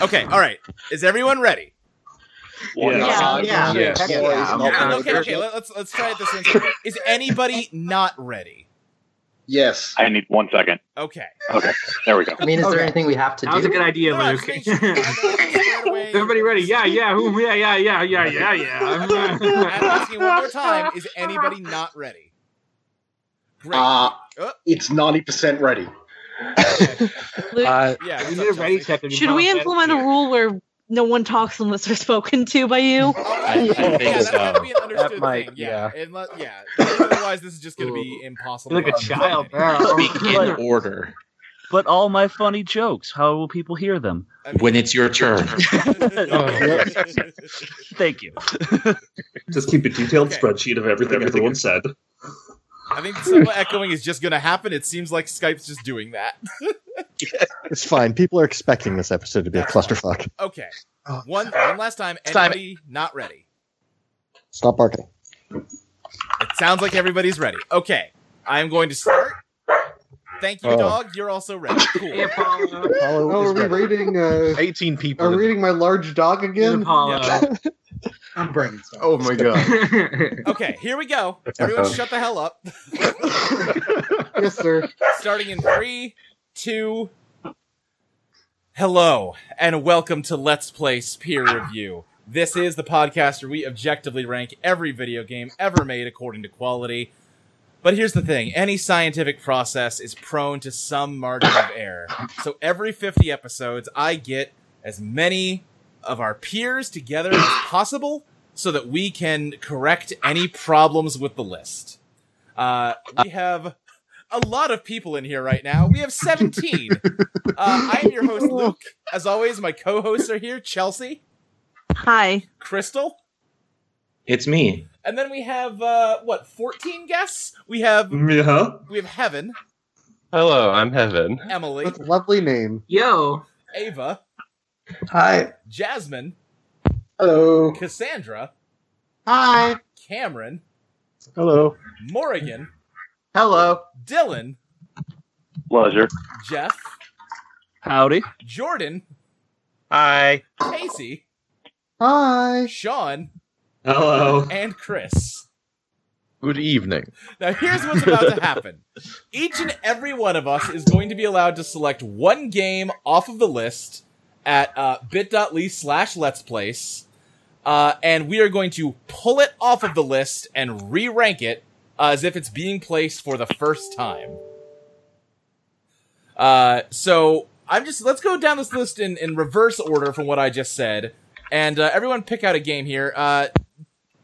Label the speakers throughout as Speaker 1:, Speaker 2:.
Speaker 1: Okay, all right. Is everyone ready?
Speaker 2: Yeah.
Speaker 3: Yeah.
Speaker 4: Yeah.
Speaker 5: Yes.
Speaker 4: Yeah.
Speaker 5: Yeah.
Speaker 1: Uh,
Speaker 5: Yeah.
Speaker 1: okay, okay. let- Let's let's try it this way. Is anybody not ready?
Speaker 5: Yes.
Speaker 2: I need one second.
Speaker 1: Okay.
Speaker 2: Okay, there we go.
Speaker 4: I mean, is there
Speaker 5: Okay.
Speaker 4: anything we have to
Speaker 3: That was a
Speaker 4: do?
Speaker 3: good idea,
Speaker 1: No, no,
Speaker 3: Luke.
Speaker 1: just make sure- right away.
Speaker 3: Everybody ready? Yeah, yeah, who- yeah, yeah, yeah, yeah, yeah, uh,
Speaker 1: I'm
Speaker 3: yeah.
Speaker 1: asking one more time. Is anybody not ready? Great.
Speaker 5: Uh,
Speaker 1: Oh.
Speaker 5: it's ninety percent ready.
Speaker 6: Luke,
Speaker 7: Uh,
Speaker 1: yeah.
Speaker 3: We
Speaker 1: what's
Speaker 3: need a
Speaker 1: up,
Speaker 3: ready
Speaker 1: Chelsea?
Speaker 3: check. and
Speaker 6: should we
Speaker 3: bounce
Speaker 6: implement a
Speaker 3: attitude.
Speaker 6: rule where no one talks unless they're spoken to by you?
Speaker 1: All
Speaker 7: I- I
Speaker 1: right.
Speaker 7: think
Speaker 1: yeah, that's
Speaker 7: so.
Speaker 1: gotta be an understood
Speaker 7: That might-
Speaker 1: thing. Yeah. Unless, yeah. Otherwise, this is just gonna be impossible.
Speaker 3: You're like a
Speaker 1: to
Speaker 3: child.
Speaker 1: understand.
Speaker 7: Speak in
Speaker 3: Yeah.
Speaker 7: order
Speaker 8: But all my funny jokes, how will people hear them?
Speaker 1: I mean-
Speaker 7: when it's your turn.
Speaker 8: Thank you.
Speaker 9: Just keep a detailed
Speaker 1: Okay.
Speaker 9: spreadsheet of everything everyone said.
Speaker 1: I think some echoing is just gonna happen. It seems like Skype's just doing that.
Speaker 10: It's fine. People are expecting this episode to be a clusterfuck.
Speaker 1: Okay.
Speaker 10: Oh.
Speaker 1: One one last time.
Speaker 4: Time.
Speaker 1: Anybody not ready?
Speaker 10: Stop barking.
Speaker 1: It sounds like everybody's ready. Okay. I'm going to start. Thank you,
Speaker 10: Oh.
Speaker 1: dog. You're also ready. Cool.
Speaker 3: Hey, Apollo.
Speaker 10: Apollo
Speaker 4: Oh,
Speaker 10: is
Speaker 4: are we
Speaker 10: ready.
Speaker 4: rating? Uh,
Speaker 9: 18 people.
Speaker 4: are we rating my large dog again?
Speaker 3: Apollo.
Speaker 4: I'm brainstorming.
Speaker 5: Oh my god.
Speaker 1: Okay, here we go. Everyone shut the hell up.
Speaker 4: yes, sir.
Speaker 1: Starting in three, two. Hello, and welcome to Let's Play Peer Review. This is the podcast where we objectively rank every video game ever made according to quality. But here's the thing any scientific process is prone to some margin of error. So every 50 episodes, I get as many of our peers together as possible so that we can correct any problems with the list. Uh, we have a lot of people in here right now. We have 17. uh, I am your host, Luke. As always, my co hosts are here Chelsea,
Speaker 6: Hi.
Speaker 1: Crystal,
Speaker 7: It's me.
Speaker 1: and then we have, uh, what, 14 guests? We have.
Speaker 9: Yeah.
Speaker 1: We have Heaven,
Speaker 11: Hello, I'm Heaven.
Speaker 1: Emily,
Speaker 4: That's a lovely name.
Speaker 3: Yo.
Speaker 1: Ava,
Speaker 4: Hi.
Speaker 1: Jasmine,
Speaker 5: Hello.
Speaker 1: Cassandra,
Speaker 4: Hi.
Speaker 1: Cameron,
Speaker 10: Hello.
Speaker 1: Morrigan,
Speaker 4: Hello.
Speaker 1: Dylan,
Speaker 2: Pleasure.
Speaker 1: Jeff,
Speaker 8: Howdy.
Speaker 1: Jordan,
Speaker 11: Hi.
Speaker 1: Casey,
Speaker 4: Hi.
Speaker 1: Sean,
Speaker 9: Hello.
Speaker 1: and Chris.
Speaker 11: Good evening.
Speaker 1: Now, here's what's about to happen. Each and every one of us is going to be allowed to select one game off of the list at uh, bit.ly slash let's place, uh, and we are going to pull it off of the list and re rank it as if it's being placed for the first time. Uh, so I'm just let's go down this list in, in reverse order from what I just said, and uh, everyone pick out a game here. Uh,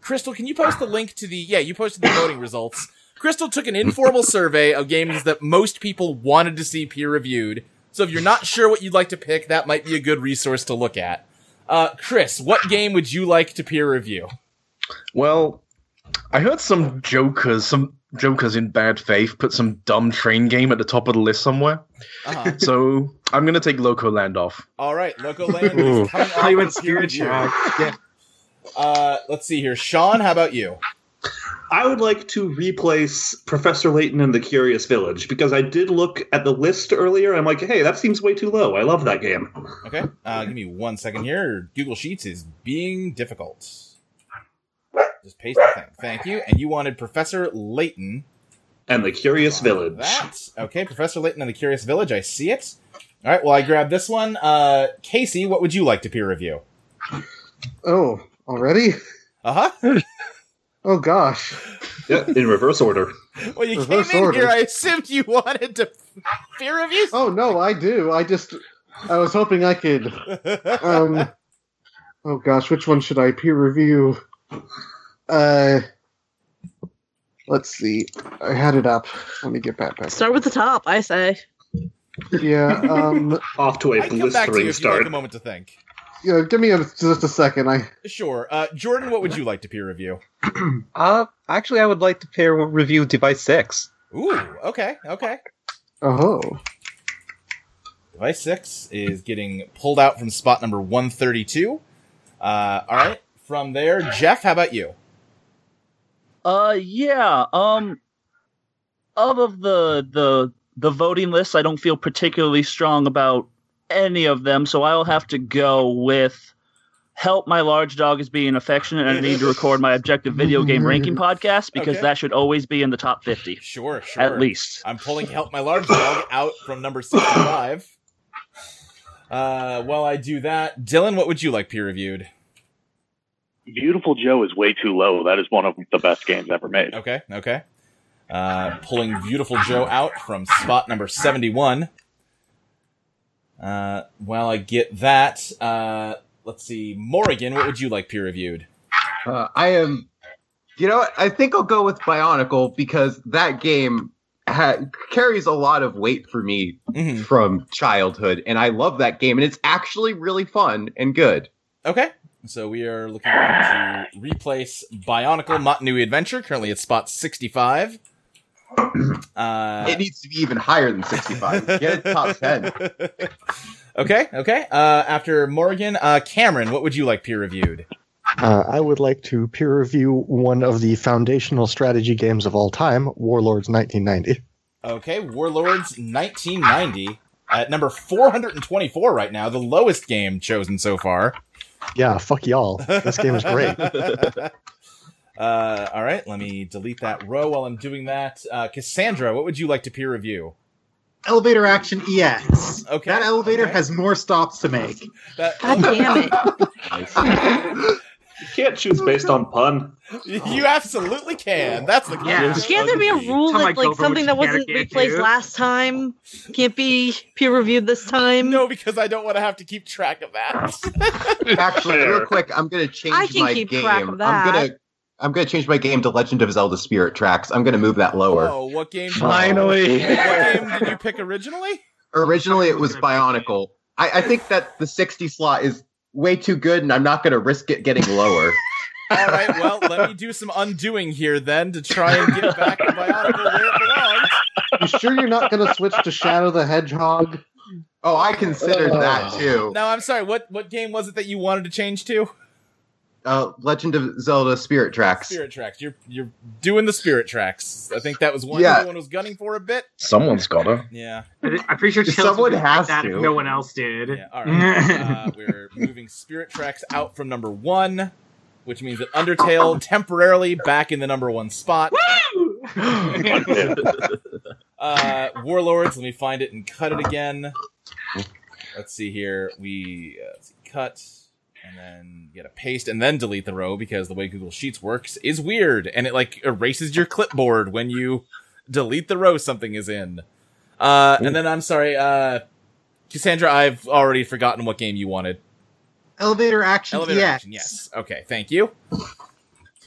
Speaker 1: Crystal, can you post the link to the? Yeah, you posted the voting results. Crystal took an informal survey of games that most people wanted to see peer reviewed. So if you're not sure what you'd like to pick, that might be a good resource to look at. Uh, Chris, what game would you like to peer review?
Speaker 11: Well, I heard some jokers, some jokers in bad faith, put some dumb train game at the top of the list somewhere.
Speaker 1: Uh-huh.
Speaker 11: So I'm gonna take Loco Land off.
Speaker 1: All right, Local Land
Speaker 11: Ooh.
Speaker 1: is coming
Speaker 3: How you went
Speaker 1: off of peer
Speaker 3: spirit
Speaker 1: review.
Speaker 3: shock.
Speaker 1: Uh, let's see here, Sean. How about you?
Speaker 9: I would like to replace Professor Layton and the Curious Village because I did look at the list earlier. I'm like, hey, that seems way too low. I love that game.
Speaker 1: Okay. Uh, give me one second here. Google Sheets is being difficult. Just paste the thing. Thank you. And you wanted Professor Layton.
Speaker 9: And the Curious Village.
Speaker 1: That. Okay, Professor Layton and the Curious Village. I see it. All right. Well, I grabbed this one. Uh, Casey, what would you like to peer review?
Speaker 4: Oh, already?
Speaker 1: Uh huh.
Speaker 4: Oh gosh.
Speaker 9: Yeah, in reverse order.
Speaker 1: Well, you came
Speaker 4: Reverse
Speaker 1: in
Speaker 4: order.
Speaker 1: here. I assumed you wanted to peer review.
Speaker 4: Oh no, I do. I just, I was hoping I could. Um. Oh gosh, which one should I peer review? Uh. Let's see. I had it up. Let me get back back.
Speaker 6: Start with the top, I say.
Speaker 4: Yeah. Um.
Speaker 9: Off to a
Speaker 1: I can come back to
Speaker 9: blistering
Speaker 1: you if you take
Speaker 9: start.
Speaker 1: a moment to think.
Speaker 4: you know, give me a, just a second. I.
Speaker 1: Sure. Uh, Jordan, what would you like to peer review?
Speaker 11: Uh, actually, I would like to pair review Device Six.
Speaker 1: Ooh. Okay. Okay.
Speaker 4: Oh.
Speaker 1: Device 6 is getting pulled out from spot number 132. Uh, all right. From there, Jeff, how about you?
Speaker 8: Uh yeah. Um out of the the the voting list, I don't feel particularly strong about any of them, so I will have to go with help my large dog is being affectionate and I need to record my objective video game ranking podcast because
Speaker 1: Okay.
Speaker 8: that should always be in the top 50.
Speaker 1: Sure, sure.
Speaker 8: At least.
Speaker 1: I'm pulling Help My Large Dog out from number 65. Uh, while I do that, Dylan, what would you like peer reviewed?
Speaker 2: Beautiful Joe is way too low. That is one of the best games ever made.
Speaker 1: Okay, okay. Uh, pulling Beautiful Joe out from spot number 71. Uh, while I get that, uh, let's see. Morrigan, what would you like peer reviewed?
Speaker 12: Uh, I am. You know, what? I think I'll go with Bionicle because that game ha- carries a lot of weight for me
Speaker 1: Mm-hmm.
Speaker 12: from childhood, and I love that game, and it's actually really fun and good.
Speaker 1: Okay. So we are looking to replace Bionicle Motunui Adventure. Currently at spot 65. Uh,
Speaker 12: it needs to be even higher than 65. Get it top 10.
Speaker 1: Okay, okay. Uh, after Morgan, uh, Cameron, what would you like peer reviewed?
Speaker 10: Uh, I would like to peer review one of the foundational strategy games of all time, Warlords 1990.
Speaker 1: Okay, Warlords 1990 at number 424 right now, the lowest game chosen so far.
Speaker 10: Yeah, fuck y'all. This game is great.
Speaker 1: Uh, all right, let me delete that row while I'm doing that. Uh, Cassandra, what would you like to peer review?
Speaker 13: Elevator action EX.
Speaker 1: Okay.
Speaker 13: That elevator has more stops to make.
Speaker 1: That-
Speaker 13: God damn it.
Speaker 9: You can't choose based on pun.
Speaker 1: You absolutely can. That's the
Speaker 9: Yeah.
Speaker 6: Can't there be a rule
Speaker 9: Sound
Speaker 6: that
Speaker 9: like
Speaker 6: like
Speaker 9: Overwatch
Speaker 6: something that wasn't
Speaker 9: character,
Speaker 6: replaced
Speaker 9: dude.
Speaker 6: last time can't be peer reviewed this time?
Speaker 1: No, because I don't want to have to keep track of that.
Speaker 12: Actually, real quick, I'm gonna change
Speaker 6: I can
Speaker 12: my
Speaker 6: keep
Speaker 12: game.
Speaker 6: track of that.
Speaker 12: I'm gonna I'm gonna change my game to Legend of Zelda Spirit Tracks. I'm gonna move that lower.
Speaker 1: Oh, what game?
Speaker 12: Finally.
Speaker 1: What game did you pick originally?
Speaker 12: Originally, it was Bionicle. I, I think that the 60 slot is way too good, and I'm not gonna risk it getting lower.
Speaker 1: All right, well, let me do some undoing here then to try and get back to Bionicle where it belongs.
Speaker 4: You sure you're not going to switch to Shadow the Hedgehog? Oh.
Speaker 12: Oh, I considered that too.
Speaker 1: Now, I'm sorry. What what game was it that you wanted to change to?
Speaker 12: Uh, Legend of Zelda Spirit Tracks.
Speaker 1: Spirit Tracks. You're you're doing the Spirit Tracks. I think that was one
Speaker 12: Yeah.
Speaker 1: everyone was gunning for a bit.
Speaker 11: Someone's gotta.
Speaker 1: Yeah.
Speaker 3: I'm pretty sure Tails would
Speaker 12: Someone
Speaker 3: have
Speaker 12: has
Speaker 3: that
Speaker 12: to.
Speaker 3: if no one else did.
Speaker 1: Yeah, All right. uh, we're moving Spirit Tracks out from number one, which means that Undertale temporarily back in the number one spot. uh, Warlords. Let me find it and cut it again. Let's see here. We uh, let's see, cut and then get a paste and then delete the row because the way Google Sheets works is weird and it like erases your clipboard when you delete the row something is in. Uh, and then I'm sorry, uh, Cassandra. I've already forgotten what game you wanted.
Speaker 13: Elevator action
Speaker 1: Elevator
Speaker 13: EX.
Speaker 1: action, yes. Okay, thank you. So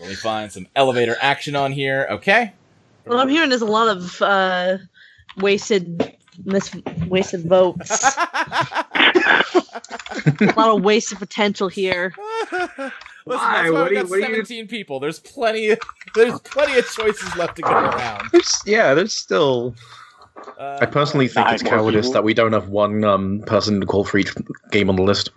Speaker 1: Let me find some elevator action on here. Okay.
Speaker 6: What I'm hearing is a lot of uh, wasted mis- wasted votes. a lot of wasted potential here.
Speaker 1: Listen,
Speaker 6: Why?
Speaker 1: that's why
Speaker 6: What
Speaker 1: we've
Speaker 6: are
Speaker 1: got
Speaker 6: you- what are you-
Speaker 1: 17 people. There's plenty there's plenty of choices left to go around.
Speaker 11: There's, yeah, there's still. I personally think it's
Speaker 1: nine more
Speaker 11: cowardice
Speaker 1: people.
Speaker 11: that we don't have one um, person to call for each game on the list.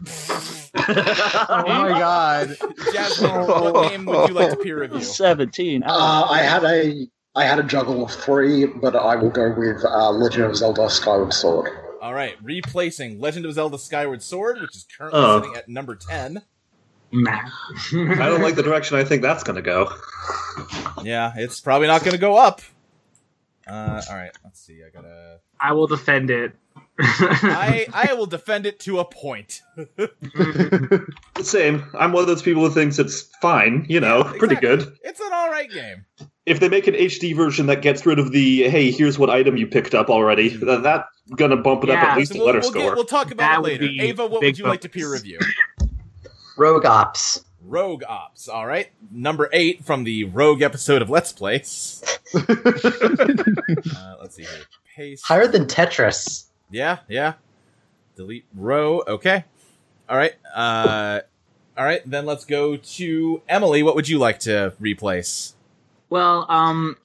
Speaker 12: Oh my god.
Speaker 1: Jasmine, what game would you like to peer review?
Speaker 8: 17.
Speaker 12: Uh,
Speaker 5: I had a I had a juggle of three, but I will go with uh, Legend of Zelda Skyward Sword.
Speaker 1: All right, replacing Legend of Zelda Skyward Sword, which is currently
Speaker 9: Oh.
Speaker 1: sitting at number 10.
Speaker 9: I don't like the direction I think that's going to go.
Speaker 1: Yeah, it's probably not going to go up. Uh, all right, let's see. I gotta.
Speaker 3: I will defend it.
Speaker 1: I I will defend it to a point.
Speaker 9: Same. I'm one of those people who thinks it's fine, you know, pretty good.
Speaker 1: It's an all right game.
Speaker 9: If they make an HD version that gets rid of the hey, here's what item you picked up already, th- that gonna bump it up at least a
Speaker 1: So
Speaker 9: letter
Speaker 1: we'll,
Speaker 9: score.
Speaker 1: We'll, get, we'll talk about
Speaker 9: That
Speaker 1: it
Speaker 9: would
Speaker 1: later.
Speaker 9: be
Speaker 1: Ava, what
Speaker 9: big
Speaker 1: would you like to
Speaker 9: bonus.
Speaker 1: peer review?
Speaker 14: Rogue Ops.
Speaker 1: Rogue Ops. All right, number eight from the Rogue episode of Let's Plays. uh, let's see here. Paste.
Speaker 14: Higher than Tetris.
Speaker 1: Yeah, yeah. Delete row. Okay. All right. Uh, all right. Then let's go to Emily. What would you like to replace?
Speaker 3: Well, um,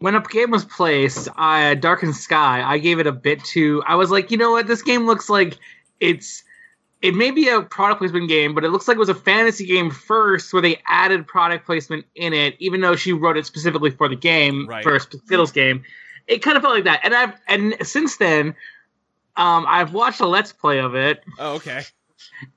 Speaker 3: when a game was placed, I, Darkened Sky, I gave it a bit too. I was like, you know what? This game looks like it's. It may be a product placement game, but it looks like it was a fantasy game first where they added product placement in it, even though she wrote it specifically for the game,
Speaker 1: Right.
Speaker 3: for a Fiddles game. It kind of felt like that. And I've and since then, Um, I've watched a let's play of it.
Speaker 1: Oh, okay.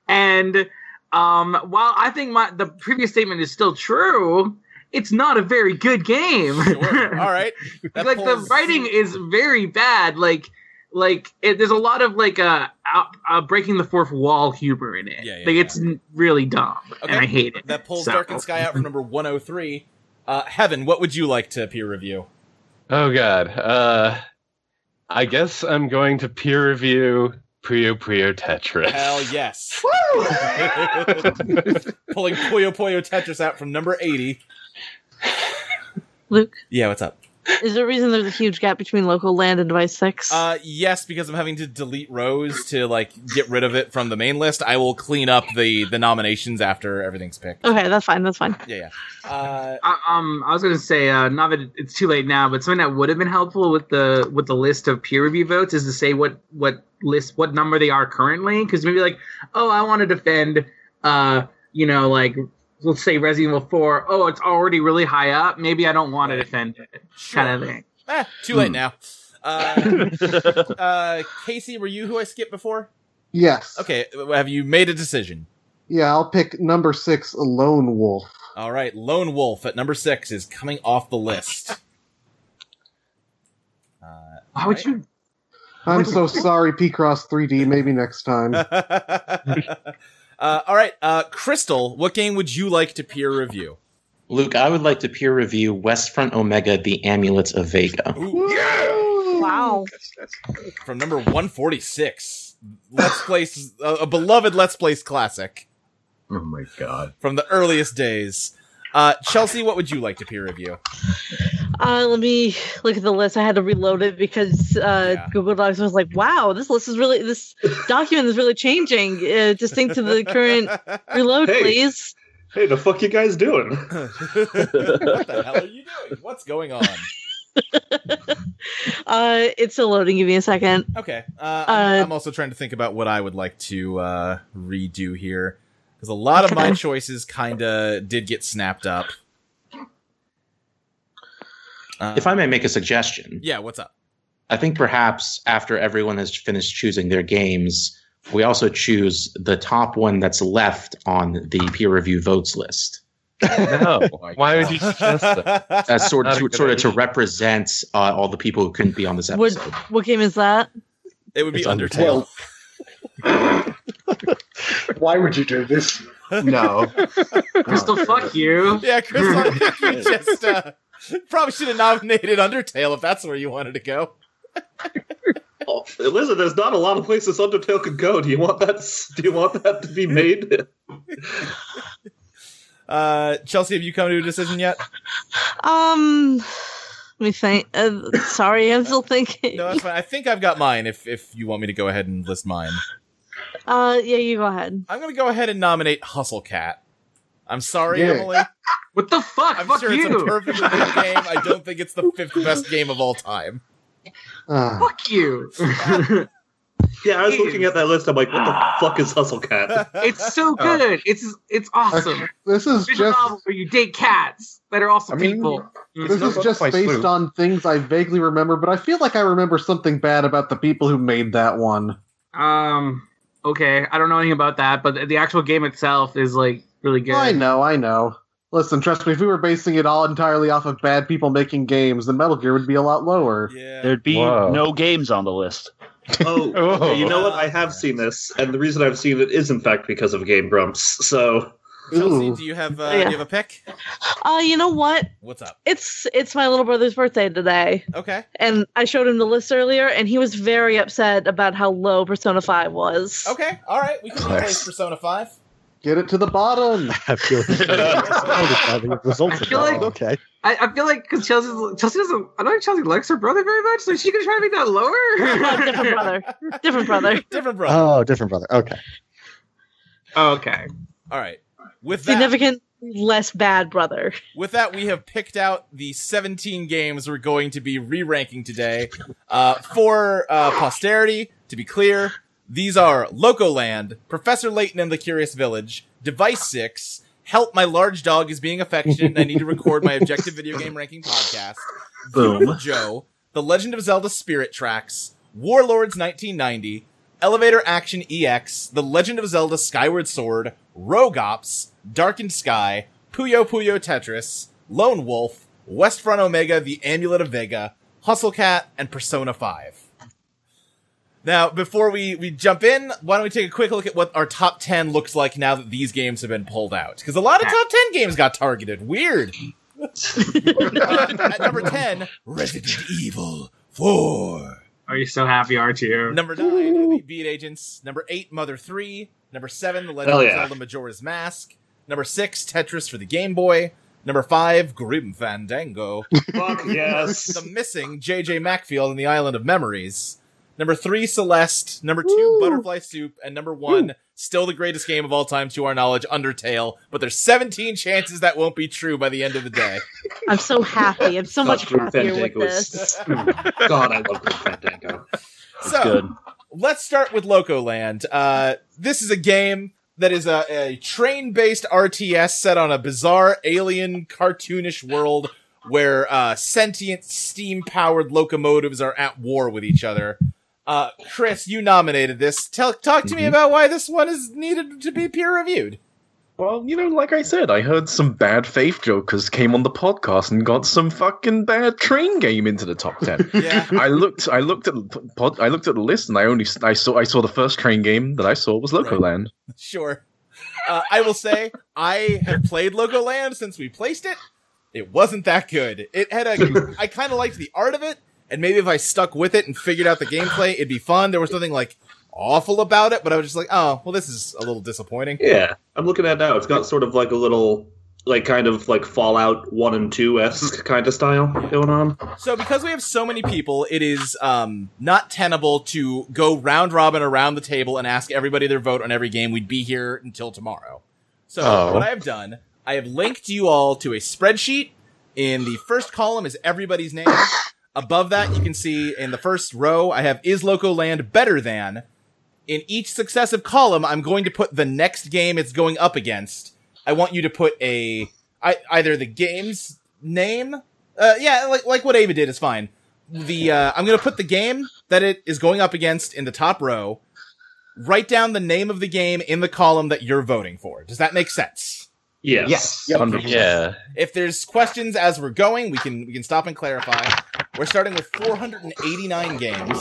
Speaker 3: And um, while I think my the previous statement is still true, it's not a very good game.
Speaker 1: All right. That
Speaker 3: like the
Speaker 1: pulls-
Speaker 3: writing is very bad. Like like it, there's a lot of like uh, out, uh breaking the fourth wall humor in it.
Speaker 1: Yeah, yeah,
Speaker 3: like it's n- really dumb, and I hate it.
Speaker 1: That pulls
Speaker 3: So-
Speaker 1: Dark and Sky out from number 103. Uh, Heaven, what would you like to peer review?
Speaker 15: Oh god. Uh I guess I'm going to peer review Puyo Puyo Tetris.
Speaker 1: Hell yes. Pulling Puyo Puyo Tetris out from number 80.
Speaker 6: Luke,
Speaker 1: Yeah, what's up?
Speaker 6: is there a reason there's a huge gap between local land and Vice 6?
Speaker 1: Uh, yes, because I'm having to delete rows to like get rid of it from the main list. I will clean up the the nominations after everything's picked.
Speaker 6: okay, that's fine. That's fine.
Speaker 1: Yeah, yeah. Uh,
Speaker 3: I, um, I was gonna say, uh, not that it's too late now, but something that would have been helpful with the with the list of peer review votes is to say what what list what number they are currently, because maybe like, oh, I want to defend, uh, you know, like let's say Resident Evil Four. Oh, it's already really high up. Maybe I don't want to defend it, kind of thing.
Speaker 1: Eh, too
Speaker 3: Hmm.
Speaker 4: Hmm.
Speaker 1: late now. Uh, uh, Casey, were you who I skipped before?
Speaker 4: Yes.
Speaker 1: Okay, have you made a decision?
Speaker 4: Yeah, I'll pick number six, Lone Wolf.
Speaker 1: All right, Lone Wolf at number six is coming off the list. Uh,
Speaker 3: Why would you?
Speaker 4: I'm so sorry, P Cross 3D. Maybe next time.
Speaker 1: Uh, all right, uh, Crystal, what game would you like to peer review?
Speaker 7: Luke, I would like to peer review West Front Omega: The Amulets of Vega.
Speaker 6: Wow.
Speaker 1: From number 146, Let's Place, a, a beloved Let's Place classic.
Speaker 12: Oh my god.
Speaker 1: From the earliest days. Uh, Chelsea, what would you like to peer review?
Speaker 6: Uh, let me look at the list. I had to reload it because uh, Google Docs was like, "Wow, this list is really this document is really changing, uh, distinct to the current reload,
Speaker 9: Hey.
Speaker 6: please."
Speaker 9: Hey, the fuck you guys doing?
Speaker 1: what the hell are you doing? What's going on?
Speaker 6: Uh, it's still loading. Give me a second.
Speaker 1: Okay. Uh, I'm,
Speaker 6: Uh,
Speaker 1: I'm also trying to think about what I would like to uh, redo here because a lot of my choices kind of did get snapped up.
Speaker 7: if I may make a suggestion,
Speaker 1: Um, Yeah, what's up?
Speaker 7: I think perhaps after everyone has finished choosing their games, we also choose the top one that's left on the peer review votes list.
Speaker 15: No. Why would you suggest that?
Speaker 7: As sort
Speaker 15: Not a
Speaker 7: of,
Speaker 15: good
Speaker 7: sort of
Speaker 15: idea.
Speaker 7: to represent uh, all the people who couldn't be on this
Speaker 6: What
Speaker 7: episode.
Speaker 6: what game is that?
Speaker 1: It would
Speaker 7: be Undertale.
Speaker 5: Why would you do this?
Speaker 12: No.
Speaker 3: Crystal, fuck you.
Speaker 1: Oh. Yeah, Crystal, I think you just uh, probably should have nominated Undertale if that's where you wanted to go.
Speaker 9: Listen, there's not a lot of places Undertale could go. Do you want that? Do you want that to be made?
Speaker 1: Uh, Chelsea, have you come to a decision yet?
Speaker 6: Um, let me think. Uh, sorry, I'm still thinking.
Speaker 1: No, that's fine. I think I've got mine. If if you want me to go ahead and list mine,
Speaker 6: Uh, yeah, you go ahead.
Speaker 1: I'm gonna go ahead and nominate Hustle Cat. I'm sorry,
Speaker 6: Yeah.
Speaker 1: Emily.
Speaker 3: What the fuck?
Speaker 1: I'm
Speaker 3: Fuck
Speaker 1: sure it's a
Speaker 3: you.
Speaker 1: perfectly good game. I don't think it's the fifth best game of all time.
Speaker 9: Ah.
Speaker 3: Fuck you.
Speaker 9: yeah, I was looking at that list. I'm like, what the fuck is Hustle Cat?
Speaker 3: It's so good. It's it's awesome.
Speaker 4: Oh. This is
Speaker 3: Visual
Speaker 4: just-
Speaker 3: novel where you date cats that are also people.
Speaker 4: This is just based on things I vaguely remember, but I feel like I remember something bad about the people who made that one.
Speaker 3: Um. Okay, I don't know anything about that, but the actual game itself is like really good.
Speaker 4: I know, Oh, I know. Listen, trust me, if we were basing it all entirely off of bad people making games, then Metal Gear would be a lot lower.
Speaker 8: There'd be
Speaker 4: Whoa.
Speaker 8: no games on the list.
Speaker 9: Oh, okay, you know what? I have seen this, and the reason I've seen it is in fact because of Game Grumps. So,
Speaker 1: Chelsea, do you have uh,
Speaker 6: Yeah.
Speaker 1: do you have a pick?
Speaker 6: Uh, you know what?
Speaker 1: What's up?
Speaker 6: It's it's my little brother's birthday today.
Speaker 1: Okay.
Speaker 6: And I showed him the list earlier, and he was very upset about how low Persona Five was.
Speaker 1: Okay, all right, we can replace Persona Five.
Speaker 4: Get it to the bottom.
Speaker 10: I feel
Speaker 3: I feel like
Speaker 10: okay.
Speaker 3: I, I feel like because Chelsea Chelsea doesn't I don't think Chelsea likes her brother very much, so she could try to make that lower.
Speaker 6: different brother. Different brother.
Speaker 1: Different
Speaker 10: Oh, different brother. Okay.
Speaker 3: Oh, Okay.
Speaker 1: All right. With that,
Speaker 6: Significant less bad brother.
Speaker 1: with that, we have picked out the 17 games we're going to be re-ranking today uh, for uh, posterity. To be clear, these are Locoland, Professor Layton and the Curious Village, Device Six, Help My Large Dog Is Being Affectionate. I need to record my objective video game ranking podcast. Beautiful Joe, The Legend of Zelda Spirit Tracks, Warlords 1990, Elevator Action EX, The Legend of Zelda Skyward Sword, Rogue Ops, Darkened Sky, Puyo Puyo Tetris, Lone Wolf, West Front Omega, The Amulet of Vega, Hustle Cat, and Persona 5. Now, before we, we jump in, why don't we take a quick look at what our top 10 looks like now that these games have been pulled out? Because a lot of top 10 games got targeted. Weird. Uh, at number 10, Resident Evil 4.
Speaker 3: Are you so happy, R2?
Speaker 1: Number 9, Elite Beat Agents. Number 8, Mother 3. Number 7, The Legend
Speaker 3: Hell
Speaker 1: of
Speaker 3: yeah.
Speaker 1: Zelda Majora's Mask. Number 6, Tetris for the Game Boy. Number 5, Grim Fandango.
Speaker 9: Fuck yes.
Speaker 1: the Missing, J.J. Macfield and the Island of Memories. Number 3, Celeste. Number 2, Butterfly Soup. And number 1, still the greatest game of all time to our knowledge, Undertale. But there's 17 chances that won't be true by the end of the day.
Speaker 6: I'm so happy. I'm so much
Speaker 1: Grim
Speaker 6: happier with
Speaker 1: Fandango is-
Speaker 6: this.
Speaker 9: God, I love Grim Fandango.
Speaker 1: So let's start with Locoland. Uh, this is a game that is a, a train-based RTS set on a bizarre alien cartoonish world where uh, sentient steam-powered locomotives are at war with each other. Uh, Chris, you nominated this. Tell, talk to
Speaker 9: Mm-hmm.
Speaker 1: me about why this one is needed to be peer reviewed.
Speaker 11: Well, you know, like I said, I heard some bad faith jokers came on the podcast and got some fucking bad train game into the top ten.
Speaker 1: yeah.
Speaker 11: I looked, I looked at the pod, I looked at the list, and I only, I saw, I saw the first train game that I saw was Locoland.
Speaker 1: Sure. Uh, I will say I have played Logoland since we placed it. It wasn't that good. It had a. I kind of liked the art of it, and maybe if I stuck with it and figured out the gameplay, it'd be fun. There was nothing like awful about it, but I was just like, oh, well, this is a little disappointing.
Speaker 9: Yeah, I'm looking at it now. It's got sort of like a little, like kind of like Fallout One and Two esque kind of style going on.
Speaker 1: So because we have so many people, it is um, not tenable to go round robin around the table and ask everybody their vote on every game. We'd be here until tomorrow. So
Speaker 11: Oh.
Speaker 1: what I have done, I have linked you all to a spreadsheet. In the first column is everybody's name. Above that, you can see in the first row, I have is Loco Land better than. In each successive column, I'm going to put the next game it's going up against. I want you to put a I, either the game's name, uh, yeah, like like what Ava did is fine. The uh, I'm going to put the game that it is going up against in the top row. Write down the name of the game in the column that you're voting for. Does that make sense?
Speaker 9: Yes.
Speaker 12: Yes.
Speaker 7: Yeah.
Speaker 1: If there's questions as we're going, we can we can stop and clarify. We're starting with 489 games,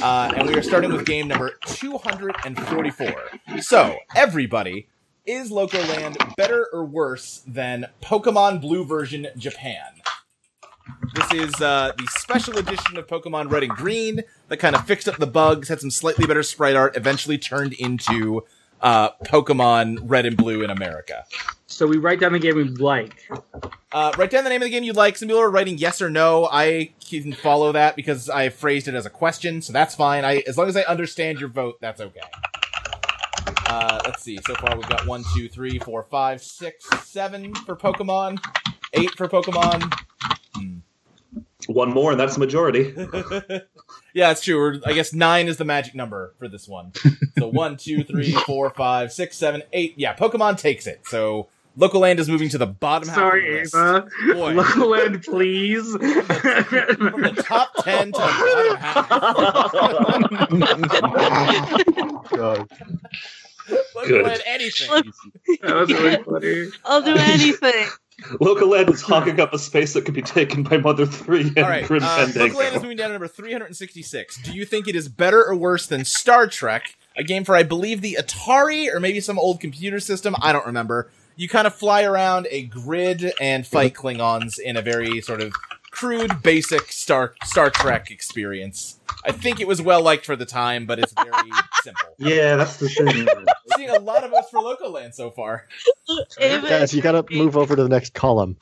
Speaker 1: uh, and we are starting with game number 244. So everybody, is Locoland better or worse than Pokemon Blue version Japan? This is uh, the special edition of Pokemon Red and Green that kind of fixed up the bugs, had some slightly better sprite art, eventually turned into uh, Pokemon Red and Blue in America.
Speaker 3: So we write down the game we like.
Speaker 1: Uh, write down the name of the game you'd like. Some people are writing yes or no. I can follow that because I phrased it as a question, so that's fine. I, as long as I understand your vote, that's okay. Uh, let's see. So far, we've got one, two, three, four, five, six, seven for Pokemon, eight for Pokemon.
Speaker 9: One more, and that's the majority.
Speaker 1: yeah, it's true. We're- I guess nine is the magic number for this one. So one, two, three, four, five, six, seven, eight. Yeah, Pokemon takes it. So local land is moving to the bottom half.
Speaker 3: Sorry,
Speaker 1: of the list.
Speaker 3: Ava.
Speaker 1: Boy.
Speaker 3: Local end, please.
Speaker 1: From the top ten to the bottom half.
Speaker 10: God.
Speaker 1: Local
Speaker 9: Good.
Speaker 1: land, anything.
Speaker 9: that was really funny.
Speaker 6: I'll do anything.
Speaker 9: Local Ed is hogging up a space that could be taken by Mother Three and
Speaker 1: All right,
Speaker 9: Grim
Speaker 1: uh,
Speaker 9: Fandango.
Speaker 1: Local Land is moving down to number 366. Do you think it is better or worse than Star Trek, a game for, I believe, the Atari or maybe some old computer system? I don't remember. You kind of fly around a grid and fight Klingons in a very sort of crude, basic Star Star Trek experience. I think it was well liked for the time, but it's very simple.
Speaker 9: Yeah, that's the thing.
Speaker 1: Seeing a lot of us for Local Land so far.
Speaker 10: Guys, you gotta move over to the next column.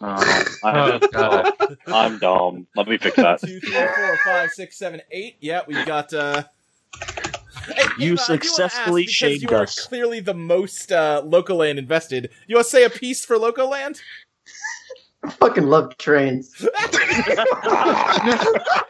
Speaker 1: Oh,
Speaker 2: I'm, I'm dumb. Let me fix that.
Speaker 1: Two, three, four, five, six, seven, eight. Yeah, we've got. Uh,
Speaker 8: You
Speaker 1: successfully
Speaker 8: shamed
Speaker 1: you are
Speaker 8: us.
Speaker 1: clearly the most uh, Locoland invested. You want to say a piece for Locoland?
Speaker 14: Fucking love trains.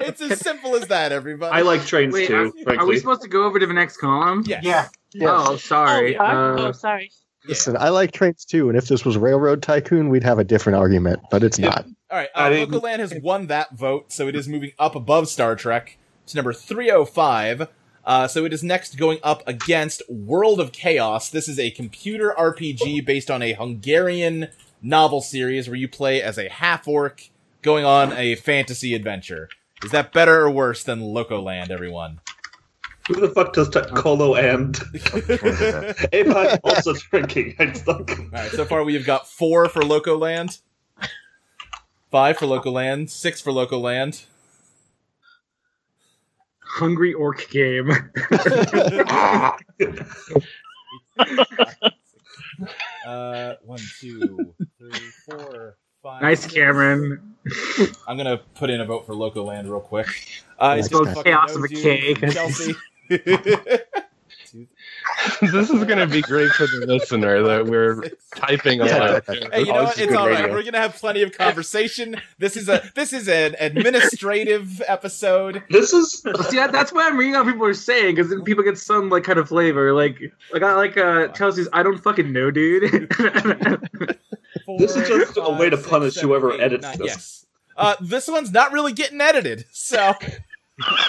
Speaker 1: it's as simple as that, everybody.
Speaker 9: I like trains
Speaker 3: Wait,
Speaker 9: too.
Speaker 3: are- Are, we
Speaker 9: frankly,
Speaker 3: supposed to go over to the next column?
Speaker 1: Yes.
Speaker 13: Yeah.
Speaker 3: Oh, sorry.
Speaker 6: Oh,
Speaker 3: Uh,
Speaker 6: sorry.
Speaker 10: Listen, I like trains too, and if this was Railroad Tycoon, we'd have a different argument, but it's not.
Speaker 1: All right, uh, Locoland has won that vote, so it is moving up above Star Trek. to number 305. Uh, so it is next going up against World of Chaos. This is a computer RPG based on a Hungarian novel series where you play as a half orc going on a fantasy adventure. Is that better or worse than Locoland, everyone?
Speaker 9: Who the fuck does that colo and? Apod also drinking. I'm stuck.
Speaker 1: All right, so far we have got four for Locoland, five for Locoland, six for Locoland.
Speaker 3: Hungry orc game.
Speaker 1: Uh, one, two, three, four, five.
Speaker 3: nice,
Speaker 1: six.
Speaker 3: Cameron.
Speaker 1: I'm gonna put in a vote for Locoland real quick. Uh,
Speaker 3: Nice
Speaker 1: it's both
Speaker 3: guy.
Speaker 1: fucking
Speaker 3: Chaos of
Speaker 1: no
Speaker 3: a
Speaker 1: dude,
Speaker 3: cake.
Speaker 1: Chelsea.
Speaker 15: this is going to be great for the listener that we're typing on.
Speaker 1: Yeah.
Speaker 15: our-
Speaker 1: Hey, you know
Speaker 15: Oh,
Speaker 1: what?
Speaker 15: this is
Speaker 1: It's
Speaker 15: good
Speaker 1: all right.
Speaker 15: radio.
Speaker 1: We're gonna have plenty of conversation. This is a this is an administrative episode.
Speaker 9: This is
Speaker 3: See, that, that's what I'm reading on people are saying because then people get some like kind of flavor. Like, like I like uh, Chelsea's. I don't fucking know, dude.
Speaker 9: This is just a way to punish whoever edits
Speaker 1: nine,
Speaker 9: this.
Speaker 1: yes. Uh, this one's not really getting edited, so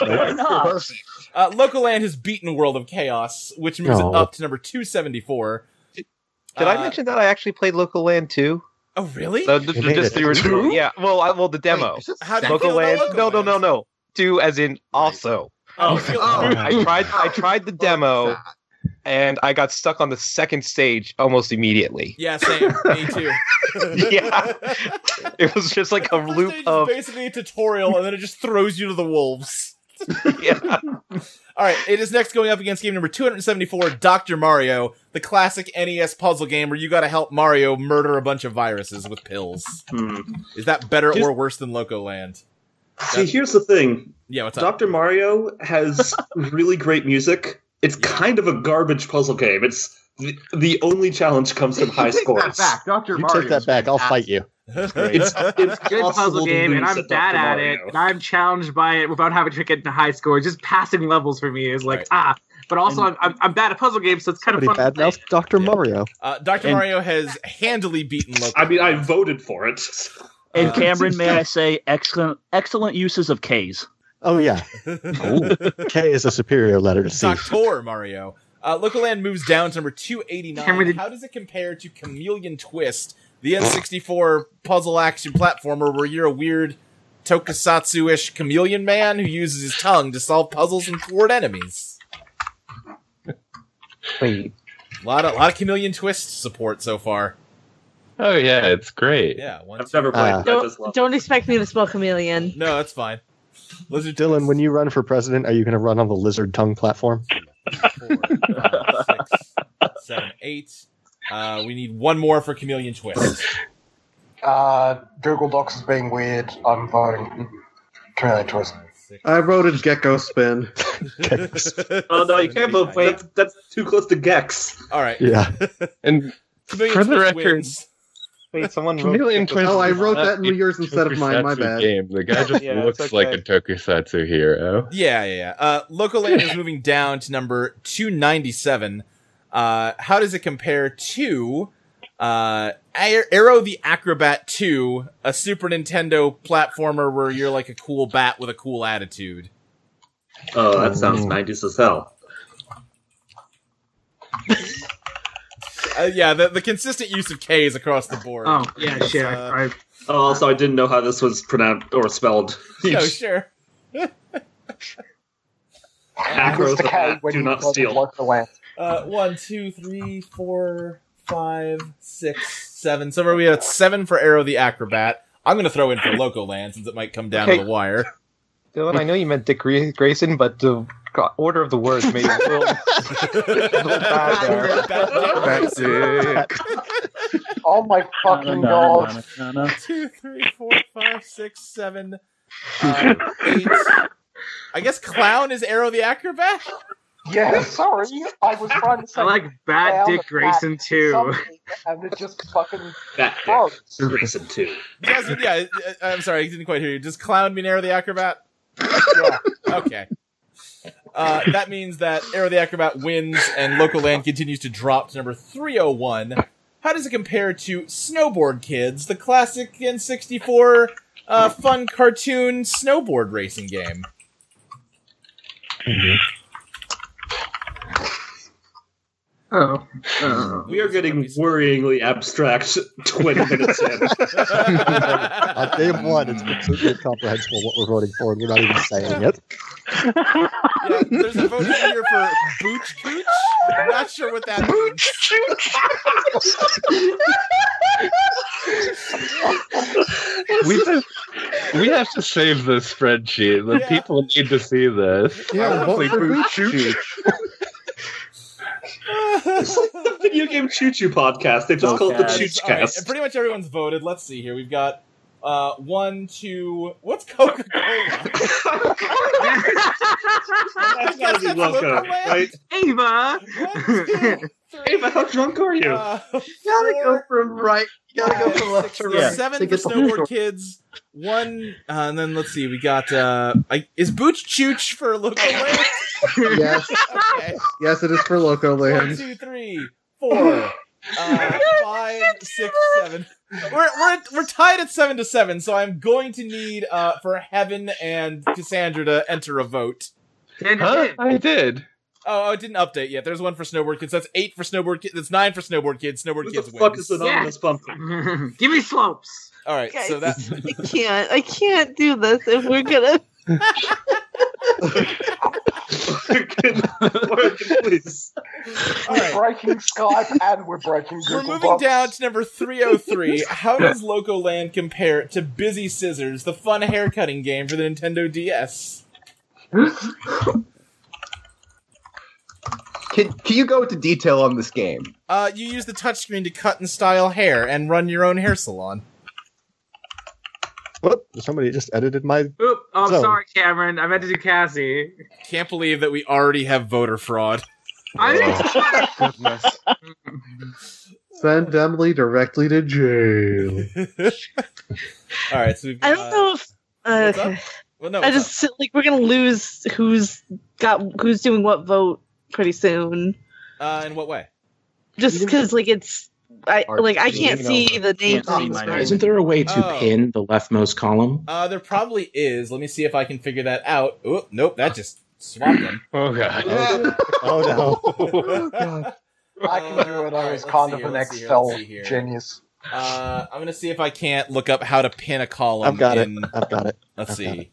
Speaker 9: Why
Speaker 1: not? Uh, Local Land has beaten World of Chaos, which moves
Speaker 16: No.
Speaker 1: it up to number two seventy four.
Speaker 16: Did
Speaker 1: Uh,
Speaker 16: I mention that I actually played Local Land 2?
Speaker 1: Oh, really?
Speaker 16: So th-
Speaker 1: You
Speaker 16: th-
Speaker 1: made
Speaker 16: just
Speaker 1: it.
Speaker 16: the original.
Speaker 1: Two?
Speaker 16: Yeah. Well, I, well, the demo.
Speaker 1: How do you
Speaker 16: Local
Speaker 1: feel about Local
Speaker 16: Land. no, no, no, no. Two, as in also.
Speaker 1: Oh, feel-
Speaker 16: I tried. I tried the demo, and I got stuck on the second stage almost immediately.
Speaker 1: yeah, same. Me too.
Speaker 16: yeah, It was just like a loop of
Speaker 1: basically a tutorial, and then it just throws you to the wolves. All right, it is next going up against game number 274, Dr. Mario, the classic NES puzzle game where you got to help Mario murder a bunch of viruses with pills. Is that better or worse than Loco Land?
Speaker 9: Hmm. See, here's the thing.
Speaker 1: Yeah, what's up?
Speaker 9: Dr. Mario has really great music. It's kind of a garbage puzzle game. It's the, the only challenge comes from high scores.
Speaker 12: Doctor
Speaker 10: You take that back. I'll fight you.
Speaker 9: It's- it's
Speaker 3: good
Speaker 9: possible
Speaker 3: puzzle
Speaker 9: to
Speaker 3: game, and
Speaker 9: lose
Speaker 3: I'm
Speaker 9: at
Speaker 3: bad
Speaker 9: Dr.
Speaker 3: at it,
Speaker 9: Mario.
Speaker 3: and I'm challenged by it without having to get into high score. Just passing levels for me is like ah. But also, I'm, I'm, I'm bad at puzzle games, so it's kind of
Speaker 10: Pretty
Speaker 3: fun.
Speaker 10: bad mouth, Doctor Mario.
Speaker 1: Uh, Dr.
Speaker 10: And-
Speaker 1: Mario has handily beaten Loco
Speaker 9: I mean, I voted for it.
Speaker 8: And
Speaker 1: Uh,
Speaker 8: Cameron, may I say, excellent, excellent uses of K's.
Speaker 10: Oh yeah, K is a superior letter to C.
Speaker 1: Doctor Mario. Uh, Local Land moves down to number 289.
Speaker 10: Cameron, did-
Speaker 1: How does it compare to Chameleon Twist, the N64 puzzle action platformer where you're a weird tokusatsu ish chameleon man who uses his tongue to solve puzzles and thwart enemies?
Speaker 16: Wait.
Speaker 1: A lot of, lot of Chameleon Twist support so far.
Speaker 15: Oh yeah, it's great.
Speaker 1: Yeah, one,
Speaker 9: I've never
Speaker 10: played Uh, it.
Speaker 6: Don't, don't expect me to spell chameleon.
Speaker 1: No, that's fine. Lizard
Speaker 10: Dylan, when you run for president, are you going to run on the lizard tongue platform?
Speaker 1: seven, eight. Uh, we need one more for Chameleon Twist.
Speaker 5: Uh, Google Docs is being weird. I'm voting. Chameleon Twist.
Speaker 4: I wrote in Gecko Spin.
Speaker 9: oh no, you can't vote. That's, that's too close to Gex.
Speaker 1: All right.
Speaker 10: Yeah.
Speaker 15: And
Speaker 1: for the record,
Speaker 16: Wait, someone
Speaker 15: Chameleon Twist.
Speaker 4: Oh, I
Speaker 15: is
Speaker 4: wrote
Speaker 15: not
Speaker 4: that in
Speaker 15: a
Speaker 4: yours instead of mine. My
Speaker 15: tokusatsu
Speaker 4: bad.
Speaker 15: Game. The guy just
Speaker 1: Yeah,
Speaker 15: looks
Speaker 1: it's
Speaker 15: like
Speaker 1: okay.
Speaker 15: a tokusatsu hero.
Speaker 1: Yeah, yeah, yeah. Uh, Local Land is moving down to number 297. Uh, how does it compare to uh, Ar- Arrow the Acrobat 2, a Super Nintendo platformer where you're like a cool bat with a cool attitude?
Speaker 9: Oh, that sounds 90s as hell.
Speaker 1: Uh, yeah, the, the consistent use of K's across the board.
Speaker 3: Oh yeah,
Speaker 1: It's,
Speaker 3: sure.
Speaker 1: uh,
Speaker 3: I,
Speaker 9: Oh, also, I didn't know how this was pronounced or spelled.
Speaker 1: No, sure.
Speaker 9: Acros the cat, do not steal.
Speaker 1: Uh, one, two, three, four, five, six, seven. So we're we at seven for Arrow the Acrobat. I'm going to throw in for Local Land since it might come down
Speaker 16: Okay.
Speaker 1: to the wire.
Speaker 16: Dylan, I know you meant Dick Gra- Grayson, but the co- order of the words made it a little, a little bad there.
Speaker 5: Oh my fucking god.
Speaker 1: Two, three, four, five, six, seven, uh, eight. I guess Clown is Arrow the Acrobat?
Speaker 5: Yeah, sorry. I was trying to say.
Speaker 3: I like Bat
Speaker 5: Down
Speaker 3: Dick
Speaker 5: the
Speaker 3: Grayson too.
Speaker 5: something, And it just fucking.
Speaker 9: That
Speaker 5: Oh,
Speaker 9: Grayson too.
Speaker 1: Jasmine, yeah, I- I'm sorry, I didn't quite hear you. Does Clown mean Arrow the Acrobat? Okay. Uh, that means that Arrow the Acrobat wins and Local Land continues to drop to number 301. How does it compare to Snowboard Kids, the classic N64 uh, fun cartoon snowboard racing game?
Speaker 3: Oh.
Speaker 9: we are getting worryingly abstract 20 minutes in.
Speaker 10: On day one, it's
Speaker 1: Mm.
Speaker 10: completely incomprehensible what we're voting for, and we're not even saying it.
Speaker 1: Yeah, there's a vote here for Booch Cooch. I'm not sure what that means.
Speaker 15: we, just, we have to save this spreadsheet. The
Speaker 1: Yeah.
Speaker 15: people need to see this.
Speaker 10: Yeah,
Speaker 15: I wanna
Speaker 10: vote
Speaker 15: play
Speaker 10: for
Speaker 15: Boot
Speaker 10: Boot
Speaker 15: Chooch.
Speaker 9: it's like the video game Choo Choo podcast. They just called it the
Speaker 1: Yes.
Speaker 9: Chooch
Speaker 1: All right,
Speaker 9: Cast.
Speaker 1: Pretty much everyone's voted. Let's see here. We've got uh, one, two. What's Coca Cola?
Speaker 9: That's gotta be Wilco, right?
Speaker 3: Ava!
Speaker 9: Ava, how drunk are you?
Speaker 1: Uh,
Speaker 14: gotta go from right. You gotta go from left to right.
Speaker 1: yeah. Seven
Speaker 14: to
Speaker 1: for
Speaker 14: get the
Speaker 1: snowboard kids. One, uh, and then let's see. We got uh, I, is Booch Chooch for local land?
Speaker 4: Yes.
Speaker 1: okay.
Speaker 4: Yes, it is for Loco
Speaker 1: One,
Speaker 4: Land.
Speaker 1: two, three, four, uh, five, six, seven. We're, we're we're tied at seven to seven, so I'm going to need uh, for Heaven and Cassandra to enter a vote.
Speaker 15: Huh? I did.
Speaker 1: Oh, I didn't update yet. There's one for snowboard kids. That's eight for snowboard kids. That's nine for snowboard kids. Snowboard kids wins.
Speaker 9: fuck is anonymous
Speaker 3: pumpkin? Give me slopes.
Speaker 1: All right, so that
Speaker 6: I can't. I can't do this if we're gonna.
Speaker 9: Please.
Speaker 6: right.
Speaker 17: We're breaking Skype and we're breaking Google.
Speaker 1: we're moving
Speaker 17: Docs.
Speaker 1: down to number 303. How does Loco Land compare to Busy Scissors, the fun haircutting game for the Nintendo DS?
Speaker 12: Can, can you go into detail on this game?
Speaker 1: Uh, you use the touchscreen to cut and style hair and run your own hair salon.
Speaker 10: Whoop, somebody just edited my.
Speaker 3: Oop, oh, I'm
Speaker 10: So-
Speaker 3: sorry, Cameron. I meant to do Cassie.
Speaker 1: Can't believe that we already have voter fraud.
Speaker 3: I
Speaker 4: Send Emily directly to jail.
Speaker 1: All right, so we've,
Speaker 6: I don't know if. Uh,
Speaker 1: what's up? Well, no,
Speaker 6: I
Speaker 1: what's
Speaker 6: just like we're gonna lose who's got who's doing what vote pretty soon.
Speaker 1: Uh, in what way?
Speaker 6: Just because like it's I
Speaker 7: Hard
Speaker 6: like I
Speaker 7: to
Speaker 6: can't
Speaker 7: see,
Speaker 6: see
Speaker 7: no.
Speaker 6: the names. on the screen.
Speaker 7: Isn't there a way to
Speaker 1: Oh.
Speaker 7: pin the leftmost column?
Speaker 1: Uh, there probably is. Let me see if I can figure that out. Oh, nope, that just swapped them.
Speaker 15: Oh god.
Speaker 10: Oh
Speaker 15: no.
Speaker 17: I can do it. I was kind of an Excel genius.
Speaker 1: Uh, I'm gonna see if I can't look up how to pin a column.
Speaker 10: I've got it.
Speaker 1: in-
Speaker 10: I've got it.
Speaker 1: Let's
Speaker 10: I've
Speaker 1: see.
Speaker 10: got it.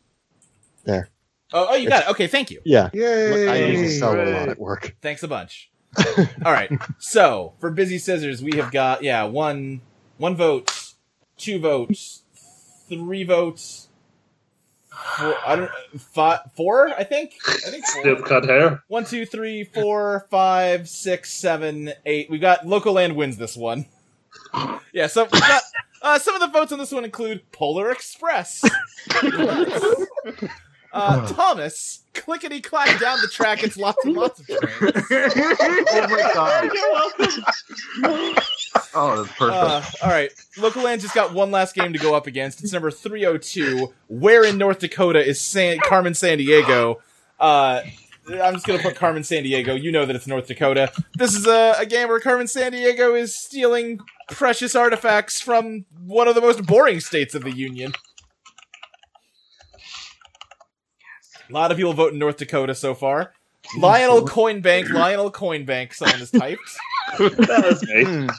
Speaker 10: There.
Speaker 1: Oh, oh, you got it. Okay, thank you.
Speaker 10: Yeah.
Speaker 4: Yay.
Speaker 10: I use Excel a lot at work.
Speaker 1: Thanks a bunch. All right. So for busy scissors, we have got yeah one one vote, two votes, three votes. Four, I don't five, four. I think. I think
Speaker 9: Snip
Speaker 1: four.
Speaker 9: cut hair.
Speaker 1: One, two, three, four, five, six, seven, eight. We got local land wins this one. Yeah. So we got, uh, some of the votes on this one include Polar Express. Uh, Thomas, clickety clack down the track. It's lots and lots of trains.
Speaker 12: Oh my god.
Speaker 9: You're welcome.
Speaker 12: Oh, that's perfect.
Speaker 1: Uh, all right. Local Land just got one last game to go up against. It's number 302. Where in North Dakota is San- Carmen San Diego? Uh, I'm just going to put Carmen San Diego. You know that it's North Dakota. This is a, a game where Carmen San Diego is stealing precious artifacts from one of the most boring states of the Union. A lot of people vote in North Dakota so far. Lionel Coinbank, Lionel Coinbank, someone has typed.
Speaker 9: that was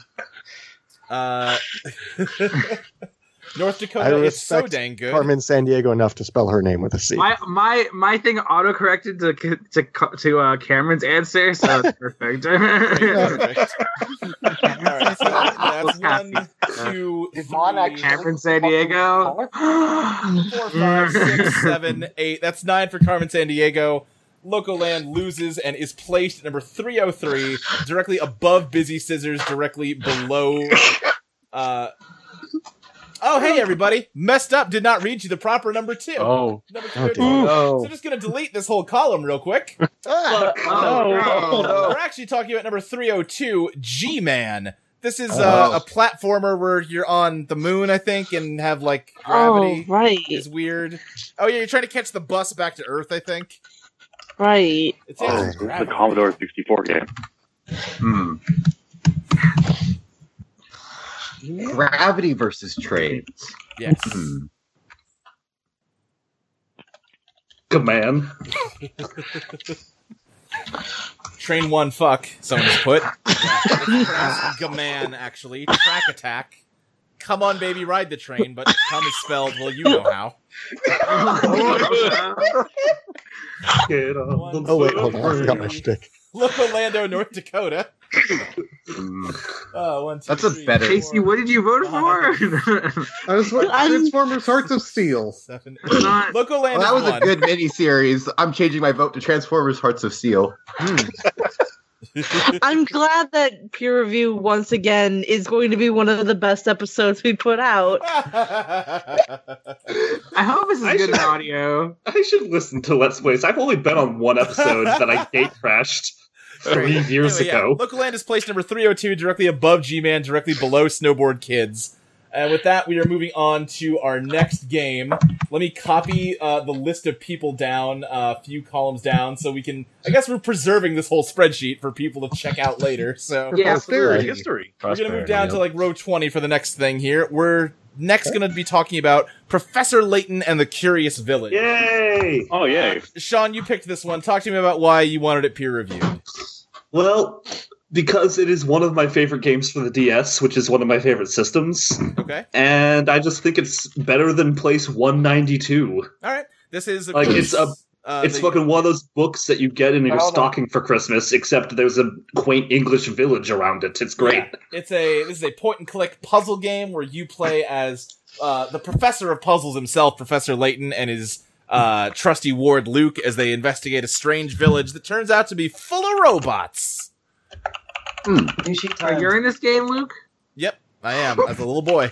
Speaker 3: Hmm.
Speaker 9: me.
Speaker 1: Uh, North
Speaker 10: I
Speaker 1: Dakota is so
Speaker 10: respect
Speaker 1: dang good.
Speaker 10: Carmen San Diego enough to spell her name with a C.
Speaker 3: my my my thing auto corrected to to to uh, Cameron's answer, so it's perfect.
Speaker 1: All right, so that's one, two, three,
Speaker 3: Cameron San Diego.
Speaker 1: four, five, six, seven, eight. That's nine for Carmen San Diego. Local Land loses and is placed at number 303, directly above Busy Scissors, directly below. Uh, oh, hey, everybody. Messed up, did not read you the proper number two.
Speaker 15: Oh.
Speaker 1: Number
Speaker 15: Oh,
Speaker 1: two.
Speaker 15: dear.
Speaker 1: So I'm just going to delete this whole column real quick.
Speaker 9: Oh, no.
Speaker 1: We're actually talking about number 302, G Man. This is uh,
Speaker 9: Oh.
Speaker 1: a platformer where you're on the moon, I think, and have like
Speaker 6: Oh
Speaker 1: gravity
Speaker 6: right,
Speaker 1: is weird. Oh, yeah, you're trying to catch the bus back to Earth, I think.
Speaker 6: right.
Speaker 1: It's
Speaker 2: Oh,
Speaker 1: actually
Speaker 2: this is the
Speaker 1: gravity.
Speaker 2: Commodore 64 game.
Speaker 12: Hmm. Gravity Hmm. versus trades.
Speaker 1: Yes.
Speaker 12: Hmm.
Speaker 9: command.
Speaker 1: Train one, fuck. Someone has put. Gaman, actually. Track attack. Come on, baby, ride the train, but come is spelled, well, you know how.
Speaker 10: Oh wait, hold on. I forgot my shtick.
Speaker 1: Look, Orlando, North Dakota. Oh, one, two,
Speaker 12: That's a
Speaker 1: three,
Speaker 12: better-
Speaker 1: four,
Speaker 3: Casey, what did you vote for?
Speaker 4: I was like, Transformers Hearts of Steel.
Speaker 1: seven, eight.
Speaker 3: Not-
Speaker 1: Look, Orlando,
Speaker 12: Well, that was a
Speaker 1: one.
Speaker 12: good miniseries. I'm changing my vote to Transformers Hearts of Steel.
Speaker 1: Hmm.
Speaker 6: I'm glad that peer review once again is going to be one of the best episodes we put out.
Speaker 3: I hope this is
Speaker 9: good in
Speaker 3: audio.
Speaker 9: I should listen to Let's Plays. I've only been on one episode that I gate crashed three years
Speaker 1: Anyway, yeah,
Speaker 9: ago.
Speaker 1: Local Land is placed number 302, directly above G Man, directly below Snowboard Kids. And with that, we are moving on to our next game. Let me copy uh, the list of people down, uh, a few columns down, so we can. I guess we're preserving this whole spreadsheet for people to check out later. So
Speaker 11: Yeah. Prosperity. History.
Speaker 1: We're gonna move
Speaker 11: Prosperity,
Speaker 1: down
Speaker 11: yeah.
Speaker 1: to like row twenty for the next thing here. We're next gonna be talking about Professor Layton and the Curious Village.
Speaker 9: Yay!
Speaker 2: Oh yay!
Speaker 1: Sean, you picked this one. Talk to me about why you wanted it peer reviewed.
Speaker 9: Well, because it is one of my favorite games for the DS, which is one of my favorite systems,
Speaker 1: Okay.
Speaker 9: and I just think it's better than Place 192.
Speaker 1: All right. This is of
Speaker 9: Like
Speaker 1: course,
Speaker 9: it's a
Speaker 1: uh,
Speaker 9: it's
Speaker 1: the-
Speaker 9: fucking one of those books that you get in your
Speaker 1: Hold on.
Speaker 9: stocking for Christmas, except there's a quaint English village around it. It's great.
Speaker 1: It's a this is a point and click puzzle game where you play as uh, the professor of puzzles himself, Professor Layton, and his uh, trusty ward Luke as they investigate a strange village that turns out to be full of robots.
Speaker 9: Hmm.
Speaker 3: Are you in this game, Luke?
Speaker 1: Yep, I am as a little boy.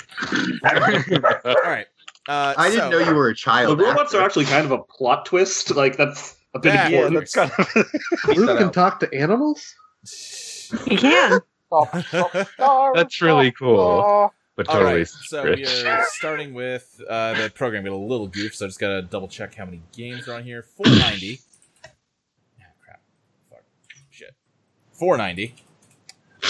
Speaker 1: All right. Uh,
Speaker 12: I didn't
Speaker 1: so-
Speaker 12: know you were a child.
Speaker 9: The robots are actually kind of a plot twist. Like that's a bit
Speaker 1: Yeah.
Speaker 9: important.
Speaker 1: Yeah,
Speaker 9: that's kind of
Speaker 4: Luke can talk to animals.
Speaker 6: You can.
Speaker 15: That's really cool. But
Speaker 1: All
Speaker 15: totally
Speaker 1: right, so we
Speaker 15: rich.
Speaker 1: are starting with uh, the program. Got a little goof, so I just gotta double check how many games are on here. Four ninety. Ah, Shit. Four ninety.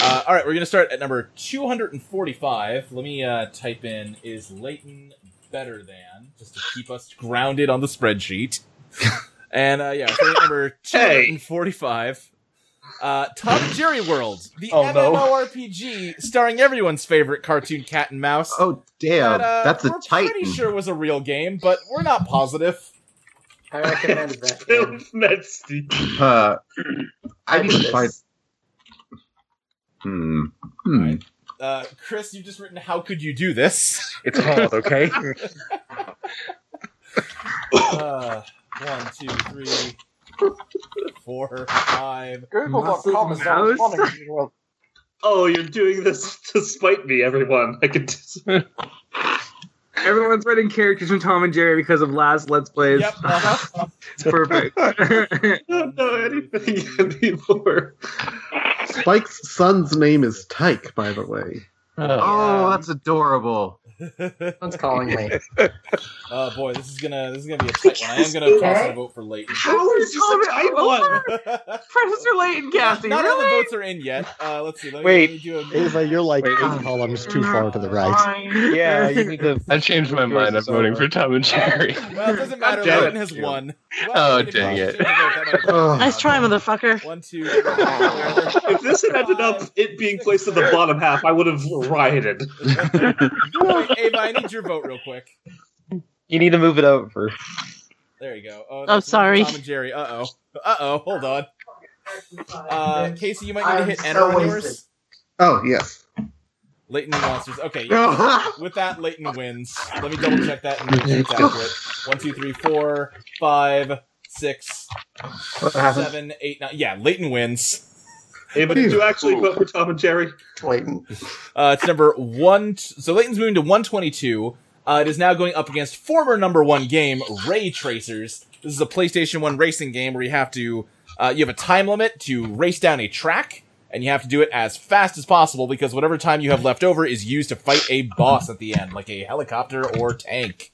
Speaker 1: Uh, all right, we're gonna start at number two hundred and forty-five. Let me uh, type in: Is Leighton better than? Just to keep us grounded on the spreadsheet. and uh, yeah, we're at number two hundred and forty-five. Uh, Tom and Jerry World, the
Speaker 12: Oh, no.
Speaker 1: MMORPG starring everyone's favorite cartoon cat and mouse.
Speaker 12: Oh damn,
Speaker 1: that, uh,
Speaker 12: that's a
Speaker 1: we're
Speaker 12: titan.
Speaker 1: Pretty sure was a real game, but we're not positive. I recommend that.
Speaker 9: That's
Speaker 12: Uh, I need to find. Hmm. Hmm.
Speaker 1: Uh, Chris, you've just written. How could you do this?
Speaker 11: It's hard, okay?
Speaker 1: uh, one, two, three, four, five.
Speaker 17: Google.com is not responding to you.
Speaker 9: Oh, you're doing this to spite me, everyone. I could.
Speaker 3: Everyone's writing characters from Tom and Jerry because of last Let's Plays.
Speaker 1: Yep.
Speaker 3: it's perfect.
Speaker 9: I don't know anything
Speaker 1: Oh,
Speaker 9: anymore.
Speaker 4: Spike's son's name is Tyke, by the way.
Speaker 12: Oh, that's adorable.
Speaker 1: Someone's
Speaker 12: calling me.
Speaker 1: Oh boy, this is gonna this is gonna be a tight one. I am gonna cast a vote for Leighton.
Speaker 3: How is Tom and Professor Layton, Kathy.
Speaker 1: Not all the
Speaker 3: really?
Speaker 1: votes are in yet. Uh, let's see. Let me,
Speaker 10: Wait.
Speaker 1: let me do a
Speaker 10: Ava, you're like eight columns too far to the right.
Speaker 16: Yeah, you need to.
Speaker 15: I changed my mind. I'm voting for Tom and Jerry.
Speaker 1: Well, it doesn't matter.
Speaker 15: damn
Speaker 1: Leighton
Speaker 15: it.
Speaker 1: has won.
Speaker 15: Oh, dang it.
Speaker 6: Nice try, motherfucker.
Speaker 1: One, two, three, four.
Speaker 9: If this had ended up it being placed in the bottom half, I would have rioted.
Speaker 1: Wait, Ava, I need your vote real quick.
Speaker 16: You need to move it over.
Speaker 1: There you go. Oh,
Speaker 16: I'm
Speaker 1: that's
Speaker 16: sorry.
Speaker 1: Tom and Jerry. Uh oh. Uh oh. Hold on. Uh, Casey, you might need to
Speaker 13: I'm
Speaker 1: hit
Speaker 13: so
Speaker 1: enter on
Speaker 13: wasted.
Speaker 1: yours.
Speaker 4: Oh yes.
Speaker 1: Leighton and monsters. Okay. yeah. With that, Leighton wins. Let me double check that and make sure it's accurate. One, two, three, four, five, six,
Speaker 9: What happened?
Speaker 1: seven, eight, nine. Yeah, Leighton wins.
Speaker 9: Hey, but did you actually vote for Tom and Jerry?
Speaker 1: Leighton. Uh, it's number one. T- so Leighton's moving to 122. Uh, it is now going up against former number one game, Ray Tracers. This is a PlayStation 1 racing game where you have to, uh, you have a time limit to race down a track, and you have to do it as fast as possible because whatever time you have left over is used to fight a boss at the end, like a helicopter or tank.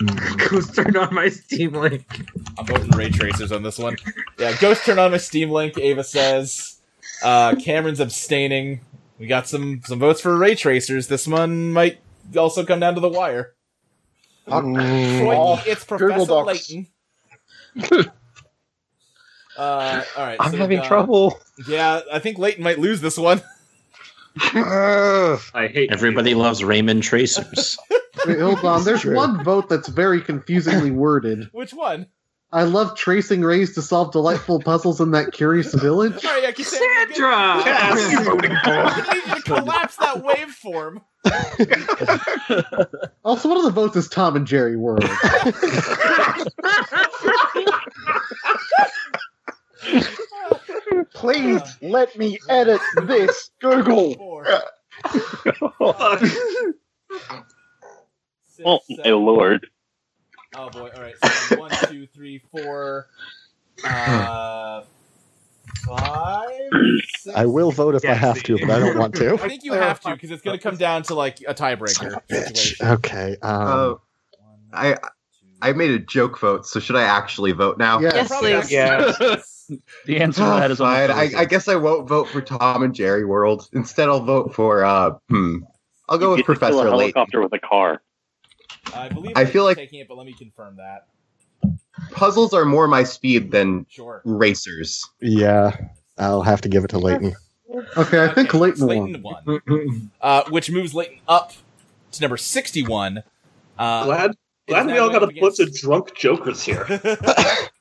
Speaker 3: Ghost turned on my Steam Link.
Speaker 1: I'm voting Ray Tracers on this one. Yeah, Ghost turn on my Steam Link. Ava says. Uh, Cameron's abstaining. We got some some votes for Ray Tracers. This one might also come down to the wire.
Speaker 17: Oh,
Speaker 1: Crikey, it's Professor
Speaker 16: Google Docs.
Speaker 1: Layton. Uh, all right,
Speaker 16: I'm
Speaker 1: so we've
Speaker 16: having
Speaker 1: got-
Speaker 16: trouble.
Speaker 1: Yeah, I think Leighton might lose this one.
Speaker 7: I hate Everybody loves Raymond Tracers.
Speaker 4: Wait, hold on.
Speaker 7: It's
Speaker 4: There's
Speaker 7: true.
Speaker 4: one vote that's very confusingly worded.
Speaker 1: Which one?
Speaker 4: I love tracing rays to solve delightful puzzles in that curious village.
Speaker 1: All right, yeah, Cassandra.
Speaker 4: Sandra! Yes, you voted for.
Speaker 1: I need you to collapse that waveform.
Speaker 4: Also, one of the votes is Tom and Jerry World.
Speaker 13: Please let me edit this, Google.
Speaker 2: Oh, oh Lord.
Speaker 1: Oh boy! All right, so one, two, three, four, uh, five. Six,
Speaker 10: I will vote if I have to, but I don't want
Speaker 1: I
Speaker 10: to.
Speaker 1: think you have to because it's going to come down to like a tiebreaker.
Speaker 10: Okay. Um,
Speaker 12: Oh, I I made a joke vote, so should I actually vote now? Oh,
Speaker 1: Yes. Yes, please.
Speaker 8: The answer to that is on the
Speaker 12: fine. I,
Speaker 8: frozen.
Speaker 12: I guess I won't vote for Tom and Jerry World. Instead, I'll vote for uh. Hmm. I'll go with
Speaker 2: It's still
Speaker 12: Professor
Speaker 2: a
Speaker 12: Layton.
Speaker 2: helicopter with a car.
Speaker 1: I believe
Speaker 12: I
Speaker 1: Leighton's
Speaker 12: feel like-
Speaker 1: taking it, but let me confirm that.
Speaker 12: Puzzles are more my speed than
Speaker 1: Sure.
Speaker 12: racers.
Speaker 10: yeah, I'll have to give it to Leighton.
Speaker 4: Okay, I think Leighton
Speaker 1: Leighton won. uh, which moves Leighton up to number sixty-one. Uh,
Speaker 9: Glad, glad we all got a bunch of drunk jokers here.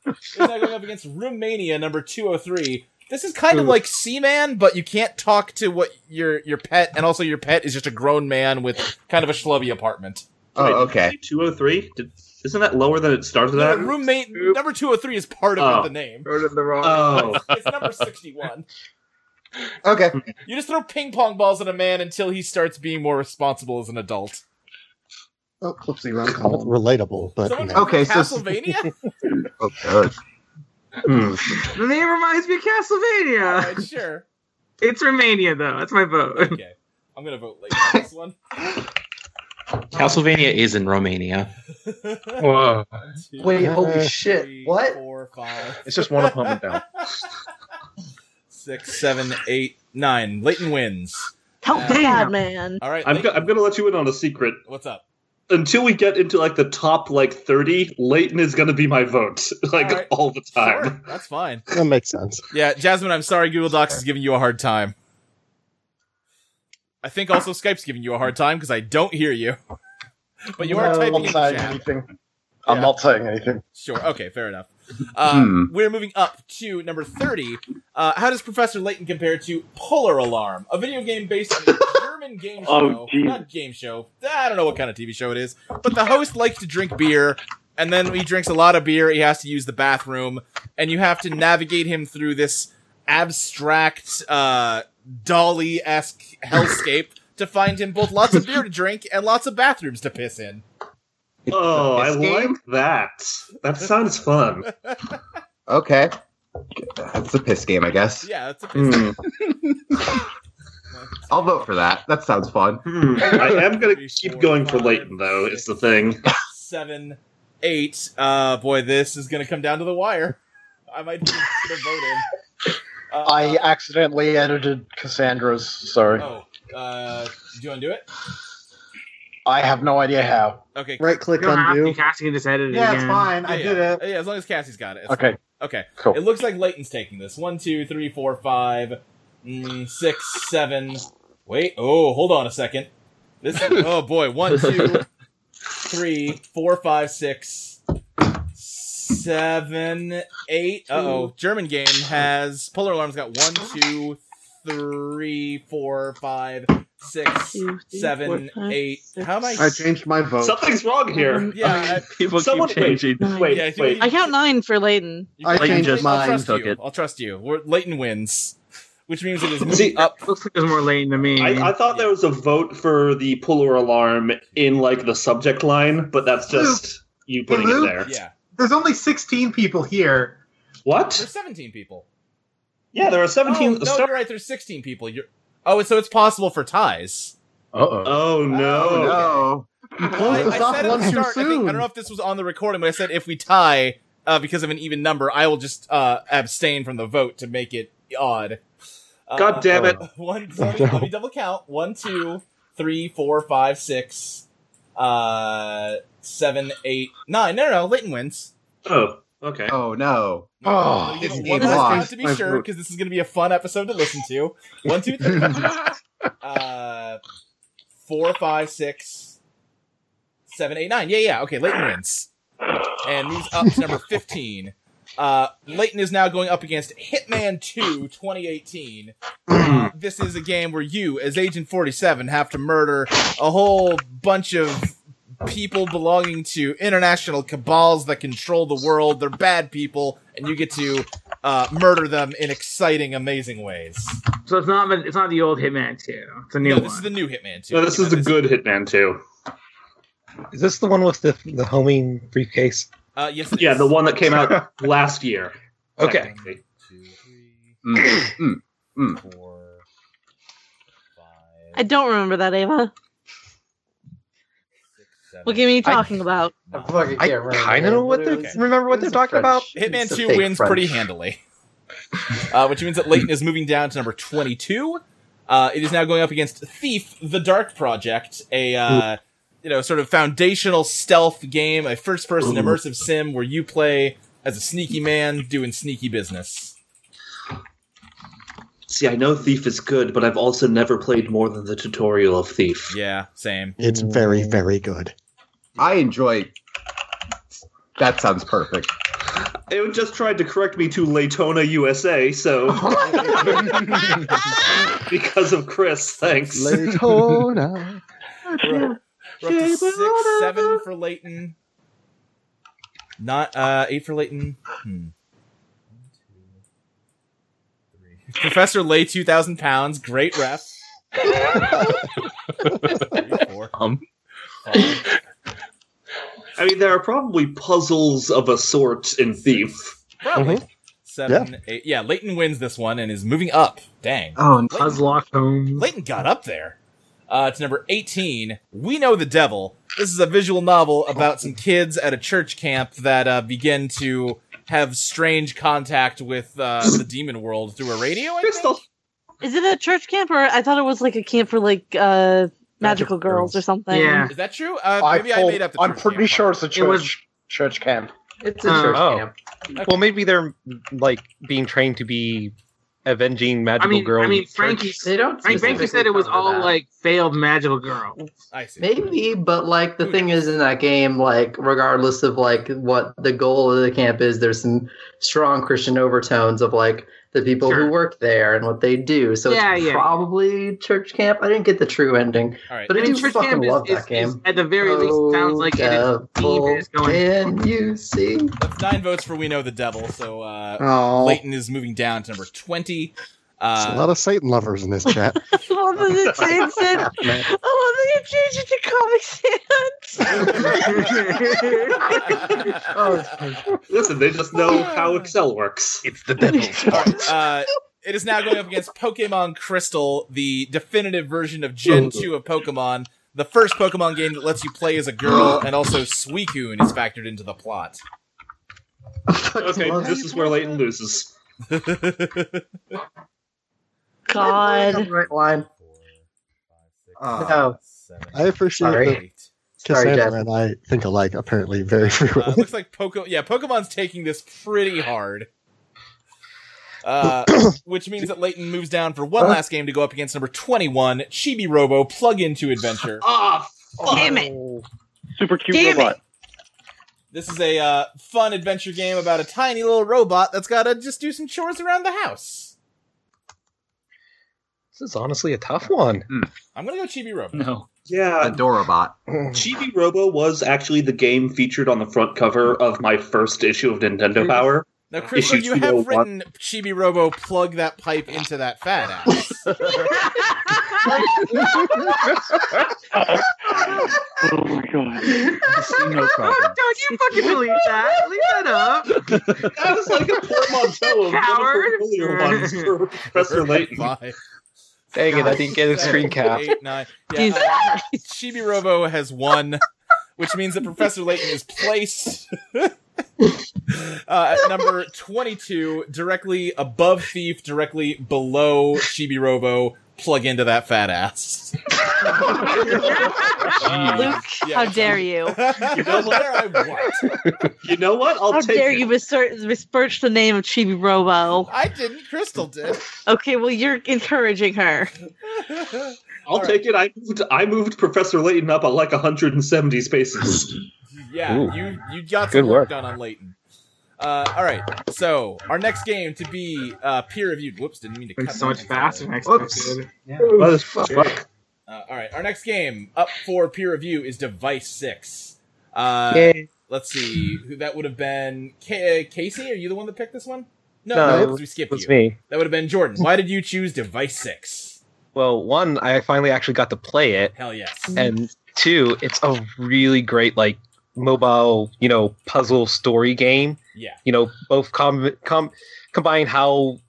Speaker 1: It's now going up against Romania, number 203. This is kind of like Seaman, but you can't talk to what your your pet, and also your pet is just a grown man with kind of a schlubby apartment.
Speaker 12: Oh,
Speaker 9: Oh, Two hundred three. Isn't that lower than it started
Speaker 1: No,
Speaker 9: at?
Speaker 1: roommate number 203 is part of
Speaker 9: Oh.
Speaker 1: the name.
Speaker 9: the wrong- Oh.
Speaker 1: It's, it's number 61.
Speaker 12: Okay.
Speaker 1: You just throw ping pong balls at a man until he starts being more responsible as an adult.
Speaker 4: Oh, whoopsie, wrong
Speaker 10: Not
Speaker 4: column.
Speaker 10: relatable, but
Speaker 1: Someone
Speaker 10: no.
Speaker 1: from Castlevania?
Speaker 12: Oh, God.
Speaker 10: Hmm.
Speaker 3: The name reminds me of Castlevania.
Speaker 1: Alright, sure.
Speaker 3: It's Romania, though. That's my vote.
Speaker 1: Okay. I'm going to vote late on this one.
Speaker 7: Castlevania is in Romania.
Speaker 11: Whoa.
Speaker 1: Uh, Wait,
Speaker 11: holy
Speaker 1: shit. what? Four, five,
Speaker 11: It's just one apartment down.
Speaker 1: six, seven, eight, nine. Leighton wins.
Speaker 6: Help
Speaker 1: Damn.
Speaker 6: God, man.
Speaker 1: All right.
Speaker 9: I'm, go- I'm gonna let you in on a secret.
Speaker 1: What's up?
Speaker 9: Until we get into like the top like thirty, Leighton is gonna be my vote like all,
Speaker 1: right.
Speaker 9: the time.
Speaker 1: Sure, that's fine.
Speaker 10: that makes sense.
Speaker 1: Yeah, Jasmine, I'm sorry Google Docs is giving you a hard time. I think also Skype's giving you a hard time because I don't hear you. But you are
Speaker 17: No, I'm
Speaker 1: typing in the
Speaker 17: saying
Speaker 1: chat.
Speaker 17: anything. I'm not saying anything. Hmm.
Speaker 1: Sure. Okay. Fair enough. Uh, We're moving up to number thirty. Uh, how does Professor Layton compare to Polar Alarm, a video game based on a German game
Speaker 2: Oh,
Speaker 1: show?
Speaker 2: geez.
Speaker 1: not game show. I don't know what kind of TV show it is, but the host likes to drink beer, and then he drinks a lot of beer. He has to use the bathroom, and you have to navigate him through this abstract, uh, Dolly esque hellscape to find him both lots of beer to drink and lots of bathrooms to piss in.
Speaker 9: Oh, I
Speaker 1: This game?
Speaker 9: like that. That sounds fun.
Speaker 12: Okay. That's a piss game, I guess.
Speaker 1: Yeah, that's a piss
Speaker 12: Hmm. I'll vote for that. That sounds fun.
Speaker 9: I am gonna keep going for Leighton though. Is the thing.
Speaker 1: seven, eight. Uh, boy, this is going to come down to the wire. I might need to vote in.
Speaker 17: I accidentally edited Cassandra's. Sorry.
Speaker 1: Oh, uh, do you want to do it?
Speaker 17: I have no idea how.
Speaker 1: Okay.
Speaker 4: Right-click,
Speaker 3: You don't have
Speaker 4: undo.
Speaker 3: to, Cassie can just edit it
Speaker 13: Yeah, it's
Speaker 3: again.
Speaker 13: fine. I
Speaker 1: yeah,
Speaker 13: did
Speaker 1: yeah.
Speaker 13: it.
Speaker 1: Yeah, as long as Cassie's got it. it's
Speaker 17: Okay.
Speaker 1: fine. Okay.
Speaker 17: Cool.
Speaker 1: It looks like Leighton's taking this. One, two, three, four, five, mm, six, seven. Wait. Oh, hold on a second. This. oh boy. One, two, three, four, five, six, seven, eight. Uh oh. German game has Polar Alarm's got one, two, three, four, five, six, seven, eight. How am I?
Speaker 4: I changed my vote.
Speaker 9: Something's wrong here.
Speaker 1: Mm, Mm-hmm. Yeah.
Speaker 9: People Someone wait, wait,
Speaker 1: Yeah, I think
Speaker 9: wait.
Speaker 6: I count nine for Layton.
Speaker 1: I
Speaker 9: Leighton
Speaker 1: changed
Speaker 9: just
Speaker 1: mine. I'll trust
Speaker 9: took
Speaker 1: you.
Speaker 9: it.
Speaker 1: I'll trust you. We're, Leighton wins, which means it is moving
Speaker 9: See,
Speaker 1: up.
Speaker 3: Looks like there's more Leighton than me.
Speaker 9: I, I thought there was a vote for the puller alarm in like the subject line, but that's just you putting it
Speaker 13: Hello?
Speaker 9: there.
Speaker 1: Yeah.
Speaker 13: There's only 16 people here.
Speaker 9: What?
Speaker 1: There's 17 people.
Speaker 9: Yeah, there are 17
Speaker 1: Oh, no,
Speaker 9: start-
Speaker 1: you're right. There's 16 people. You're. Oh, so it's possible for ties.
Speaker 9: Uh-oh. Oh no.
Speaker 1: Oh,
Speaker 4: You
Speaker 1: Well,
Speaker 4: closed
Speaker 1: I,
Speaker 4: us
Speaker 1: I
Speaker 4: off
Speaker 1: said at
Speaker 4: one
Speaker 1: the
Speaker 4: too
Speaker 1: start. I, think, I
Speaker 4: soon.
Speaker 1: don't know if this was on the recording, but I said if we tie uh, because of an even number, I will just uh, abstain from the vote to make it odd. Uh,
Speaker 9: God damn it.
Speaker 1: One, let me, let me double count. One, two, three, four, five, six, uh, seven, eight, nine. No, no, no. Leighton wins.
Speaker 9: Oh, okay.
Speaker 12: Oh no.
Speaker 1: Oh, you
Speaker 12: it's
Speaker 1: don't
Speaker 12: Dean
Speaker 1: want this
Speaker 12: Block.
Speaker 1: out to be sure because this is going to be a fun episode to listen to. One, two, three. uh, four, five, six, seven, eight, nine. Yeah, yeah. Okay, Leighton wins and moves up to number fifteen. Uh, Leighton is now going up against Hitman 2 2018. Uh, this is a game where you, as Agent 47, have to murder a whole bunch of people belonging to international cabals that control the world. They're bad people, and you get to uh, murder them in exciting, amazing ways.
Speaker 3: So it's not it's not the old Hitman two. It's a new
Speaker 1: no,
Speaker 3: one.
Speaker 1: this is the new Hitman 2.
Speaker 9: No, this
Speaker 1: Hitman
Speaker 9: is the good Hitman too.
Speaker 16: Is this the one with the the homing briefcase?
Speaker 1: Uh, yes, it
Speaker 9: yeah,
Speaker 1: is.
Speaker 9: the one that came out last year. Mm.
Speaker 16: Okay.
Speaker 9: technically.
Speaker 6: I don't remember that, Ava. What game are you talking about?
Speaker 16: I kind of know what they're remember what they're talking about.
Speaker 1: Hitman
Speaker 16: It's a
Speaker 1: 2
Speaker 16: fake
Speaker 1: wins
Speaker 16: French.
Speaker 1: pretty handily, uh, which means that Leighton is moving down to number 22. Uh, it is now going up against Thief: The Dark Project, a uh, you know sort of foundational stealth game, a first-person immersive sim where you play as a sneaky man doing sneaky business.
Speaker 9: See, I know Thief is good, but I've also never played more than the tutorial of Thief.
Speaker 1: Yeah, same.
Speaker 10: It's very,
Speaker 16: Mm.
Speaker 10: very good.
Speaker 12: I enjoy. That sounds perfect.
Speaker 9: It just tried to correct me to Latona, USA, so. because of Chris, thanks.
Speaker 10: Latona.
Speaker 1: We're we're up to six, seven for Leighton. Not uh, eight for Leighton. Hmm. Professor Lay two thousand pounds, great ref.
Speaker 11: Um,
Speaker 9: I mean, there are probably puzzles of a sort in Thief.
Speaker 1: Probably.
Speaker 9: Mhm.
Speaker 1: Seven, yeah. eight. Yeah, Leighton wins this one and is moving up. Dang.
Speaker 3: Oh, and
Speaker 1: Leighton,
Speaker 3: Nuzlocke Holmes.
Speaker 1: Leighton got up there. Uh, to number 18, We Know the Devil. This is a visual novel about some kids at a church camp that uh, begin to have strange contact with uh, the demon world through a radio. I Crystal.
Speaker 6: Is it a church camp or I thought it was like a camp for like uh magical girls or something?
Speaker 1: Is that true? Uh,
Speaker 17: I
Speaker 1: maybe I,
Speaker 17: pulled-
Speaker 1: made up the
Speaker 17: I'm
Speaker 1: church
Speaker 17: pretty
Speaker 1: camp
Speaker 17: sure it's a
Speaker 1: part.
Speaker 17: church church camp.
Speaker 16: It's
Speaker 1: a church
Speaker 16: oh.
Speaker 1: camp.
Speaker 16: Well, maybe they're like being trained to be avenging
Speaker 3: I
Speaker 16: magical
Speaker 3: mean,
Speaker 16: girls.
Speaker 3: I mean, Frankie.
Speaker 18: They don't
Speaker 3: Frank, Frankie said it was all
Speaker 18: specifically cover that.
Speaker 3: like failed magical girl.
Speaker 1: I see.
Speaker 18: Maybe, but like the thing is in that game, like regardless of like what the goal of the camp is, there's some strong Christian overtones of like the people who work there and what they do. So
Speaker 3: Yeah,
Speaker 18: it's
Speaker 3: yeah.
Speaker 18: probably church camp. I didn't get the true ending,
Speaker 1: All right.
Speaker 18: but I,
Speaker 3: I mean,
Speaker 18: do
Speaker 3: church
Speaker 18: fucking
Speaker 3: camp is-
Speaker 18: love
Speaker 3: is-
Speaker 18: that game.
Speaker 3: is- at the very least, it sounds like it is
Speaker 18: Oh,
Speaker 3: deep and it's going-
Speaker 18: Can you see?
Speaker 1: That's nine votes for We Know the Devil, so uh,
Speaker 10: Oh.
Speaker 1: Leighton is moving down to number 20.
Speaker 10: There's
Speaker 1: Uh,
Speaker 10: a lot of Satan lovers in this chat.
Speaker 6: I love that you changed it. I love that you changed it to Comic Sans.
Speaker 9: Listen, they just know how Excel works.
Speaker 11: It's the devil.
Speaker 1: uh, it is now going up against Pokemon Crystal, the definitive version of Gen 2 of Pokemon. The first Pokemon game that lets you play as a girl, and also Suicune is factored into the plot.
Speaker 9: okay, this is where Leighton loses.
Speaker 6: God.
Speaker 18: Right line.
Speaker 3: Oh.
Speaker 18: no.
Speaker 10: I appreciate
Speaker 18: Sorry.
Speaker 10: that
Speaker 18: Sorry,
Speaker 10: Cassandra
Speaker 18: Jeff.
Speaker 10: and I think alike, apparently, very
Speaker 1: Uh, it
Speaker 10: frequently.
Speaker 1: looks like Poke. Yeah, Pokemon's taking this pretty hard. Uh, which means that Leighton moves down for one last game to go up against number 21, Chibi Robo Plug Into Adventure.
Speaker 9: Ah,
Speaker 6: Damn it.
Speaker 2: Super cute
Speaker 6: Damn it.
Speaker 2: robot.
Speaker 1: This is a uh, fun adventure game about a tiny little robot that's got to just do some chores around the house.
Speaker 16: This is honestly a tough one.
Speaker 3: Hmm.
Speaker 1: I'm gonna go Chibi Robo.
Speaker 8: No.
Speaker 9: Yeah.
Speaker 12: Adorabot.
Speaker 9: Chibi Robo was actually the game featured on the front cover of my first issue of Nintendo Power.
Speaker 1: Now, Crystal,
Speaker 9: Issue
Speaker 1: you have
Speaker 9: 201.
Speaker 1: written Chibi Robo plug that pipe into that fat ass.
Speaker 2: Oh my god.
Speaker 9: No problem.
Speaker 3: Don't you fucking believe that? Leave that up.
Speaker 9: That was like a portmanteau of
Speaker 3: Coward.
Speaker 9: one of the earlier ones for Professor Layton.
Speaker 1: Five,
Speaker 16: Dang it, I didn't get a
Speaker 1: seven,
Speaker 16: screen cap.
Speaker 1: eight, nine. Yeah, uh, Chibi Robo has won, which means that Professor Layton is placed uh, at number 22, directly above Thief, directly below Chibi Robo, plug into that fat ass.
Speaker 6: Luke, how dare you?
Speaker 9: You know what? I'll
Speaker 6: how
Speaker 9: take
Speaker 6: dare
Speaker 9: it.
Speaker 6: you besir- besmirch the name of Chibi Robo?
Speaker 1: I didn't. Crystal did.
Speaker 6: Okay, well you're encouraging her.
Speaker 9: I'll take it. I moved, I moved Professor Layton up at like 170 spaces.
Speaker 1: Yeah,
Speaker 9: Ooh.
Speaker 1: you you got
Speaker 9: Good
Speaker 1: some work
Speaker 9: work.
Speaker 1: done on Leighton. Uh, all right, so our next game to be uh, peer reviewed. Whoops, didn't mean to cut
Speaker 3: It's so
Speaker 1: that
Speaker 3: much
Speaker 1: off.
Speaker 3: faster than I
Speaker 1: Whoops.
Speaker 3: expected.
Speaker 1: Yeah.
Speaker 9: Oh,
Speaker 3: What the fuck?
Speaker 1: Uh, all right, our next game up for peer review is Device Six. Uh,
Speaker 16: Yay.
Speaker 1: Let's see who that would have been. Ca- Casey, are you the one that picked this one? No,
Speaker 16: No,
Speaker 1: no,
Speaker 16: it
Speaker 1: 'cause
Speaker 16: was-
Speaker 1: we skipped
Speaker 16: it was
Speaker 1: you.
Speaker 16: me.
Speaker 1: That would have been Jordan. Why did you choose Device Six?
Speaker 16: Well, one, I finally actually got to play it.
Speaker 1: Hell yes.
Speaker 16: And two, it's a really great like mobile, you know, puzzle story game.
Speaker 1: Yeah.
Speaker 16: You know, both com, com- combine how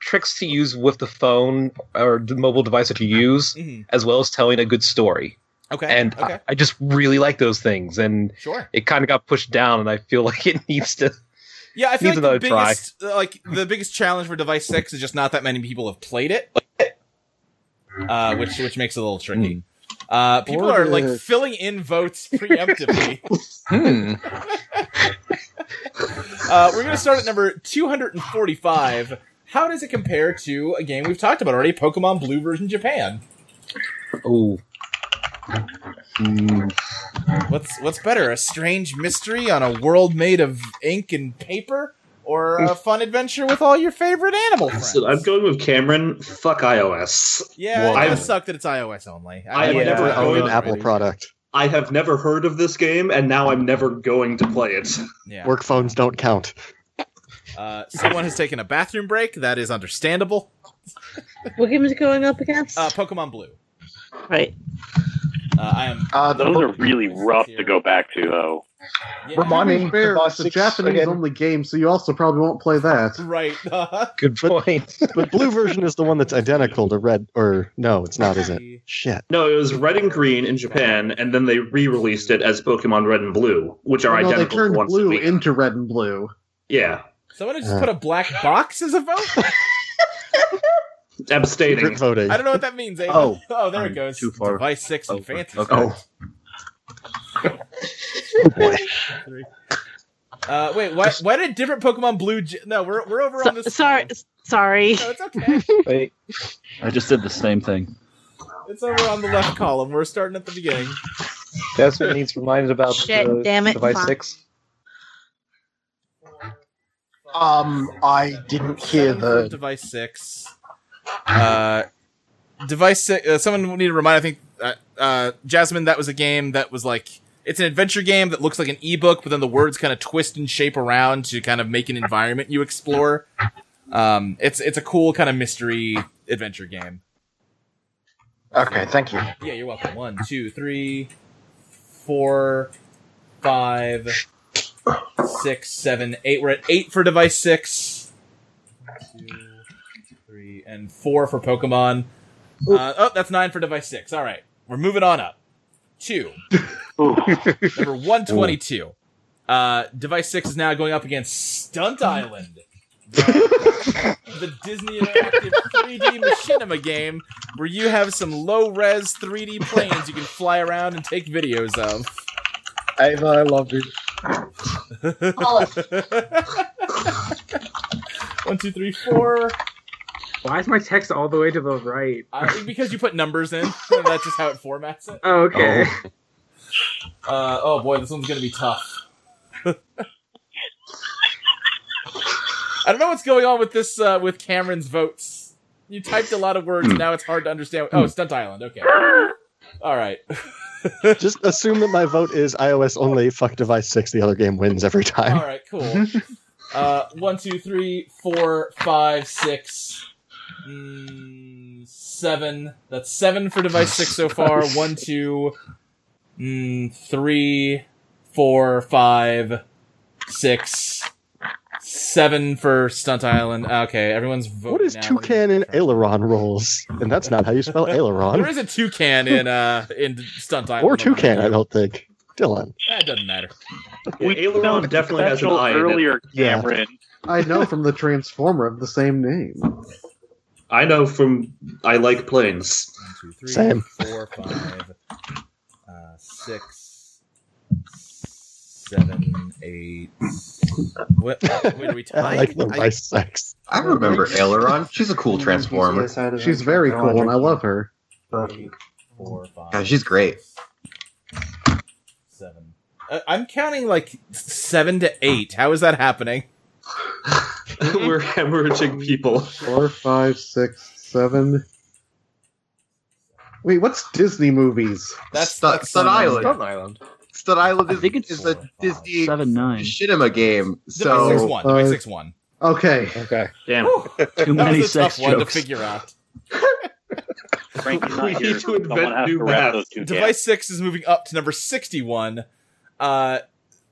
Speaker 16: tricks to use with the phone or the mobile device that you use,
Speaker 1: Mhm.
Speaker 16: as well as telling a good story.
Speaker 1: Okay.
Speaker 16: And
Speaker 1: okay.
Speaker 16: I, I just really like those things, and
Speaker 1: Sure.
Speaker 16: it kind of got pushed down, and I feel like it needs to.
Speaker 1: Yeah, I feel
Speaker 16: needs
Speaker 1: like the
Speaker 16: another try.
Speaker 1: biggest uh, like the biggest challenge for Device Six is just not that many people have played it, uh, which which makes it a little tricky. Uh, people are like
Speaker 16: Order.
Speaker 1: filling in votes preemptively.
Speaker 15: Hmm.
Speaker 1: uh, we're gonna start at number two hundred and forty-five. How does it compare to a game we've talked about already, Pokemon Blue version Japan?
Speaker 16: Oh. Mm.
Speaker 1: What's what's better, a strange mystery on a world made of ink and paper, or a fun adventure with all your favorite animal friends?
Speaker 9: So I'm going with Cameron. Fuck iOS.
Speaker 1: Yeah, it
Speaker 9: I've-
Speaker 1: does suck that it's iOS only.
Speaker 9: I have
Speaker 1: would
Speaker 9: never
Speaker 1: never
Speaker 9: owned
Speaker 1: own
Speaker 9: an
Speaker 1: it.
Speaker 10: Apple product.
Speaker 9: I have never heard of this game, and now I'm never going to play it.
Speaker 1: Yeah.
Speaker 10: Work phones don't count.
Speaker 1: Uh, someone has taken a bathroom break. That is understandable.
Speaker 6: What game is it going up against?
Speaker 1: Uh, Pokemon Blue.
Speaker 6: Right.
Speaker 1: Uh, I am.
Speaker 2: Those are really rough to go back to, though.
Speaker 4: To
Speaker 1: Remind
Speaker 4: be fair,
Speaker 16: boss
Speaker 4: it's a
Speaker 16: six
Speaker 4: Japanese
Speaker 16: again.
Speaker 4: only game, so you also probably won't play that.
Speaker 1: Right.
Speaker 16: Good point.
Speaker 10: But blue version is the one that's identical to red, or no, it's not, is it? Shit.
Speaker 9: No, it was Red and Green in Japan, and then they re-released it as Pokemon Red and Blue, which are
Speaker 4: Well, Oh, no, they
Speaker 9: identical.
Speaker 4: turned
Speaker 9: to ones that
Speaker 4: blue
Speaker 9: we-
Speaker 4: into red and blue.
Speaker 9: Yeah,
Speaker 1: Someone
Speaker 10: Uh.
Speaker 1: has just put a black box as a vote.
Speaker 9: abstaining.
Speaker 10: Secret voting.
Speaker 1: I don't know what that means. Ava.
Speaker 10: Oh.
Speaker 1: oh, there it goes.
Speaker 10: Too far.
Speaker 1: Device six and fancy.
Speaker 10: Oh.
Speaker 1: Uh, wait, why, why did different Pokemon Blue? J- no, we're, we're over on this.
Speaker 6: Sorry, sorry.
Speaker 1: No, it's okay.
Speaker 8: Wait. I just did the same thing.
Speaker 1: It's over on the left column. We're starting at the beginning.
Speaker 16: That's what needs reminded about
Speaker 6: Shit, the damn it, Device fine.
Speaker 16: Six.
Speaker 13: Um, I didn't hear the.
Speaker 1: Device six. Uh, device six. Uh, someone will need to remind. I think uh, uh, Jasmine. That was a game that was like it's an adventure game that looks like an ebook, but then the words kind of twist and shape around to kind of make an environment you explore. Um, it's it's a cool kind of mystery adventure game.
Speaker 13: Okay, thank you.
Speaker 1: Yeah, you're welcome. One, two, three, four, five, six, seven, eight. We're at eight for device six. Two, three, and four for Pokemon. Uh, oh, that's nine for device six. All right, we're moving on up. Two. Number 122. Uh, device six is now going up against Stunt Island. the Disney Interactive 3D Machinima game where you have some low res 3D planes you can fly around and take videos of.
Speaker 13: Ava, I loved it.
Speaker 1: One, two, three, four.
Speaker 3: Why is my text all the way to the right?
Speaker 1: Uh, because you put numbers in, so that's just how it formats it.
Speaker 3: Oh, okay.
Speaker 1: Uh, oh boy, this one's gonna be tough. I don't know what's going on with this uh, with Cameron's votes. You typed a lot of words, and now it's hard to understand. Oh, Stunt Island. Okay. All right.
Speaker 10: Just assume that my vote is iOS only. Fuck device six. The other game wins every time.
Speaker 1: All right. Cool. Uh, one, two, three, four, five, six, mm, seven. That's seven for device six so far. One, two, mm, three, four, five, six, seven for Stunt Island. Okay, everyone's voting.
Speaker 10: What is
Speaker 1: now.
Speaker 10: toucan and aileron rolls? And that's not how you spell
Speaker 1: There
Speaker 10: aileron.
Speaker 1: is a toucan in uh in Stunt Island.
Speaker 10: Or toucan, I don't think. Dylan.
Speaker 1: That doesn't matter.
Speaker 9: Yeah, Aileron definitely has an
Speaker 2: special
Speaker 9: eye.
Speaker 2: earlier,
Speaker 9: in it.
Speaker 2: Cameron.
Speaker 4: I know from the Transformer of the same name.
Speaker 9: I know from I like planes.
Speaker 1: One, two, three,
Speaker 10: Same.
Speaker 1: four, five, uh, six, seven, eight. What, wait, are we
Speaker 10: I
Speaker 1: tied?
Speaker 10: like the rice sex.
Speaker 12: I remember Aileron. She's a cool transformer.
Speaker 4: She's very cool, and I love her.
Speaker 1: Four, five,
Speaker 12: God, she's great.
Speaker 1: seven. Uh, I'm counting like seven to eight. How is that happening?
Speaker 9: We're hemorrhaging people.
Speaker 4: Four, five, six, seven. Wait, what's Disney movies?
Speaker 1: That's
Speaker 12: Stud, Stud Island.
Speaker 16: Stone Island.
Speaker 12: Stud Island is, is a Disney Shinima game. So
Speaker 1: Six one.
Speaker 4: uh,
Speaker 1: six one.
Speaker 4: Okay.
Speaker 16: Okay.
Speaker 9: Damn.
Speaker 1: That
Speaker 9: Too
Speaker 1: was
Speaker 9: many
Speaker 1: a tough
Speaker 9: sex
Speaker 1: one to
Speaker 9: jokes.
Speaker 1: figure out.
Speaker 2: Frankie's
Speaker 9: We need
Speaker 2: not here.
Speaker 9: to
Speaker 2: so someone
Speaker 9: invent
Speaker 2: has
Speaker 9: new
Speaker 2: to wrap
Speaker 9: math.
Speaker 2: those two
Speaker 1: Device six is moving up to number sixty-one. Uh,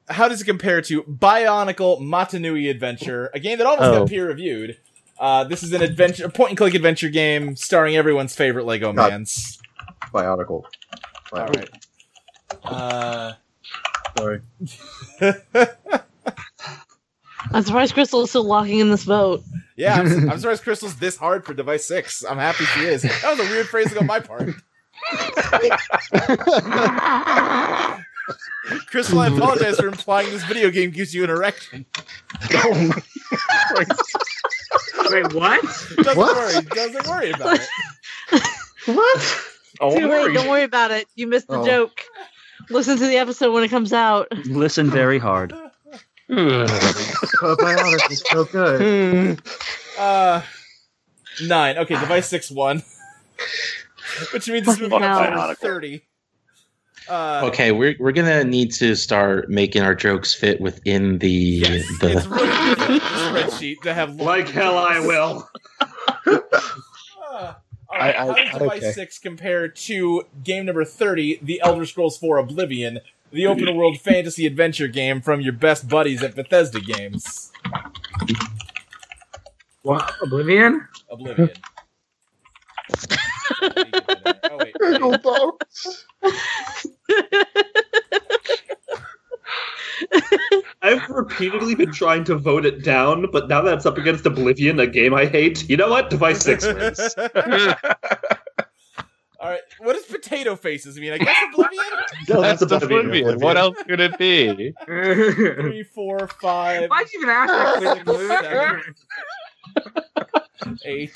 Speaker 1: how does it compare to Bionicle Matanui Adventure, a game that almost
Speaker 10: Oh.
Speaker 1: got peer-reviewed? Uh, this is an adventure, a point-and-click adventure game starring everyone's favorite Lego
Speaker 12: God.
Speaker 1: man's.
Speaker 12: Bionicle.
Speaker 1: All right. Uh,
Speaker 9: Sorry.
Speaker 6: I'm surprised Crystal is still locking in this vote.
Speaker 1: yeah, I'm, I'm surprised Crystal's this hard for Device Six. I'm happy she is. That was a weird phrasing on my part. Crystal, I apologize for implying this video game gives you an erection.
Speaker 3: Wait, what?
Speaker 1: Doesn't
Speaker 3: What?
Speaker 1: worry. Doesn't worry about it.
Speaker 6: What?
Speaker 8: Oh,
Speaker 6: Too late.
Speaker 8: worried.
Speaker 6: Don't worry about it. You missed the
Speaker 8: Oh.
Speaker 6: joke. Listen to the episode when it comes out.
Speaker 8: Listen very hard.
Speaker 12: Oh, Bionicle is so good.
Speaker 1: Uh, nine. Okay, device six one, which means it's moving up to
Speaker 7: Fucking hell.
Speaker 1: number thirty. Uh,
Speaker 7: Okay, we're we're gonna need to start making our jokes fit within the the.
Speaker 1: spreadsheet to have
Speaker 9: like hell. I will.
Speaker 1: All right,
Speaker 7: I-
Speaker 1: how
Speaker 7: I-
Speaker 1: does device
Speaker 7: okay.
Speaker 1: six compare to game number thirty, The Elder Scrolls IV: Oblivion, the open world fantasy adventure game from your best buddies at Bethesda Games?
Speaker 3: What? Oblivion?
Speaker 1: Oblivion. oh wait.
Speaker 9: I've repeatedly been trying to vote it down, but now that it's up against Oblivion, a game I hate, you know what? Device 6 wins.
Speaker 1: All right, what does potato faces mean? I guess Oblivion.
Speaker 9: That's
Speaker 15: That's
Speaker 9: Oblivion.
Speaker 15: Oblivion. What else could it be?
Speaker 1: Three, four, five.
Speaker 3: Why'd you even ask that question, Luke?
Speaker 1: Eight.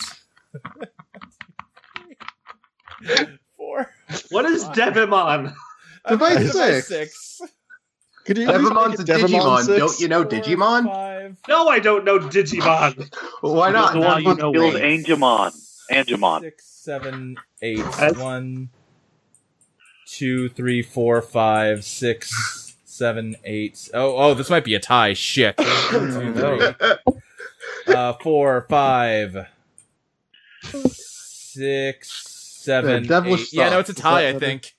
Speaker 1: Four.
Speaker 9: What is Devimon?
Speaker 4: Device six.
Speaker 1: six.
Speaker 10: Could you
Speaker 12: Devimon's a Digimon. Don't you know Digimon?
Speaker 1: Five.
Speaker 9: No, I don't know Digimon.
Speaker 12: Why
Speaker 2: You're
Speaker 12: not?
Speaker 2: The one who killed
Speaker 12: Wait.
Speaker 2: Angemon. Angemon.
Speaker 1: Six, seven, eight,
Speaker 2: That's-
Speaker 1: one, two, three, four, five, six, seven, eight. Oh, oh, this might be a tie. Shit. One, two, three. Uh, four, five, six, seven,
Speaker 4: Yeah, devilish
Speaker 1: eight. Yeah, no, it's a
Speaker 4: thoughts.
Speaker 1: tie. I
Speaker 4: Is that-
Speaker 1: think.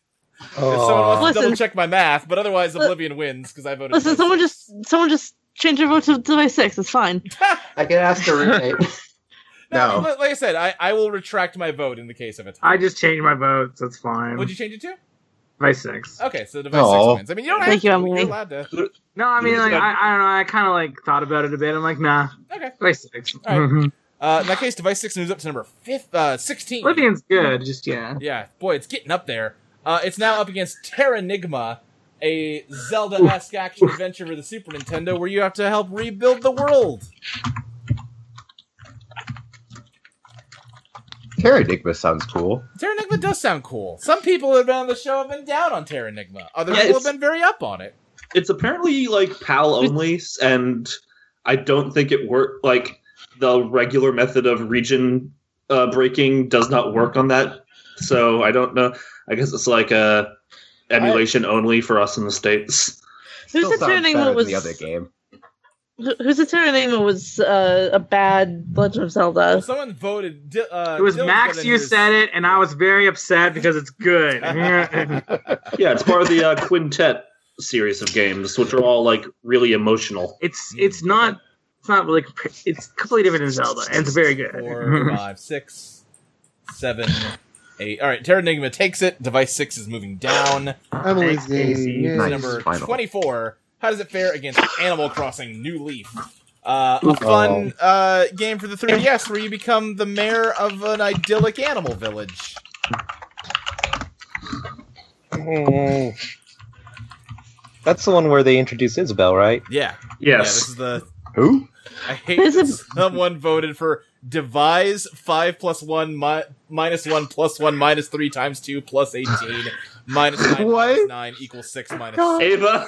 Speaker 3: Oh.
Speaker 1: If someone wants to
Speaker 6: Listen.
Speaker 1: double check my math, but otherwise
Speaker 6: Li-
Speaker 1: Oblivion wins because I voted.
Speaker 6: Listen, someone just someone just change your vote to device six. It's fine.
Speaker 18: I can ask a roommate.
Speaker 1: No, I mean,
Speaker 12: No.
Speaker 1: li- like I said, I, I will retract my vote in the case of a tie.
Speaker 3: I just changed my votes. That's fine.
Speaker 1: Would you change it to?
Speaker 3: Device six.
Speaker 1: Okay, so device
Speaker 12: Aw.
Speaker 1: six wins. I mean, you don't have
Speaker 6: Oh. Thank you,
Speaker 1: to.
Speaker 6: Emily.
Speaker 1: You're allowed to.
Speaker 3: No, I mean, like, I, I don't know. I kind of like thought about it a bit. I'm like, nah.
Speaker 1: Okay.
Speaker 3: Device six.
Speaker 1: All right.
Speaker 3: Mhm.
Speaker 1: Uh, in that case, device six moves up to number fifth, uh, sixteen.
Speaker 3: Oblivion's good. Just yeah.
Speaker 1: Yeah, boy, it's getting up there. Uh, it's now up against Terranigma, a Zelda-esque action adventure for the Super Nintendo, where you have to help rebuild the world.
Speaker 12: Pterodigma sounds cool.
Speaker 1: Terranigma does sound cool. Some people who have been on the show have been down on Terranigma. Other
Speaker 9: Yeah,
Speaker 1: people have
Speaker 9: it's-
Speaker 1: been very up on it.
Speaker 9: It's apparently like PAL only, and I don't think it worked. Like, the regular method of region uh, breaking does not work on that. So I don't know. I guess it's like a emulation only for us in the States.
Speaker 6: Who's
Speaker 12: Still
Speaker 6: the
Speaker 12: sounds
Speaker 6: turning
Speaker 12: better
Speaker 6: what
Speaker 12: than
Speaker 6: was
Speaker 12: the other game.
Speaker 6: who- who's the turning name what was uh, a bad Legend of Zelda?
Speaker 1: Well, someone voted. Di- uh,
Speaker 3: It was
Speaker 1: Dylan's
Speaker 3: Max.
Speaker 1: got
Speaker 3: You
Speaker 1: his-
Speaker 3: said it, and I was very upset because it's good.
Speaker 9: Yeah, it's part of the uh, Quintet series of games, which are all like really emotional.
Speaker 3: it's it's
Speaker 12: Hmm.
Speaker 3: not it's not really compa- it's completely different than Zelda, and it's very good.
Speaker 1: Four, five, six, seven, eight. All right, Terranigma takes it. Device six is moving down.
Speaker 4: Emily's game.
Speaker 12: Nice.
Speaker 1: Number
Speaker 12: Final.
Speaker 1: twenty-four. How does it fare against Animal Crossing New Leaf? Uh, a fun uh, game for the 3DS where you become the mayor of an idyllic animal village.
Speaker 16: That's the one where they introduced Isabel, right?
Speaker 1: Yeah.
Speaker 16: Yes.
Speaker 1: Yeah, this is the
Speaker 16: Who?
Speaker 1: I hate that someone voted for devise five plus one mi- minus one plus one minus three times two plus eighteen minus nine minus nine equals six minus
Speaker 6: God.
Speaker 9: Ava,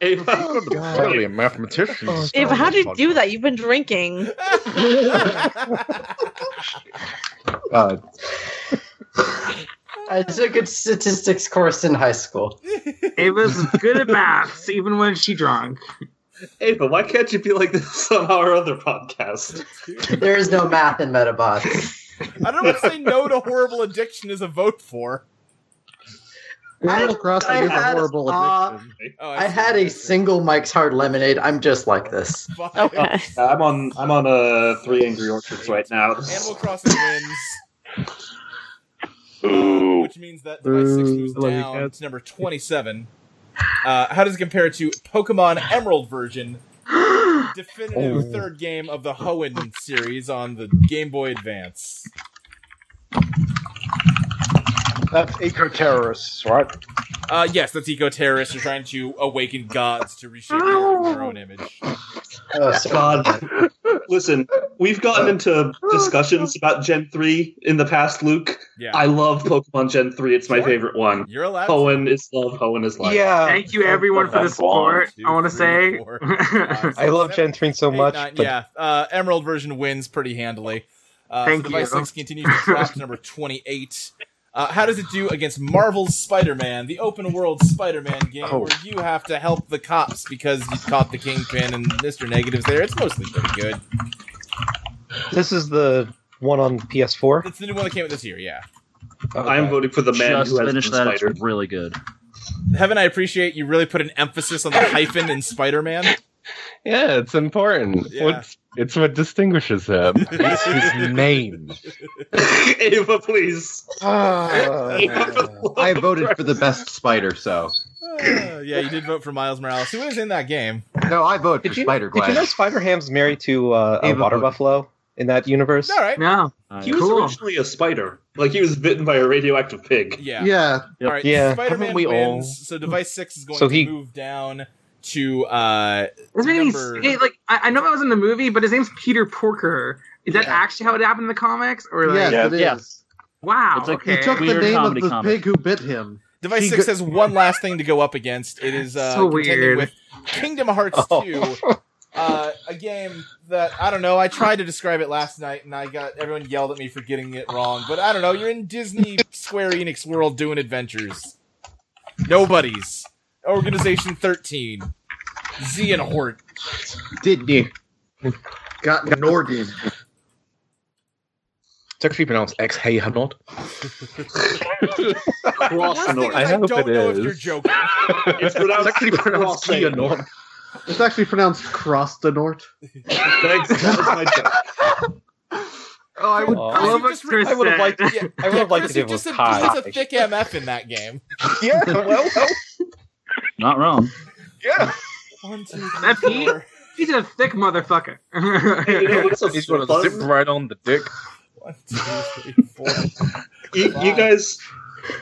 Speaker 9: Ava,
Speaker 11: gotta be a mathematician.
Speaker 7: Oh.
Speaker 6: If how do you do that? You've been drinking.
Speaker 11: God.
Speaker 18: I took a statistics course in high school.
Speaker 3: Ava's good at maths, even when she drunk.
Speaker 9: Ava, why can't you be like this somehow or other podcast?
Speaker 18: There is no math in Metabots.
Speaker 1: I don't want to say no to horrible addiction is a vote for.
Speaker 18: I, I had, uh,
Speaker 16: Oh,
Speaker 18: I had a single Mike's Hard Lemonade. I'm just like this.
Speaker 9: Okay. I'm on. I'm on a three angry orchards right now.
Speaker 1: Uh, Animal Crossing wins. Which means that device six moves down to number twenty-seven. Uh, how does it compare to Pokemon Emerald version, definitive
Speaker 11: Oh.
Speaker 1: third game of the Hoenn series on the Game Boy Advance?
Speaker 17: That's eco terrorists, right?
Speaker 1: Uh, yes, that's eco terrorists are trying to awaken gods to reshape their,
Speaker 3: Oh.
Speaker 1: their own image.
Speaker 11: Oh,
Speaker 9: God, listen, we've gotten
Speaker 3: Oh,
Speaker 9: into discussions about Gen three in the past, Luke.
Speaker 1: Yeah.
Speaker 9: I love Pokemon Gen three. It's my favorite one.
Speaker 1: You're allowed.
Speaker 9: Hoenn is love. Hoenn is life.
Speaker 16: Yeah.
Speaker 3: Thank you everyone for the support. I want to say
Speaker 16: I love Gen 3 so much.
Speaker 1: Nine-
Speaker 16: but
Speaker 1: yeah, uh, Emerald version wins pretty handily. Uh,
Speaker 16: Thank
Speaker 1: so Device
Speaker 16: you.
Speaker 1: 6 continues to drop to number 28. Uh, how does it do against Marvel's Spider Man, the open world Spider Man game
Speaker 11: Oh.
Speaker 1: where you have to help the cops because you caught the Kingpin and Mr. Negative's there? It's mostly pretty good.
Speaker 16: This is the one on PS4.
Speaker 1: It's the new one that came out this year, yeah.
Speaker 9: I'm voting for the man
Speaker 8: Just
Speaker 9: who has
Speaker 8: finished
Speaker 9: been
Speaker 8: that. It's
Speaker 9: spidered.
Speaker 8: really good.
Speaker 1: Heaven, I appreciate you really put an emphasis on the hyphen in Spider Man.
Speaker 15: Yeah, it's important.
Speaker 1: Yeah.
Speaker 15: What's, it's what distinguishes him.
Speaker 1: It's his
Speaker 15: name.
Speaker 9: Ava, please.
Speaker 4: Ah.
Speaker 12: I voted for the best spider, so
Speaker 1: yeah, you did vote for Miles Morales. Who is in that game?
Speaker 12: no, I vote for Spider
Speaker 16: Did you know
Speaker 12: Glass.
Speaker 16: Spider Ham's married to uh, a
Speaker 12: Ava
Speaker 16: water
Speaker 12: Hood.
Speaker 16: buffalo in that universe?
Speaker 1: All right.
Speaker 3: No.
Speaker 9: He was originally a spider. Like he was bitten by a radioactive pig.
Speaker 1: Yeah.
Speaker 12: Yeah.
Speaker 1: All right.
Speaker 16: Yeah.
Speaker 1: Spider-Man
Speaker 16: Haven't we
Speaker 1: wins.
Speaker 16: all?
Speaker 1: So device six is going
Speaker 16: So
Speaker 1: to
Speaker 16: he-
Speaker 1: move down to uh
Speaker 3: This made me
Speaker 1: number-
Speaker 3: yeah, like I, I know that was in the movie, but his name's Peter Porker. Is that actually how it happened in the comics? Or like,
Speaker 4: Yes, it Yes.
Speaker 3: Wow.
Speaker 8: It's like
Speaker 3: okay.
Speaker 4: He took the name of the pig who bit him.
Speaker 1: Device
Speaker 4: He
Speaker 1: six
Speaker 4: go-
Speaker 1: has one last thing to go up against. It is uh
Speaker 4: So
Speaker 1: contending
Speaker 4: weird. Oh.
Speaker 1: with Kingdom Hearts two. Uh, a game that I don't know. I tried to describe it last night, and I got everyone yelled at me for getting it wrong. But I don't know. You're in Disney Square Enix world doing adventures. Nobody's Organization Thirteen, Z and Hort.
Speaker 12: Disney.
Speaker 17: Got Norgin.
Speaker 11: It's actually pronounced ex hey Hanod.
Speaker 1: Worst thing is I,
Speaker 11: hope
Speaker 1: don't
Speaker 11: it
Speaker 1: know if
Speaker 11: is.
Speaker 1: you're joking.
Speaker 9: It's
Speaker 11: It's
Speaker 9: pronounced
Speaker 11: actually pronounced Keonor.
Speaker 4: It's actually pronounced Crostanort.
Speaker 9: Thanks. That was my joke.
Speaker 4: Oh, I would.
Speaker 1: Chris, you just re-
Speaker 16: I would have liked.
Speaker 1: Yeah,
Speaker 16: I would have liked
Speaker 1: Chris,
Speaker 16: to
Speaker 1: you
Speaker 16: do it
Speaker 1: just
Speaker 16: with
Speaker 1: said
Speaker 16: Kai.
Speaker 1: just a thick MF in that game.
Speaker 16: Yeah. Well.
Speaker 8: Not wrong.
Speaker 16: Yeah.
Speaker 1: One, two,
Speaker 3: That Pete, he's a thick motherfucker.
Speaker 11: He's gonna zip right on the dick.
Speaker 9: you, you guys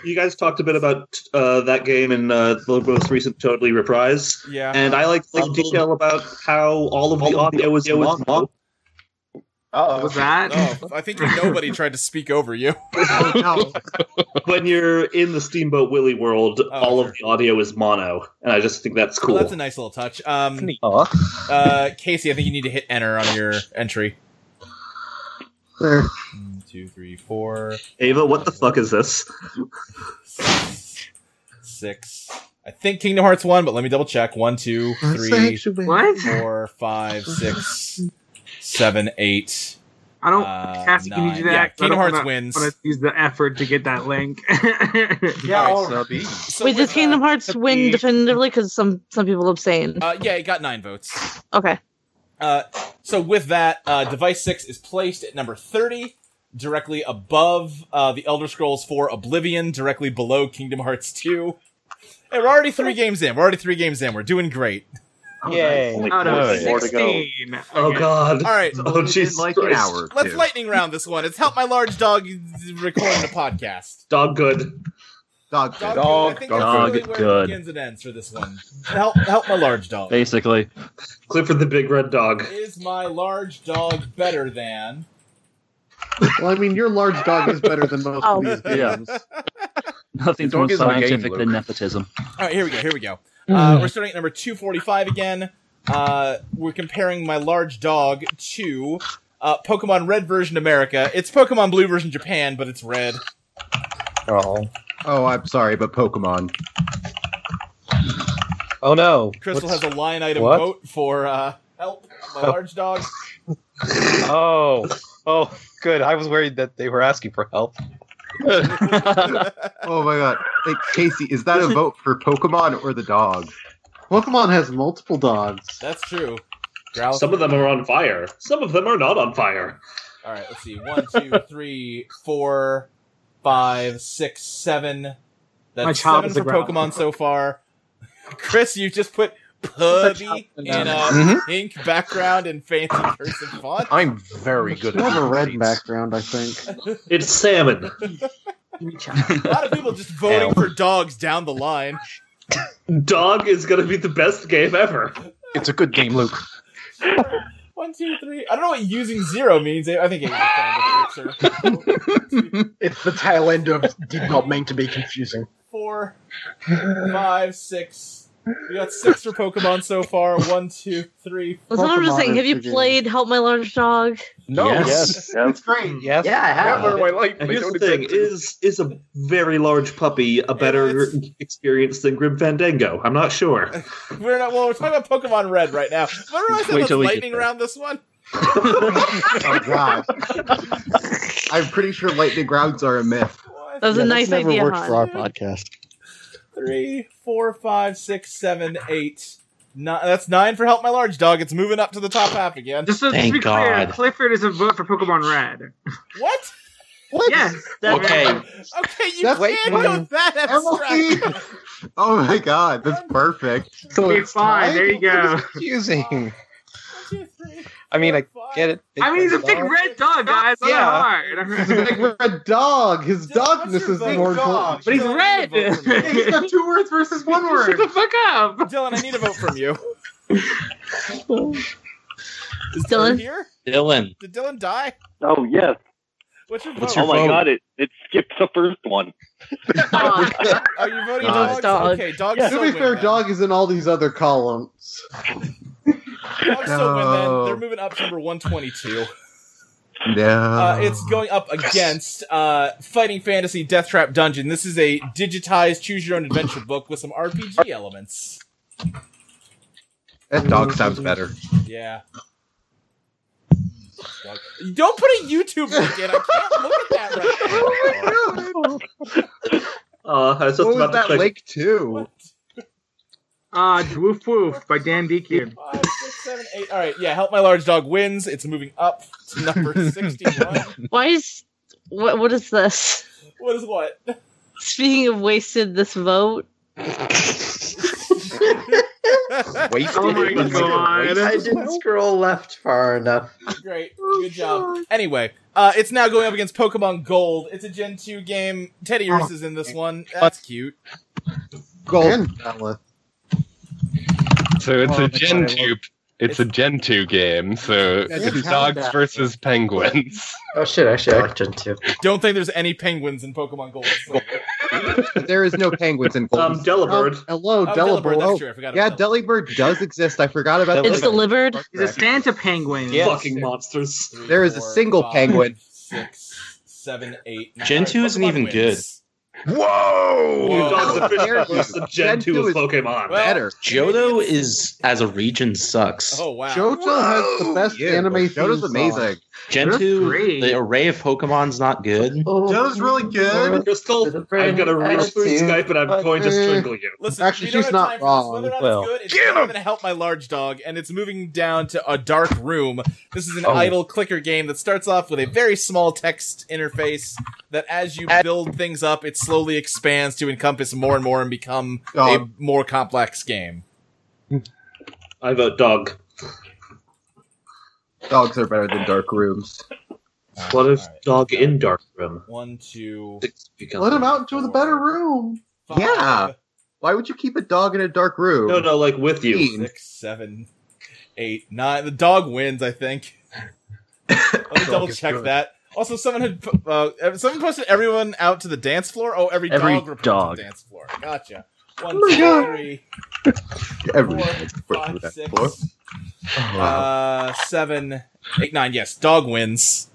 Speaker 9: you guys talked a bit about uh, that game in uh, the most recent totally reprise
Speaker 1: Yeah.
Speaker 9: and i like the detail about how Um, all of the audio was mono.
Speaker 1: Oh,
Speaker 3: was that?
Speaker 1: Oh, I think nobody tried to speak over you.
Speaker 9: when you're in the steamboat willie world all of the audio is mono and i just think that's cool
Speaker 1: Oh, Well, that's a nice little touch. Um, uh, Casey, I think you need to hit enter on your entry.
Speaker 4: There.
Speaker 1: One, two, three, four,
Speaker 9: ava what the fuck is this
Speaker 1: six. I think Kingdom Hearts one, but let me double check. One, two, three,
Speaker 3: What?
Speaker 1: four, five, six, seven, eight.
Speaker 3: I don't.
Speaker 1: Uh,
Speaker 3: Cassie, can you
Speaker 1: nine.
Speaker 3: do
Speaker 1: Yeah,
Speaker 3: that? I
Speaker 1: Kingdom
Speaker 3: don't
Speaker 1: Hearts
Speaker 3: wanna-
Speaker 1: wins.
Speaker 3: wanna use the effort to get that link.
Speaker 1: Yeah,
Speaker 3: All right.
Speaker 6: Wait, does Kingdom Hearts win definitively? Because some some people abstained.
Speaker 1: Uh, yeah, it got nine votes.
Speaker 6: okay.
Speaker 1: Uh, so with that, uh, device six is placed at number thirty, directly above uh, the Elder Scrolls Four: Oblivion, directly below Kingdom Hearts Two. And we're already three games in. We're already three games in. We're doing great.
Speaker 2: Oh,
Speaker 16: Yay.
Speaker 2: Only
Speaker 3: Out of
Speaker 2: close. More to go.
Speaker 3: 16.
Speaker 16: Oh, God.
Speaker 1: All right.
Speaker 16: Oh, Jesus Like an Christ. hour or
Speaker 1: Let's
Speaker 16: two.
Speaker 1: lightning round this one. It's help my large dog recording a podcast.
Speaker 16: Dog good.
Speaker 12: Dog
Speaker 1: Dog, I
Speaker 8: dog,
Speaker 1: think that's really where it
Speaker 8: good.
Speaker 1: begins and ends for this one. Help, help my large dog.
Speaker 8: Basically.
Speaker 9: Clifford the Big Red Dog.
Speaker 1: Is my large dog better than?
Speaker 4: Well, I mean, your large dog is better than most
Speaker 1: Oh.
Speaker 4: of these
Speaker 8: Yeah.
Speaker 4: games.
Speaker 8: Nothing's
Speaker 1: Dog
Speaker 8: more
Speaker 1: is on game,
Speaker 8: scientific
Speaker 1: Luke.
Speaker 8: than nepotism.
Speaker 1: All right, here we go. Here we go. Uh, we're starting at number 245 again. Uh, we're comparing my large dog to uh, Pokemon Red version America. It's Pokemon Blue version Japan, but it's red.
Speaker 12: Oh. Oh, I'm sorry, but Pokemon.
Speaker 16: Oh no.
Speaker 1: Crystal
Speaker 16: What's-
Speaker 1: has a line item
Speaker 16: what?
Speaker 1: vote for uh, help my large dog.
Speaker 16: Oh. Oh, good. I was worried that they were asking for help.
Speaker 12: oh my god. Hey, Casey, is that a vote for Pokemon or the dog?
Speaker 4: Pokemon has multiple dogs.
Speaker 1: That's true.
Speaker 9: Some of them are on fire. Some of them are not on fire.
Speaker 1: All right, let's see. One, two, three, four, five, six, seven. That's
Speaker 3: My child
Speaker 1: seven
Speaker 3: is a
Speaker 1: for
Speaker 3: growl.
Speaker 1: Pokemon so far. Chris, you just put puppy in a
Speaker 9: Mm-hmm.
Speaker 10: Mhm.
Speaker 1: pink background and fancy cursive font.
Speaker 11: I'm very good
Speaker 4: You have a
Speaker 11: at
Speaker 4: red background, I think.
Speaker 9: It's salmon.
Speaker 1: a lot of people just voting for dogs down the line.
Speaker 9: Dog is going to be the best game ever.
Speaker 11: It's a good game, Luke.
Speaker 1: One, two, three. I don't know what using zero means. I think it was kind of a picture.
Speaker 17: It's the tail end of did not mean to be confusing.
Speaker 1: Four, five, six. We got six for Pokemon so far. One, two, three.
Speaker 6: That's what I'm just
Speaker 1: Pokemon
Speaker 6: saying.
Speaker 1: is
Speaker 6: Have
Speaker 1: the
Speaker 6: you
Speaker 1: game.
Speaker 6: played Help My Large Dog?
Speaker 11: No,
Speaker 9: Yes.
Speaker 12: It's great.
Speaker 16: Yes.
Speaker 6: Yeah, I have.
Speaker 16: Never in my life.
Speaker 9: And
Speaker 16: I
Speaker 9: here's
Speaker 16: don't
Speaker 9: the thing:
Speaker 16: intend to.
Speaker 9: is is a very large puppy a better experience than Grim Fandango? I'm not sure.
Speaker 1: We're not. Well, we're talking about Pokemon Red right now. Remember I said
Speaker 9: Wait
Speaker 1: let's
Speaker 9: till we get
Speaker 1: lightning
Speaker 9: there.
Speaker 1: round this one.
Speaker 12: Oh god. I'm pretty sure lightning rounds are a myth.
Speaker 6: That was a nice idea, Han.
Speaker 12: podcast.
Speaker 1: Three, four, five, six, seven, eight. Nine, that's nine for help my large dog. It's moving up to the top half again.
Speaker 3: Just so to be clear, Clifford is a vote for Pokemon Red.
Speaker 1: What?
Speaker 3: Yes.
Speaker 16: Okay.
Speaker 1: Okay, you
Speaker 3: That's-
Speaker 1: can't go that abstract.
Speaker 12: Oh my god, that's perfect.
Speaker 16: So
Speaker 3: Okay, fine. There you go.
Speaker 16: Confusing. I mean, I get it.
Speaker 3: I mean, he's a big
Speaker 16: dog.
Speaker 3: red dog, guys. Not
Speaker 16: Yeah.
Speaker 3: hard.
Speaker 4: He's a big red dog. His dogness is more important.
Speaker 3: But he's red.
Speaker 4: He's got two words versus one
Speaker 3: Shut
Speaker 4: word.
Speaker 3: the fuck up.
Speaker 1: Dylan, I need a vote from you. Is
Speaker 6: Dylan?
Speaker 1: Dylan here?
Speaker 7: Dylan.
Speaker 1: Did Dylan die?
Speaker 2: Oh yes.
Speaker 1: What's your vote?
Speaker 2: oh my god, it, it skipped the first one.
Speaker 1: Are you voting
Speaker 4: God.
Speaker 1: dogs?
Speaker 4: Dog.
Speaker 1: Okay, dogs.
Speaker 4: Yeah,
Speaker 1: still
Speaker 4: to be
Speaker 1: win
Speaker 4: fair,
Speaker 1: then.
Speaker 4: dog is in all these other columns.
Speaker 1: Dogs still win then.
Speaker 4: No.
Speaker 1: They're moving up to number 122.
Speaker 12: No.
Speaker 1: Uh, it's going up against uh, Fighting Fantasy Death Trap Dungeon. This is a digitized choose your own adventure book with some RPG elements.
Speaker 12: That dog sounds better.
Speaker 1: Yeah. Don't put a YouTube link in. I can't look at that right now.
Speaker 9: Uh, I was just
Speaker 12: What was
Speaker 9: about to
Speaker 12: that
Speaker 9: click.
Speaker 12: link too?
Speaker 3: Uh, Woof Woof by Dan Deacon.
Speaker 1: Five, six, seven, eight. oh, All right, yeah. Help my large dog wins. It's moving up to number sixty-one.
Speaker 6: Why is what? What is this?
Speaker 1: what is what?
Speaker 6: Speaking of wasted, this vote.
Speaker 12: Wasted.
Speaker 6: Oh my God.
Speaker 18: I didn't scroll left far enough.
Speaker 1: Great. Good job. Anyway, uh, it's now going up against Pokemon Gold. It's a Gen 2 game. Teddy Ursus is in this one. That's cute.
Speaker 4: Gold.
Speaker 15: So it's
Speaker 4: Oh,
Speaker 15: a
Speaker 4: I
Speaker 15: Gen
Speaker 4: love-
Speaker 15: two. It's a Gen two game. So
Speaker 4: That's
Speaker 15: it's
Speaker 4: how
Speaker 15: dogs
Speaker 4: that-
Speaker 15: versus penguins.
Speaker 18: Oh shit! Actually, I liked it too.
Speaker 1: Don't think there's any penguins in Pokemon Gold. So-
Speaker 12: There is no penguins in Golden.
Speaker 9: Um, Delibird.
Speaker 12: Oh, hello,
Speaker 1: Oh,
Speaker 12: Delibird.
Speaker 1: Delibird, that's
Speaker 12: Oh,
Speaker 1: true, I forgot
Speaker 12: yeah, Delibird does exist. I forgot about
Speaker 6: It's
Speaker 12: Delibird.
Speaker 6: delivered.
Speaker 3: He's a Santa penguin.
Speaker 9: Fucking monsters.
Speaker 12: There is a single penguin.
Speaker 1: Six, seven, eight, nine.
Speaker 7: Gen
Speaker 1: All right,
Speaker 7: 2 isn't
Speaker 1: Pokemon
Speaker 7: even
Speaker 1: wins.
Speaker 7: good.
Speaker 9: Whoa! Dogs of Fish
Speaker 12: There
Speaker 9: versus the Gen 2 is Pokemon.
Speaker 1: Better.
Speaker 7: Johto is as a region sucks.
Speaker 1: Oh, wow.
Speaker 4: Jojo has the best anime theme
Speaker 7: Johto's
Speaker 4: song.
Speaker 7: amazing. Gen
Speaker 4: That's
Speaker 7: 2,
Speaker 4: great.
Speaker 7: the array of Pokemon's not good.
Speaker 8: Oh,
Speaker 4: Jojo's really good.
Speaker 9: Crystal, I'm gonna reach through Skype and I'm going to strangle you.
Speaker 1: Listen,
Speaker 4: Actually,
Speaker 1: we don't
Speaker 4: she's
Speaker 1: have time
Speaker 4: not
Speaker 1: for this.
Speaker 4: wrong.
Speaker 1: Whether or not
Speaker 4: Well.
Speaker 1: it's good, it's not going to help my large dog, and it's moving down to a dark room. This is an
Speaker 4: Oh.
Speaker 1: idle clicker game that starts off with a very small text interface that, as you build things up, it slowly
Speaker 12: Oh.
Speaker 1: expands to encompass more and more and become a
Speaker 12: Dog.
Speaker 1: more complex game.
Speaker 9: I vote dog.
Speaker 12: Dogs are better than dark rooms.
Speaker 9: What if dog in dark room?
Speaker 1: One, two.
Speaker 12: Let him out into the better room. Yeah. Why would you keep a dog in a dark room?
Speaker 9: No, no, like with
Speaker 1: Six, seven, eight, nine. The dog wins, I think. Let me double check that. Also, someone had pu- uh, ev- someone posted everyone out to the dance floor. Oh, every,
Speaker 8: Every
Speaker 1: dog reported
Speaker 8: dog.
Speaker 1: to the dance floor. Gotcha. One,
Speaker 14: Oh my
Speaker 1: two,
Speaker 14: God.
Speaker 1: three,
Speaker 12: Every
Speaker 1: four, five, six, uh, seven, eight, nine. Yes, dog wins.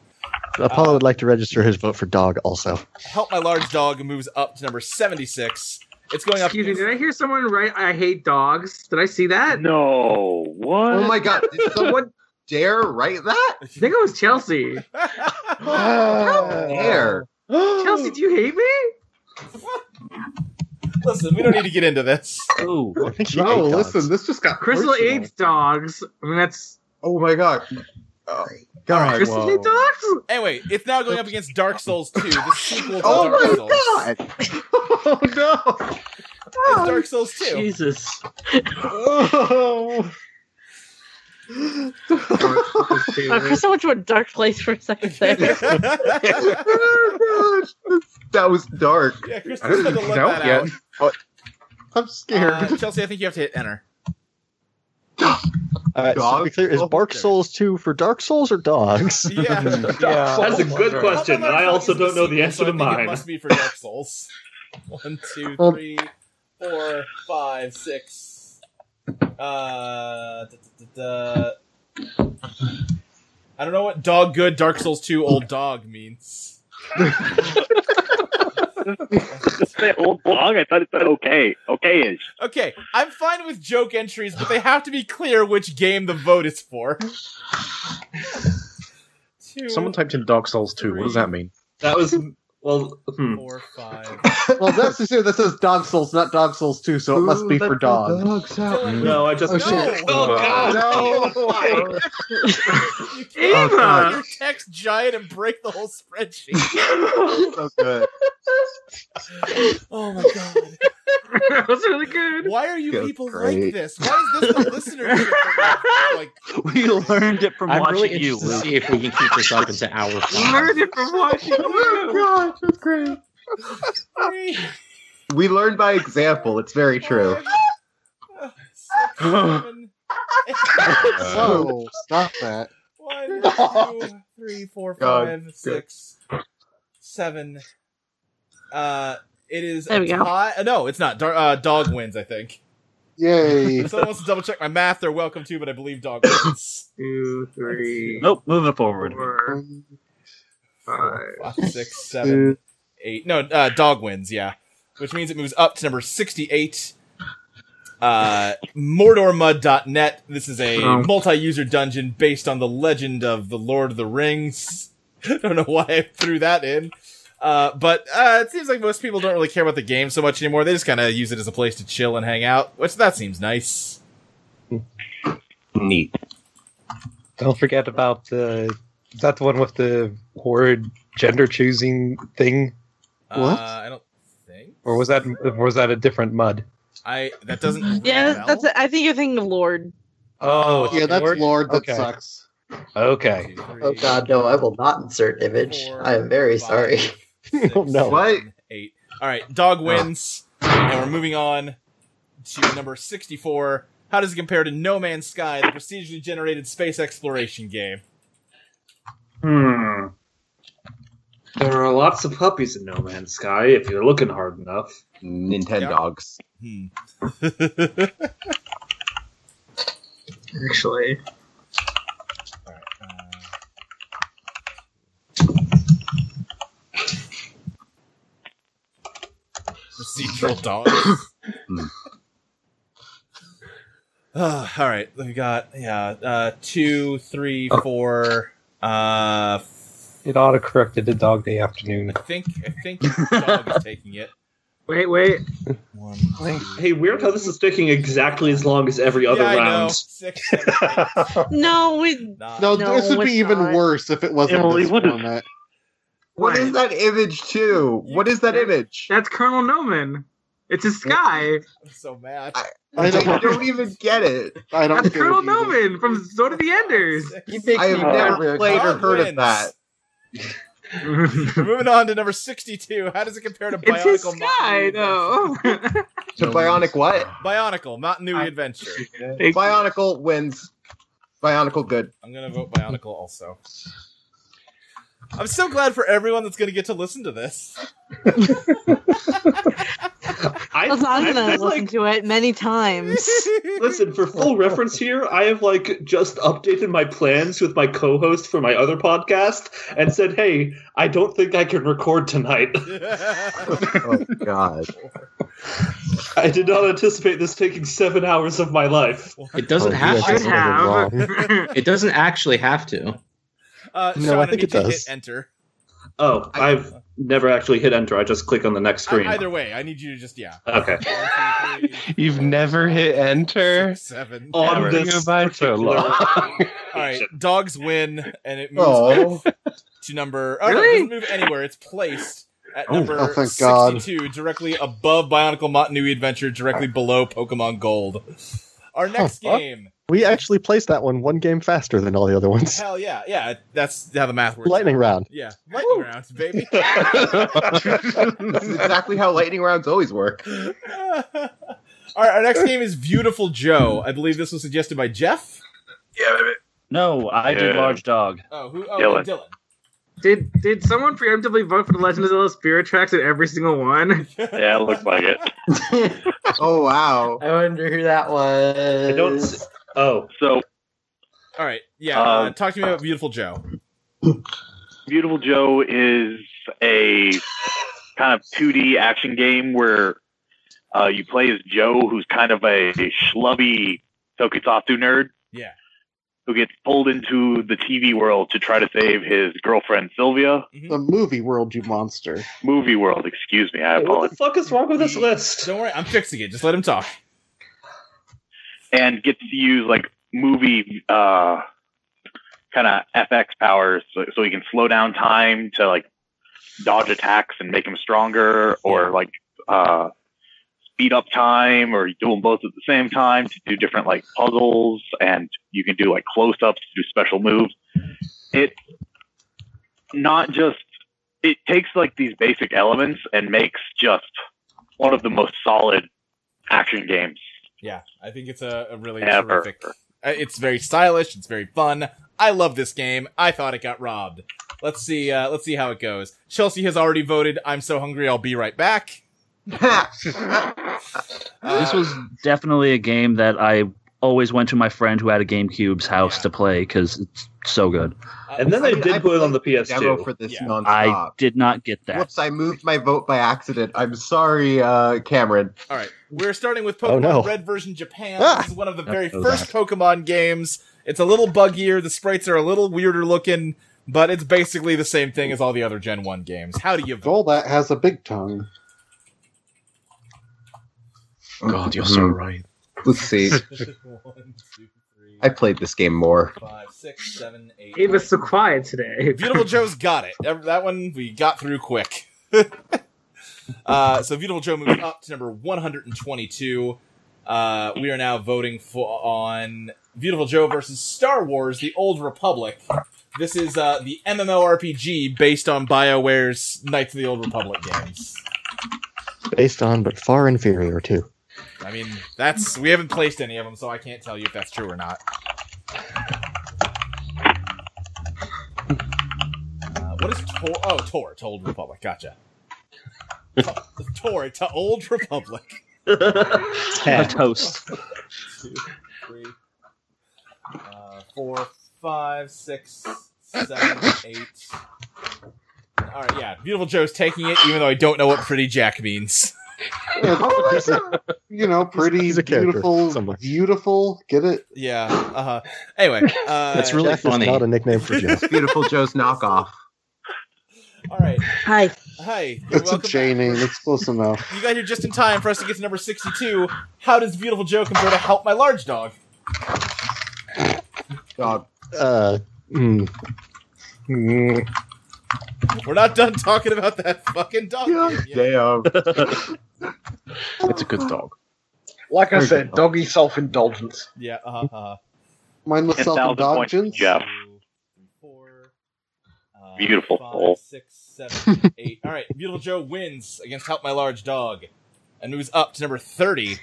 Speaker 10: Apollo would like to register his vote for dog also.
Speaker 1: Help my large dog moves up to number seventy-six. It's going up.
Speaker 3: Excuse me, did I hear someone write I hate dogs? Did I see that?
Speaker 2: No. What?
Speaker 12: Oh my god, did someone dare write that? I
Speaker 3: think it was Chelsea.
Speaker 12: How dare.
Speaker 1: Uh,
Speaker 3: Chelsea, do you hate me?
Speaker 1: Listen, we don't need to get into this.
Speaker 8: Ooh.
Speaker 12: No, listen, this just got
Speaker 3: Crystal
Speaker 12: personal.
Speaker 3: hates dogs. I mean, that's.
Speaker 12: Oh my god. Oh, god.
Speaker 3: Crystal hates dogs?
Speaker 1: Anyway, it's now going up against Dark Souls 2, the sequel to
Speaker 14: Oh
Speaker 1: Dark
Speaker 14: my
Speaker 1: Souls. Oh no! It's Dark Souls 2.
Speaker 8: Jesus.
Speaker 14: Oh.
Speaker 6: I for so much more dark place for a second there.
Speaker 12: oh, gosh. That was dark.
Speaker 1: Yeah, Crystal's gonna let that out.
Speaker 12: Oh, I'm scared.
Speaker 1: Uh, Chelsea, I think you have to hit enter.
Speaker 10: Uh, so to be clear, is Bark Souls 2 for Dark Souls or dogs?
Speaker 1: Yeah.
Speaker 10: Oh
Speaker 9: That's a good question. I also don't know the answer
Speaker 1: So I
Speaker 9: to
Speaker 1: think it
Speaker 9: mine.
Speaker 1: must be for Dark Souls. One, two,
Speaker 10: Um,
Speaker 1: three, four, five, six. Uh, da, da, da, da. I don't know what dog good Dark Souls 2 old dog means.
Speaker 2: Just say old dog. I thought it said okay. Okay ish.
Speaker 1: Okay, I'm fine with joke entries, but they have to be clear which game the vote is for. Two,
Speaker 11: Someone typed in Dark Souls 2. What does that mean?
Speaker 9: That was well. hmm.
Speaker 1: four, five.
Speaker 4: well, that's just here. That says Dog Souls, not Dog Souls 2, so it must be for dog.
Speaker 9: No, I just.
Speaker 4: Oh, shit.
Speaker 9: Oh, God.
Speaker 12: Oh
Speaker 14: No.
Speaker 1: You can't
Speaker 4: Oh,
Speaker 1: make
Speaker 4: God.
Speaker 1: your text giant and break the whole spreadsheet.
Speaker 12: so good.
Speaker 1: oh my god.
Speaker 3: that was really good.
Speaker 1: Why are you
Speaker 14: That's
Speaker 1: people like
Speaker 14: great.
Speaker 1: this? Why is this the listenership? like,
Speaker 8: We learned it from
Speaker 7: I'm
Speaker 8: watching
Speaker 7: really
Speaker 8: you.
Speaker 7: interested to
Speaker 8: Luke.
Speaker 7: see if we can keep this up into hour
Speaker 3: You
Speaker 7: five.
Speaker 3: learned it from watching.
Speaker 12: oh, god, that's great. We learn by example. It's very
Speaker 1: Oh
Speaker 12: true.
Speaker 4: So,
Speaker 12: Oh,
Speaker 4: stop that.
Speaker 1: One, two, three, four,
Speaker 4: God.
Speaker 1: five, six, seven. Uh, it is
Speaker 6: There
Speaker 1: a
Speaker 6: we go.
Speaker 1: tie- uh, No, it's not. Dar- uh, dog wins, I think.
Speaker 4: Yay.
Speaker 1: If someone wants to double check my math, they're welcome to, but I believe dog wins.
Speaker 3: Two, three,
Speaker 8: Nope, moving forward.
Speaker 3: four,
Speaker 1: Five, six, seven, eight. No, uh, dog wins. Yeah, which means it moves up to number sixty-eight. Uh, MordorMud.net. This is a
Speaker 14: Oh.
Speaker 1: multi-user dungeon based on the legend of the Lord of the Rings. don't know why I threw that in. Uh, but uh, it seems like most people don't really care about the game so much anymore. They just kind of use it as a place to chill and hang out, which that seems nice.
Speaker 12: Neat.
Speaker 16: Don't forget about the is that the one with the horrid gender choosing thing,
Speaker 1: Uh, I don't think
Speaker 16: or was that or was that a different mud?
Speaker 1: I that doesn't.
Speaker 6: Yeah, that's. I think you're thinking of Lord.
Speaker 16: Oh, it's
Speaker 4: yeah, that's
Speaker 16: Lord?
Speaker 4: Lord. That
Speaker 16: Okay.
Speaker 4: sucks.
Speaker 16: Okay.
Speaker 18: Oh god, no, I will not insert image. I am very sorry.
Speaker 16: oh no.
Speaker 12: What?
Speaker 1: eight. All right, dog wins, and we're moving on to number sixty-four. How does it compare to No Man's Sky, the procedurally generated space exploration game?
Speaker 9: Hmm. There are lots of puppies in No Man's Sky if you're looking hard enough.
Speaker 12: Nintendo
Speaker 1: Yeah.
Speaker 12: dogs.
Speaker 1: Hmm.
Speaker 3: actually.
Speaker 1: Procedural dogs. Uh, all right, we got yeah, uh, two, three, four. Uh,
Speaker 16: It auto corrected the dog day afternoon.
Speaker 1: I think I think dog is taking it.
Speaker 3: Wait, wait.
Speaker 9: Hey, weird how this is taking exactly as long as every other
Speaker 1: yeah, I know.
Speaker 9: round.
Speaker 1: Six, seven, eight.
Speaker 6: No, we.
Speaker 4: No, this would be even worse if it wasn't
Speaker 12: Emily,
Speaker 4: this
Speaker 12: what is-
Speaker 4: format.
Speaker 12: What is that image too? What is that image?
Speaker 3: That's Colonel Noman. It's a sky.
Speaker 1: I'm so mad.
Speaker 4: I
Speaker 12: I
Speaker 4: don't-
Speaker 12: don't even get it.
Speaker 4: I don't
Speaker 3: That's Colonel Noman from Sword of the Enders.
Speaker 12: You make I have me never played or heard of that.
Speaker 1: Moving on to number 62. How does it compare to
Speaker 3: It's his
Speaker 1: Bionicle
Speaker 3: sky, though.
Speaker 12: To Bionic what?
Speaker 1: Bionicle, Mountain Dew Adventure.
Speaker 12: Bionicle wins. Bionicle good.
Speaker 1: I'm gonna vote Bionicle also. I'm so glad for everyone that's going to get to listen to this.
Speaker 9: I,
Speaker 6: Listen, I'm
Speaker 9: I-
Speaker 6: gonna
Speaker 9: I,
Speaker 6: listen
Speaker 9: like,
Speaker 6: to it many times.
Speaker 9: listen, for full reference here, I have like just updated my plans with my co-host for my other podcast and said, "Hey, I don't think I can record tonight."
Speaker 12: oh God!
Speaker 9: I did not anticipate this taking seven hours of my life.
Speaker 7: It
Speaker 12: Oh,
Speaker 1: Oh,
Speaker 7: doesn't have to. it doesn't actually have to.
Speaker 1: Uh,
Speaker 7: No,
Speaker 1: Sean,
Speaker 7: I think
Speaker 1: need
Speaker 7: it
Speaker 1: you to
Speaker 7: does.
Speaker 1: Hit enter.
Speaker 9: Oh, I've never actually hit enter. I just click on the next
Speaker 1: I-
Speaker 9: screen.
Speaker 1: either way, I need you to just yeah.
Speaker 9: Okay.
Speaker 15: You've never hit enter
Speaker 1: seven
Speaker 9: On
Speaker 15: Never.
Speaker 9: this
Speaker 15: Go by so long.
Speaker 1: All right, dogs win, and it
Speaker 15: Aw.
Speaker 1: moves up to number. Oh, no, it doesn't move anywhere. It's placed at
Speaker 4: Oh,
Speaker 1: number
Speaker 4: oh, thank God.
Speaker 1: sixty-two, directly above Bionicle Montanui Adventure, directly below Pokemon Gold. Our next
Speaker 10: Huh.
Speaker 1: game,
Speaker 10: We actually placed that one one game faster than all the other ones.
Speaker 1: hell yeah, yeah, that's how the math works.
Speaker 10: Lightning round.
Speaker 1: Yeah, lightning round, baby.
Speaker 12: This is exactly how lightning rounds always work.
Speaker 1: All right, our next game is Beautiful Joe. I believe this was suggested by Jeff.
Speaker 9: Yeah,
Speaker 8: No, I did
Speaker 1: Yeah.
Speaker 8: Large Dog.
Speaker 1: Oh, who? Oh,
Speaker 8: Dylan.
Speaker 1: Dylan.
Speaker 3: Did did someone preemptively vote for the Legend of Zelda Spirit tracks in every single one?
Speaker 2: Yeah, it looked like it.
Speaker 12: oh wow!
Speaker 18: I wonder who that was.
Speaker 10: Uh,
Speaker 1: I don't-
Speaker 9: Oh,
Speaker 2: so
Speaker 1: All right, yeah. uh,
Speaker 2: Um,
Speaker 1: talk to me about Beautiful Joe.
Speaker 2: Beautiful Joe is a kind of 2D action game where uh, you play as Joe, who's kind of a schlubby tokusatsu nerd
Speaker 1: Yeah.
Speaker 2: who gets pulled into the TV world to try to save his girlfriend Sylvia.
Speaker 1: Mm-hmm.
Speaker 10: The movie world, you monster.
Speaker 2: Movie world, excuse me, I
Speaker 9: What
Speaker 2: apologize.
Speaker 9: the fuck is wrong with this list?
Speaker 1: Don't worry, I'm fixing it. Just let him talk.
Speaker 2: and gets to use like movie uh, kind of FX powers, so, so he can slow down time to like dodge attacks and make him stronger, or like uh, speed up time, or you do them both at the same time to do different like puzzles, and you can do like close ups to do special moves. It's not just it takes like these basic elements and makes just one of the most solid action games
Speaker 1: Yeah, I think it's a, a really
Speaker 2: Ever.
Speaker 1: terrific. uh, It's very stylish. It's very fun. I love this game. I thought it got robbed. Let's see. Uh, let's see how it goes. Chelsea has already voted. I'm so hungry. I'll be right back.
Speaker 8: this was definitely a game that I always went to my friend who had a GameCube's house to play because it's so good.
Speaker 1: Uh,
Speaker 9: And then they did put it on the
Speaker 12: demo
Speaker 9: PS2.
Speaker 12: for this
Speaker 8: I
Speaker 12: nonstop.
Speaker 8: did not get that.
Speaker 12: Whoops! I moved my vote by accident. I'm sorry, uh, Cameron.
Speaker 1: All right, we're starting with Pokemon
Speaker 12: Oh, no.
Speaker 1: Red version Japan.
Speaker 12: Ah!
Speaker 1: This is one of the
Speaker 12: Yep,
Speaker 1: very
Speaker 12: that was
Speaker 1: first Pokemon games. It's a little buggier. The sprites are a little weirder looking, but it's basically the same thing as all the other Gen One games. How do you vote?
Speaker 4: Golbat has a big tongue.
Speaker 11: God, you're so
Speaker 12: Mhm.
Speaker 11: right.
Speaker 12: Let's see. I played this game more.
Speaker 3: He was so quiet today.
Speaker 1: Beautiful Joe's got it. That that one we got through quick. uh, so Beautiful Joe moves up to number 122. Uh, we are now voting for on Beautiful Joe versus Star Wars: The Old Republic. This is uh, the MMORPG based on BioWare's Knights of the Old Republic games.
Speaker 10: Based on, but far inferior to.
Speaker 1: I mean, that's we haven't placed any of them, so I can't tell you if that's true or not. Uh, what is Tor? Oh, Tor to Old Republic. Gotcha. To- Tor to Old Republic.
Speaker 8: A toast.
Speaker 1: Two, three, uh, four, five, six, seven, eight. All right, yeah. Beautiful Joe's taking it, even though I don't know what Pretty Jack means.
Speaker 4: He's a- you know, pretty
Speaker 10: he's a character
Speaker 4: beautiful, beautiful. Get it?
Speaker 1: Yeah. Uh-huh. Anyway, uh,
Speaker 10: That's really Jeff is funny. not a nickname for Jeff.
Speaker 12: Beautiful Joe's knockoff.
Speaker 1: All right.
Speaker 6: Hi.
Speaker 1: Hi. You're
Speaker 4: It's a
Speaker 1: welcome.
Speaker 4: J name. It's close enough.
Speaker 1: You got here just in time for us to get to number 62. How does Beautiful Joe compare to Help My Large Dog?
Speaker 12: God.
Speaker 10: Uh, mm. Mm.
Speaker 1: We're not done talking about that fucking dog. game yet.
Speaker 12: Damn.
Speaker 11: It's a good dog.
Speaker 13: Like I said, doggy self indulgence.
Speaker 1: Yeah. Uh, uh,
Speaker 4: Mindless
Speaker 1: 10,000
Speaker 4: self
Speaker 1: points,
Speaker 4: indulgence.
Speaker 2: Jeff.
Speaker 1: uh,
Speaker 2: Beautiful soul.
Speaker 1: seven, eight. All right, Beautiful Joe wins against Help My Large Dog, and moves up to number thirty.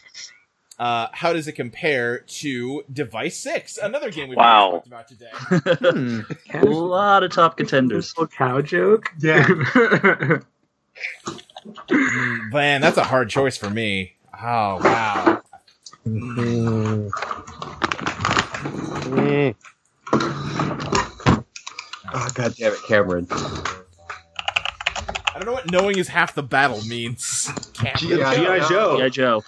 Speaker 1: Uh, how does it compare to Device Six, another game we've
Speaker 8: Wow.
Speaker 1: talked about today?
Speaker 8: A lot of top contenders.
Speaker 3: cow joke.
Speaker 1: Yeah. Man, that's a hard choice for me. Oh wow.
Speaker 12: Oh, God damn it, Cameron.
Speaker 1: I don't know what knowing is half the battle means.
Speaker 9: G.I. Joe.
Speaker 8: G.I. Joe.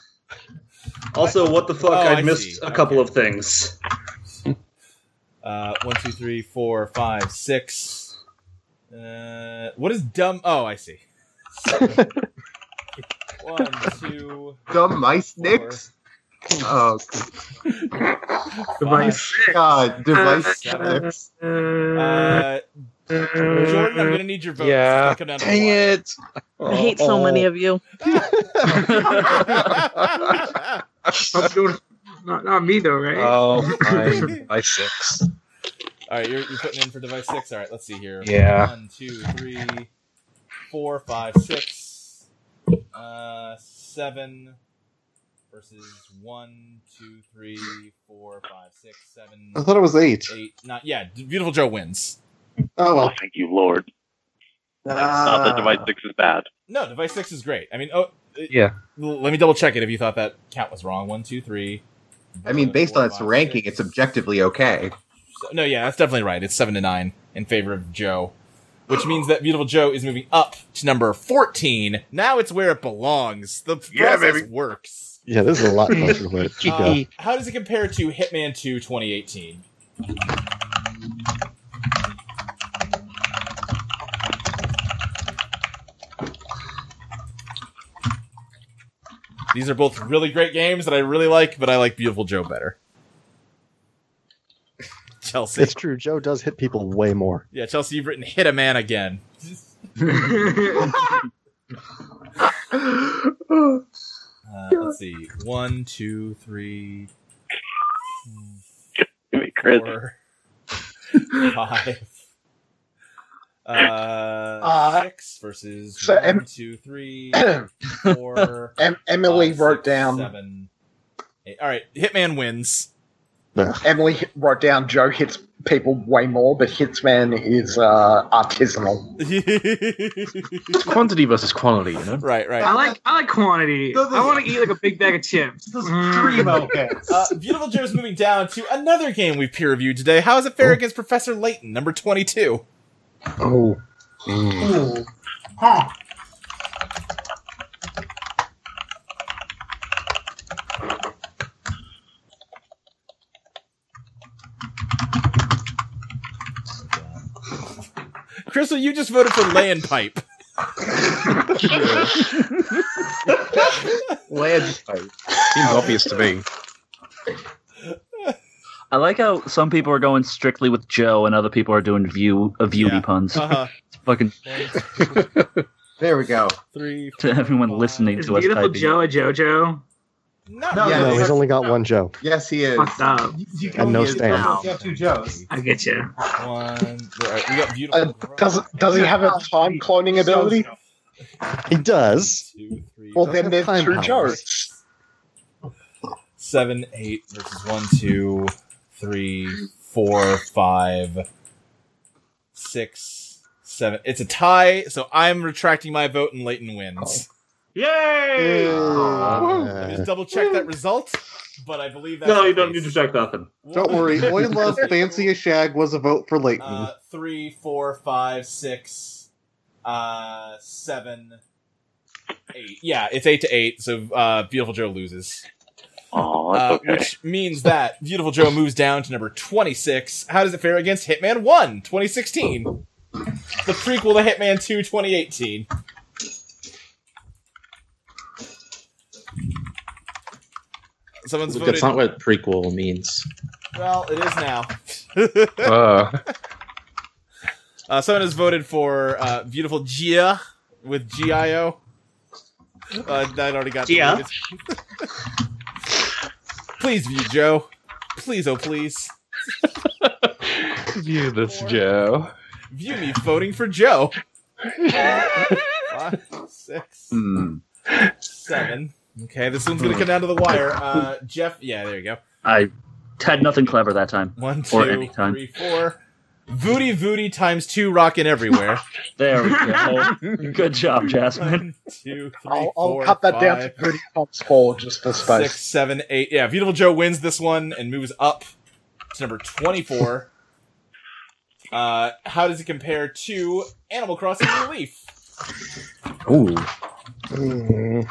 Speaker 9: Also, what the fuck?
Speaker 1: Oh, I
Speaker 9: I missed
Speaker 1: see.
Speaker 9: a couple of things.
Speaker 1: Uh, one, two, three, four, five, six. Uh, what is dumb? Oh, I see. one, two,
Speaker 12: Dumb mice nicks? Oh,
Speaker 1: Device
Speaker 12: God, Uh, device
Speaker 1: Seven.
Speaker 12: nicks.
Speaker 1: Uh, Jordan, I'm gonna need your vote.
Speaker 16: Yeah.
Speaker 1: Come down to
Speaker 16: Dang
Speaker 1: one.
Speaker 16: it.
Speaker 4: Oh,
Speaker 6: I hate so many of you.
Speaker 3: not, not me though, right?
Speaker 16: Oh, my, my six.
Speaker 1: All right, you're, you're putting in for device six. All right, let's see here.
Speaker 16: Yeah.
Speaker 1: One, two, three, four, five, six, uh, seven versus one, two, three, four, five, six, seven.
Speaker 4: I thought it was eight.
Speaker 1: Eight. Not yeah. Beautiful Joe wins.
Speaker 4: Oh well. Ah.
Speaker 2: Thank you, Lord. Not
Speaker 1: Uh-huh.
Speaker 2: that Divide Six is bad.
Speaker 1: No, device six is great. I mean, oh, it-
Speaker 12: Yeah.
Speaker 1: l- Let me double check it if you thought that count was wrong. One, two, three.
Speaker 12: I mean, based on its ranking, it's objectively okay.
Speaker 1: So- no, yeah, that's definitely right. It's seven to nine in favor of Joe, which means that Beautiful Joe is moving up to number fourteen. Now it's where it belongs. The
Speaker 10: Yeah,
Speaker 1: process
Speaker 10: baby.
Speaker 1: works.
Speaker 10: Yeah, this is a lot closer to what it should
Speaker 1: Uh,
Speaker 10: go.
Speaker 1: how does it compare to Hitman 2 2018? These are both really great games that I really like, but I like Beautiful Joe better. Chelsea.
Speaker 10: It's true. Joe does hit people way more.
Speaker 1: Yeah, Chelsea, you've written Hit a Man again. Uh, let's see. One, two, three, four, five, uh,
Speaker 13: Uh,
Speaker 1: six versus
Speaker 13: so
Speaker 1: one,
Speaker 13: em-
Speaker 1: two, three, four,
Speaker 13: Em- Emily
Speaker 1: five,
Speaker 13: wrote
Speaker 1: six,
Speaker 13: down.
Speaker 1: seven, eight. All right, Hitman wins.
Speaker 13: Emily hit- wrote down Joe hits people way more, but Hitsman is uh, artisanal.
Speaker 11: It's quantity versus quality, you know?
Speaker 1: Right, right.
Speaker 3: I like I like quantity.
Speaker 1: So this-
Speaker 3: I want to eat like a big bag of chips. Ah.
Speaker 1: Uh, Beautiful Joe's moving down to another game we peer reviewed today. How is it fair against Professor Layton, number 22?
Speaker 10: Oh.
Speaker 1: Crystal, you just voted for Layin Pipe.
Speaker 12: Land
Speaker 9: Seems obvious to me.
Speaker 8: I like how some people are going strictly with Joe, and other people are doing view uh, beauty puns.
Speaker 1: Uh-huh.
Speaker 8: It's fucking
Speaker 12: There we go.
Speaker 1: Three.
Speaker 8: to everyone listening
Speaker 3: Is
Speaker 8: to us
Speaker 3: beautiful
Speaker 8: typing.
Speaker 3: Joe a JoJo?
Speaker 12: No,
Speaker 10: no,
Speaker 12: yes,
Speaker 10: he's only got one Joe.
Speaker 12: yes, he is.
Speaker 3: Fucked up.
Speaker 10: And no stand.
Speaker 12: have two Joes.
Speaker 3: I get you.
Speaker 1: One. all right, we got Beautiful.
Speaker 13: Uh, does does he have a time cloning ability?
Speaker 10: He does.
Speaker 13: Well, then there's
Speaker 10: Time
Speaker 13: two
Speaker 10: powers.
Speaker 13: Joes.
Speaker 1: seven, eight versus one, two, three, four, five, six, seven. It's a tie, so I'm retracting my vote and Leighton wins.
Speaker 9: Oh. Yay!
Speaker 1: Let me just double check that result, but I believe that
Speaker 9: No, you don't need to check nothing.
Speaker 4: Don't worry. Oi Love Fancy as Shag was a vote for Leighton.
Speaker 1: uh, three, four, five, six, uh, seven, eight. Yeah, it's eight to eight. So uh, Beautiful Joe loses.
Speaker 2: Oh, that's
Speaker 1: Uh,
Speaker 2: okay.
Speaker 1: Which means that Beautiful Joe moves down to number 26. How does it fare against Hitman 1 2016? The prequel to Hitman 2 2018. Someone's voted.
Speaker 7: That's not what prequel means.
Speaker 1: well, it is now.
Speaker 7: Uh,
Speaker 1: Uh, someone has voted for uh, Beautiful Gia with G I O. Uh, that already got
Speaker 8: Gia.
Speaker 1: deleted. Please view Joe. Please, oh please.
Speaker 15: View this, Joe.
Speaker 1: View me voting for Joe. Five, six,
Speaker 8: Hmm.
Speaker 1: seven. Okay, this one's gonna come down to the wire. Uh, Jeff, yeah, there you go.
Speaker 8: I had nothing clever that time.
Speaker 1: One,
Speaker 8: or
Speaker 1: two,
Speaker 8: any time.
Speaker 1: three, four. Voodie Voodie times two rockin' everywhere.
Speaker 8: there we go. Good job, Jasmine.
Speaker 1: Two, three,
Speaker 13: I'll, I'll
Speaker 1: four,
Speaker 13: cut that down
Speaker 1: five,
Speaker 13: to pretty pumps four just for space.
Speaker 1: six, seven, eight. Yeah, Beautiful Joe wins this one and moves up to number twenty-four. Uh, how does it compare to Animal Crossing New Leaf?
Speaker 11: Ooh.
Speaker 4: Mm.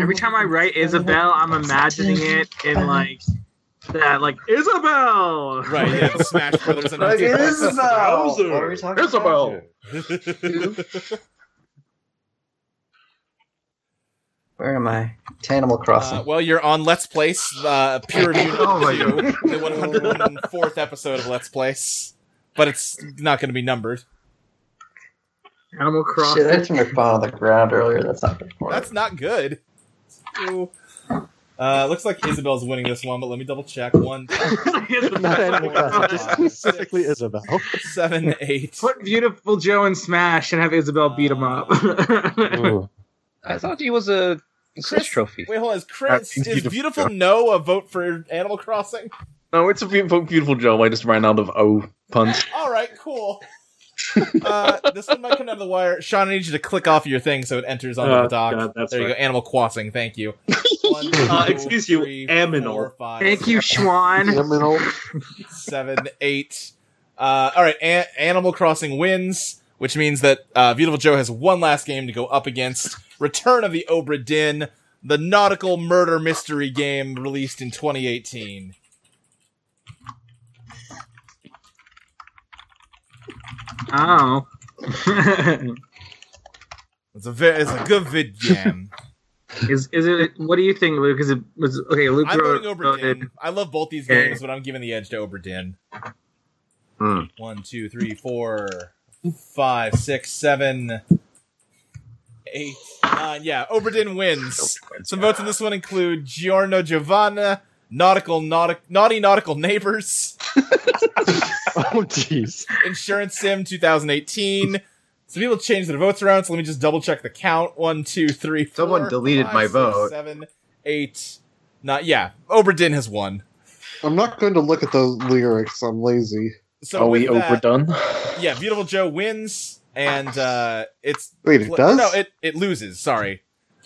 Speaker 3: Every time I write Isabel, I'm imagining it in like that, like Isabel.
Speaker 1: Right. Yeah. The Smash Brothers. and
Speaker 3: Like, Isabel! What are we talking
Speaker 11: Isabel.
Speaker 18: Where am I? To Animal Crossing.
Speaker 1: Uh, well, you're on Let's Place, uh, peer review
Speaker 18: Oh my
Speaker 1: number two, the 104th episode of Let's Place, but it's not going to be numbered.
Speaker 3: Animal
Speaker 18: Shit, I threw my phone on the ground earlier. That's not good.
Speaker 1: That's not good. Ooh. Uh, looks like Isabel's winning this one, but let me double check. One,
Speaker 10: Not Animal Crossing, just specifically Isabel.
Speaker 1: seven, eight.
Speaker 3: Put Beautiful Joe in Smash and have Isabel beat him up.
Speaker 16: I thought he was a Chris trophy.
Speaker 1: Wait, hold on. Is Chris
Speaker 11: That's
Speaker 1: is
Speaker 11: beautiful.
Speaker 1: beautiful no a vote for Animal Crossing?
Speaker 11: No, it's a beautiful, beautiful Joe. I just ran out of O puns.
Speaker 1: All right, cool. uh, this one might come down to the wire. Sean, I need you to click off your thing so it enters onto
Speaker 11: Oh,
Speaker 1: the dock.
Speaker 11: God, that's
Speaker 1: there you go.
Speaker 11: right.
Speaker 1: Animal Crossing. Thank you. One,
Speaker 9: Uh,
Speaker 1: two,
Speaker 9: excuse you,
Speaker 1: three,
Speaker 9: Aminal.
Speaker 1: five,
Speaker 3: Thank you, Schwan.
Speaker 1: seven, eight. Uh, all right, A- Animal Crossing wins, which means that uh, Beautiful Joe has one last game to go up against Return of the Obra Dinn, the nautical murder mystery game released in 2018.
Speaker 3: Oh.
Speaker 1: It's a ve- it's a good vid game.
Speaker 3: is is it? What do you think, Luke? Is it was okay? Luke
Speaker 1: I'm
Speaker 3: wrote,
Speaker 1: voting Obra Dinn. I love both these
Speaker 3: Okay.
Speaker 1: games, but I'm giving the edge to Obra Dinn.
Speaker 12: Hmm.
Speaker 1: One, two, three, four, five, six, seven, eight, nine. Yeah, Oberdin wins. Some votes in this one include Giorno Giovanna, Nautical Nautic, Naughty Nautical Neighbors,
Speaker 10: Oh, jeez.
Speaker 1: Insurance Sim 2018. Some people changed their votes around, so let me just double check the count. One, two, three, four.
Speaker 12: Someone deleted
Speaker 1: five,
Speaker 12: my
Speaker 1: six,
Speaker 12: vote.
Speaker 1: Seven, eight. Not yeah. Oberdin has won.
Speaker 4: I'm not going to look at the lyrics. I'm lazy.
Speaker 1: So Are we with that-
Speaker 11: overdone?
Speaker 1: yeah, Beautiful Joe wins, and uh, it's
Speaker 4: Wait, it does?
Speaker 1: No, it it loses. Sorry,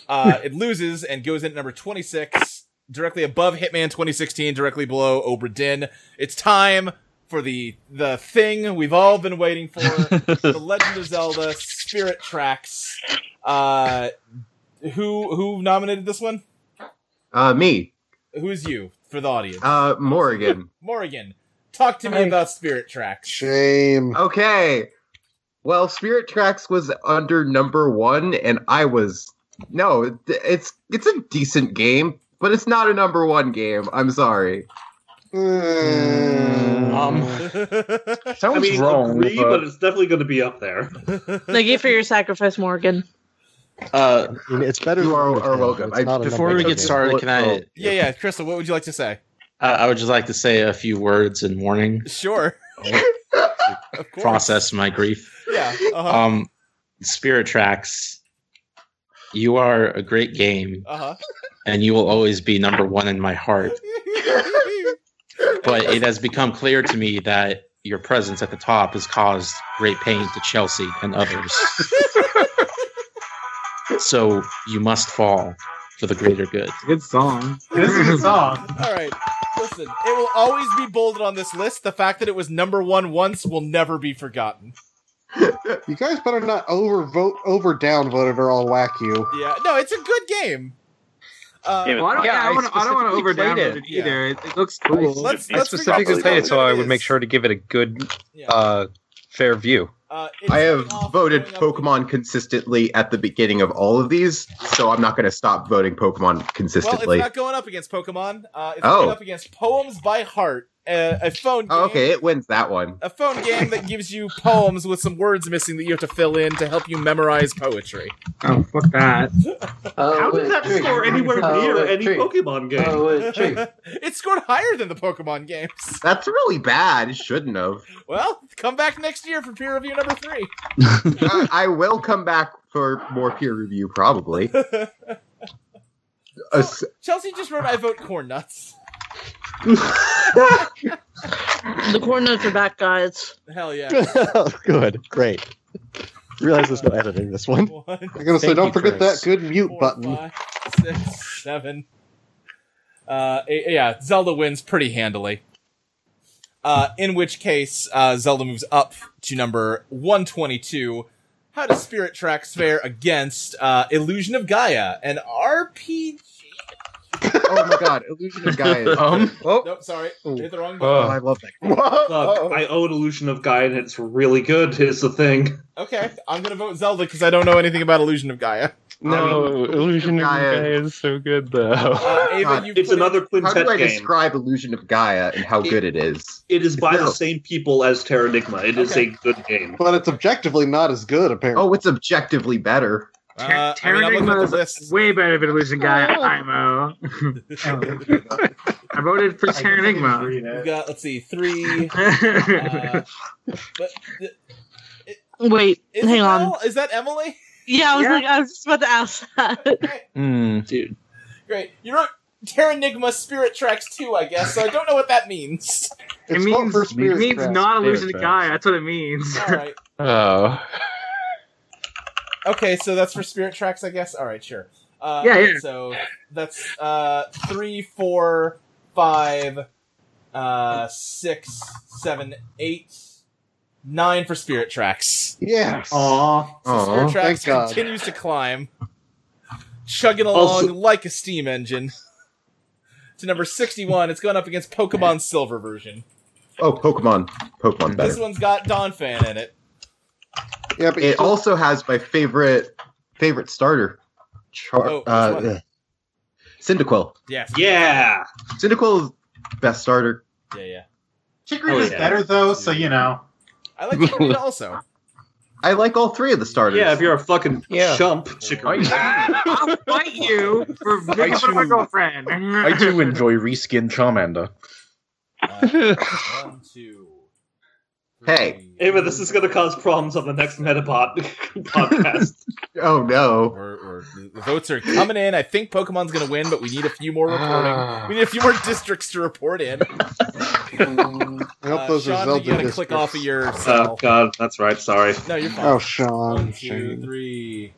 Speaker 1: uh, it loses and goes in at number twenty six, directly above Hitman 2016, directly below Obra Dinn. It's time for the the thing we've all been waiting for: the Legend of Zelda Spirit Tracks. Uh, who who nominated this one?
Speaker 12: Uh, me,
Speaker 1: Who's you for the audience?
Speaker 12: uh, Morrigan.
Speaker 1: Morrigan, talk to me about Spirit Tracks.
Speaker 4: Shame.
Speaker 12: Okay. Well, Spirit Tracks was under number one, and I was no. it- It's it's a decent game, but it's not a number one game. I'm sorry.
Speaker 11: Um,
Speaker 12: sounds
Speaker 9: I mean,
Speaker 12: wrong,
Speaker 9: agree,
Speaker 12: but-
Speaker 9: but... it's definitely going to be up there.
Speaker 6: Thank you for your sacrifice, Morgan.
Speaker 16: Uh,
Speaker 10: I mean, it's better. You
Speaker 12: are,
Speaker 10: welcome.
Speaker 7: Before we get started, can I?
Speaker 1: Yeah, yeah, Crystal, what would you like to say?
Speaker 7: Uh, I would just like to say a few words in warning.
Speaker 1: Sure. Of course.
Speaker 7: Process my grief.
Speaker 1: Yeah. Uh-huh.
Speaker 7: Um, Spirit Tracks. You are a great game,
Speaker 1: uh-huh.
Speaker 7: and you will always be number one in my heart. But it has become clear to me that your presence at the top has caused great pain to Chelsea and others. so you must fall for the greater good.
Speaker 3: Good song.
Speaker 1: All right. Listen, it will always be bolded on this list. The fact that it was number one once will never be forgotten.
Speaker 4: You guys better not overvote, over downvote it, or I'll whack you.
Speaker 1: Yeah. No, it's a good game. Uh,
Speaker 3: Well, I don't, yeah, I, wanna, I don't want to
Speaker 16: specifically
Speaker 3: overdownload it,
Speaker 16: played it.
Speaker 3: either. It, it looks cool.
Speaker 1: Let's-
Speaker 16: I
Speaker 1: let's
Speaker 16: specifically
Speaker 1: figure out
Speaker 16: played it, so I
Speaker 1: what it
Speaker 16: would make
Speaker 1: is.
Speaker 16: sure to give it a good, uh, fair view.
Speaker 1: Uh,
Speaker 12: I have voted Pokemon consistently at the beginning of all of these, so I'm not going to stop voting Pokemon
Speaker 1: well, it's
Speaker 12: consistently.
Speaker 1: not going up against Pokemon. Uh, it's
Speaker 12: Oh.
Speaker 1: going up against Poems by Heart, uh, a, a phone game,
Speaker 12: Oh, okay, it wins that one.
Speaker 1: a phone game that gives you poems with some words missing that you have to fill in to help you memorize poetry.
Speaker 3: Oh, fuck that.
Speaker 9: How did that
Speaker 1: tree.
Speaker 9: score anywhere
Speaker 1: Oh,
Speaker 9: near
Speaker 1: wait,
Speaker 9: any
Speaker 1: tree.
Speaker 9: Pokemon game?
Speaker 12: Oh,
Speaker 1: it scored higher than the Pokemon games.
Speaker 12: That's really bad. It shouldn't have.
Speaker 1: Well, come back next year for peer review number three.
Speaker 12: I, I will come back for more peer review, probably. Uh, s-
Speaker 1: Chelsea just wrote, "I vote corn nuts."
Speaker 6: The corn nuts are back, guys.
Speaker 1: Hell yeah.
Speaker 10: good, great. Realize there's no editing this one.
Speaker 1: I'm
Speaker 10: gonna say, don't forget that good mute button.
Speaker 1: Five, six, seven. Uh, eh, yeah, Zelda wins pretty handily. Uh, in which case, uh, Zelda moves up to number 122. How does Spirit Tracks fare against uh, Illusion of Gaia, an RPG?
Speaker 12: oh my god, Illusion of Gaia. is-
Speaker 1: Um,
Speaker 12: oh,
Speaker 1: Nope, sorry. Hit the wrong
Speaker 12: Oh,
Speaker 9: Uh.
Speaker 1: button.
Speaker 12: I love that.
Speaker 9: Fuck, I own Illusion of Gaia, and it's really good, is the thing.
Speaker 1: Okay, I'm gonna vote Zelda because I don't know anything about Illusion of Gaia.
Speaker 15: No, Oh, Illusion of
Speaker 12: Gaia-
Speaker 15: Gaia is so good though.
Speaker 9: Oh.
Speaker 1: Uh, Ava,
Speaker 12: God,
Speaker 1: you
Speaker 9: It's
Speaker 1: put in-
Speaker 9: another
Speaker 12: How do
Speaker 9: quintet
Speaker 12: I
Speaker 9: game.
Speaker 12: describe Illusion of Gaia and how good it is?
Speaker 9: it is by the
Speaker 12: No.
Speaker 9: same people as Terranigma. It is a good game.
Speaker 12: But it's objectively not as good, apparently. Oh, it's objectively better.
Speaker 1: Uh, I mean, I'm looking
Speaker 3: Terranigma
Speaker 1: at
Speaker 3: is
Speaker 1: the list.
Speaker 3: way better than Illusion Guy at IMO. Oh. I voted for Terranigma.
Speaker 1: We got let's see, three. uh,
Speaker 6: Wait,
Speaker 1: Is
Speaker 6: hang
Speaker 1: it
Speaker 6: on.
Speaker 1: Mel? Is that Emily?
Speaker 6: Yeah, I was
Speaker 1: Yeah.
Speaker 6: like, I was just about to ask that.
Speaker 9: Dude.
Speaker 1: Great. You wrote Terranigma Spirit Tracks 2, I guess, so I don't know what that means.
Speaker 3: It means, it
Speaker 10: Spirit
Speaker 3: means
Speaker 10: Tracks.
Speaker 3: not Illusion
Speaker 15: Spirit
Speaker 3: Guy. That's what it means.
Speaker 1: Alright.
Speaker 15: Oh.
Speaker 1: Okay, so that's for Spirit Tracks, I guess? Alright, sure. Uh,
Speaker 3: Yeah, yeah.
Speaker 1: So that's uh, three, four, five, uh, six, seven, eight, nine for Spirit Tracks.
Speaker 4: Yes.
Speaker 9: Aw.
Speaker 1: So Spirit Tracks
Speaker 4: Thank God.
Speaker 1: continues to climb, chugging along
Speaker 9: Also-
Speaker 1: like a steam engine. To number 61, it's going up against Pokemon Silver version.
Speaker 12: Oh, Pokemon. Pokemon
Speaker 1: This
Speaker 12: better.
Speaker 1: one's got Donphan in it.
Speaker 4: Yeah, but
Speaker 12: It also has my favorite favorite starter. Char-
Speaker 1: Oh, which
Speaker 12: uh,
Speaker 1: one?
Speaker 12: uh, Cyndaquil.
Speaker 1: Yes.
Speaker 9: Yeah. Oh,
Speaker 12: Cyndaquil is best starter.
Speaker 1: Yeah, yeah.
Speaker 19: Chikorita
Speaker 12: Oh,
Speaker 19: is
Speaker 12: yeah.
Speaker 19: better though, so you know.
Speaker 1: I like Chikorita also.
Speaker 12: I like all three of the starters.
Speaker 9: Yeah, if you're a fucking
Speaker 12: Yeah.
Speaker 9: chump,
Speaker 3: I'll fight you for picking up my girlfriend.
Speaker 11: I do enjoy reskin Charmander.
Speaker 1: One, two.
Speaker 12: Hey.
Speaker 9: Ava, this is going to cause problems on the next Metapod podcast.
Speaker 12: Oh no.
Speaker 1: We're, we're, the votes are coming in. I think Pokemon's going to win, but we need a few more
Speaker 3: Ah.
Speaker 1: reporting. we need a few more districts to report in.
Speaker 4: I hope
Speaker 1: Uh,
Speaker 4: those
Speaker 1: Sean,
Speaker 4: are
Speaker 1: you
Speaker 4: Zelda
Speaker 1: gotta
Speaker 4: discs.
Speaker 1: click off of your
Speaker 9: oh
Speaker 1: cell.
Speaker 9: God, that's right. Sorry.
Speaker 1: No, you're fine.
Speaker 4: Oh, Sean.
Speaker 1: One, two, three.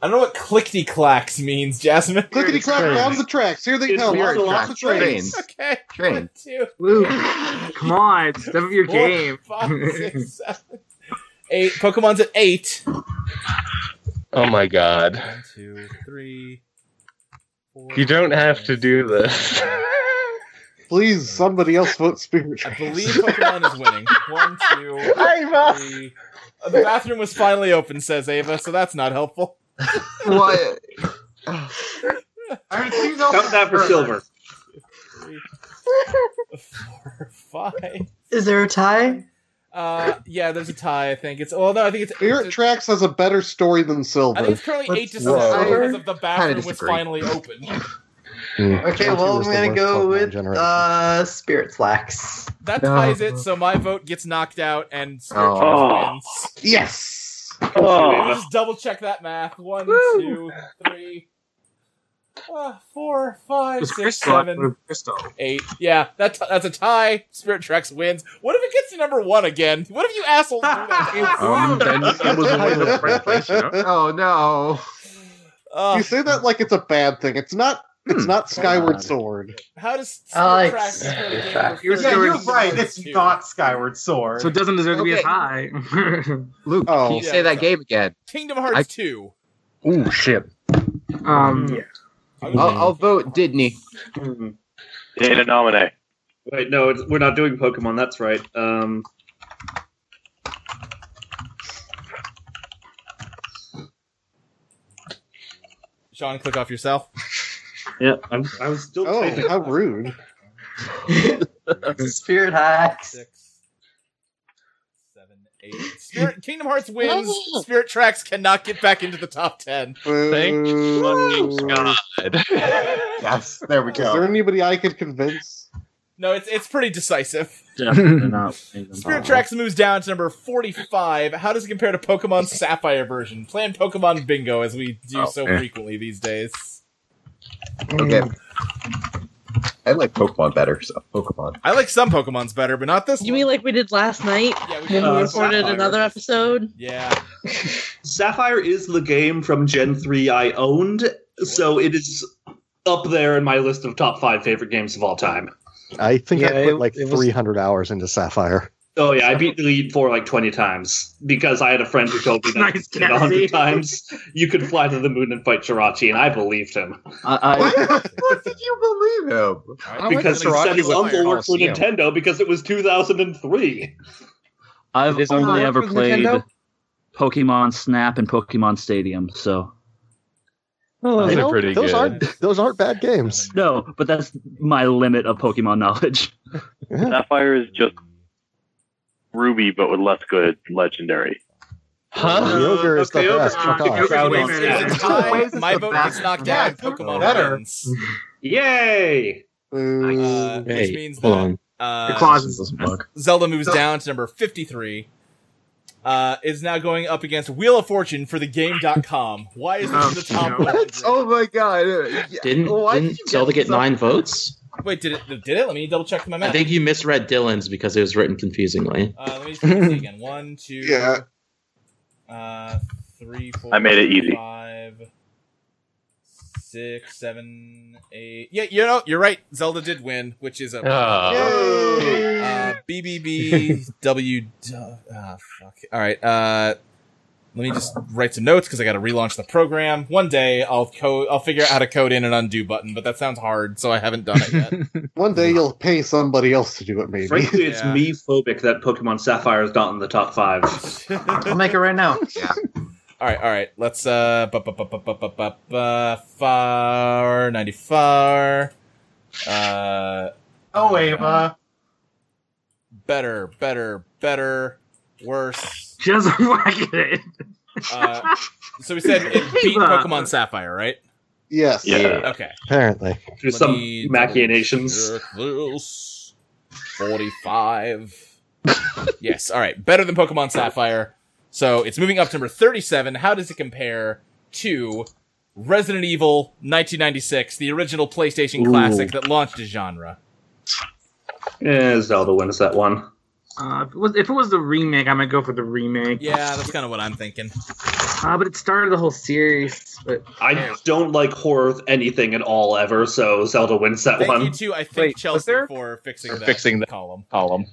Speaker 1: I don't know what clickety clacks means, Jasmine.
Speaker 4: Clickety clack down the tracks. Here they
Speaker 9: It's
Speaker 4: come.
Speaker 9: weird
Speaker 4: Lots
Speaker 9: tracks.
Speaker 4: of trains.
Speaker 12: Trains.
Speaker 1: Okay.
Speaker 12: Train.
Speaker 1: Two.
Speaker 3: Come on, step up your
Speaker 1: Four,
Speaker 3: game.
Speaker 1: five, six, seven, eight. Pokemon's at eight.
Speaker 15: Oh my god.
Speaker 1: One, two, three.
Speaker 15: You don't have to do this.
Speaker 4: Please, somebody else vote Spirit
Speaker 1: I
Speaker 4: Tracks.
Speaker 1: believe Pokemon is winning. One, two,
Speaker 4: Ava.
Speaker 1: three. Uh, the bathroom was finally open, says Ava, so that's not helpful.
Speaker 12: What?
Speaker 9: Count that for silver.
Speaker 1: Five.
Speaker 18: Is there a tie?
Speaker 1: Uh, yeah, there's a tie. I think it's. Well, no, I think it's.
Speaker 4: Spirit Tracks has a better story than Silver.
Speaker 1: I think it's currently eight to seven because of the bathroom was finally open.
Speaker 18: Okay, well, I'm gonna go with
Speaker 10: generation.
Speaker 18: uh, Spirit Flax.
Speaker 1: That
Speaker 18: No.
Speaker 1: ties it, so my vote gets knocked out and Spirit
Speaker 18: Oh.
Speaker 1: Tracks wins.
Speaker 4: Yes.
Speaker 9: Oh.
Speaker 1: We'll just double check that math. One, two, three, uh, four, five,
Speaker 3: It's
Speaker 1: six,
Speaker 3: Crystal. I
Speaker 1: seven,
Speaker 3: voted for Crystal.
Speaker 1: eight. Yeah, that t- that's a tie. Spirit Tracks wins. What if it gets to number one again? What if you assholes do that?
Speaker 11: Um, then it was a win of Frank Place, you know?
Speaker 12: Oh no.
Speaker 1: Uh,
Speaker 4: you say that like it's a bad thing. It's not. It's
Speaker 11: Hmm.
Speaker 4: not Skyward Sword.
Speaker 1: how does Spirit
Speaker 18: I like
Speaker 1: Tracks
Speaker 18: Spirit
Speaker 1: play the game
Speaker 18: Tracks.
Speaker 1: for
Speaker 3: You're
Speaker 1: thirty
Speaker 3: so-
Speaker 1: minutes?
Speaker 3: you're
Speaker 19: right, it's not Skyward Sword.
Speaker 3: So it doesn't deserve to be as
Speaker 12: Okay.
Speaker 3: high.
Speaker 12: Luke,
Speaker 4: Oh.
Speaker 12: can you say that game again?
Speaker 1: Kingdom Hearts
Speaker 12: I-
Speaker 1: two.
Speaker 11: Ooh, shit.
Speaker 3: um,
Speaker 12: I'll, I'll vote Didney.
Speaker 2: Data nominee.
Speaker 9: Wait, no, it's, we're not doing Pokemon. That's right. Um,
Speaker 1: Sean, click off yourself.
Speaker 9: yeah, I'm, I was still.
Speaker 4: Oh,
Speaker 9: typing.
Speaker 4: how rude!
Speaker 18: Spirit hacks.
Speaker 1: Spirit, Kingdom Hearts wins. Spirit Tracks cannot get back into the top ten.
Speaker 15: Thank fucking God.
Speaker 4: yes, there we go. Is there anybody I could convince?
Speaker 1: No, it's it's pretty decisive.
Speaker 8: Definitely not.
Speaker 1: Spirit Tracks moves down to number forty-five. How does it compare to Pokemon Sapphire version? Playing Pokemon Bingo as we do
Speaker 12: Oh,
Speaker 1: so
Speaker 12: yeah.
Speaker 1: frequently these days.
Speaker 12: Okay. I like Pokemon better, so Pokemon.
Speaker 1: I like some Pokemon's better, but not this.
Speaker 6: You mean like we did last night when we
Speaker 9: Uh,
Speaker 6: recorded
Speaker 9: Sapphire.
Speaker 6: another episode?
Speaker 1: Yeah.
Speaker 9: Sapphire is the game from Gen 3 I owned, so it is up there in my list of top five favorite games of all time.
Speaker 10: I think I
Speaker 9: Yeah,
Speaker 10: put
Speaker 9: it-
Speaker 10: like
Speaker 9: it was-
Speaker 10: 300 hours into Sapphire.
Speaker 9: Oh yeah, I beat the lead four like twenty times because I had a friend who told me that
Speaker 3: Nice,
Speaker 9: nice, hundred times you could fly to the moon and fight Jirachi, and I believed him.
Speaker 12: what did you believe him?
Speaker 9: because he said his uncle worked for Nintendo because it was two thousand and three.
Speaker 8: I've
Speaker 9: Does it
Speaker 8: only
Speaker 9: work
Speaker 8: ever
Speaker 9: with
Speaker 8: played
Speaker 9: Nintendo?
Speaker 8: Pokemon Snap and Pokemon Stadium, so
Speaker 10: You
Speaker 8: those are
Speaker 10: know,
Speaker 8: pretty
Speaker 10: Oh, those
Speaker 8: good.
Speaker 10: aren't those aren't bad games.
Speaker 8: no, but that's my limit of Pokemon knowledge.
Speaker 2: Sapphire is just Ruby, but with less good legendary.
Speaker 10: Huh? Kyogre is the best. Fuck off.
Speaker 1: It's a tie. My vote gets knocked
Speaker 19: Yeah,
Speaker 1: down. Pokemon
Speaker 19: better.
Speaker 1: wins.
Speaker 9: Yay!
Speaker 1: Uh, which means
Speaker 7: hold
Speaker 1: that
Speaker 7: on.
Speaker 1: uh,
Speaker 7: Your closet doesn't work.
Speaker 1: Zelda moves down to number 53. Uh, is now going up against Wheel of Fortune for the game.com. Why is this in the top? one?
Speaker 12: Oh my god!
Speaker 7: Didn't, didn't Zelda get nine votes?
Speaker 1: Wait, did it? Did it? Let me double check my
Speaker 7: I
Speaker 1: math.
Speaker 7: think you misread Dylan's because it was written confusingly.
Speaker 1: Uh, let me just see again. One, two, yeah. uh, three, four.
Speaker 7: I made it easy.
Speaker 1: Five, six, seven, eight. Yeah, you know, you're right. Zelda did win, which is a
Speaker 15: Ah.
Speaker 1: uh, BBBW. Ah, fuck. All right. Uh, let me just write some notes because I got to relaunch the program. One day I'll code. I'll figure out how to code in an undo button, but that sounds hard, so I haven't done it yet.
Speaker 4: One day you'll pay somebody else to do it, maybe.
Speaker 9: Frankly, it's me phobic that Pokemon Sapphire is not in the top five.
Speaker 18: I'll make it right now.
Speaker 1: All right, all right. Let's uh, bu- bu- bu- bu- bu- bu- bu- bu- uh, far ninety far. Uh,
Speaker 19: Oh, Ava.
Speaker 1: better, better, better, worse.
Speaker 3: Just whacking it.
Speaker 1: Uh, so we said it beat Pokemon Sapphire, right?
Speaker 4: Yes.
Speaker 9: Yeah.
Speaker 1: Okay.
Speaker 10: Apparently.
Speaker 9: Through some machinations.
Speaker 1: Circles. Forty-five. yes. All right. Better than Pokemon Sapphire. So it's moving up to number thirty-seven. How does it compare to Resident Evil 1996, the original PlayStation
Speaker 9: Ooh.
Speaker 1: classic that launched a genre?
Speaker 9: Yeah, Eh, Zelda wins that one.
Speaker 3: Uh, if, it was, if it was the remake, I might go for the remake.
Speaker 1: Yeah, that's kind of what I'm thinking.
Speaker 3: Uh, but it started the whole series. But
Speaker 9: I don't like horror anything at all ever, so Zelda wins that
Speaker 1: Thank
Speaker 9: one.
Speaker 1: you too. I think Chelsea for fixing that
Speaker 9: fixing
Speaker 1: that column.
Speaker 9: Column.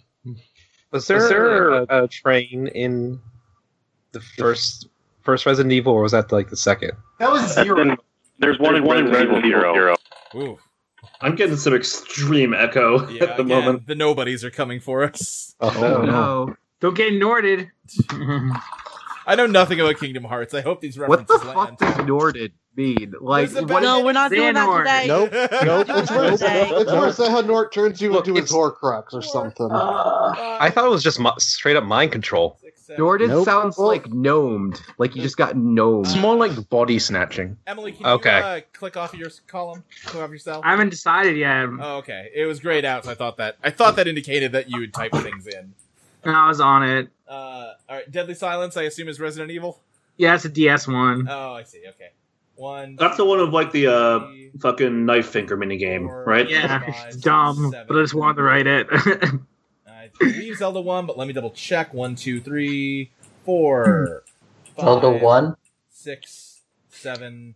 Speaker 16: Was there,
Speaker 9: there
Speaker 16: a, a train in the first first Resident Evil, or was that like the second?
Speaker 19: That was zero.
Speaker 9: There's
Speaker 16: one in- one in Resident Evil Zero.
Speaker 1: Ooh.
Speaker 9: I'm getting some extreme echo
Speaker 1: Yeah,
Speaker 9: at the
Speaker 1: again,
Speaker 9: moment.
Speaker 1: the nobodies are coming for us.
Speaker 16: Oh,
Speaker 3: no. Don't get Norded.
Speaker 1: I know nothing about Kingdom Hearts. I hope these
Speaker 12: What
Speaker 1: references
Speaker 12: the fuck does Norded mean? Like,
Speaker 1: There's a
Speaker 12: what
Speaker 1: No,
Speaker 12: is-
Speaker 1: we're not doing that
Speaker 12: Xehanort.
Speaker 1: today. Nope. Nope.
Speaker 4: It's worse. It's worse. That had Nort turns you into his Horcrux or something.
Speaker 1: Uh.
Speaker 16: I thought it was just mi- straight up mind control.
Speaker 12: Norded
Speaker 16: Nope.
Speaker 12: sounds like gnomed. Like you just got gnomed. It's
Speaker 11: more like body snatching.
Speaker 1: Emily, can
Speaker 12: Okay.
Speaker 1: you uh, click off of your s- column? Click off your cell.
Speaker 3: I haven't decided yet.
Speaker 1: Oh, okay. It was grayed out. So I thought that. I thought that indicated that you would type things in.
Speaker 3: And I was on it.
Speaker 1: Uh, all right. Deadly Silence. I assume is Resident Evil.
Speaker 3: Yeah, it's a DS one.
Speaker 1: Oh, I see. Okay. One.
Speaker 9: That's the one of like the uh, fucking knife finger minigame, right?
Speaker 3: Yeah, it's dumb, but I just wanted to write it.
Speaker 1: I believe Zelda one, but let me double check. One, two, three, four.
Speaker 18: Zelda
Speaker 1: five,
Speaker 18: one,
Speaker 1: Six, seven,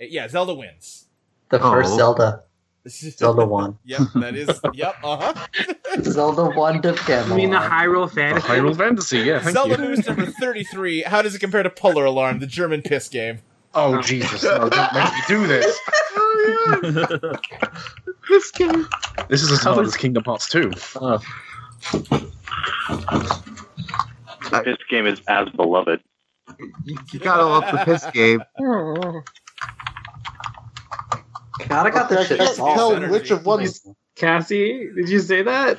Speaker 1: eight. Yeah, Zelda wins.
Speaker 18: the first
Speaker 1: Oh.
Speaker 18: Zelda. Zelda one.
Speaker 1: Yep, that is. Yep. Uh huh.
Speaker 18: Zelda one to
Speaker 3: you mean the Hyrule Fantasy?
Speaker 11: Hyrule Fantasy, yeah. Thank
Speaker 1: Zelda
Speaker 11: you.
Speaker 1: moves number 33. How does it compare to Polar Alarm, the German piss game?
Speaker 11: Oh Jesus! No, don't make me do this. Oh,
Speaker 1: This game.
Speaker 11: This is as hard as Kingdom Hearts 2.
Speaker 7: Ah,
Speaker 2: This game is as beloved.
Speaker 12: You gotta love the piss game.
Speaker 18: God, I got this
Speaker 4: I
Speaker 18: shit.
Speaker 4: can't tell which of one's
Speaker 3: Cassie, did you say that?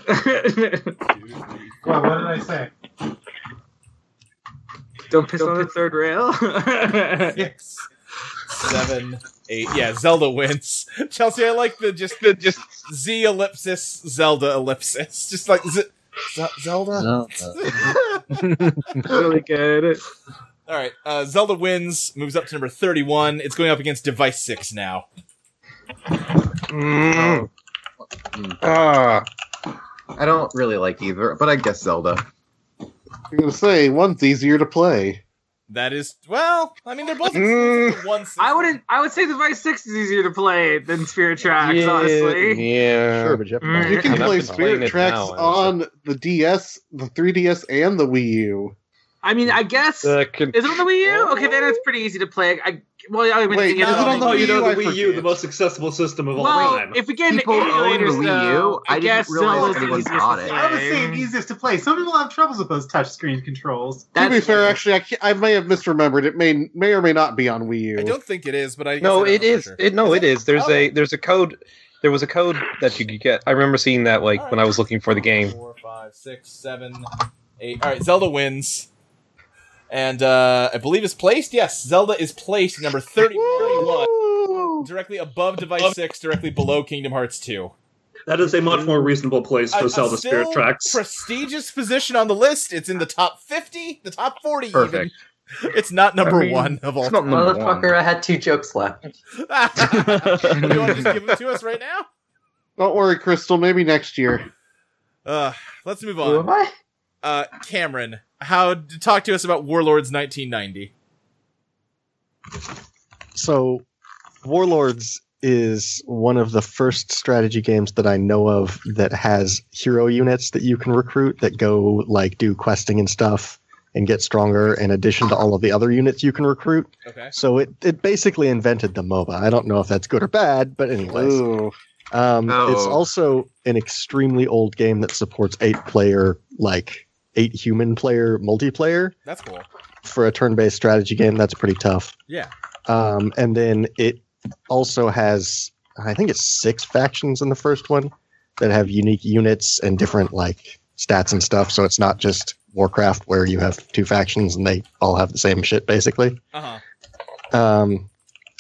Speaker 14: Well, what did I say?
Speaker 3: Don't piss on the third rail.
Speaker 1: Six, seven, eight. Yeah, Zelda wins. Chelsea, I like the just the just Z ellipsis Zelda ellipsis, just like Z- Z- Zelda.
Speaker 3: really good.
Speaker 1: All right, uh, Zelda wins, moves up to number thirty-one. It's going up against Device Six now.
Speaker 12: Mm. Ah. I don't really like either, but I guess Zelda.
Speaker 4: I'm gonna say one's easier to play.
Speaker 1: That is well. I mean, they're both
Speaker 4: Mm.
Speaker 1: one.
Speaker 3: I wouldn't. I would say the Vice Six is easier to play than Spirit Tracks, honestly. Mm.
Speaker 16: Yeah.
Speaker 10: Sure, but you, have to buy
Speaker 4: You
Speaker 10: it.
Speaker 4: can
Speaker 16: I'm
Speaker 4: play
Speaker 16: not playing
Speaker 4: Spirit
Speaker 16: it
Speaker 4: Tracks
Speaker 16: now,
Speaker 4: on the DS, the 3DS, and the Wii U.
Speaker 3: I mean, I guess is it on the Wii U? Okay, then it's pretty easy to play. I well, yeah, I mean,
Speaker 4: Oh. Wait,
Speaker 3: the thing
Speaker 4: is it on the
Speaker 9: Oh, you
Speaker 4: Wii
Speaker 9: know
Speaker 4: U?
Speaker 9: the
Speaker 4: I
Speaker 9: Wii U, the most accessible system of all
Speaker 3: Well,
Speaker 9: time.
Speaker 3: if we get into
Speaker 9: People own
Speaker 3: emulators,
Speaker 9: the Wii
Speaker 3: though,
Speaker 9: U?
Speaker 3: I,
Speaker 9: I didn't
Speaker 3: guess
Speaker 9: realize
Speaker 3: Zelda's the
Speaker 9: anyone
Speaker 3: easiest
Speaker 9: got
Speaker 3: to
Speaker 9: it.
Speaker 14: I was
Speaker 3: play.
Speaker 14: saying easiest to play. Some people have troubles with those touchscreen controls.
Speaker 4: to be fair, actually, I, can't, I may have misremembered. It may may or may not be on Wii U.
Speaker 1: I don't think it is, but I guess
Speaker 16: No,
Speaker 1: I don't know
Speaker 16: it
Speaker 1: for
Speaker 16: is.
Speaker 1: sure. Oh.
Speaker 16: It no, it is. There's a there's a code. There was a code that you could get. I remember seeing that like when I was looking for the game.
Speaker 1: Four, five, six, seven, eight. All right, Zelda wins, and uh, I believe is placed. Yes, Zelda is placed number 30, 31, directly above Device Six, directly below Kingdom Hearts Two.
Speaker 9: That is a much more reasonable place
Speaker 1: A-
Speaker 9: for
Speaker 1: a
Speaker 9: Zelda Spirit
Speaker 1: still
Speaker 9: Tracks.
Speaker 1: prestigious position on the list. It's in the top fifty, the top forty.
Speaker 9: Perfect.
Speaker 1: Even. It's not number
Speaker 18: I mean,
Speaker 1: one of all.
Speaker 18: it's not
Speaker 1: time.
Speaker 18: number Motherfucker, one. I had two jokes left.
Speaker 1: you want to just give them to us right now?
Speaker 4: Don't worry, Crystal. Maybe next year.
Speaker 1: Uh, let's move on. Uh, Cameron, how talk to us about Warlords 1990?
Speaker 10: So, Warlords is one of the first strategy games that I know of that has hero units that you can recruit that go like do questing and stuff and get stronger in addition to all of the other units you can recruit.
Speaker 1: Okay.
Speaker 10: So it, it basically invented the MOBA. I don't know if that's good or bad, but anyways. Um, It's
Speaker 16: Oh.
Speaker 10: also an extremely old game that supports eight player, like eight human player multiplayer
Speaker 1: That's cool.
Speaker 10: for a turn based strategy game. That's pretty tough.
Speaker 1: Yeah.
Speaker 10: Um, and then it also has, I think it's six factions in the first one that have unique units and different like stats and stuff. So it's not just Warcraft where you have two factions and they all have the same shit basically.
Speaker 1: Uh-huh.
Speaker 10: Um,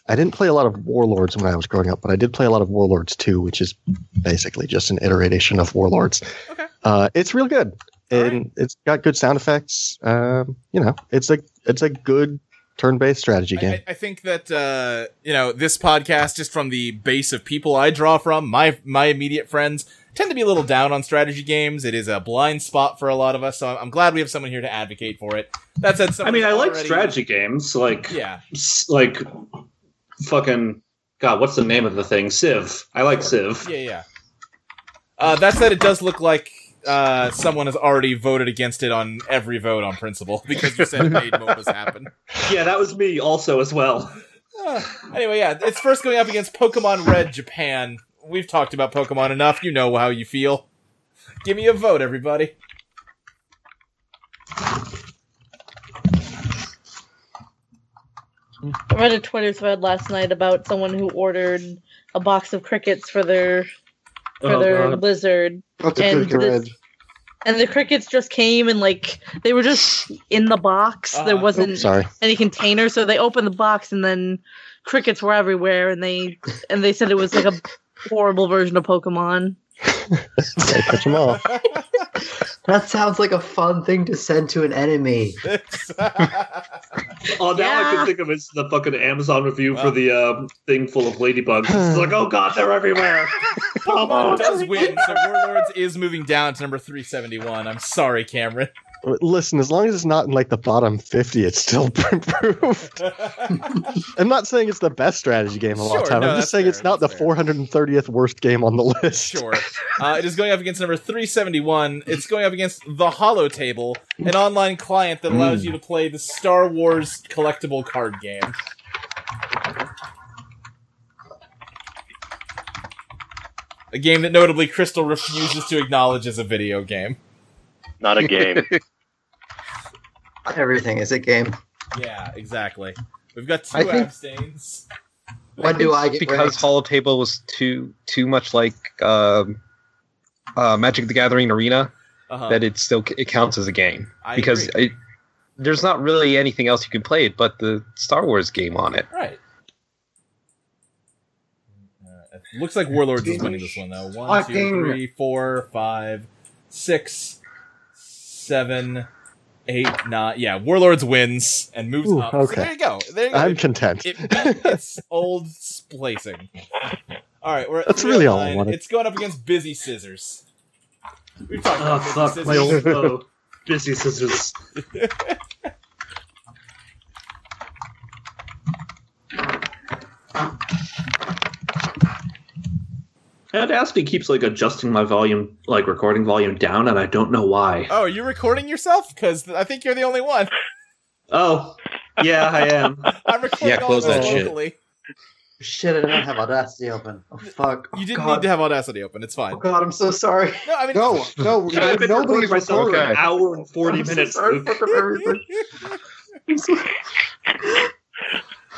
Speaker 10: I didn't play a lot of Warlords when I was growing up, but I did play a lot of Warlords 2, which is basically just an iteration of Warlords. Okay. Uh, it's real good, and it's got good sound effects. Um, you know, it's a it's a good turn-based strategy game.
Speaker 1: I think that uh, you know this podcast, just from the base of people I draw from, my my immediate friends tend to be a little down on strategy games. It is a blind spot for a lot of us, so I'm, I'm glad we have someone here to advocate for it. That said,
Speaker 9: I
Speaker 1: someone
Speaker 9: mean, I like
Speaker 1: already-
Speaker 9: strategy games, like
Speaker 1: Yeah.
Speaker 9: s- like fucking God. What's the name of the thing? Civ. I like Civ.
Speaker 1: Yeah, yeah. Uh, that said, it does look like uh, someone has already voted against it on every vote on principle because you said it made MOBAs happen.
Speaker 9: Yeah, that was me also as well.
Speaker 1: Uh, anyway, yeah, it's first going up against Pokemon Red Japan. We've talked about Pokemon enough. You know how you feel. Give me a vote, everybody.
Speaker 6: I read a Twitter thread last night about someone who ordered a box of crickets for their for
Speaker 4: Oh,
Speaker 6: their
Speaker 4: God.
Speaker 6: blizzard.
Speaker 4: That's a
Speaker 6: and
Speaker 4: good
Speaker 6: this-
Speaker 4: thread.
Speaker 6: and the crickets just came and like they were just in the box.
Speaker 1: Ah.
Speaker 6: there wasn't
Speaker 10: Oops, sorry.
Speaker 6: any container, so they opened the box and then crickets were everywhere. And they and they said it was like a horrible version of Pokemon.
Speaker 10: Gotta catch 'em all.
Speaker 18: That sounds like a fun thing to send to an enemy.
Speaker 9: Oh, now I
Speaker 18: Yeah.
Speaker 9: can think of it as the fucking Amazon review for the um, thing full of ladybugs. It's like, oh god, they're everywhere.
Speaker 1: Pokemon does win, so Warlords is moving down to number 371. I'm sorry, Cameron.
Speaker 10: Listen, as long as it's not in like the bottom 50, it's still improved. I'm not saying it's the best strategy game of all
Speaker 1: Sure,
Speaker 10: time.
Speaker 1: no,
Speaker 10: I'm
Speaker 1: that's
Speaker 10: just saying it's not the 430th worst game on the list.
Speaker 1: Sure. Uh, it is going up against number 371. It's going up against The Hollow Table, an online client that allows
Speaker 10: Mm.
Speaker 1: you to play the Star Wars collectible card game. A game that notably Crystal refuses to acknowledge as a video game.
Speaker 2: Not a game.
Speaker 18: Everything is a game.
Speaker 1: Yeah, exactly. We've got two
Speaker 16: I think-
Speaker 1: abstains.
Speaker 18: Why do I get
Speaker 16: because
Speaker 18: ranked?
Speaker 16: Hollow Table was too too much like um, uh, Magic the Gathering Arena
Speaker 1: Uh-huh.
Speaker 16: that it still it counts as a game
Speaker 1: I
Speaker 16: because
Speaker 1: agree.
Speaker 16: it, there's not really anything else you can play it but the Star Wars game on it.
Speaker 1: Right. Uh, it looks like Warlords is winning this one though. One, two,
Speaker 16: Fucking-
Speaker 1: three, four, five, six, seven, eight, nine. Yeah, Warlords wins and moves
Speaker 10: Ooh,
Speaker 1: up. So
Speaker 10: okay.
Speaker 1: there you go. There you go.
Speaker 10: I'm content.
Speaker 1: It beat it's old splacing. All right, we're at
Speaker 10: That's really all I
Speaker 1: 309.
Speaker 10: wanted.
Speaker 1: It's going up against Busy Scissors. We've talked
Speaker 9: Oh
Speaker 1: about
Speaker 9: fuck,
Speaker 1: Busy
Speaker 9: my
Speaker 1: Scissors.
Speaker 9: old foe, Busy Scissors. And Aspie keeps like adjusting my volume, like recording volume down, and I don't know why.
Speaker 1: Oh, are you recording yourself? Because I think you're the only one.
Speaker 9: Oh, yeah, I am.
Speaker 1: I'm recording
Speaker 9: Yeah, close
Speaker 1: all of
Speaker 9: that
Speaker 1: us
Speaker 9: shit.
Speaker 1: locally.
Speaker 18: Shit, I don't have Audacity open. Oh, fuck.
Speaker 1: You didn't
Speaker 18: God.
Speaker 1: need to have Audacity open. It's fine.
Speaker 18: God, I'm so sorry.
Speaker 1: No, I mean,
Speaker 18: no,
Speaker 4: no,
Speaker 9: I've been recording myself for an hour and forty
Speaker 1: I'm so
Speaker 9: minutes.
Speaker 1: sorry,
Speaker 9: Luke.
Speaker 1: fuck up everything.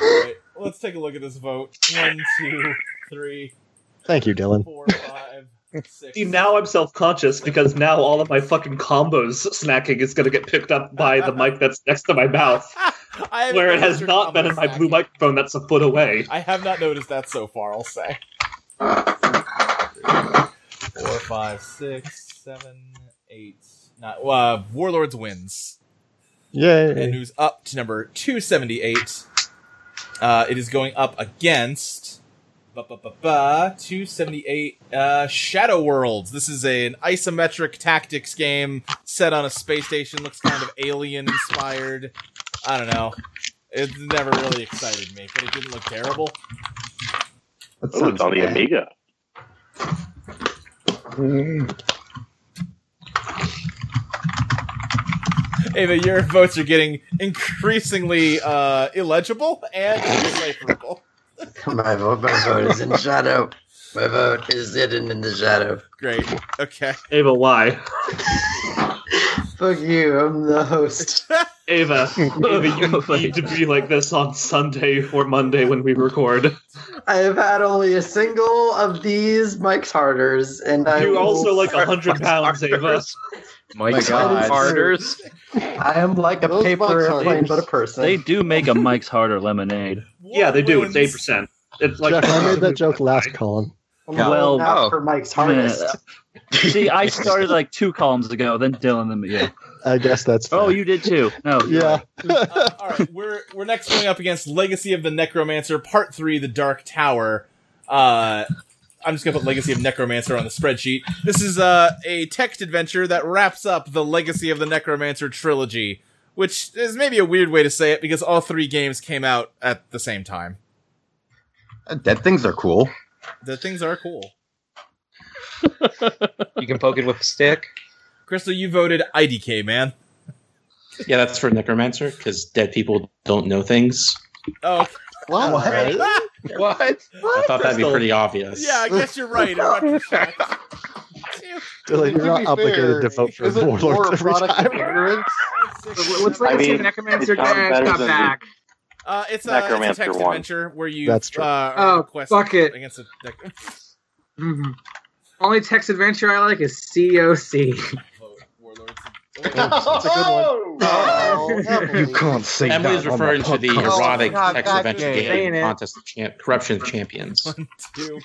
Speaker 1: All right, let's take a look at this vote. One, two, three.
Speaker 10: Thank you, Dylan.
Speaker 9: See, now I'm self-conscious because now all of my fucking combos snacking is going to get picked up by the mic that's next to my mouth,
Speaker 1: I haven't
Speaker 9: where it has
Speaker 1: noticed your
Speaker 9: not been in my
Speaker 1: combos
Speaker 9: blue microphone that's a foot away.
Speaker 1: I have not noticed that so far, I'll say. Four, five, six, seven, eight, nine. Uh, Warlords wins.
Speaker 10: Yay.
Speaker 1: And who's up to number 278. Uh, it is going up against ba, ba, ba, ba, 278 uh, Shadow Worlds. This is an isometric tactics game set on a space station. Looks kind of alien inspired. I don't know. It never really excited me, but it didn't look terrible.
Speaker 2: Ooh, it's on the Amiga.
Speaker 1: Ava, your votes are getting increasingly uh, illegible and indecipherable.
Speaker 18: My vote, my vote is in shadow. My vote is hidden in the shadow.
Speaker 1: Great. Okay.
Speaker 9: Ava, why?
Speaker 18: Fuck you. I'm the host.
Speaker 9: Ava, Ava, you need to be like this on Sunday or Monday when we record.
Speaker 18: I have had only a single of these Mike Tartars, and I
Speaker 9: You're also like
Speaker 18: a
Speaker 9: hundred pounds, Ava.
Speaker 18: My God.
Speaker 1: oh,
Speaker 9: Martyrs.
Speaker 18: I am like a paper airplane, but a person.
Speaker 8: They do make a Mike's Harder lemonade.
Speaker 9: Yeah, they do. It's eight percent. It's like
Speaker 10: Jeff, I made that joke last column.
Speaker 8: Well,
Speaker 10: oh.
Speaker 18: now
Speaker 6: oh.
Speaker 18: for Mike's hardest.
Speaker 8: See, I started like two columns ago, then Dylan, then yeah.
Speaker 10: I guess that's.
Speaker 8: Oh, you did too. No, you're
Speaker 10: Yeah.
Speaker 8: right.
Speaker 1: Uh, all right, we're we're next going up against Legacy of the Necromancer Part Three: The Dark Tower. Uh, I'm just gonna put Legacy of Necromancer on the spreadsheet. This is uh, a text adventure that wraps up the Legacy of the Necromancer trilogy, which is maybe a weird way to say it because all three games came out at the same time.
Speaker 12: Uh, Dead things are cool.
Speaker 1: The things are cool.
Speaker 16: You can poke it with a stick.
Speaker 1: Crystal, you voted IDK, man.
Speaker 7: Yeah, that's for Necromancer because dead people don't know things.
Speaker 1: Oh,
Speaker 7: What?
Speaker 1: What?
Speaker 16: what?
Speaker 7: I thought that'd be pretty obvious.
Speaker 1: Yeah, I guess you're right.
Speaker 10: Dylan, you're not
Speaker 4: be
Speaker 10: obligated
Speaker 4: fair,
Speaker 10: to vote for
Speaker 4: Isn't war
Speaker 10: Warlords
Speaker 4: a
Speaker 10: every
Speaker 4: product
Speaker 10: time.
Speaker 4: of ignorance?
Speaker 3: What's like the Necromancer guy got back?
Speaker 1: Uh, it's, a, it's a
Speaker 3: Necromancer
Speaker 1: text
Speaker 3: one.
Speaker 1: adventure where you
Speaker 3: That's true.
Speaker 1: Uh, are
Speaker 3: Oh,
Speaker 1: requested
Speaker 3: fuck it.
Speaker 1: against a nec-
Speaker 3: Mhm. Only text adventure I like is COC.
Speaker 10: That's a
Speaker 3: good
Speaker 10: You can't say
Speaker 7: Emily's
Speaker 10: that on the
Speaker 7: referring to the
Speaker 10: podcast.
Speaker 7: erotic
Speaker 10: Oh, God,
Speaker 7: text
Speaker 10: that
Speaker 7: adventure
Speaker 10: game.
Speaker 7: game
Speaker 10: Ain't it?
Speaker 7: contest of champ- corruption of champions.
Speaker 1: Two,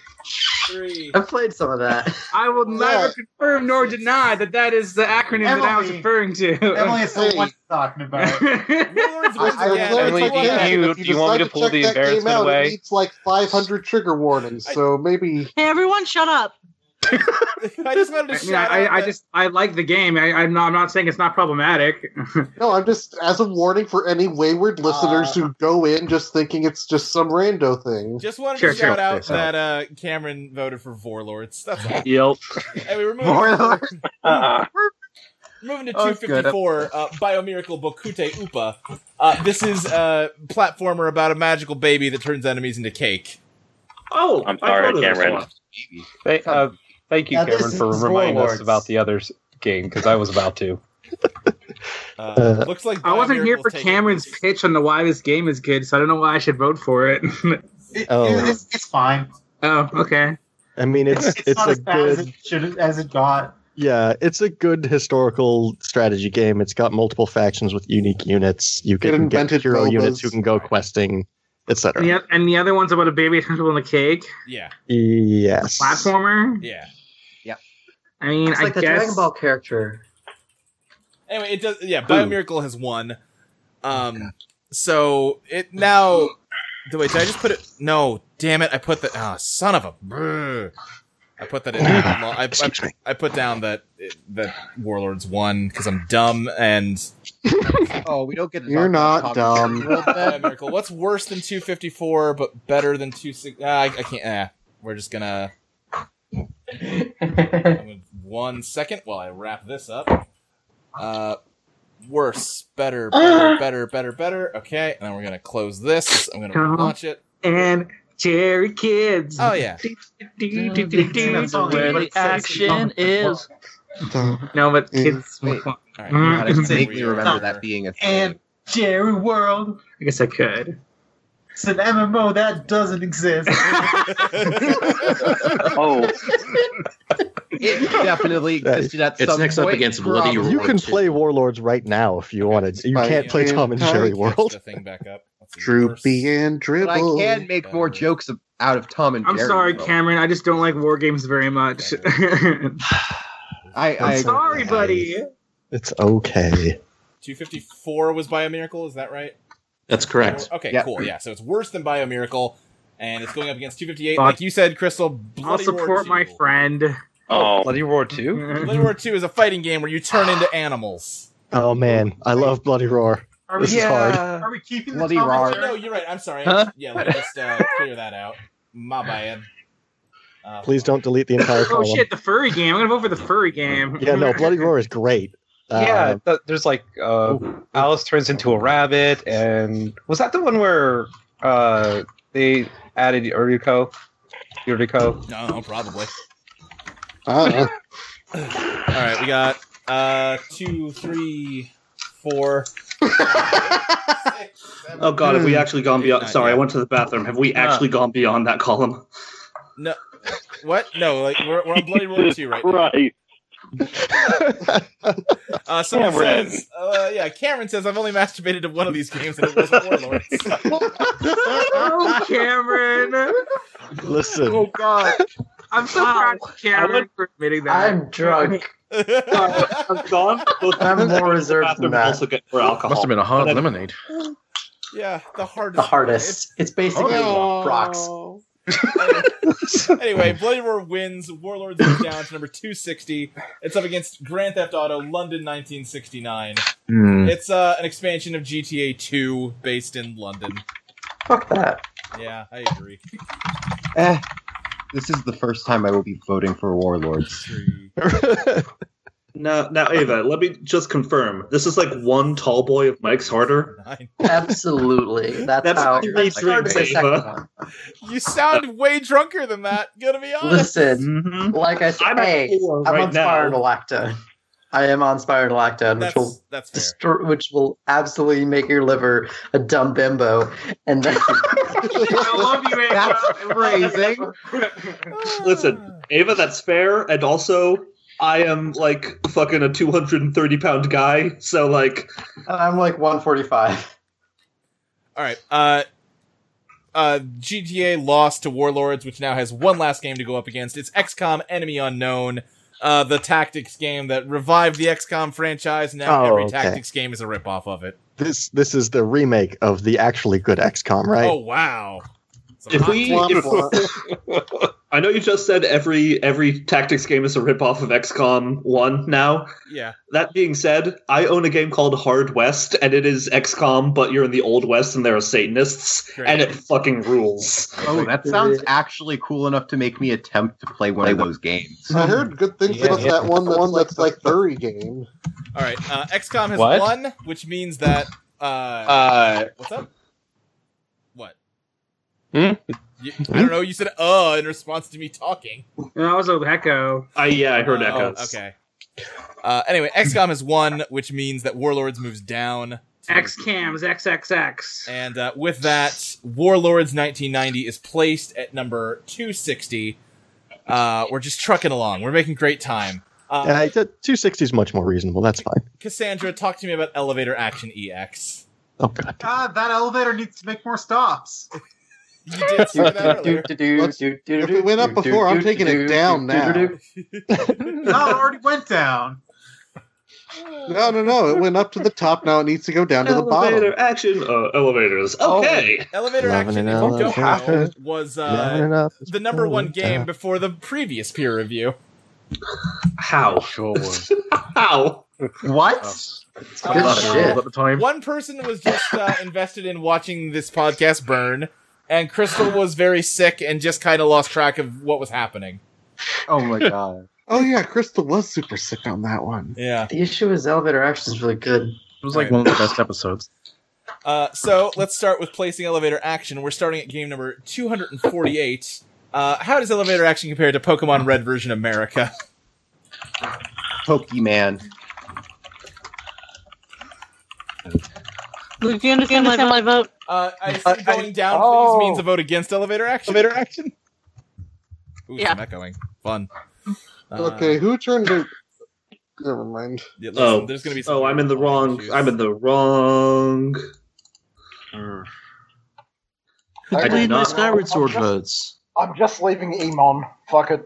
Speaker 1: three.
Speaker 18: I've played some of that.
Speaker 3: I will neither confirm nor deny that that is the acronym that I was
Speaker 14: Emily.
Speaker 3: referring to.
Speaker 14: Emily is the one talking about.
Speaker 1: Warlords
Speaker 4: I,
Speaker 14: wins
Speaker 4: I was
Speaker 14: again.
Speaker 4: literally
Speaker 16: Emily,
Speaker 4: talking
Speaker 16: do
Speaker 4: about
Speaker 16: you-
Speaker 4: it. If
Speaker 16: do you want me
Speaker 4: decide
Speaker 16: to pull
Speaker 4: check
Speaker 16: the
Speaker 4: that game
Speaker 16: embarrassment
Speaker 4: out,
Speaker 16: away?
Speaker 4: It needs like 500 trigger warnings, so maybe.
Speaker 6: Hey, everyone, shut up.
Speaker 1: I just wanted
Speaker 3: I, mean, I, I just I like the game. I, I'm not I'm not saying it's not problematic.
Speaker 16: Uh,
Speaker 4: No, I'm just as a warning for any wayward listeners who go in just thinking it's just some rando thing.
Speaker 1: Uh, Just wanted
Speaker 4: Sure,
Speaker 1: to shout
Speaker 4: sure.
Speaker 1: out
Speaker 4: Sure.
Speaker 1: that uh, Cameron voted for Warlords. That's all.
Speaker 8: Yep.
Speaker 1: And we were moving, moving to
Speaker 14: Oh, it's good.
Speaker 1: 254, uh, Biomiracle Bokute Upa. Uh, this is a platformer about a magical baby that turns enemies into cake.
Speaker 9: Oh,
Speaker 2: I'm sorry, Cameron.
Speaker 16: Thank, uh, thank you,
Speaker 1: Now, this
Speaker 16: Cameron, for
Speaker 1: is
Speaker 16: reminding
Speaker 1: Warlords.
Speaker 16: us about the other s- game because I was about to.
Speaker 1: Uh, looks like
Speaker 3: I wasn't here
Speaker 1: Biomiracle's
Speaker 3: for
Speaker 1: taking-
Speaker 3: Cameron's pitch on the why this game is good, so I don't know why I should vote for it.
Speaker 14: It's, it's fine.
Speaker 3: oh, okay.
Speaker 10: Oh. I mean, it's it's,
Speaker 14: not
Speaker 10: a
Speaker 14: as bad as
Speaker 1: uh,
Speaker 10: good
Speaker 14: it should as it got.
Speaker 10: yeah, it's a good historical strategy game. It's got multiple factions with unique units. You
Speaker 3: Get
Speaker 10: can get
Speaker 3: invented
Speaker 10: hero
Speaker 3: bombas.
Speaker 10: units who can go questing,
Speaker 3: And
Speaker 10: etc.
Speaker 3: the, and the other one's about a baby comfortable in a cake.
Speaker 1: Yeah.
Speaker 10: Yes.
Speaker 3: Platformer.
Speaker 1: Yeah.
Speaker 3: Yeah. I mean,
Speaker 18: It's
Speaker 3: I
Speaker 18: like the
Speaker 3: guess.
Speaker 18: Dragon Ball character.
Speaker 1: Anyway, it does. Yeah, Biomiracle has won. Um, so it now. The wait, did I just put it? No, damn it! I put the ah, son of a. brr. I put that in. I, I, I put down that that Warlords won because I'm dumb and
Speaker 17: Oh, we don't get. to
Speaker 1: You're
Speaker 17: talk
Speaker 1: not
Speaker 17: about the
Speaker 1: dumb.
Speaker 17: comics.
Speaker 1: Biomiracle. What's worse than 254 but better than 26? Uh, I, I can't. Uh, we're just gonna. One second while I wrap this up. Uh, worse, better,
Speaker 3: Ah.
Speaker 1: better, better, better, better. Okay, and then we're gonna close this. I'm gonna launch it.
Speaker 3: And Jerry Kids.
Speaker 1: Oh yeah.
Speaker 8: Where the action is.
Speaker 3: No, but kids. Mm-hmm.
Speaker 1: right,
Speaker 12: I vaguely remember that
Speaker 3: being a.
Speaker 14: And Jerry World,
Speaker 3: I guess I could.
Speaker 14: it's an MMO that doesn't exist.
Speaker 2: oh,
Speaker 12: definitely existed at
Speaker 10: It's
Speaker 12: some
Speaker 10: next
Speaker 12: point. Um,
Speaker 10: up against Bloody
Speaker 12: probably.
Speaker 10: You can play Warlords right now if you wanted. You can't play Tom and Jerry World.
Speaker 4: Droopy and
Speaker 12: But I
Speaker 4: dribble.
Speaker 12: can make more jokes of, out of Tom and
Speaker 3: I'm
Speaker 12: Jerry.
Speaker 3: sorry,
Speaker 12: though.
Speaker 3: Cameron. I just don't like war games very much.
Speaker 12: I,
Speaker 3: I'm sorry, buddy.
Speaker 10: It's okay.
Speaker 1: 254 was Biomiracle. Is that right?
Speaker 7: That's correct.
Speaker 1: Okay,
Speaker 7: Yeah.
Speaker 1: cool. Yeah, so it's worse than Biomiracle, and it's going up against 258.
Speaker 3: Fuck.
Speaker 1: Like you said, Crystal,
Speaker 3: I'll
Speaker 1: Bloody War
Speaker 3: support
Speaker 1: 2.
Speaker 3: my friend.
Speaker 2: Oh,
Speaker 16: Bloody Roar Two.
Speaker 1: Bloody War 2 is a fighting game where you turn into animals.
Speaker 10: Oh man, I love Bloody Roar. This is hard.
Speaker 14: Are we keeping
Speaker 1: Bloody
Speaker 14: the Tom
Speaker 1: Roar.
Speaker 14: and Jerry?
Speaker 1: No, you're right. I'm sorry.
Speaker 10: Huh?
Speaker 1: Yeah, let me just uh, clear that out. My bad. Uh,
Speaker 10: Please don't delete the entire
Speaker 3: Oh
Speaker 10: column.
Speaker 3: shit, the furry game. I'm gonna vote for the furry game.
Speaker 10: Yeah, no, Bloody Roar is great.
Speaker 16: yeah,
Speaker 10: Uh,
Speaker 16: th- there's like uh, Alice turns into a rabbit, and was that the one where uh, they added Yuriko? Yuriko.
Speaker 1: No, probably.
Speaker 4: Uh,
Speaker 1: All right, we got uh, two, three, four.
Speaker 9: Oh god, have we
Speaker 1: Hmm.
Speaker 9: actually gone beyond? Sorry, I went to the bathroom. Have we
Speaker 1: Uh.
Speaker 9: actually gone beyond that column?
Speaker 1: No, what? No, like we're, we're on Bloody Roar 2 right now. Uh, someone
Speaker 2: Cameron.
Speaker 1: says, uh, yeah, Cameron says, I've only masturbated to one of these games and it was Warlords.
Speaker 3: oh, Cameron.
Speaker 10: Listen.
Speaker 3: Oh God. I'm so proud of Cameron for admitting that. I'm
Speaker 18: drunk.
Speaker 9: I'm gone.
Speaker 18: I'm more reserved than that.
Speaker 9: Also good for alcohol.
Speaker 11: Must have been a hard lemonade.
Speaker 1: yeah, the hardest.
Speaker 18: The hardest. It's basically
Speaker 1: Oh.
Speaker 18: rocks.
Speaker 1: anyway, Bloody Roar wins. Warlords is down to number 260. It's up against Grand Theft Auto London 1969.
Speaker 7: Hmm.
Speaker 1: It's uh, an expansion of GTA 2 based in London.
Speaker 18: Fuck that.
Speaker 1: Yeah, I agree.
Speaker 12: Eh, this is the first time I will be voting for Warlords.
Speaker 9: Now, now, Ava, let me just confirm. This is like one tall boy of Mike's harder.
Speaker 18: Absolutely. That's,
Speaker 9: That's
Speaker 18: how.
Speaker 9: three
Speaker 18: That's how
Speaker 9: drinks,
Speaker 18: it's the second
Speaker 9: Ava.
Speaker 18: one.
Speaker 1: You sound way drunker than that, gonna be honest.
Speaker 18: Listen, like I said,
Speaker 1: I'm
Speaker 18: I'm,
Speaker 1: at
Speaker 18: hey,
Speaker 1: four
Speaker 18: I'm
Speaker 1: right
Speaker 18: on Spire and Lacta. I am on Spire and Lacta, which will
Speaker 1: that's
Speaker 18: destor- which will absolutely make your liver a dumb bimbo, and then
Speaker 3: I love you, Ava. That's
Speaker 12: phrasing.
Speaker 9: Listen, Ava, that's fair, and also I am like fucking a 230 pound guy, so like
Speaker 18: I'm like 145.
Speaker 1: All right. Uh, uh, GTA lost to Warlords, which now has one last game to go up against. It's XCOM Enemy Unknown, uh, the tactics game that revived the XCOM franchise. Now
Speaker 10: Oh,
Speaker 1: every
Speaker 10: okay.
Speaker 1: tactics game is a ripoff of it.
Speaker 10: this this is the remake of the actually good XCOM, right?
Speaker 1: Oh wow!
Speaker 9: if we, if- I know you just said every every tactics game is a ripoff of XCOM One now.
Speaker 1: Yeah.
Speaker 9: That being said, I own a game called Hard West, and it is XCOM, but you're in the Old West, and there are Satanists, and it fucking rules.
Speaker 12: Oh, that sounds
Speaker 4: uh,
Speaker 12: actually cool enough to make me attempt to play one of those games.
Speaker 4: I heard good things
Speaker 12: Yeah,
Speaker 4: about
Speaker 12: yeah.
Speaker 4: that one. That one that's like furry game.
Speaker 1: All right. Uh, XCOM has
Speaker 4: What?
Speaker 1: won, which means that. Uh,
Speaker 4: Uh,
Speaker 1: what's up? What?
Speaker 7: Hmm?
Speaker 1: You, I don't know. You said "uh" in response to me talking.
Speaker 3: No, that was a echo.
Speaker 9: I yeah, I heard
Speaker 1: Oh,
Speaker 9: echoes.
Speaker 1: Okay. Uh, anyway, XCOM is one, which means that Warlords moves down.
Speaker 3: X cams XXX.
Speaker 1: And uh, with that, Warlords 1990 is placed at number 260. Uh, we're just trucking along. We're making great time. Uh,
Speaker 10: Yeah, two sixty is much more reasonable. That's fine.
Speaker 1: Cassandra, talk to me about Elevator Action E EX.
Speaker 10: Oh god,
Speaker 14: God, Ah, that elevator needs to make more stops.
Speaker 1: you did
Speaker 14: see that earlier.
Speaker 4: Let's- if it went up before, I'm taking it down now.
Speaker 14: no, it already went down.
Speaker 4: No, no, no. It went up to the top. Now it needs to go down to the bottom. Oh,
Speaker 9: Elevator action. Uh, elevators.
Speaker 10: Oh,
Speaker 9: Okay.
Speaker 1: Elevator
Speaker 4: Loving
Speaker 1: Action,
Speaker 4: it,
Speaker 1: if you don't
Speaker 4: elevator.
Speaker 1: know, was
Speaker 4: Loving it
Speaker 1: uh,
Speaker 4: up,
Speaker 1: the number one game
Speaker 11: Uh.
Speaker 1: before the previous peer review.
Speaker 9: How?
Speaker 11: Sure Oh, was.
Speaker 9: How?
Speaker 14: What?
Speaker 11: Good shit. At the time.
Speaker 1: One person was just uh, invested in watching this podcast burn, and Crystal was very sick and just kind of lost track of what was happening.
Speaker 4: Oh my god. oh yeah, Crystal was super sick on that one.
Speaker 1: Yeah.
Speaker 18: The issue is elevator action is really good. It
Speaker 1: was like Right. one of the
Speaker 11: best episodes.
Speaker 1: Uh, so let's start with placing elevator action. We're starting at game number 248. Uh, how does elevator action compare to Pokemon Red version America?
Speaker 12: Pokemon.
Speaker 6: Luke, do you understand, my vote?
Speaker 1: Uh, I see
Speaker 6: Uh,
Speaker 1: going down
Speaker 6: oh.
Speaker 1: please means a vote against elevator action. Elevator
Speaker 10: action?
Speaker 1: Ooh,
Speaker 6: Yeah.
Speaker 1: some echoing. Fun. Uh,
Speaker 4: okay, who turned it? Never mind.
Speaker 1: Yeah, listen,
Speaker 9: Oh,
Speaker 1: there's gonna be some
Speaker 9: oh, I'm in the wrong. I'm in the wrong.
Speaker 7: I,
Speaker 9: I did
Speaker 7: played my
Speaker 9: not.
Speaker 7: Skyward Sword votes.
Speaker 13: I'm just leaving Emon. Fuck it.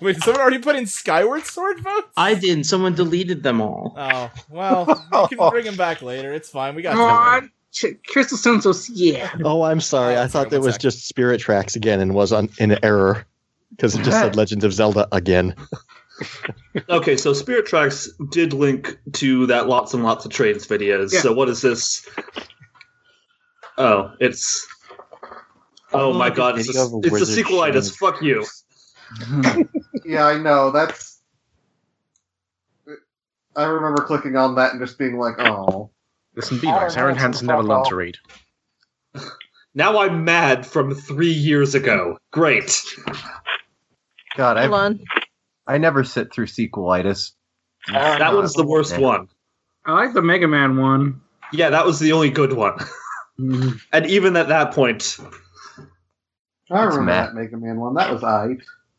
Speaker 1: Wait, did someone already put in Skyward Sword vote?
Speaker 7: I didn't. Someone deleted them all.
Speaker 1: Oh, well, we can bring him back later. It's fine. We got
Speaker 3: Come
Speaker 1: time.
Speaker 3: on. Ch- Crystal Stone so yeah.
Speaker 10: Oh, I'm sorry. I thought that was just Spirit Tracks again and was on in error because it just said Legend of Zelda again.
Speaker 9: Okay, so Spirit Tracks did link to that lots and lots of trains videos.
Speaker 3: Yeah.
Speaker 9: So what is this? Oh, it's. Oh my god! It's a,
Speaker 10: Video of a
Speaker 9: it's a
Speaker 10: wizard
Speaker 9: sequelitis.
Speaker 10: showing-
Speaker 9: Fuck you.
Speaker 4: Yeah, I know. That's. I remember clicking on that and just being like, "Oh,
Speaker 11: Listen, be
Speaker 4: I don't
Speaker 11: nice.
Speaker 4: know,
Speaker 11: Aaron
Speaker 4: it's
Speaker 11: Hansen
Speaker 4: a
Speaker 11: never learned
Speaker 4: pop-off.
Speaker 11: to read.
Speaker 9: Now I'm mad from three years ago. Great.
Speaker 12: God,
Speaker 6: Hold
Speaker 12: I
Speaker 6: on.
Speaker 12: I never sit through sequelitis. Eh,
Speaker 9: That one's the worst one.
Speaker 3: I like the Mega Man one.
Speaker 9: Yeah, that was the only good one. and even at that point,
Speaker 4: I remember
Speaker 9: Matt.
Speaker 4: that Mega Man one. That was I."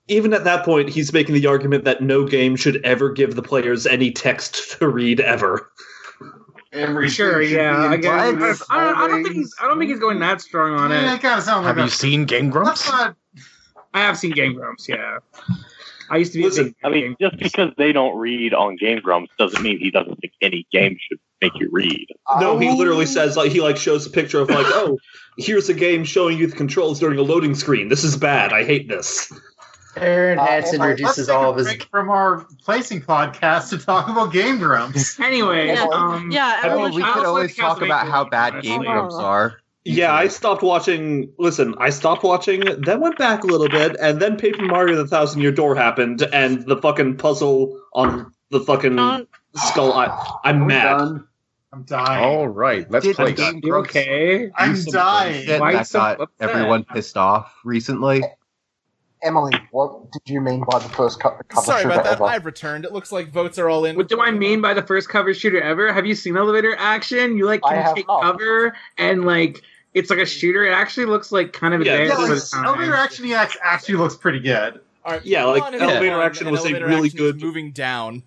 Speaker 9: even at that point, he's making the argument that no game should ever give the players any text to read ever.
Speaker 4: Every
Speaker 3: sure, yeah. I, guess, I, don't, I don't think he's. I don't think he's going that strong on it.
Speaker 14: Yeah, it kinda sounds like
Speaker 11: Have you seen Game Grumps?
Speaker 3: I have seen Game Grumps. Yeah. I used to be.
Speaker 2: Listen, I mean, just because they don't read on Game Grumps doesn't mean he doesn't think any game should make you read.
Speaker 9: No, he literally says like he like shows a picture of like, oh, here's a game showing you the controls during a loading screen. This is bad. I hate this.
Speaker 18: Aaron Hansen
Speaker 14: Alright, let's
Speaker 18: reduces
Speaker 14: take
Speaker 18: all
Speaker 14: a
Speaker 18: of his.
Speaker 14: break from our placing podcast to talk about Game Grumps.
Speaker 3: anyway,
Speaker 18: Yeah.
Speaker 3: um,
Speaker 6: Yeah,
Speaker 12: I mean, we could always talk about how bad Game
Speaker 9: honestly.
Speaker 12: Grumps are.
Speaker 9: Yeah, I stopped watching. Listen, I stopped watching, then went back a little bit, and then Paper Mario: The Thousand Year Door happened, and the fucking puzzle on the fucking skull. I, I'm mad.
Speaker 14: I'm dying.
Speaker 11: All right, let's
Speaker 12: Did
Speaker 11: play
Speaker 12: Game
Speaker 11: that.
Speaker 3: You're okay.
Speaker 14: I'm
Speaker 12: Some
Speaker 14: dying.
Speaker 12: bullshit
Speaker 14: Why
Speaker 12: that
Speaker 14: so
Speaker 12: got
Speaker 14: upset?
Speaker 12: everyone pissed off recently.
Speaker 13: Emily, what did you mean by the first cu- cover
Speaker 3: Sorry
Speaker 13: shooter
Speaker 3: about that.
Speaker 13: ever?
Speaker 1: I've returned. It looks like votes are all in.
Speaker 3: What do I mean by the first cover shooter ever? Have you seen elevator action? You like
Speaker 13: I
Speaker 3: can
Speaker 13: have
Speaker 3: take
Speaker 13: not.
Speaker 3: cover and like it's like a shooter. It actually looks like kind of
Speaker 14: Yeah,
Speaker 3: advanced.
Speaker 14: yeah,
Speaker 3: for
Speaker 14: like,
Speaker 3: the time.
Speaker 14: elevator action EX actually looks pretty good.
Speaker 1: All right,
Speaker 9: Yeah, like, elevator action was a really
Speaker 1: good moving down.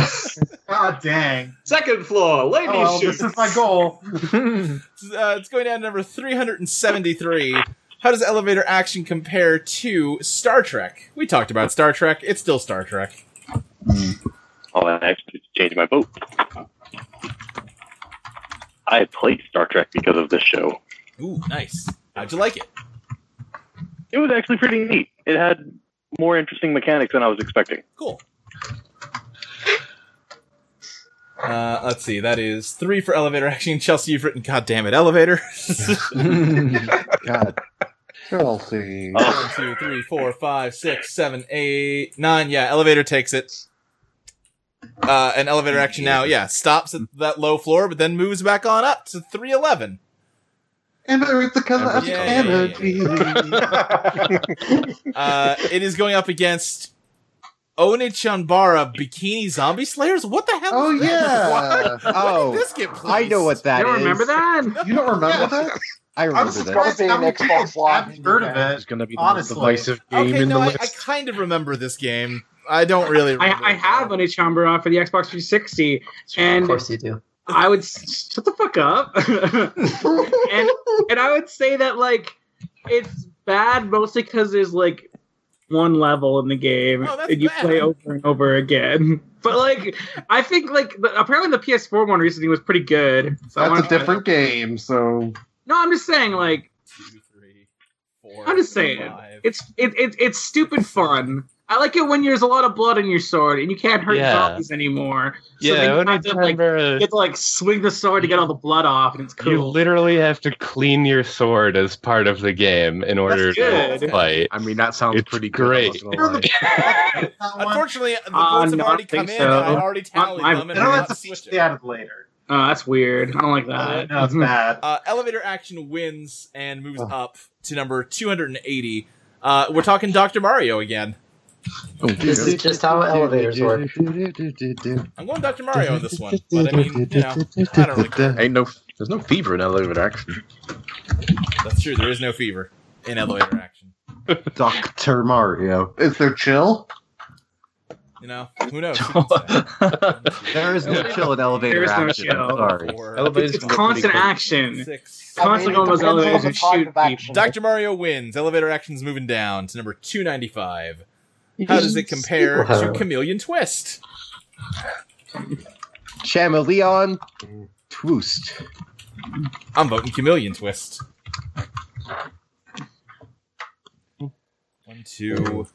Speaker 14: God dang.
Speaker 9: Second floor, ladies.
Speaker 14: Oh, well,
Speaker 1: shoes.
Speaker 14: this is my goal.
Speaker 1: Uh, it's going down to number 373. How does elevator action compare to Star Trek? We talked about Star Trek. It's still Star Trek.
Speaker 2: Oh, and I actually changed my vote. I had played Star Trek because of this show.
Speaker 1: Ooh, nice. How'd you like it?
Speaker 2: It was actually pretty neat. It had more interesting mechanics than I was expecting.
Speaker 1: Cool. Uh, let's see. That is three for elevator action. Chelsea, you've written "goddamn it, elevator."
Speaker 4: God, Chelsea.
Speaker 1: One, two, three, four, five, six, seven, eight, nine. Yeah, elevator takes it. Uh, and elevator action now, yeah, stops at that low floor, but then moves back on up to 311.
Speaker 4: And there's the color of
Speaker 1: Yeah, yeah, yeah,
Speaker 4: energy.
Speaker 1: Uh, it is going up against Onichanbara Bikini Zombie Slayers. What the hell?
Speaker 4: Oh
Speaker 1: is that?
Speaker 4: yeah.
Speaker 1: Why- why
Speaker 12: Oh,
Speaker 1: did this get placed?
Speaker 12: I know what that is.
Speaker 1: that?
Speaker 12: You don't remember that?
Speaker 10: I
Speaker 14: I'm
Speaker 10: remember
Speaker 14: surprised
Speaker 10: this.
Speaker 14: how many people haven't heard of it.
Speaker 10: It's gonna be the most
Speaker 14: honestly.
Speaker 10: divisive
Speaker 1: Okay,
Speaker 10: game in
Speaker 1: no,
Speaker 10: the
Speaker 1: I,
Speaker 10: list.
Speaker 1: I kind of remember this game. I don't really.
Speaker 3: I, I have an Chambara for the Xbox 360, and
Speaker 18: Of course you do.
Speaker 3: I would s- shut the fuck up. and and I would say that like it's bad mostly because there's like one level in the game
Speaker 1: Oh, that's
Speaker 3: and you
Speaker 1: bad.
Speaker 3: play over and over again. But like I think like the, apparently the PS4 one recently was pretty good. So I
Speaker 4: That's
Speaker 3: wanna-
Speaker 4: a different game, so
Speaker 3: No, I'm just saying like I'm just saying it's it, it it's stupid fun. I like it when there's a lot of blood in your sword and you can't hurt
Speaker 15: Yeah.
Speaker 3: zombies anymore.
Speaker 15: Yeah,
Speaker 3: then you
Speaker 15: when I
Speaker 3: have to, like, you have to like swing the sword to get all the blood off, and it's cool.
Speaker 15: You literally have to clean your sword as part of the game in order to
Speaker 3: good.
Speaker 15: fight.
Speaker 11: I mean, that sounds pretty
Speaker 15: great.
Speaker 1: Unfortunately, the
Speaker 3: Uh,
Speaker 1: votes have
Speaker 3: no,
Speaker 1: already
Speaker 3: I
Speaker 1: come
Speaker 3: think
Speaker 1: in.
Speaker 3: so.
Speaker 1: I already tallied
Speaker 3: I'm-
Speaker 1: them. And
Speaker 3: Then I'll
Speaker 1: we're
Speaker 3: have
Speaker 1: not
Speaker 14: switch the added later.
Speaker 3: Oh, that's weird. I don't like that.
Speaker 1: Uh, no, it's
Speaker 14: bad.
Speaker 1: Uh, elevator action wins and moves up to number 280. Uh, we're talking Dr. Mario again.
Speaker 18: This is just how elevators work.
Speaker 1: I'm going Dr. Mario in this one. But I mean, you know,
Speaker 11: Ain't no, there's no fever in elevator action.
Speaker 1: that's true. There is no fever in elevator action.
Speaker 4: Doctor Mario. Is there chill?
Speaker 1: You know, who knows?
Speaker 4: There is no chill in elevator
Speaker 3: There is no
Speaker 4: action.
Speaker 3: chill.
Speaker 4: I'm sorry.
Speaker 3: Elevators It's go pretty constant quick. action.
Speaker 1: Six.
Speaker 3: Constantly going those elevators and shoot people.
Speaker 1: Dr. Mario wins. Elevator action's moving down to number 295. How does it compare
Speaker 4: Wow.
Speaker 1: to Chameleon Twist?
Speaker 4: Chameleon Twoost.
Speaker 1: I'm voting Chameleon Twist. One, two,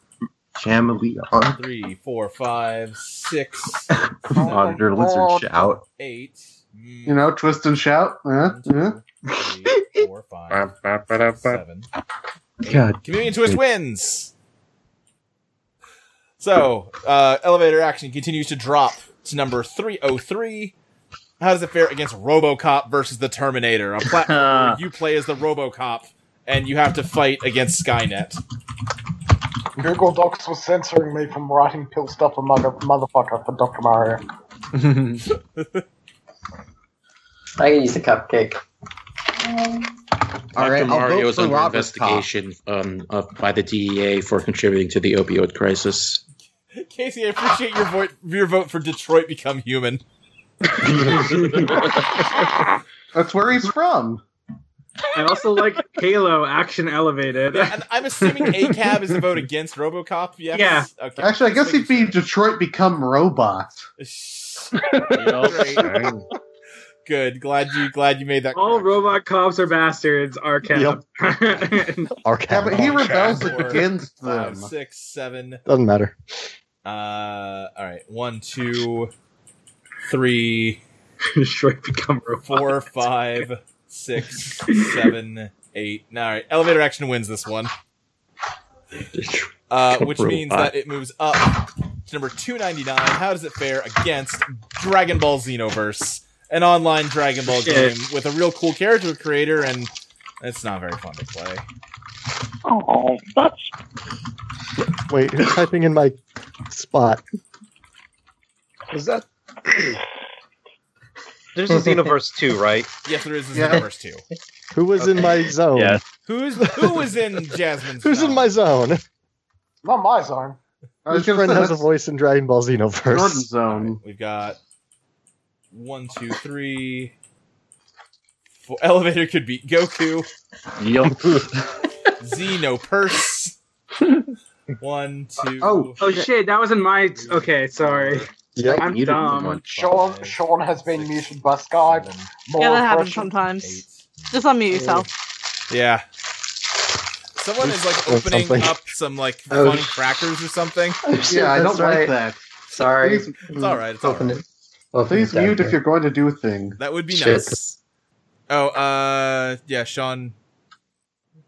Speaker 4: Chameleon.
Speaker 1: three, four, five, six,
Speaker 4: Auditor lizard shout.
Speaker 1: eight.
Speaker 17: Mm.
Speaker 4: You know, twist and shout. Yeah, yeah. God.
Speaker 1: Chameleon Twist wins. So, uh, elevator action continues to drop to number 303. How does it fare against RoboCop versus the Terminator? A platform where you play as the RoboCop and you have to fight against Skynet.
Speaker 17: Google Docs was censoring me from writing pill stuff a mother- motherfucker for Dr. Mario.
Speaker 18: I can use a cupcake.
Speaker 8: Mm-hmm.
Speaker 7: Dr.
Speaker 18: right, I'll
Speaker 7: Mario
Speaker 18: vote
Speaker 7: is
Speaker 18: for
Speaker 7: under
Speaker 18: Robert's
Speaker 7: investigation um, of, by the DEA for contributing to the opioid crisis.
Speaker 1: Casey, I appreciate your, vote, your vote for Detroit Become Human.
Speaker 4: That's where he's from.
Speaker 3: I also like Halo action elevated.
Speaker 1: And I'm assuming ACAB is a vote against RoboCop. Yes?
Speaker 3: Yeah.
Speaker 1: Okay.
Speaker 4: Actually, I guess he'd be Detroit Become Robot.
Speaker 1: Great. Good. Glad you glad you made that.
Speaker 3: All robot cops are bastards. Are cap.
Speaker 4: Yeah, but he rebels against
Speaker 1: Five,
Speaker 4: them.
Speaker 1: six, seven.
Speaker 10: Doesn't matter.
Speaker 1: Uh, all right. One, two, three.
Speaker 3: Detroit become robot.
Speaker 1: Four, five, six, seven, eight. All right. Elevator action wins this one. Uh,
Speaker 15: Become
Speaker 1: which means
Speaker 15: robot.
Speaker 1: that it moves up to number 299. How does it fare against Dragon Ball Xenoverse, an online Dragon Ball
Speaker 3: Shit.
Speaker 1: game with a real cool character creator, and it's not very fun to play.
Speaker 2: Oh, that's
Speaker 10: Wait, who's typing in my spot?
Speaker 16: Is that? There's a Xenoverse 2, right?
Speaker 1: Yes, there is a
Speaker 16: Yeah.
Speaker 1: Xenoverse 2.
Speaker 10: Who was in my zone?
Speaker 16: Yes.
Speaker 1: Who's who was in Jasmine's?
Speaker 10: Who's in my zone?
Speaker 17: Not my zone.
Speaker 10: His friend has a voice in Dragon Ball Xenoverse.
Speaker 4: Zone.
Speaker 1: We've got one, two, three. Four. Elevator could beat Goku.
Speaker 11: Yup.
Speaker 1: Xeno Purse. One, two.
Speaker 3: Oh, oh shit! That was in my. Okay, sorry.
Speaker 10: Yeah,
Speaker 3: I'm dumb.
Speaker 17: Sean, Sean has been muted by Skype. More
Speaker 6: yeah, that happens
Speaker 17: oppression.
Speaker 6: sometimes. Just unmute yourself.
Speaker 1: Yeah. Someone is like
Speaker 10: Or
Speaker 1: opening
Speaker 10: something.
Speaker 1: up some like
Speaker 18: Oh,
Speaker 1: fun
Speaker 18: sh-
Speaker 1: crackers or something.
Speaker 4: Yeah, I don't
Speaker 18: That's right.
Speaker 4: like that.
Speaker 18: Sorry.
Speaker 4: Please-
Speaker 1: It's all right. It's all
Speaker 18: Open
Speaker 1: right.
Speaker 18: it. Open
Speaker 4: Please
Speaker 18: it down
Speaker 4: mute
Speaker 18: here.
Speaker 4: if you're going to do a thing.
Speaker 1: That would be
Speaker 18: Shit.
Speaker 1: nice. Oh, uh, yeah, Sean.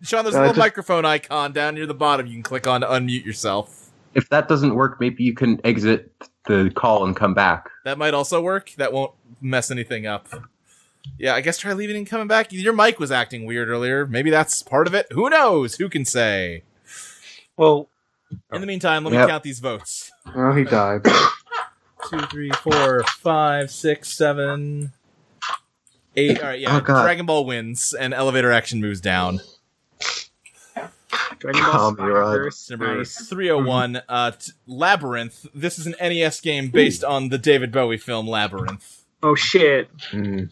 Speaker 1: Sean, there's a
Speaker 4: Uh,
Speaker 1: little
Speaker 4: just-
Speaker 1: microphone icon down near the bottom. You can click on to unmute yourself.
Speaker 12: If that doesn't work, maybe you can exit the call and come back.
Speaker 1: That might also work. That won't mess anything up. Yeah, I guess try leaving and coming back. Your mic was acting weird earlier. Maybe that's part of it. Who knows? Who can say?
Speaker 16: Well,
Speaker 1: in the meantime, let me
Speaker 4: Yep.
Speaker 1: count these votes.
Speaker 4: Oh, he died.
Speaker 1: Two, three, four, five, six, seven, Eight. All right, yeah.
Speaker 4: Oh, God.
Speaker 1: Dragon Ball wins, and elevator action moves down.
Speaker 3: Dragon
Speaker 4: Ball Oh, Mm-hmm. you're right. Fighters,
Speaker 1: Number
Speaker 4: nice.
Speaker 1: 301, uh, t- Labyrinth. This is an NES game based on the David Bowie film Labyrinth.
Speaker 3: Oh shit!
Speaker 1: Mm,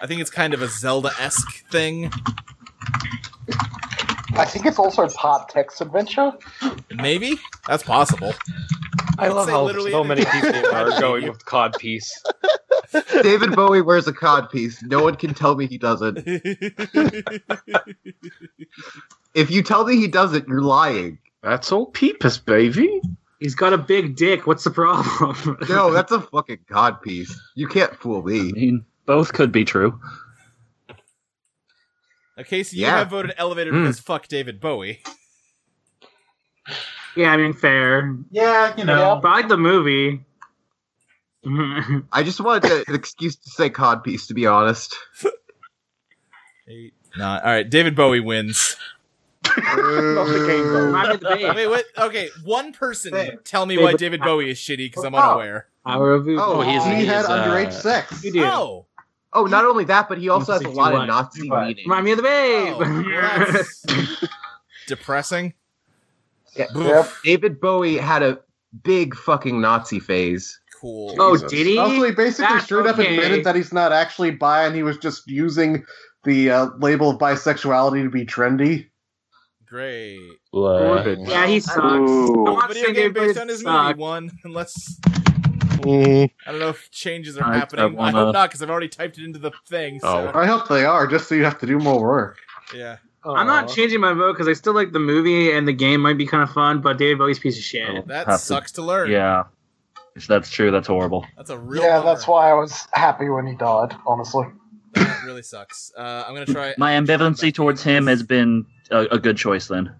Speaker 1: I think it's kind of a Zelda esque thing.
Speaker 17: I think it's also part text adventure.
Speaker 1: Maybe? That's possible.
Speaker 16: I love
Speaker 1: Say
Speaker 16: how
Speaker 1: literally
Speaker 16: so many
Speaker 1: anything.
Speaker 16: people are going with codpiece.
Speaker 12: David Bowie wears a codpiece. No one can tell me he doesn't. if you tell me he doesn't, you're lying.
Speaker 11: That's all peepus, baby.
Speaker 3: He's got a big dick. What's the problem?
Speaker 12: no, that's a fucking codpiece. You can't fool me.
Speaker 8: both could be true.
Speaker 1: Okay, so you
Speaker 12: Yeah.
Speaker 1: have voted elevator
Speaker 12: Mm.
Speaker 1: because fuck David Bowie.
Speaker 3: Yeah, I mean, fair.
Speaker 17: Yeah, you
Speaker 3: know. But I like the movie.
Speaker 12: I just wanted to, an excuse to say codpiece, to be honest.
Speaker 1: Eight. Nah, all right, David Bowie wins. Wait, what? Okay, one person tell me why
Speaker 3: David-
Speaker 1: David Bowie is shitty because I'm
Speaker 12: Oh.
Speaker 1: unaware.
Speaker 3: Hour of
Speaker 12: Oh, he had underage sex.
Speaker 3: You do.
Speaker 1: Oh.
Speaker 12: Oh, not only that, but he also has a lot of Nazi meaning.
Speaker 3: Remind me of the babe.
Speaker 1: Oh, Depressing.
Speaker 12: Yeah. David Bowie had a big fucking Nazi phase.
Speaker 1: Cool.
Speaker 12: Oh,
Speaker 3: Oh,
Speaker 4: Also, he basically straight up admitted that he's not actually bi, and he was just using the uh, label of bisexuality to be trendy.
Speaker 1: Great.
Speaker 3: Yeah, he sucks. I'm not
Speaker 1: Video
Speaker 3: saying
Speaker 1: game
Speaker 3: David Bowie
Speaker 1: based on his
Speaker 3: sucks.
Speaker 1: movie one, unless
Speaker 10: Mm.
Speaker 1: I don't know if changes are
Speaker 4: I- I
Speaker 1: happening. I,
Speaker 4: wanna-
Speaker 1: hope not because I've already typed it into the thing. So.
Speaker 4: I hope they are, just so you have to do more work.
Speaker 1: Yeah.
Speaker 3: I'm not changing my vote because I still like the movie and the game might be kind of fun, but David Bowie's a piece of shit.
Speaker 1: that
Speaker 8: Have to- Yeah. If that's true, that's horrible.
Speaker 1: That's a
Speaker 17: yeah, that's why I was happy when he died. Honestly,
Speaker 1: That really sucks. Uh, I'm gonna try.
Speaker 8: My ambivalency towards him has been a, a good choice then.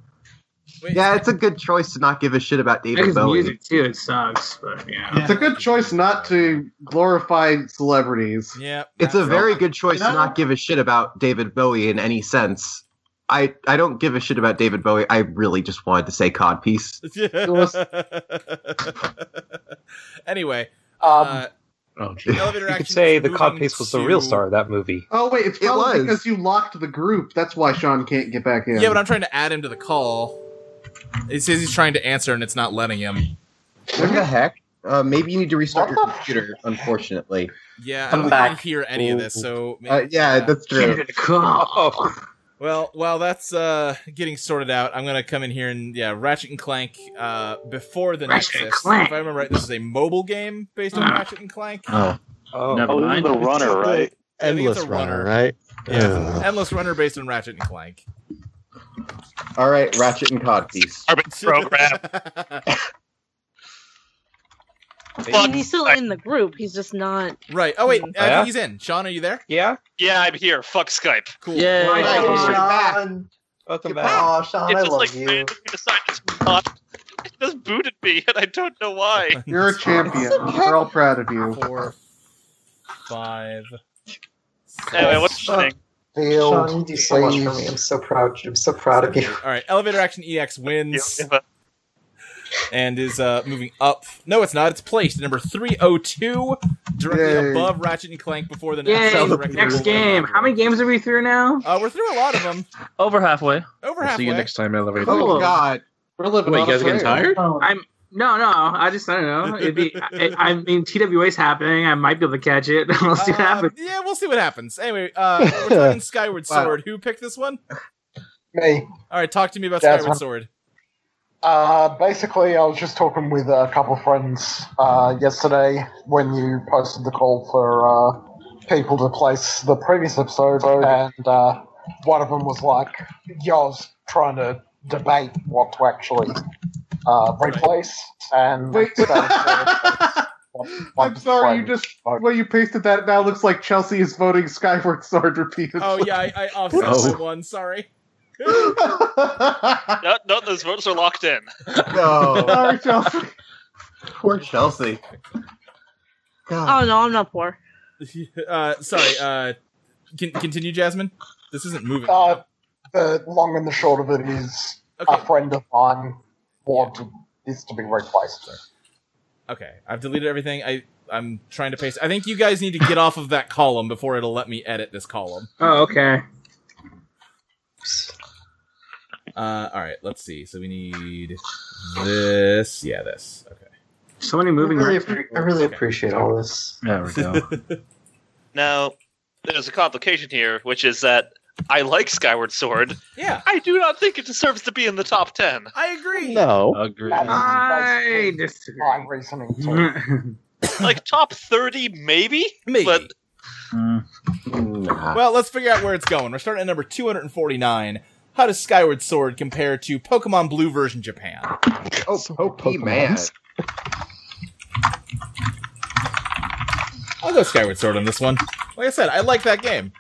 Speaker 12: Yeah, it's a good choice to not give a shit about David
Speaker 3: his
Speaker 12: Bowie.
Speaker 3: music too, it sucks, but yeah.
Speaker 4: It's a good choice not to glorify celebrities.
Speaker 1: Yeah,
Speaker 12: It's a very good choice
Speaker 4: You know-
Speaker 12: to not give a shit about David Bowie in any sense. I, I don't give a shit about David Bowie. I really just wanted to say codpiece.
Speaker 1: anyway,
Speaker 3: Um,
Speaker 1: uh,
Speaker 16: Oh,
Speaker 1: geez. Elevator
Speaker 16: you
Speaker 1: action
Speaker 16: could say
Speaker 1: is
Speaker 16: the
Speaker 1: moving
Speaker 16: codpiece was the real
Speaker 1: to-
Speaker 16: star of that movie.
Speaker 4: Oh wait, it's probably
Speaker 1: was.
Speaker 4: because you locked the group. That's why Sean can't get back in.
Speaker 1: yeah. but I'm trying to add him to the call. It says he's trying to answer and it's not letting him.
Speaker 12: What the heck? Uh, maybe you need to restart your computer, unfortunately.
Speaker 1: Yeah,
Speaker 12: Come
Speaker 1: I don't
Speaker 12: back.
Speaker 1: think I hear any of this. So
Speaker 12: Uh, yeah, that's true.
Speaker 1: Well, while that's uh, getting sorted out, I'm gonna come in here and yeah, Ratchet and Clank. Uh, before the
Speaker 3: Ratchet and
Speaker 1: Nexus,
Speaker 3: Clank.
Speaker 1: if I remember right, this is a mobile game based on Ratchet and Clank.
Speaker 10: Oh.
Speaker 1: Never Oh, mind. the runner, right?
Speaker 10: Endless runner, right?
Speaker 1: Yeah, endless runner based on Ratchet and Clank.
Speaker 12: All right, Ratchet and Codpiece.
Speaker 1: program.
Speaker 6: I mean, he's still in the group. He's just not.
Speaker 1: Right. Oh
Speaker 3: Mm.
Speaker 1: wait, I think
Speaker 6: Yeah?
Speaker 1: he's in. Sean, are you there?
Speaker 16: Yeah.
Speaker 20: Yeah, I'm here. Fuck Skype.
Speaker 1: Cool.
Speaker 20: Yeah.
Speaker 14: Sean.
Speaker 16: Welcome
Speaker 14: back. Aw, Sean,
Speaker 20: it
Speaker 14: I
Speaker 20: just
Speaker 14: love
Speaker 20: like
Speaker 14: you.
Speaker 20: randomly decided to not. It just booted me, and I don't know why.
Speaker 4: You're a champion. We're all proud of you.
Speaker 1: Five.
Speaker 20: Anyway, what's happening?
Speaker 5: Field, Sean, you do so much for me. I'm so proud. I'm so proud of you.
Speaker 1: All right, elevator action EX wins. And is uh, moving up. No, it's not. It's placed at number 302, directly
Speaker 3: Yay.
Speaker 1: above Ratchet and Clank before the next,
Speaker 3: Yay,
Speaker 1: record.
Speaker 3: next game. How many games are we through now?
Speaker 1: Uh, we're through a lot of them.
Speaker 8: Over halfway.
Speaker 1: Over
Speaker 11: We'll see you next time, elevator.
Speaker 3: Oh,
Speaker 12: God.
Speaker 4: We're living
Speaker 11: Wait, you guys getting tired?
Speaker 4: Oh.
Speaker 3: I'm no, no. I just I don't know. It'd be, I, I mean, TWA's happening. I might be able to catch it. We'll see what happens.
Speaker 1: Uh, Yeah, we'll see what happens. Anyway, uh, we're talking Skyward
Speaker 3: Wow.
Speaker 1: Sword. Who picked this one?
Speaker 17: me.
Speaker 1: All right, talk to me about
Speaker 17: That's
Speaker 1: Skyward
Speaker 17: one.
Speaker 1: Sword.
Speaker 17: Uh, basically, I was just talking with a couple friends uh, yesterday when you posted the call for uh, people to place the previous episode, and uh, one of them was like, "Yeah, I was trying to debate what to actually uh, replace." And
Speaker 4: I'm sorry, you just well, you pasted that. It now looks like Chelsea is voting Skyward Sword repeatedly.
Speaker 1: Oh, yeah, I, I offset
Speaker 4: Oh.
Speaker 1: my one. Sorry.
Speaker 20: no, no, those votes are locked in.
Speaker 4: sorry, Chelsea.
Speaker 12: Poor Chelsea.
Speaker 6: Oh no, I'm not poor.
Speaker 1: Uh, sorry. Uh, can, continue, Jasmine. This isn't moving.
Speaker 17: Uh, the long and the short of it is, a friend of mine wanted this to be replaced.
Speaker 1: Okay, I've deleted everything. I I'm trying to paste. I think you guys need to get off of that column before it'll let me edit this column.
Speaker 3: Oh, okay.
Speaker 1: Uh, all right, let's see. So we need this. Yeah, this. Okay.
Speaker 3: So many moving.
Speaker 18: I really,
Speaker 3: parts.
Speaker 18: appre- I really appreciate all this.
Speaker 11: There we go.
Speaker 20: Now, there's a complication here, which is that I like Skyward Sword.
Speaker 1: Yeah.
Speaker 20: I do not think it deserves to be in the top ten.
Speaker 1: I agree.
Speaker 10: No.
Speaker 11: Agree.
Speaker 3: I disagree.
Speaker 17: I'm reasoning
Speaker 20: like top thirty, maybe. Maybe. But Ah.
Speaker 1: Well, let's figure out where it's going. We're starting at number 249. How does Skyward Sword compare to Pokemon Blue version Japan?
Speaker 12: Oh, man.
Speaker 1: I'll go Skyward Sword on this one. Like I said, I like that game.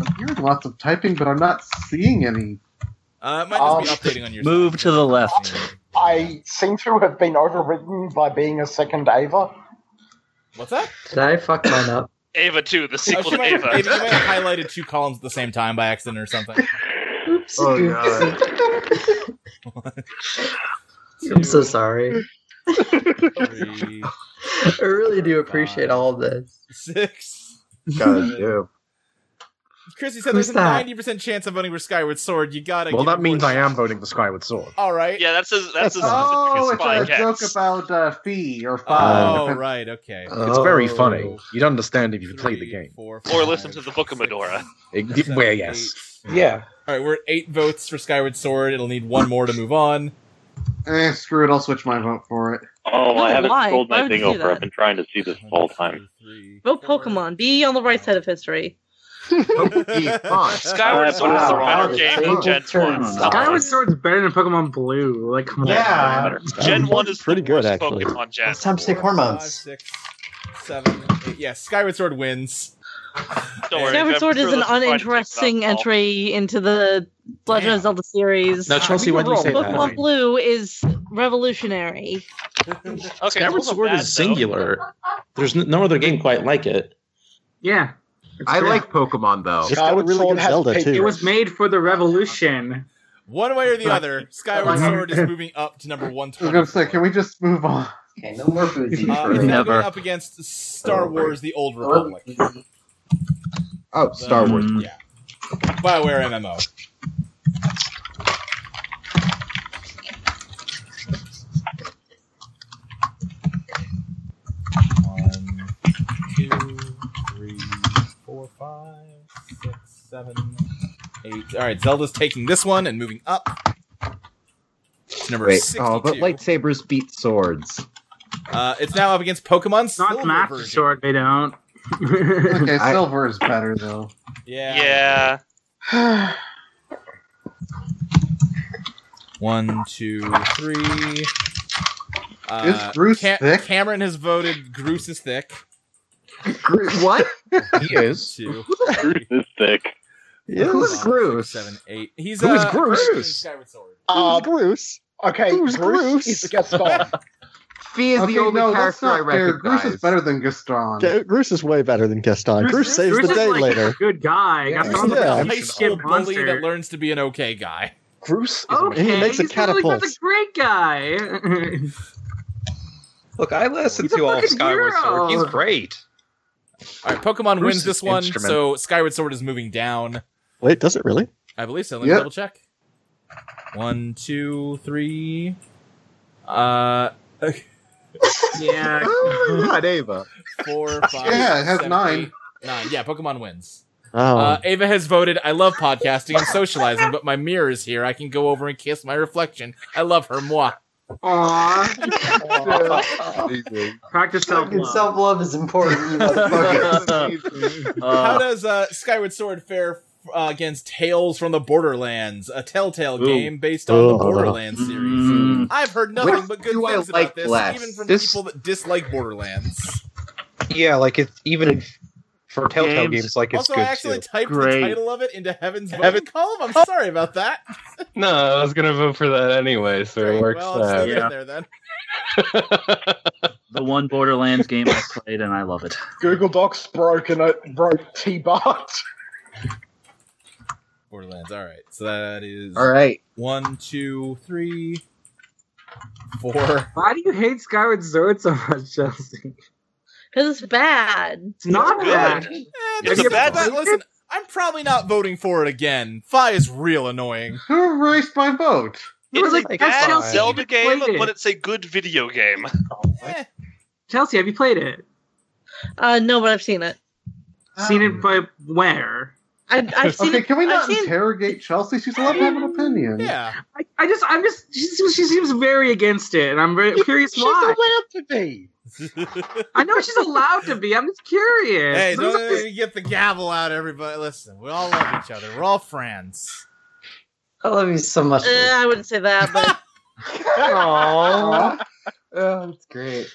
Speaker 4: I'm hearing lots of typing, but I'm not seeing any.
Speaker 1: Uh, it might
Speaker 17: Um,
Speaker 1: just be updating on your.
Speaker 8: Move to the left.
Speaker 17: I seem to have been overridden by being a second Ava.
Speaker 1: What's that?
Speaker 18: Did I fuck mine up?
Speaker 20: Ava 2, the sequel
Speaker 1: you
Speaker 20: to
Speaker 1: Oh, might,
Speaker 20: Ava.
Speaker 1: you might have highlighted two columns at the same time by accident or something.
Speaker 18: Oh, I'm so sorry. I really do appreciate all of this.
Speaker 1: Six.
Speaker 12: God, yeah.
Speaker 1: Chrissy said
Speaker 18: Who's
Speaker 1: there's a
Speaker 18: that?
Speaker 1: ninety percent chance of voting for Skyward Sword. You gotta.
Speaker 11: Well,
Speaker 1: give
Speaker 11: that
Speaker 1: it
Speaker 11: means
Speaker 1: more-
Speaker 11: I am voting for Skyward Sword.
Speaker 1: All right.
Speaker 20: Yeah, that's a that's,
Speaker 1: a
Speaker 4: Oh, it's
Speaker 20: spy
Speaker 4: a
Speaker 20: cats.
Speaker 4: joke about uh, fee or five.
Speaker 1: Oh, right. Okay.
Speaker 10: Uh,
Speaker 11: It's very funny. You'd understand if you played the game.
Speaker 20: Or listen to the Book of Medora.
Speaker 11: It- well, yes.
Speaker 16: Yeah.
Speaker 1: All right. We're at eight votes for Skyward Sword. It'll need one more to move on.
Speaker 4: Eh, screw it. I'll switch my vote for it.
Speaker 2: Oh, I haven't
Speaker 6: why?
Speaker 2: scrolled
Speaker 6: Why
Speaker 2: my
Speaker 6: would you
Speaker 2: thing
Speaker 6: do
Speaker 2: over.
Speaker 6: that?
Speaker 2: I've been trying to see this the whole time.
Speaker 6: Vote Pokemon. Be on the right side of history.
Speaker 20: Skyward Sword is the better game than Gen 1.
Speaker 3: Skyward Sword's better than Pokemon Blue. Like, come on.
Speaker 20: Yeah. Gen 1 is
Speaker 10: pretty good actually.
Speaker 20: Pokemon Gen.
Speaker 10: time to take hormones.
Speaker 1: Five, six, seven, eight. Yeah, Skyward Sword wins.
Speaker 20: Don't
Speaker 6: Skyward Sword is an uninteresting entry into the Legend of Zelda series.
Speaker 7: Now, Chelsea, why'd you say that?
Speaker 6: Pokemon Blue is revolutionary.
Speaker 20: Okay,
Speaker 7: Skyward Sword is singular. There's n- no other game quite like it.
Speaker 3: Yeah.
Speaker 12: I like Pokemon though.
Speaker 7: It's got a really good Zelda, too.
Speaker 3: It was made for the revolution.
Speaker 1: One way or the other, Skyward
Speaker 3: Uh-huh.
Speaker 1: Sword is moving up to number one
Speaker 4: I was
Speaker 1: twenty.
Speaker 4: gonna say, can we just move on?
Speaker 18: Okay, no more boozy.
Speaker 1: Uh, it's now going up against Star
Speaker 4: Over.
Speaker 1: Wars: The Old Republic.
Speaker 12: Oh, Star Wars.
Speaker 1: Yeah. Bioware MMO. One, two, three, four, five, six, seven, eight. All right, Zelda's taking this one and moving up. It's number
Speaker 12: Wait,
Speaker 1: sixty-two.
Speaker 12: oh, but lightsabers beat swords.
Speaker 1: Uh, it's now up against Pokemon Silver
Speaker 3: Master
Speaker 1: version.
Speaker 3: Sword, they don't.
Speaker 4: Okay, silver is better though.
Speaker 1: Yeah.
Speaker 20: Yeah.
Speaker 1: One, two, three. Uh,
Speaker 4: Is Groose
Speaker 1: Ca-
Speaker 4: thick?
Speaker 1: Cameron has voted Groose is thick.
Speaker 12: what?
Speaker 1: He is. Two.
Speaker 2: Groose is thick.
Speaker 1: Who's
Speaker 12: Groose?
Speaker 1: Seven, eight. He's
Speaker 12: Who is
Speaker 1: uh,
Speaker 12: Groose?
Speaker 1: Groose is Skyward Sword.
Speaker 17: Uh,
Speaker 10: Bruce.
Speaker 17: Okay, Bruce, is the guest star.
Speaker 12: Fee is the only character I recognize.
Speaker 4: Groose is better than Gaston.
Speaker 10: G- Groose is way better than Gaston. Groose, saves
Speaker 3: Bruce
Speaker 10: the
Speaker 3: is
Speaker 10: day
Speaker 3: like a
Speaker 10: later.
Speaker 3: Good guy.
Speaker 10: Yeah.
Speaker 3: Gaston's like
Speaker 10: Yeah.
Speaker 3: a
Speaker 1: High
Speaker 3: piece of
Speaker 1: school
Speaker 3: shit
Speaker 1: bully
Speaker 3: monster.
Speaker 1: that learns to be an okay guy.
Speaker 16: Groose
Speaker 3: Okay,
Speaker 10: he makes a
Speaker 3: he's really not
Speaker 10: catapult.
Speaker 3: a great guy.
Speaker 16: Look, I listened
Speaker 3: He's a
Speaker 16: to all of
Speaker 3: fucking
Speaker 16: Skyward Sword. He's
Speaker 3: hero.
Speaker 16: great.
Speaker 1: All right, Pokemon
Speaker 16: Groose
Speaker 1: wins
Speaker 16: is
Speaker 1: this one,
Speaker 16: instrument.
Speaker 1: so Skyward Sword is moving down.
Speaker 10: Wait, does it really?
Speaker 1: I believe so. Let me
Speaker 10: Yep.
Speaker 1: double check. One, two, three. Uh,
Speaker 3: yeah.
Speaker 12: Oh my god, Ava.
Speaker 1: four, five.
Speaker 4: Yeah, it has
Speaker 1: seven,
Speaker 4: nine.
Speaker 1: eight, nine. Yeah, Pokemon wins.
Speaker 10: Oh.
Speaker 1: Uh, Ava has voted. I love podcasting and socializing, but my mirror is here. I can go over and kiss my reflection. I love her, moi.
Speaker 3: Practice self
Speaker 18: Fucking self love is important. You motherfuckers.
Speaker 1: How does uh, Skyward Sword fare uh, against Tales from the Borderlands, a Telltale
Speaker 11: Ooh.
Speaker 1: game based on the
Speaker 11: Ugh.
Speaker 1: Borderlands series?
Speaker 11: Mm.
Speaker 1: I've heard nothing
Speaker 12: Which
Speaker 1: but good
Speaker 12: do I
Speaker 1: things
Speaker 12: like
Speaker 1: about this,
Speaker 12: less?
Speaker 1: even from
Speaker 16: This-
Speaker 1: people that dislike Borderlands.
Speaker 16: Yeah, like it's even for Telltale games,
Speaker 20: Games.
Speaker 16: like it's
Speaker 1: also,
Speaker 16: good
Speaker 1: I actually
Speaker 16: too.
Speaker 1: typed
Speaker 16: Great.
Speaker 1: the title of it into Heaven's
Speaker 15: Heaven-
Speaker 1: Voting Column. I'm sorry about that.
Speaker 15: No, I was gonna vote for that anyway, so it works
Speaker 1: Well, I'll
Speaker 15: out.
Speaker 1: stick it in there then.
Speaker 8: The one Borderlands game I played, and I love it.
Speaker 17: Google Docs broke and it broke T Bart.
Speaker 1: Borderlands. All right. So that is
Speaker 12: All right.
Speaker 1: One, two, three, before.
Speaker 3: Why do you hate Skyward Sword so much, Chelsea?
Speaker 6: Because it's bad.
Speaker 3: It's not
Speaker 1: good.
Speaker 3: bad.
Speaker 1: Eh,
Speaker 3: It's
Speaker 1: it's
Speaker 3: a
Speaker 1: a
Speaker 3: bad-
Speaker 1: bad- Listen, I'm probably not voting for it again. Fi is real annoying.
Speaker 4: Who erased my vote?
Speaker 20: It's
Speaker 3: like,
Speaker 20: a
Speaker 3: that's
Speaker 20: bad
Speaker 3: Chelsea.
Speaker 20: Zelda
Speaker 3: You
Speaker 20: game,
Speaker 3: played it.
Speaker 20: but it's a good video game.
Speaker 3: Chelsea, have you played it?
Speaker 6: Uh, no, but I've seen it.
Speaker 3: Seen it by where?
Speaker 6: I, I've seen
Speaker 4: okay,
Speaker 6: it.
Speaker 4: can we not
Speaker 6: I've seen,
Speaker 4: interrogate Chelsea? She's allowed to have an opinion.
Speaker 1: Yeah.
Speaker 3: I, I just, I'm just, she, seems- she seems very against it, and I'm very curious why.
Speaker 4: allowed to be.
Speaker 3: I know she's allowed to be. I'm just curious.
Speaker 1: Hey, don't uh, get the gavel out, everybody. Listen, we all love each other. We're all friends.
Speaker 18: I love you so much.
Speaker 6: uh, I wouldn't say that, but
Speaker 18: Aww. oh, that's great.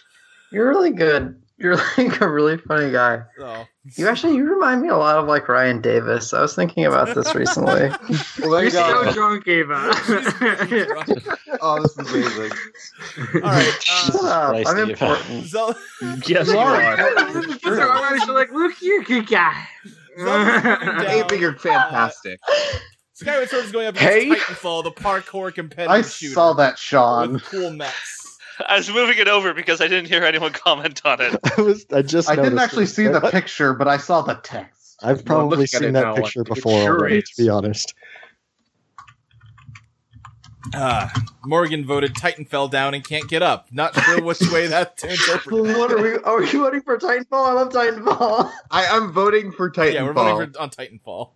Speaker 18: You're really good. You're like a really funny guy.
Speaker 1: Oh.
Speaker 18: You actually you remind me a lot of like Ryan Davis. I was thinking about this recently.
Speaker 3: You're
Speaker 18: you
Speaker 3: so
Speaker 18: go.
Speaker 3: drunk, Ava.
Speaker 12: oh, this is amazing.
Speaker 1: All right.
Speaker 18: Shut
Speaker 3: uh,
Speaker 18: up.
Speaker 10: Ah,
Speaker 7: Christ,
Speaker 18: I'm
Speaker 7: Eva.
Speaker 18: important.
Speaker 1: Zel-
Speaker 8: Yes, you are.
Speaker 3: Mr. Armani, she's like, look, you're a good guy.
Speaker 12: Ava, you're fantastic.
Speaker 1: Skyward Sword is going up against
Speaker 12: Hey.
Speaker 1: Titanfall, the parkour competitive
Speaker 4: I
Speaker 1: shooter.
Speaker 4: saw that, Sean.
Speaker 1: With cool mechs.
Speaker 20: I was moving it over because I didn't hear anyone comment on it.
Speaker 10: I was. I just.
Speaker 4: I didn't
Speaker 10: noticed
Speaker 4: actually
Speaker 10: it.
Speaker 4: see the picture, but I saw the text.
Speaker 10: I've
Speaker 4: Well, looking
Speaker 10: probably
Speaker 4: at it
Speaker 10: seen that
Speaker 4: now, like,
Speaker 10: picture
Speaker 4: it
Speaker 10: before.
Speaker 4: sure
Speaker 10: already,
Speaker 4: is.
Speaker 10: to be honest,
Speaker 1: Ah, Morgan voted Titanfell down and can't get up. Not sure which way that to interpret.
Speaker 18: What are we? Are we voting for Titanfall? I love Titanfall.
Speaker 12: I, I'm voting for Titanfall.
Speaker 1: Yeah, we're voting for, on Titanfall.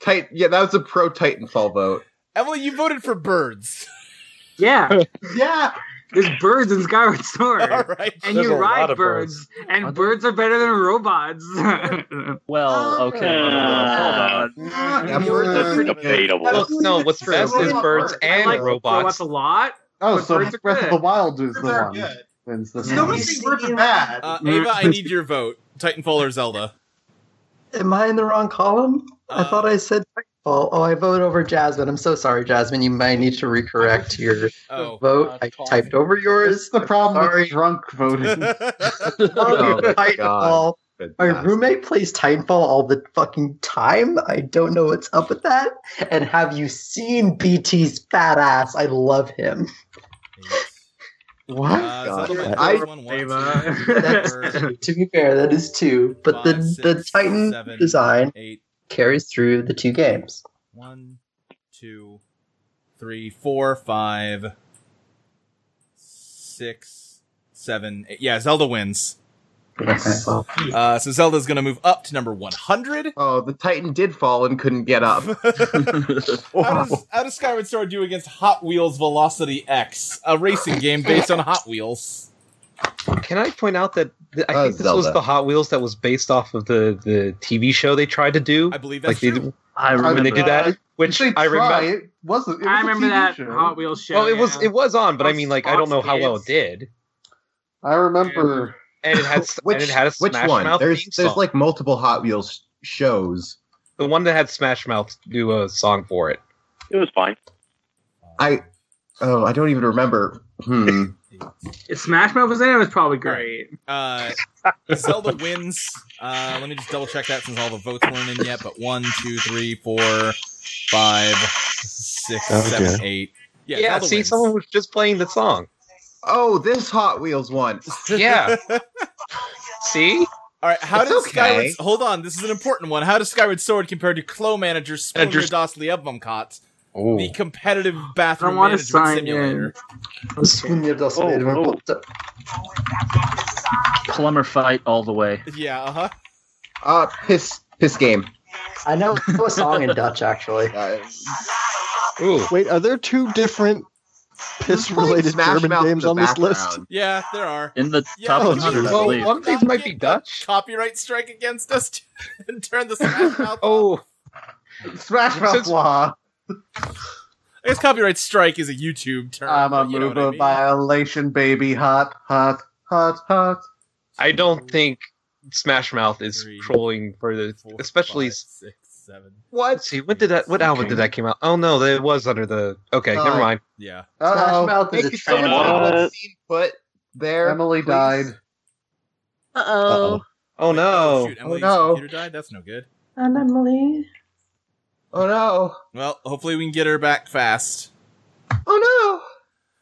Speaker 12: Titan. Yeah, that was a pro Titanfall vote.
Speaker 1: Emily, you voted for birds.
Speaker 3: Yeah.
Speaker 4: yeah.
Speaker 3: There's birds in Skyward Sword.
Speaker 1: All right.
Speaker 3: And
Speaker 8: There's
Speaker 3: you
Speaker 8: a lot
Speaker 3: ride
Speaker 8: of
Speaker 3: birds, and birds are better than robots.
Speaker 16: Oh.
Speaker 3: Uh,
Speaker 8: well, okay. hold on.
Speaker 12: Yeah, birds are pretty good.
Speaker 16: Well, no, what's best is birds and
Speaker 3: I like
Speaker 16: robots.
Speaker 3: robots a lot.
Speaker 4: Oh,
Speaker 3: but
Speaker 4: so
Speaker 3: birds are
Speaker 4: Breath of
Speaker 3: good.
Speaker 4: the Wild is the
Speaker 3: Birds are
Speaker 4: one.
Speaker 3: good.
Speaker 4: Wins this
Speaker 12: No
Speaker 4: one.
Speaker 12: one thinks birds are bad.
Speaker 1: Uh, Ava, I need your vote. Titanfall or Zelda?
Speaker 18: Am I in the wrong column? I thought I
Speaker 1: Uh,
Speaker 18: said Titanfall. Oh, I voted over Jasmine. I'm so sorry, Jasmine. You might need to recorrect your
Speaker 1: Oh,
Speaker 18: vote. I typed over yours.
Speaker 4: It's the problem
Speaker 18: Sorry.
Speaker 4: with drunk voting.
Speaker 18: Oh,
Speaker 12: my
Speaker 18: Titanfall. My roommate plays Titanfall all the fucking time. I don't know what's up with that. And have you seen BT's fat ass? I love him.
Speaker 12: What?
Speaker 1: Uh, Zelda
Speaker 12: God.
Speaker 1: went
Speaker 12: I-
Speaker 1: first, one, one, two,
Speaker 18: That's
Speaker 1: birds.
Speaker 18: to be fair, that is two. But the
Speaker 1: Five, six,
Speaker 18: the Titan
Speaker 1: seven,
Speaker 18: design
Speaker 1: eight.
Speaker 18: carries through the two games.
Speaker 1: One, two, three, four, five, six, seven, eight. Yeah, Zelda wins. Uh, so Zelda's going to move up to number 100.
Speaker 12: Oh, the Titan did fall and couldn't get up.
Speaker 1: How does, how does Skyward Sword do against Hot Wheels Velocity X, a racing game based on Hot Wheels?
Speaker 16: Can I point out that th- I
Speaker 1: Uh,
Speaker 16: think this was
Speaker 1: Zelda.
Speaker 16: the Hot Wheels that was based off of the, the TV show they tried to do? I
Speaker 1: believe
Speaker 16: that's like they,
Speaker 8: I
Speaker 16: when they
Speaker 8: remember
Speaker 16: did
Speaker 8: that.
Speaker 16: that, which I
Speaker 4: Try,
Speaker 16: remember.
Speaker 4: It wasn't. It was
Speaker 3: I
Speaker 4: a
Speaker 3: remember
Speaker 4: TV
Speaker 3: that
Speaker 4: show.
Speaker 3: Hot Wheels show.
Speaker 16: Well, it was
Speaker 3: yeah.
Speaker 16: it was on, but I
Speaker 3: On
Speaker 16: mean, like, I don't know how well it
Speaker 3: Fox
Speaker 16: did.
Speaker 4: I remember.
Speaker 16: And it had s-
Speaker 12: Which,
Speaker 16: and it had a
Speaker 12: which
Speaker 16: Smash
Speaker 12: one?
Speaker 16: Mouth
Speaker 12: there's
Speaker 16: theme
Speaker 12: there's
Speaker 16: song.
Speaker 12: like multiple Hot Wheels shows.
Speaker 16: the one that had Smash Mouth do a song for it.
Speaker 2: It was fine.
Speaker 12: I oh I don't even remember. Hmm.
Speaker 3: If Smash Mouth was in it, it was probably great.
Speaker 1: Uh, Zelda wins. Uh, let me just double check that since all the votes weren't in yet. But one, two, three, four, five, six,
Speaker 16: Okay.
Speaker 1: seven, eight.
Speaker 16: Yeah,
Speaker 1: Zelda
Speaker 16: see,
Speaker 1: wins.
Speaker 16: someone was just playing the song.
Speaker 12: Oh, this Hot Wheels one.
Speaker 16: Yeah. see?
Speaker 1: All right, how
Speaker 12: It's
Speaker 1: does
Speaker 12: okay.
Speaker 1: Skyward? Hold on, this is an important one. How does Skyward Sword compare to Clo Manager Splinter
Speaker 16: Manager's-
Speaker 1: Das Liebmomkat, the competitive
Speaker 3: I
Speaker 1: bathroom
Speaker 3: want to
Speaker 1: management
Speaker 3: sign
Speaker 1: simulator?
Speaker 3: in. Let's see.
Speaker 8: Oh, oh. Plumber fight all the way.
Speaker 1: Yeah, uh huh.
Speaker 12: Uh piss piss game.
Speaker 18: I know a song in Dutch actually.
Speaker 10: wait, are there two different piss-related
Speaker 12: Smash
Speaker 10: German
Speaker 12: Mouth in
Speaker 10: games
Speaker 12: the
Speaker 10: on this list?
Speaker 12: background.
Speaker 1: Yeah, there are.
Speaker 8: In the
Speaker 1: Yeah,
Speaker 8: top
Speaker 1: can
Speaker 8: 100,
Speaker 1: we-
Speaker 8: I believe.
Speaker 16: One of these might be Dutch.
Speaker 1: Copyright strike against us t- and turn the Smash Mouth.
Speaker 16: Oh,
Speaker 4: Smash Mouth
Speaker 16: Since-
Speaker 4: Law.
Speaker 1: I guess copyright strike is a YouTube term.
Speaker 4: I'm a
Speaker 1: but you know what I
Speaker 4: MOBA
Speaker 1: mean.
Speaker 4: violation, baby. Hot, hot, hot, hot.
Speaker 16: I don't think Smash Mouth is trolling for the, especially
Speaker 1: six, seven.
Speaker 16: What? See, when did that? What album did that came out? Oh no, that was under the. Okay,
Speaker 12: Uh,
Speaker 16: never mind.
Speaker 1: Yeah.
Speaker 12: Uh-oh.
Speaker 18: Mouth is a
Speaker 12: Thank you so much
Speaker 18: trailer.
Speaker 12: for that scene put there.
Speaker 4: Emily
Speaker 12: please.
Speaker 4: died.
Speaker 6: Uh oh.
Speaker 16: Oh no.
Speaker 1: Shoot, Emily's
Speaker 12: no.
Speaker 1: computer died. That's Oh, no good.
Speaker 6: And Emily.
Speaker 12: Oh no.
Speaker 1: Well, hopefully we can get her back fast.
Speaker 12: Oh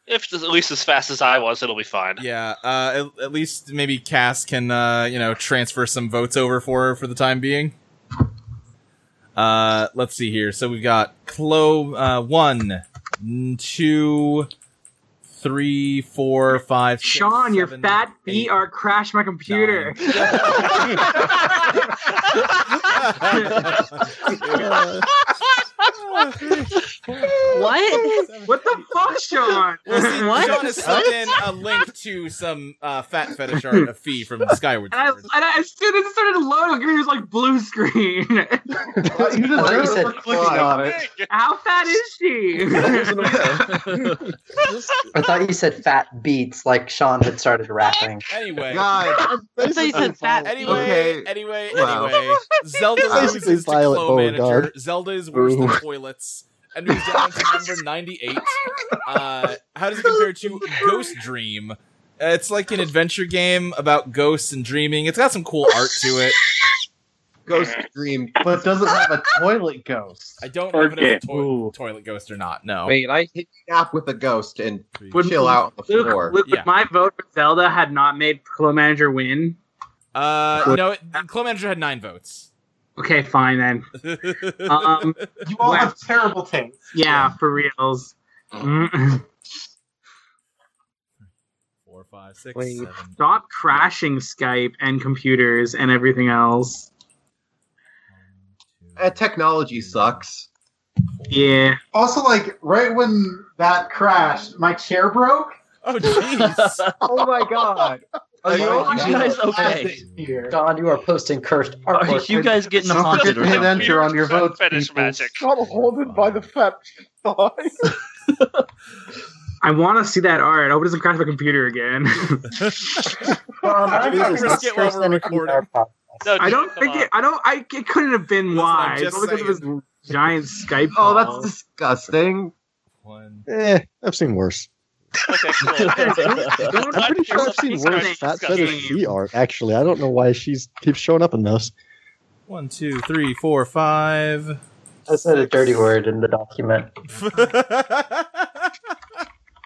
Speaker 20: if it's at least as fast as I was, it'll be fine.
Speaker 1: Yeah, uh, at, at least maybe Cass can uh, you know transfer some votes over for her for the time being. Uh, let's see here. So we've got Clo uh, one, n- two, three, four, five. six,
Speaker 3: Sean, your
Speaker 1: seven,
Speaker 3: fat feet are crashed my computer.
Speaker 6: what?
Speaker 3: What the fuck, Sean?
Speaker 1: Well, see,
Speaker 3: What?
Speaker 1: Sean has snuck in a link to some uh, fat fetish art of Fee from Skyward.
Speaker 3: And I, and I, as soon as it started loading, it was like blue screen.
Speaker 4: you
Speaker 1: I thought you said
Speaker 4: clicking on it.
Speaker 3: How fat is she?
Speaker 18: I thought you said fat beats, like Sean had started rapping.
Speaker 1: Anyway,
Speaker 18: God,
Speaker 6: I thought you said fat.
Speaker 1: Anyway,
Speaker 18: Okay.
Speaker 1: anyway,
Speaker 18: Wow.
Speaker 1: anyway, Zelda
Speaker 10: Basically
Speaker 1: loses to
Speaker 10: Violet
Speaker 1: Clo Manager.
Speaker 10: Beauregard.
Speaker 1: Zelda is worse than
Speaker 10: Ooh.
Speaker 1: toilets, and moves down to number ninety-eight. Uh, how does it compare to Ghost Dream? Uh, It's like an adventure game about ghosts and dreaming. It's got some cool art to it.
Speaker 4: Ghost Dream, but doesn't have a toilet ghost.
Speaker 1: I don't know
Speaker 4: Or
Speaker 1: if it's a
Speaker 4: game.
Speaker 1: toi- toilet ghost or not. No.
Speaker 12: Wait, I hit nap with a ghost and
Speaker 3: Would-
Speaker 12: chill out on the
Speaker 3: Luke,
Speaker 12: floor.
Speaker 3: Luke, if my vote for Zelda had not made Clo Manager win.
Speaker 1: Uh, no, it, Clo Manager had nine votes.
Speaker 3: Okay, fine then. Um,
Speaker 1: you
Speaker 3: all have
Speaker 1: terrible taste.
Speaker 3: Yeah, for reals. Mm.
Speaker 1: Four, five, six, seven.
Speaker 3: Stop crashing Skype and computers and everything else.
Speaker 12: Uh, technology sucks.
Speaker 3: Yeah.
Speaker 14: Also, like right when that crashed, my chair broke.
Speaker 1: Oh jeez!
Speaker 14: oh my god!
Speaker 4: Oh,
Speaker 16: Are
Speaker 14: you
Speaker 16: all- you guys okay?
Speaker 18: Don, you are posting cursed artwork.
Speaker 16: you guys getting
Speaker 18: Someone
Speaker 16: haunted or
Speaker 18: hit
Speaker 16: something?
Speaker 18: enter on your votes,
Speaker 20: Fetish magic.
Speaker 14: Got haunted by the fat thighs.
Speaker 3: I want to see that art. I hope it doesn't crash my computer again.
Speaker 14: I'm
Speaker 3: gonna
Speaker 1: risk it while we're recording.
Speaker 3: I don't think it. I don't. I it couldn't have been wise.
Speaker 1: just
Speaker 3: All because of his giant Skype.
Speaker 12: Oh, that's
Speaker 3: call.
Speaker 12: disgusting.
Speaker 10: Eh, I've seen worse.
Speaker 20: Okay,
Speaker 3: cool.
Speaker 10: I'm pretty sure I've seen worse fat fetish sea art. Actually, I don't know why she's keeps showing up in those.
Speaker 1: One, two, three, four, five.
Speaker 18: I said a dirty word in the document.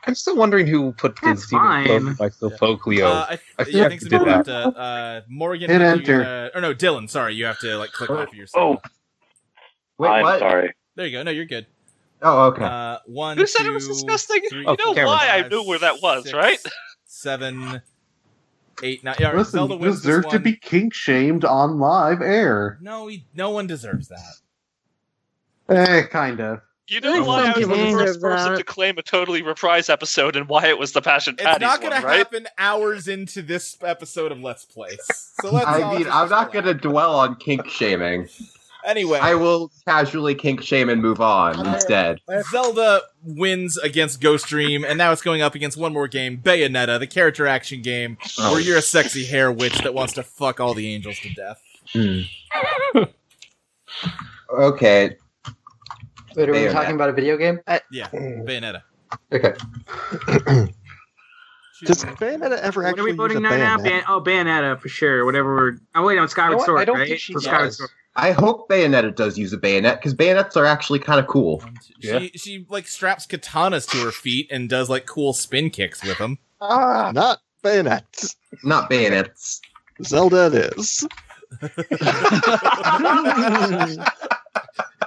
Speaker 16: I'm still wondering who put this
Speaker 1: fine.
Speaker 16: demon by Sophocleo.
Speaker 1: Uh, I,
Speaker 16: I
Speaker 1: yeah, I think somebody
Speaker 16: forgot to do
Speaker 1: have
Speaker 16: that.
Speaker 1: to. Uh, Morgan,
Speaker 16: Hit
Speaker 1: you,
Speaker 16: enter.
Speaker 1: Uh, or no, Dylan. Sorry, you have to like click off of yourself.
Speaker 12: Wait,
Speaker 1: Oh. I'm
Speaker 12: what?
Speaker 1: sorry. There you go. No, you're good.
Speaker 12: Oh, okay.
Speaker 1: Uh, one.
Speaker 20: Who said it was
Speaker 1: two,
Speaker 20: disgusting?
Speaker 1: three,
Speaker 20: you know
Speaker 1: four,
Speaker 20: why I
Speaker 1: five,
Speaker 20: knew where that was,
Speaker 1: six,
Speaker 20: right?
Speaker 1: Seven, eight, nine. Yeah, all right,
Speaker 4: Listen,
Speaker 1: Zelda
Speaker 4: you
Speaker 1: wins this
Speaker 4: deserve to
Speaker 1: one.
Speaker 4: be kink shamed on live air.
Speaker 1: No, he, no one deserves that.
Speaker 4: Eh, kind of.
Speaker 20: You know why I was the first person to claim a totally reprise episode and why it was the Passion
Speaker 1: It's
Speaker 20: Patties
Speaker 1: not going
Speaker 20: one,
Speaker 1: to
Speaker 20: right?
Speaker 1: happen hours into this episode of Let's Plays. So let's. all
Speaker 12: I mean,
Speaker 1: just-
Speaker 12: I'm not going to dwell on kink shaming.
Speaker 1: Anyway,
Speaker 12: I will casually kink shame and move on instead.
Speaker 1: Zelda wins against Ghost Dream, and now it's going up against one more game, Bayonetta, the character action game,
Speaker 12: Oh.
Speaker 1: where you're a sexy hair witch that wants to fuck all the angels to death.
Speaker 12: Okay.
Speaker 18: Wait, are we
Speaker 12: Bayonetta.
Speaker 18: talking about a video game? I,
Speaker 1: Yeah,
Speaker 18: Mm.
Speaker 1: Bayonetta.
Speaker 18: Okay.
Speaker 10: Does Bayonetta ever
Speaker 3: What are
Speaker 10: actually
Speaker 3: we voting
Speaker 10: use a
Speaker 3: now? now?
Speaker 10: bayonet?
Speaker 3: Ban- oh, Bayonetta for sure. Whatever. We're- oh wait, on Skyward Sword, right? For Skyward Sword.
Speaker 12: I hope Bayonetta does use a bayonet because bayonets are actually kind of cool.
Speaker 1: She she like straps katanas to her feet and does like cool spin kicks with them.
Speaker 10: Not bayonets.
Speaker 12: Not bayonets.
Speaker 10: Zelda it is.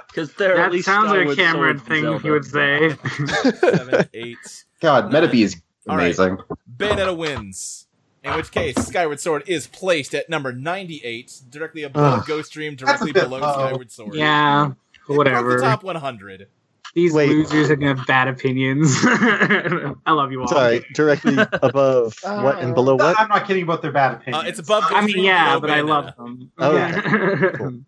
Speaker 8: Because there
Speaker 3: that
Speaker 8: at least
Speaker 3: sounds like a
Speaker 8: Skyward Sword Zelda.
Speaker 3: Cameron thing he would say.
Speaker 1: Seven, eight.
Speaker 12: God, Metabee is
Speaker 1: All right.
Speaker 12: amazing.
Speaker 1: Bayonetta wins. In which case, Skyward Sword is placed at number 98, directly above
Speaker 12: Ugh.
Speaker 1: Ghost Dream, directly
Speaker 3: bit
Speaker 1: below
Speaker 3: low.
Speaker 1: Skyward Sword.
Speaker 3: yeah.
Speaker 1: From the
Speaker 3: Whatever.
Speaker 1: top 100.
Speaker 3: These losers are gonna have bad opinions. I love you all.
Speaker 10: Sorry, directly above
Speaker 4: Uh,
Speaker 10: what and below what?
Speaker 14: I'm not kidding about their bad opinions.
Speaker 1: Uh, it's above.
Speaker 3: I mean,
Speaker 14: below
Speaker 3: yeah, but I
Speaker 14: Bayonetta.
Speaker 1: uh,
Speaker 3: love them.
Speaker 10: Oh. Okay.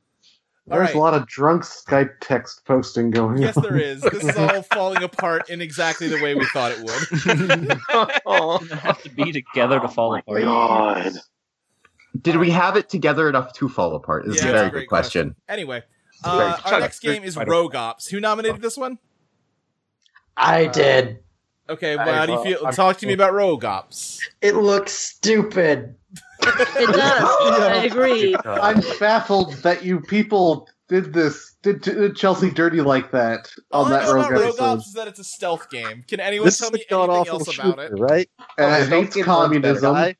Speaker 4: There's a lot of drunk Skype text posting going
Speaker 1: Yes,
Speaker 4: on.
Speaker 1: there is. This is all falling apart in exactly the way we thought it would.
Speaker 8: have to be together to fall apart.
Speaker 12: Did we have it together enough to fall apart? Is
Speaker 1: Yeah,
Speaker 12: a
Speaker 1: that's
Speaker 12: very
Speaker 1: a great
Speaker 12: good question.
Speaker 1: anyway,
Speaker 12: Great.
Speaker 1: uh,
Speaker 12: Shut
Speaker 1: our
Speaker 12: up.
Speaker 1: next game is
Speaker 12: Great.
Speaker 1: Rogue Ops. Who nominated this one?
Speaker 18: I
Speaker 1: Uh,
Speaker 18: did.
Speaker 1: Okay, well,
Speaker 18: I-
Speaker 1: how do you
Speaker 18: well,
Speaker 1: feel?
Speaker 18: I'm-
Speaker 1: Talk to me about Rogue Ops.
Speaker 18: It looks stupid.
Speaker 6: It does. I agree.
Speaker 4: I'm baffled that you people did this did, did Chelsea dirty like that
Speaker 1: All
Speaker 4: on
Speaker 1: I
Speaker 4: that
Speaker 1: know about
Speaker 4: Rogue
Speaker 1: Rogue
Speaker 4: episode?
Speaker 1: Ops is that it's a stealth game. Can anyone
Speaker 10: This
Speaker 1: tell
Speaker 10: is
Speaker 1: me
Speaker 10: a god
Speaker 1: anything
Speaker 10: awful
Speaker 1: else
Speaker 10: shooter,
Speaker 1: about it?
Speaker 10: right?
Speaker 4: And
Speaker 8: Oh,
Speaker 4: it hates communism.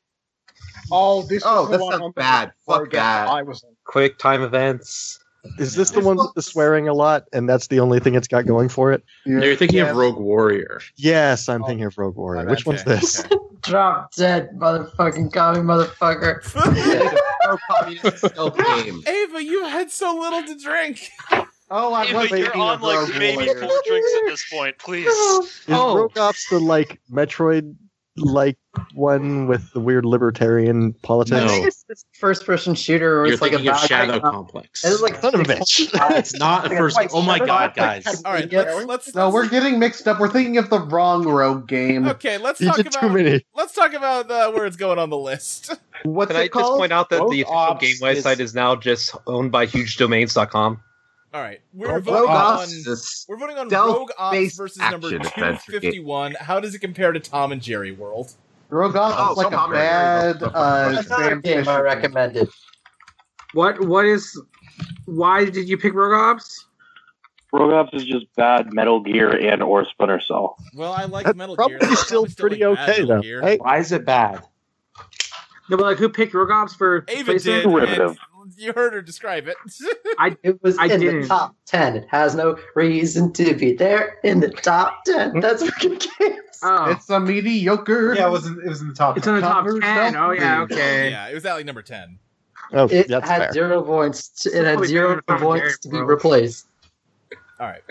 Speaker 17: Oh, this
Speaker 12: Oh,
Speaker 17: is the
Speaker 12: that
Speaker 17: one
Speaker 12: sounds
Speaker 17: on the
Speaker 12: bad.
Speaker 17: program
Speaker 12: that.
Speaker 17: I was on.
Speaker 16: Quick time events.
Speaker 10: Is this the one with the swearing a lot, and that's the only thing it's got going for it?
Speaker 4: No,
Speaker 7: you're thinking of Rogue Warrior.
Speaker 10: Yes, I'm thinking of Rogue Warrior. Which one's this?
Speaker 18: Drop dead, motherfucking commie motherfucker.
Speaker 1: Ava, you had so little to drink.
Speaker 4: Oh, I
Speaker 20: Ava, you're on like maybe four drinks at this point. Please.
Speaker 10: Is Rogue Ops the like Metroid like one with the weird libertarian politics?
Speaker 18: I think it's this first person shooter where
Speaker 10: You're
Speaker 18: it's like
Speaker 10: thinking
Speaker 18: a
Speaker 10: of
Speaker 18: bad
Speaker 10: Shadow
Speaker 18: guy.
Speaker 7: Complex.
Speaker 18: It was like
Speaker 10: Son of a bitch.
Speaker 4: It's not
Speaker 18: a first- oh my God,
Speaker 10: guys.
Speaker 1: All right, let's, let's
Speaker 4: No, we're getting mixed up. We're thinking of the wrong Rogue game.
Speaker 1: okay. Let's
Speaker 4: You
Speaker 1: talk
Speaker 4: did
Speaker 1: about
Speaker 4: too many.
Speaker 1: let's talk about uh, where it's going on the list.
Speaker 4: What's
Speaker 16: Can I
Speaker 4: it called?
Speaker 16: just point out that
Speaker 4: Rogue
Speaker 16: the official
Speaker 4: Ops
Speaker 16: game website is... now just owned by hugedomains.com?
Speaker 1: All right, we're
Speaker 16: Rogue
Speaker 1: voting
Speaker 16: Ops
Speaker 1: on
Speaker 16: is a
Speaker 1: we're voting on
Speaker 16: stealth
Speaker 1: Rogue Ops
Speaker 16: based
Speaker 1: versus
Speaker 16: action
Speaker 1: number two
Speaker 16: adventure game.
Speaker 1: fifty one. How does it compare to Tom and Jerry World?
Speaker 4: Rogue Ops
Speaker 1: Oh,
Speaker 4: is like
Speaker 1: come
Speaker 4: a
Speaker 1: on.
Speaker 4: bad uh, Sam Fisher.
Speaker 18: recommended.
Speaker 3: What? What is? Why did you pick Rogue Ops?
Speaker 2: Rogue Ops is just bad Metal Gear and or Splinter Cell.
Speaker 1: Well, I like Metal
Speaker 10: Probably still pretty okay though. Right?
Speaker 7: Why is it bad?
Speaker 3: No, but like who picked Rogue Ops for?
Speaker 1: Ava
Speaker 3: PlayStation?
Speaker 1: did. and You heard her describe it.
Speaker 3: I
Speaker 18: It was
Speaker 3: I
Speaker 18: in
Speaker 3: didn't.
Speaker 18: the top ten. It has no reason to be there in the top
Speaker 10: Mm.
Speaker 18: ten. That's freaking games.
Speaker 4: It's a mediocre.
Speaker 18: Yeah, it
Speaker 4: was in, it was in the top.
Speaker 18: Oh. It's in the top 10. Oh, yeah, okay.
Speaker 1: Yeah, it was at like number ten.
Speaker 10: Oh,
Speaker 18: it
Speaker 10: that's
Speaker 18: had
Speaker 10: fair.
Speaker 18: zero points. To, it had
Speaker 1: Probably
Speaker 18: zero
Speaker 1: better than
Speaker 18: points to
Speaker 1: Jerry
Speaker 18: be
Speaker 1: World.
Speaker 18: replaced.
Speaker 1: All right.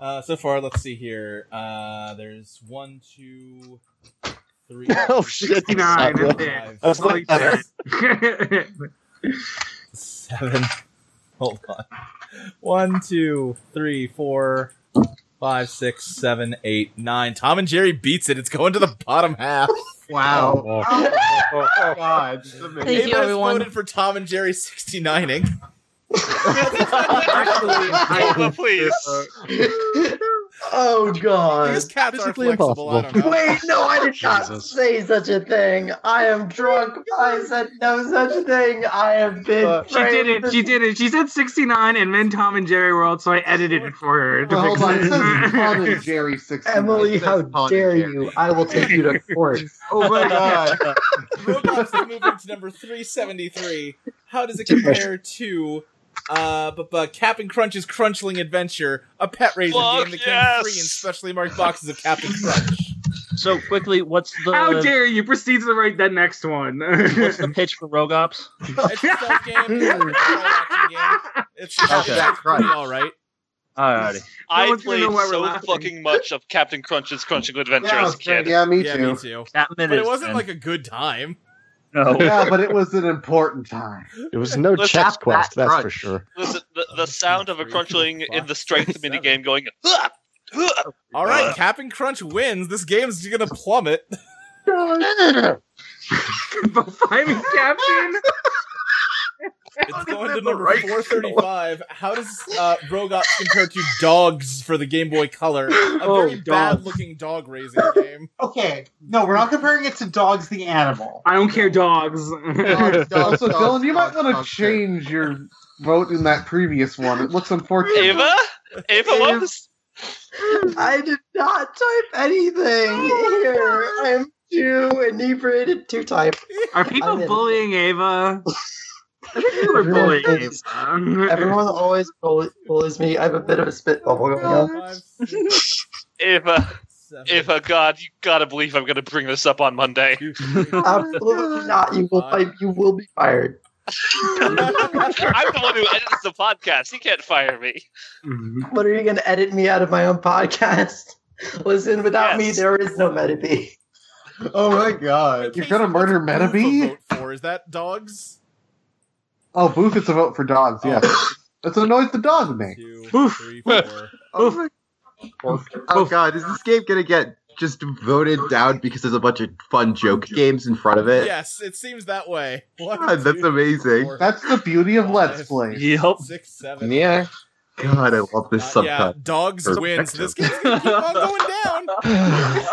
Speaker 1: Uh, so far, let's see here. Uh, there's one, two, three.
Speaker 10: Oh,
Speaker 1: six,
Speaker 10: shit, that's not
Speaker 1: seven,
Speaker 10: good.
Speaker 1: five,
Speaker 10: That's not
Speaker 1: six,
Speaker 10: better.
Speaker 1: Seven. Hold on. One, two, three, four, five, six, seven, eight, nine. Tom and Jerry beats it. It's going to the bottom half.
Speaker 4: Wow.
Speaker 10: Oh,
Speaker 1: God.
Speaker 4: Thank
Speaker 1: Ava
Speaker 4: you,
Speaker 1: has
Speaker 4: everyone.
Speaker 1: voted for Tom and Jerry 69ing.
Speaker 20: Ava, please.
Speaker 18: Oh god.
Speaker 1: These cats are
Speaker 18: Physically
Speaker 1: flexible, I don't know.
Speaker 18: Wait, no, I did not
Speaker 1: Jesus.
Speaker 18: say such a thing. I am drunk. I said no such thing. I have been.
Speaker 10: Uh,
Speaker 3: She did it. She did it. She said 69 and then Tom and Jerry World, so I edited it for her. to
Speaker 4: Well, hold
Speaker 3: fix it.
Speaker 4: on. It says Tom and Jerry 69.
Speaker 18: Emily,
Speaker 4: It says
Speaker 18: how
Speaker 4: Tom and
Speaker 18: dare
Speaker 4: Jerry.
Speaker 18: you? I will take you to court.
Speaker 4: Oh my god.
Speaker 1: Robots is moving to number 373. How does it compare to uh, but, but Captain Crunch's Crunchling Adventure, a pet raising
Speaker 20: Fuck
Speaker 1: game that
Speaker 20: yes!
Speaker 1: came free in specially marked boxes of Captain Crunch?
Speaker 8: So quickly, what's the
Speaker 3: How dare you proceed to write the next one?
Speaker 8: what's the pitch for Rogue Ops?
Speaker 1: It's a stealth game. It's a control action game. It's
Speaker 8: Okay.
Speaker 1: it's pretty all right.
Speaker 8: Alrighty.
Speaker 20: I
Speaker 1: one's gonna
Speaker 20: played
Speaker 1: know why we're
Speaker 20: so
Speaker 1: laughing.
Speaker 20: fucking much of Captain Crunch's Crunching Adventure as a kid.
Speaker 1: But it wasn't like a good time.
Speaker 4: Yeah, but it was an important time.
Speaker 10: It was no
Speaker 20: Let's
Speaker 10: chess
Speaker 20: have
Speaker 10: quest,
Speaker 20: that
Speaker 10: that's
Speaker 20: crunch.
Speaker 10: for sure.
Speaker 20: Listen, the, the sound of a crunchling in the strength mini game going. "Huh, huh."
Speaker 1: All right, Captain Crunch wins. This game's gonna plummet.
Speaker 3: Climbing Captain?
Speaker 1: It's going to number 435. How does uh, Rogue Ops compare to Dogs for the Game Boy Color? A
Speaker 14: Oh,
Speaker 1: very bad-looking dog raising game.
Speaker 14: Okay, no, we're not comparing it to dogs the animal.
Speaker 3: I don't care, dogs.
Speaker 14: Dogs, dogs,
Speaker 4: Also,
Speaker 14: dogs,
Speaker 4: Dylan, you might
Speaker 14: dogs,
Speaker 4: want to
Speaker 14: dogs.
Speaker 4: change your vote in that previous one. It looks unfortunate.
Speaker 20: Ava, Ava, what was?
Speaker 18: I did not type anything
Speaker 3: Oh
Speaker 18: here. I am too inebriated to type.
Speaker 3: Are people
Speaker 18: I'm in.
Speaker 3: bullying Ava? I think you were bullying Ava.
Speaker 18: Everyone always bullies, bullies me. I have a bit of a spit bubble going
Speaker 3: Oh
Speaker 18: on.
Speaker 20: Ava, Ava, uh, God, you gotta believe I'm gonna bring this up on Monday.
Speaker 18: Absolutely not. You will type. You will be fired.
Speaker 20: I'm the one who edits the podcast. He can't fire me.
Speaker 18: What are you going to edit me out of my own podcast? Listen, without me, there is no Metabee.
Speaker 4: Oh my god. You're gonna murder Metabee?
Speaker 1: Or is that Dogs?
Speaker 4: Oh, Boof is a vote for dogs, yeah. That's the noise the dog makes.
Speaker 1: Three, four.
Speaker 12: Oh, oh god, is this game gonna get just voted down because there's a bunch of fun joke games in front of it?
Speaker 1: Yes, it seems that way. One,
Speaker 12: God, that's
Speaker 1: two,
Speaker 12: amazing.
Speaker 1: four,
Speaker 4: That's the beauty of Let's Play.
Speaker 1: six, seven, Uh,
Speaker 12: Yeah. God, I love this
Speaker 1: yeah,
Speaker 12: subcut.
Speaker 1: dogs
Speaker 12: Or-
Speaker 1: wins. This game's
Speaker 14: this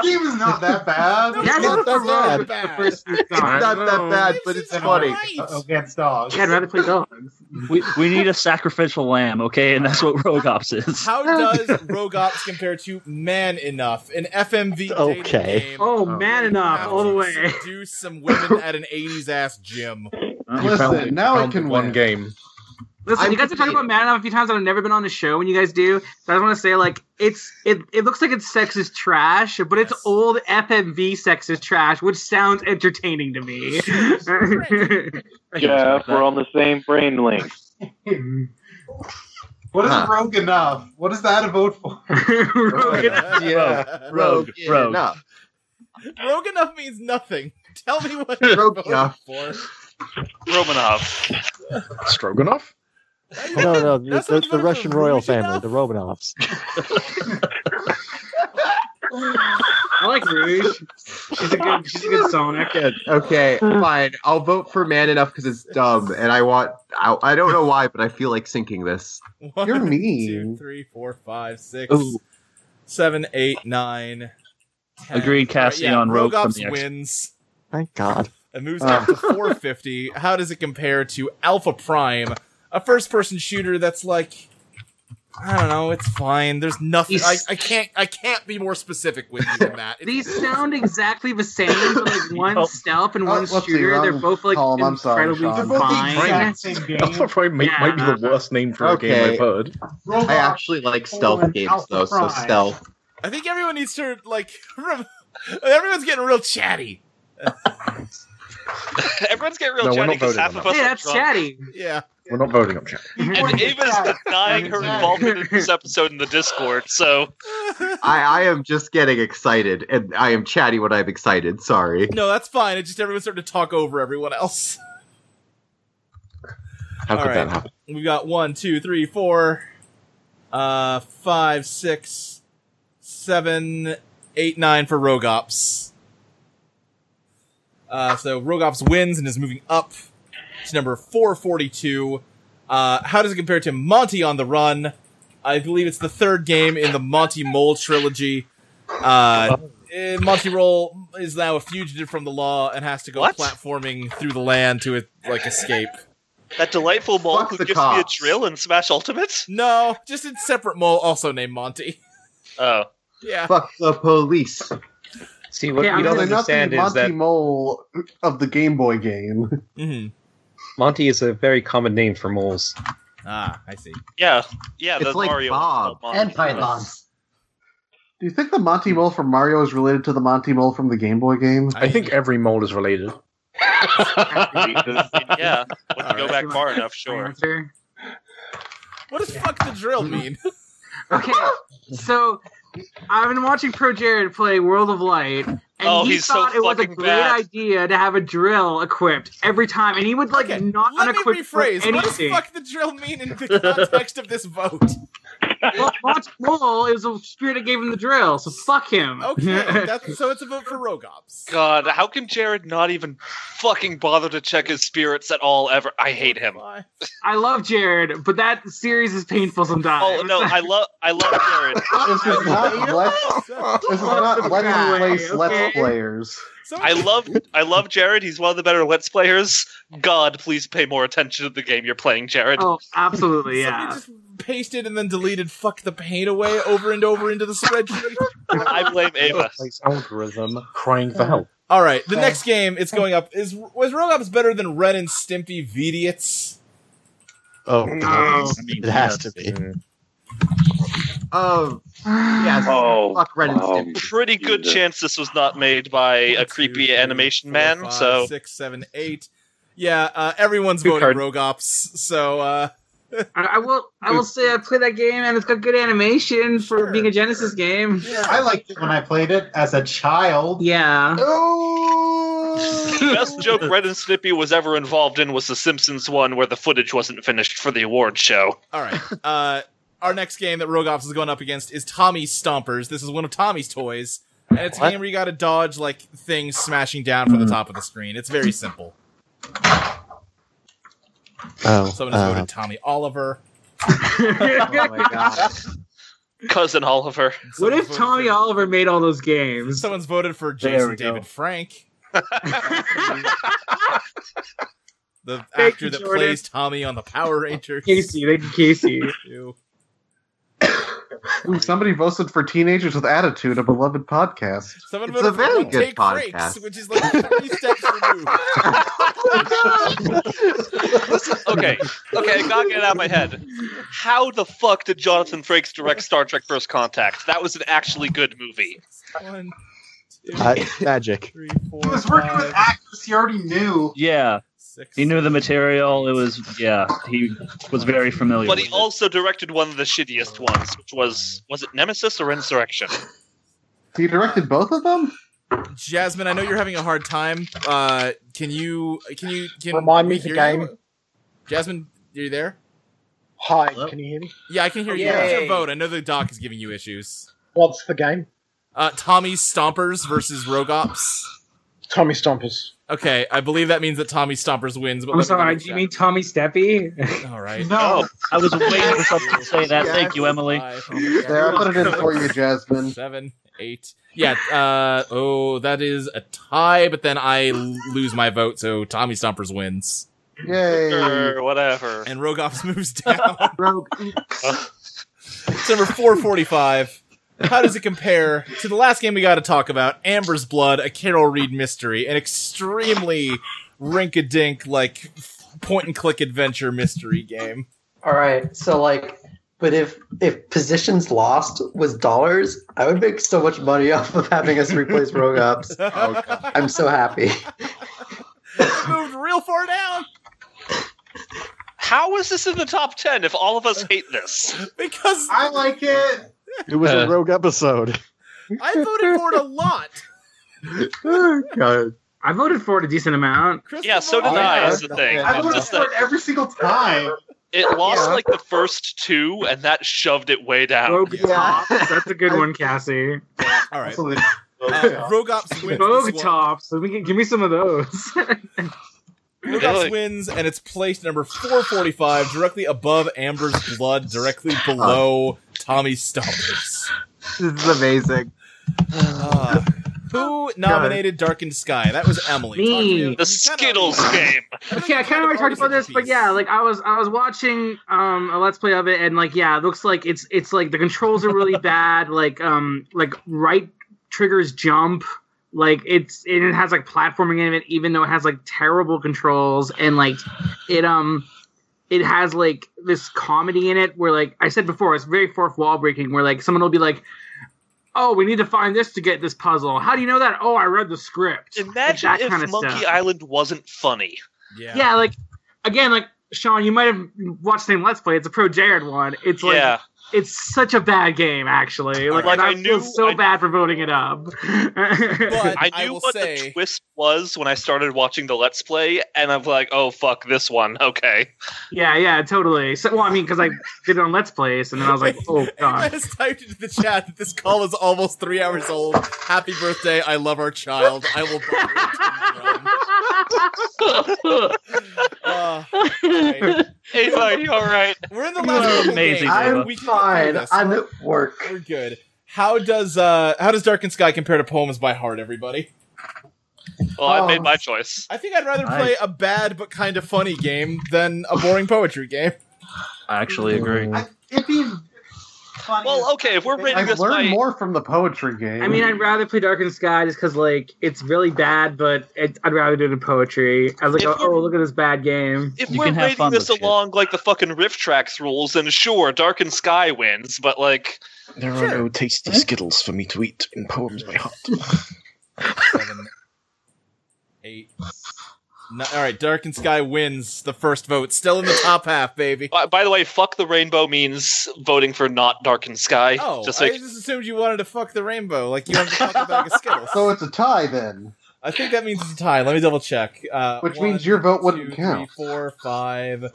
Speaker 14: game is not that bad.
Speaker 1: No, That it's is not not that bad. bad.
Speaker 14: It's
Speaker 12: not that bad, but it's funny.
Speaker 14: Against dogs.
Speaker 3: I'd rather play dogs.
Speaker 8: We, we need a sacrificial lamb, okay? And that's what Rogue Ops is.
Speaker 1: How does Rogops compare to Man Enough, an FMV dating
Speaker 8: Okay.
Speaker 1: game?
Speaker 3: Oh, Man Enough, all the way.
Speaker 1: Do some women at an '80s ass gym.
Speaker 11: one game.
Speaker 3: Listen, you guys have talked about Man Enough a few times. I've never been on the show when you guys do. So I just want to say, like, it's it, it looks like it's sexist trash, but it's old FMV sexist trash, which sounds entertaining to me.
Speaker 2: Jeff, we're on the same brain link.
Speaker 14: What is
Speaker 2: Huh.
Speaker 14: rogue enough? What is that a vote for? rogue
Speaker 1: enough.
Speaker 14: Yeah.
Speaker 1: Rogue, rogue.
Speaker 14: enough.
Speaker 1: Rogue Enough means nothing. Tell me what
Speaker 14: Rogue
Speaker 1: Enough for.
Speaker 20: Romanov.
Speaker 11: Stroganoff?
Speaker 10: No, no, the, the, the Russian royal family, the Romanovs.
Speaker 3: I like Rouge. She's a good, she's a good Sonic.
Speaker 12: Okay, fine. I'll vote for Man Enough because it's dumb, and I want. I, I don't know why, but I feel like sinking this.
Speaker 1: One,
Speaker 12: You're
Speaker 1: two,
Speaker 12: mean.
Speaker 1: three, four, five, six, seven, eight, nine, ten.
Speaker 8: Agreed, Cassie, on Rogue from
Speaker 1: Rogops
Speaker 8: the X-
Speaker 1: wins.
Speaker 10: Thank God.
Speaker 1: It moves
Speaker 10: Uh.
Speaker 1: up to 450. How does it compare to Alpha Prime, a first-person shooter that's like, I don't know, it's fine. There's nothing. I, I can't. I can't be more specific with you than that. It's-
Speaker 3: These sound exactly the same, but like one stealth and
Speaker 4: Oh,
Speaker 3: one
Speaker 4: let's see,
Speaker 3: shooter, they're
Speaker 4: wrong
Speaker 3: both like
Speaker 4: column, I'm sorry,
Speaker 3: incredibly
Speaker 4: Sean. They're both the
Speaker 3: fine.
Speaker 4: exact same game.
Speaker 11: Alpha Prime might, might be the worst name for a game I've
Speaker 12: Okay.
Speaker 11: heard.
Speaker 12: I actually like stealth games though, so stealth.
Speaker 1: I think everyone needs to like. Rem- everyone's getting real chatty.
Speaker 20: Everyone's getting
Speaker 11: No,
Speaker 20: real
Speaker 11: we're
Speaker 20: chatty
Speaker 11: not
Speaker 20: because
Speaker 11: voting
Speaker 20: half
Speaker 11: on
Speaker 20: of
Speaker 11: that.
Speaker 20: us
Speaker 11: Hey,
Speaker 20: are
Speaker 11: that's
Speaker 20: drunk.
Speaker 3: chatty.
Speaker 1: Yeah.
Speaker 11: We're not voting on chat.
Speaker 3: Mhm.
Speaker 20: And Ava's denying her involvement in this episode in the Discord, so
Speaker 12: I, I am just getting excited, and I am chatty when I'm excited. Sorry.
Speaker 1: No, that's fine. It's just everyone's starting to talk over everyone else.
Speaker 12: How could that happen?
Speaker 1: We've got one, two, three, four, uh, five, six, seven, eight, nine for Rogops. Uh, so Rogops wins and is moving up to number 442. Uh, how does it compare to Monty on the Run? I believe it's the third game in the Monty Mole trilogy. Uh, eh, Monty Roll is now a fugitive from the law and has to go platforming through the land to like escape.
Speaker 20: that delightful mole who
Speaker 1: the
Speaker 20: gives me a
Speaker 1: cops.
Speaker 20: drill in Smash Ultimate?
Speaker 1: No, just in separate mole, also named Monty.
Speaker 20: Oh.
Speaker 1: Yeah.
Speaker 12: Fuck the police.
Speaker 16: See
Speaker 1: what
Speaker 16: we don't
Speaker 4: they're not
Speaker 16: understand
Speaker 4: the
Speaker 16: is
Speaker 4: Monty
Speaker 16: that-
Speaker 4: Mole of the Game Boy game.
Speaker 1: Mm-hmm.
Speaker 16: Monty is a very common name for moles.
Speaker 1: Ah, I see.
Speaker 20: Yeah, yeah,
Speaker 16: It's
Speaker 20: the
Speaker 16: like
Speaker 20: Mario
Speaker 16: Bob
Speaker 20: and Python.
Speaker 4: Do you think the Monty Mole from Mario is related to the Monty Mole from the Game Boy game?
Speaker 11: I think every mole is related.
Speaker 20: yeah, when you go back far enough, sure.
Speaker 1: What does fuck the drill mean?
Speaker 3: Mm-hmm. Okay, so I've been watching Pro Jared play World of Light, and
Speaker 20: Oh,
Speaker 3: he
Speaker 20: he's so
Speaker 3: thought it was a
Speaker 20: fucking
Speaker 3: great
Speaker 20: bad.
Speaker 3: idea to have a drill equipped every time, and he would like not
Speaker 1: Let me
Speaker 3: unequip for
Speaker 1: rephrase. What does
Speaker 3: anything.
Speaker 1: fuck the drill mean in the context of this vote?
Speaker 3: Well, Monty Mole is the spirit that gave him the drill, so fuck him.
Speaker 1: Okay, that's, so it's a vote for Rogops.
Speaker 20: God, how can Jared not even fucking bother to check his spirits at all ever? I hate him.
Speaker 3: I love Jared, but that series is painful sometimes.
Speaker 20: Oh no, I love I love Jared.
Speaker 4: This is not let's, this is not let's place
Speaker 20: okay.
Speaker 4: let's players.
Speaker 20: I love I love Jared. He's one of the better Let's players. God, please pay more attention to the game you're playing, Jared.
Speaker 3: Oh, absolutely,
Speaker 1: Somebody
Speaker 3: yeah.
Speaker 1: just pasted and then deleted fuck the pain away over and over into the spreadsheet.
Speaker 20: I blame Ava.
Speaker 11: algorithm crying for help.
Speaker 1: All right, the next game it's going up is was Rogops better than Ren and Stimpy Vediots?
Speaker 10: Oh,
Speaker 1: Mm, No.
Speaker 10: it has to be.
Speaker 12: Oh, yes. Fuck Ren and Stimpy.
Speaker 20: Pretty good chance this was not made by a creepy animation man.
Speaker 1: Five,
Speaker 20: so
Speaker 1: six, seven, eight. Yeah, uh, everyone's voting Rogops. So uh,
Speaker 3: I, I will. I will say I played that game, and it's got good animation for being a Genesis game.
Speaker 14: I liked it when I played it as a child.
Speaker 3: Yeah.
Speaker 20: the best joke Red and Snippy was ever involved in was the Simpsons one where the footage wasn't finished for the award show.
Speaker 1: all right. Uh, our next game that Rogops is going up against is Tommy's Stompers. This is one of Tommy's toys, and it's a
Speaker 20: What?
Speaker 1: game where you got to dodge like things smashing down from the top of the screen. It's very simple. Someone
Speaker 10: Oh,
Speaker 1: has
Speaker 10: uh,
Speaker 4: Oh.
Speaker 1: voted Tommy Oliver.
Speaker 9: Cousin Oliver.
Speaker 3: What if Tommy Oliver made all those games?
Speaker 1: Someone's voted for Jason David Frank. the
Speaker 3: Thank
Speaker 1: actor
Speaker 3: you,
Speaker 1: that
Speaker 3: Jordan.
Speaker 1: plays Tommy on the Power Rangers.
Speaker 3: Casey, thank you, Casey.
Speaker 1: Ew.
Speaker 4: Ooh, somebody voted for Teenagers with Attitude, a beloved podcast.
Speaker 1: Someone
Speaker 4: it's
Speaker 1: voted
Speaker 4: a very
Speaker 1: for
Speaker 4: good
Speaker 1: Take Breaks,
Speaker 4: podcast.
Speaker 1: which is like three steps removed.
Speaker 9: Okay, okay, I gotta get it out of my head. How the fuck did Jonathan Frakes direct Star Trek First Contact? That was an actually good movie.
Speaker 1: One,
Speaker 10: Uh, magic.
Speaker 8: He was working with actors he already knew.
Speaker 21: Yeah.
Speaker 1: Six.
Speaker 21: He knew the material. It was yeah. He was very familiar.
Speaker 9: But
Speaker 21: with
Speaker 9: he also directed one of the shittiest ones, which was was it Nemesis or Insurrection?
Speaker 4: He directed both of them.
Speaker 1: Jasmine, I know you're having a hard time. Uh, can you can you can
Speaker 15: Remind me
Speaker 1: we
Speaker 15: of the
Speaker 1: hear you?
Speaker 15: game.
Speaker 1: Jasmine, are you there?
Speaker 15: Hi, can you hear me?
Speaker 1: Yeah, I can hear you.
Speaker 15: Yay.
Speaker 1: What's your vote? I know the doc is giving you issues.
Speaker 15: What's the game?
Speaker 1: Uh, Tommy's Stompers versus Rogops.
Speaker 15: Tommy Stompers.
Speaker 1: Okay, I believe that means that Tommy Stompers wins. But
Speaker 15: I'm
Speaker 1: let me
Speaker 15: sorry,
Speaker 1: double
Speaker 15: do you
Speaker 1: check.
Speaker 15: mean
Speaker 3: Tommy Steppy?
Speaker 1: All right.
Speaker 8: No.
Speaker 21: Oh, I was waiting for something to say that.
Speaker 1: Yes.
Speaker 21: Thank you, Emily.
Speaker 4: There, I put it in for you, Jasmine.
Speaker 1: Seven, eight. Yeah. Uh, oh, that is a tie. But then I l- lose my vote, so Tommy Stompers wins.
Speaker 4: Yay.
Speaker 9: Or whatever.
Speaker 1: And Rogoff moves down. It's number 445. How does it compare to the last game we got to talk about, Amber's Blood, a Carol Reed mystery, an extremely rink-a-dink, like point-and-click adventure mystery game?
Speaker 18: All right. So like, but if if positions lost was dollars, I would make so much money off of having us replace rogue ops. I'm so happy.
Speaker 1: Moved real far down
Speaker 9: How is this in the top ten if all of us hate this?
Speaker 1: because
Speaker 8: I like it.
Speaker 10: It was a rogue episode.
Speaker 1: I voted for it a lot. Oh.
Speaker 3: God. I voted for it a decent amount.
Speaker 9: Yeah, so did I. Is the thing.
Speaker 8: I
Speaker 9: It's
Speaker 8: would
Speaker 9: just
Speaker 8: have it
Speaker 9: that
Speaker 8: every single time.
Speaker 9: it lost
Speaker 8: Yeah.
Speaker 9: like the first two, and that shoved it way down.
Speaker 3: Tops. That's a good one, Cassie.
Speaker 1: All right.
Speaker 8: Uh,
Speaker 1: Rogue Ops wins.
Speaker 3: Rogue
Speaker 1: this one.
Speaker 3: Tops. Let me get, give me some of those.
Speaker 1: Rogue Ops wins, and it's placed number 445, directly above Amber's Blood, directly below Tommy Stompers.
Speaker 22: This is amazing.
Speaker 1: Uh, who nominated Darkened Sky? That was Emily. Talk to me-
Speaker 9: The Skittles game.
Speaker 3: okay, I kind of already talked about this, but yeah, like I was I was watching um a let's play of it, and like yeah, it looks like it's it's like the controls are really bad, like um like right triggers jump, like it's and it has like platforming in it, even though it has like terrible controls, and like it um it has like this comedy in it where like I said before, it's very fourth wall breaking, where like someone will be like. Oh, we need to find this to get this puzzle. How do you know that? Oh, I read the script. Like,
Speaker 9: Imagine
Speaker 3: that
Speaker 9: if
Speaker 3: kinda
Speaker 9: Monkey
Speaker 3: stuff
Speaker 9: Island wasn't funny.
Speaker 3: yeah. like again, like Sean, you might have watched the same Let's Play. It's a pro Jared one. It's like
Speaker 9: Yeah.
Speaker 3: it's such a bad game, actually. Like,
Speaker 9: Like,
Speaker 3: and I,
Speaker 9: I
Speaker 3: feel
Speaker 9: knew-
Speaker 3: so bad for voting it up.
Speaker 1: But I,
Speaker 9: I knew
Speaker 1: will
Speaker 9: what the
Speaker 1: say,
Speaker 9: twist was when I started watching the Let's Play, and I'm like, oh fuck, this one. Okay.
Speaker 3: yeah, yeah, totally. So, well, I mean, because I did it on Let's Plays, and then I was like, oh
Speaker 1: I
Speaker 3: god.
Speaker 1: just typed into the chat that this call is almost three hours old. Happy birthday. I love our child. I will buy it. Uh, right.
Speaker 9: Ava, all right?
Speaker 1: We're in the last couple
Speaker 21: amazing,
Speaker 1: games.
Speaker 21: Ava.
Speaker 1: We can get through this.
Speaker 15: work.
Speaker 1: We're good. How does uh how does Dark and Sky compare to Poems by Heart, everybody?
Speaker 9: Well, Um, I made my choice.
Speaker 1: I think I'd rather play a bad but kind of funny game than a boring poetry game.
Speaker 21: I actually agree.
Speaker 9: Well, okay, if we're rating
Speaker 4: I've
Speaker 9: this
Speaker 4: learned
Speaker 9: by
Speaker 4: more from the poetry game.
Speaker 3: I mean, I'd rather play Darkened Sky just because, like, it's really bad, but it, I'd rather do it in poetry. I was like,
Speaker 9: If
Speaker 3: oh, look at this bad game.
Speaker 9: if we're rating this along like the fucking Rift Tracks rules, then sure, Dark and Sky wins, but like
Speaker 11: There are no tasty skittles for me to eat in poems by heart.
Speaker 1: Seven, eight. No, all right, Dark and Sky wins the first vote. Still in the top half, baby.
Speaker 9: uh, by, by the way, fuck the rainbow means voting for not Dark and Sky.
Speaker 1: Oh,
Speaker 9: just
Speaker 1: I
Speaker 9: like
Speaker 1: just assumed you wanted to fuck the rainbow, like you wanted to fuck a bag of Skittles.
Speaker 4: so it's a tie then,
Speaker 1: I think that means it's a tie. Let me double check. Uh,
Speaker 4: which
Speaker 1: one,
Speaker 4: means your vote
Speaker 1: two,
Speaker 4: wouldn't
Speaker 1: three,
Speaker 4: count.
Speaker 1: four, five,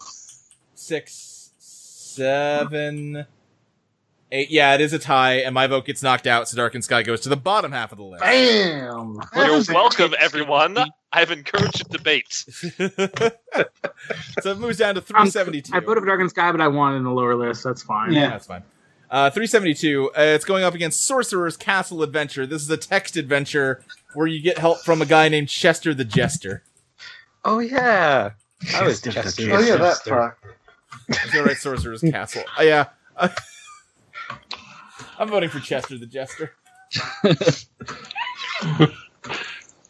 Speaker 1: six, seven, Eight, yeah, it is a tie, and my vote gets knocked out, so Dark and Sky goes to the bottom half of the list.
Speaker 20: Bam! You're welcome, everyone. I've encouraged debate.
Speaker 1: so it moves down to
Speaker 3: I'm-
Speaker 1: 372.
Speaker 3: Um, I voted for Dark and Sky, but I won in the lower list. That's fine.
Speaker 1: Yeah, that's fine. Uh, 372. Uh, it's going up against Sorcerer's Castle Adventure. This is a text adventure where you get help from a guy named Chester the Jester.
Speaker 16: Oh yeah. I was
Speaker 1: Chester the
Speaker 16: just
Speaker 1: Jester. Oh, yeah, that part. Is that right? Sorcerer's Castle. Uh, yeah. Uh, I'm voting for Chester the Jester.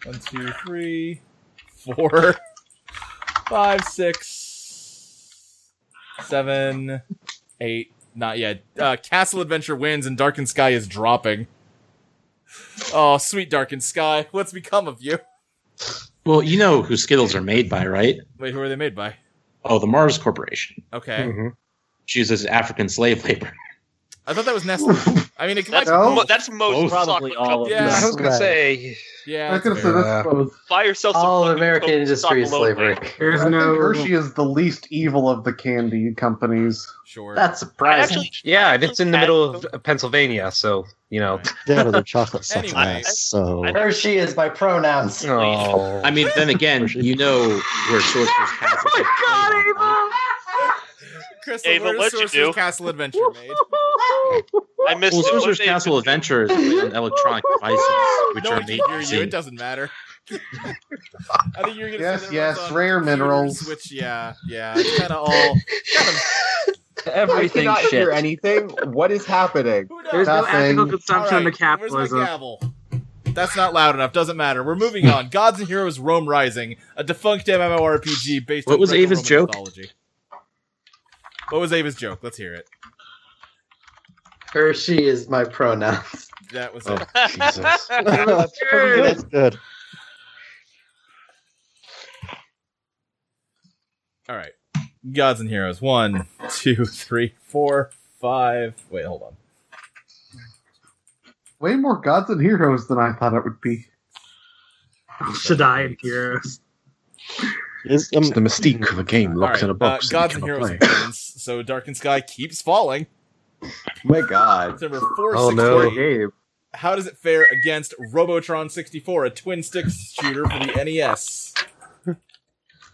Speaker 1: One, two, three, four, five, six, seven, eight. Not yet. Uh, Castle Adventure wins, and Darkened Sky is dropping. Oh, sweet Darkened Sky, what's become of you?
Speaker 7: Well, you know who Skittles are made by, right?
Speaker 1: Wait, who are they made by?
Speaker 7: Oh, the Mars Corporation.
Speaker 1: Okay.
Speaker 7: She uses African slave labor.
Speaker 1: I thought that was Nestle. I mean, it might
Speaker 20: That's,
Speaker 1: be both.
Speaker 20: mo- that's most
Speaker 1: Probably
Speaker 20: chocolate
Speaker 1: all of
Speaker 20: companies.
Speaker 1: them. I was gonna
Speaker 16: say.
Speaker 1: Yeah.
Speaker 4: I was gonna
Speaker 1: that's
Speaker 4: say
Speaker 1: fair.
Speaker 4: that's both.
Speaker 20: Buy yourself some
Speaker 4: All
Speaker 20: fucking
Speaker 4: American
Speaker 20: Coke
Speaker 4: industry
Speaker 20: stock alone.
Speaker 4: I think Hershey is the least evil of the candy companies.
Speaker 1: Sure.
Speaker 16: That's
Speaker 20: surprising. Actually-
Speaker 16: yeah, and it's in the middle of Pennsylvania, so you know.
Speaker 10: Yeah, but the chocolate sucks
Speaker 16: Anyway,
Speaker 10: ass, So
Speaker 18: Hershey is my pronouns.
Speaker 16: Oh.
Speaker 7: I mean, then again, you know where Sorcerer's Castle is.
Speaker 1: Crystal,
Speaker 20: Ava,
Speaker 1: where does
Speaker 20: what'd you
Speaker 1: Sorcerer's
Speaker 20: do?
Speaker 1: Castle Adventure made?
Speaker 20: I missed
Speaker 7: Well,
Speaker 20: it. What
Speaker 7: Sorcerer's
Speaker 20: they-
Speaker 7: Castle Adventure is made on electronic devices, which
Speaker 1: no
Speaker 7: are
Speaker 1: one
Speaker 7: made
Speaker 1: can hear you.
Speaker 7: using
Speaker 1: It doesn't matter. I think you're gonna
Speaker 4: Yes,
Speaker 1: say that
Speaker 4: yes,
Speaker 1: one's on
Speaker 4: rare
Speaker 1: computers,
Speaker 4: minerals.
Speaker 1: Which, yeah, yeah, it's kind of all.
Speaker 12: I cannot hear
Speaker 4: shit.
Speaker 12: anything. What is happening?
Speaker 3: There's no ethical consumption
Speaker 1: All
Speaker 3: under
Speaker 1: right, where's my
Speaker 3: capitalism.
Speaker 1: gavel? That's not loud enough. Doesn't matter. We're moving on. Gods and Heroes: Rome Rising, a defunct MMORPG based.
Speaker 7: What
Speaker 1: on
Speaker 7: was Ava's
Speaker 1: Greco-Roman
Speaker 7: joke?
Speaker 1: mythology. What was Ava's joke? Let's hear it.
Speaker 18: Hershey is my pronouns.
Speaker 1: That was
Speaker 18: Oh,
Speaker 1: it.
Speaker 18: Jesus. That's pretty good.
Speaker 10: that's good.
Speaker 1: All right. Gods and Heroes. One, two, three, four, five. Wait, hold on.
Speaker 4: Way more gods and heroes than I thought it would be.
Speaker 3: Shaddai and Heroes.
Speaker 10: It's,
Speaker 11: the mystique of a game locked in
Speaker 1: All
Speaker 11: a
Speaker 1: right,
Speaker 11: box.
Speaker 1: Uh, Gods
Speaker 11: that
Speaker 1: and
Speaker 11: you
Speaker 1: Heroes
Speaker 11: cannot play.
Speaker 1: wins, so Dark and Sky keeps falling.
Speaker 12: My God.
Speaker 1: It's number four
Speaker 12: Oh, no.
Speaker 1: sixty-eight. How does it fare against Robotron 64, a twin stick shooter for the E NES?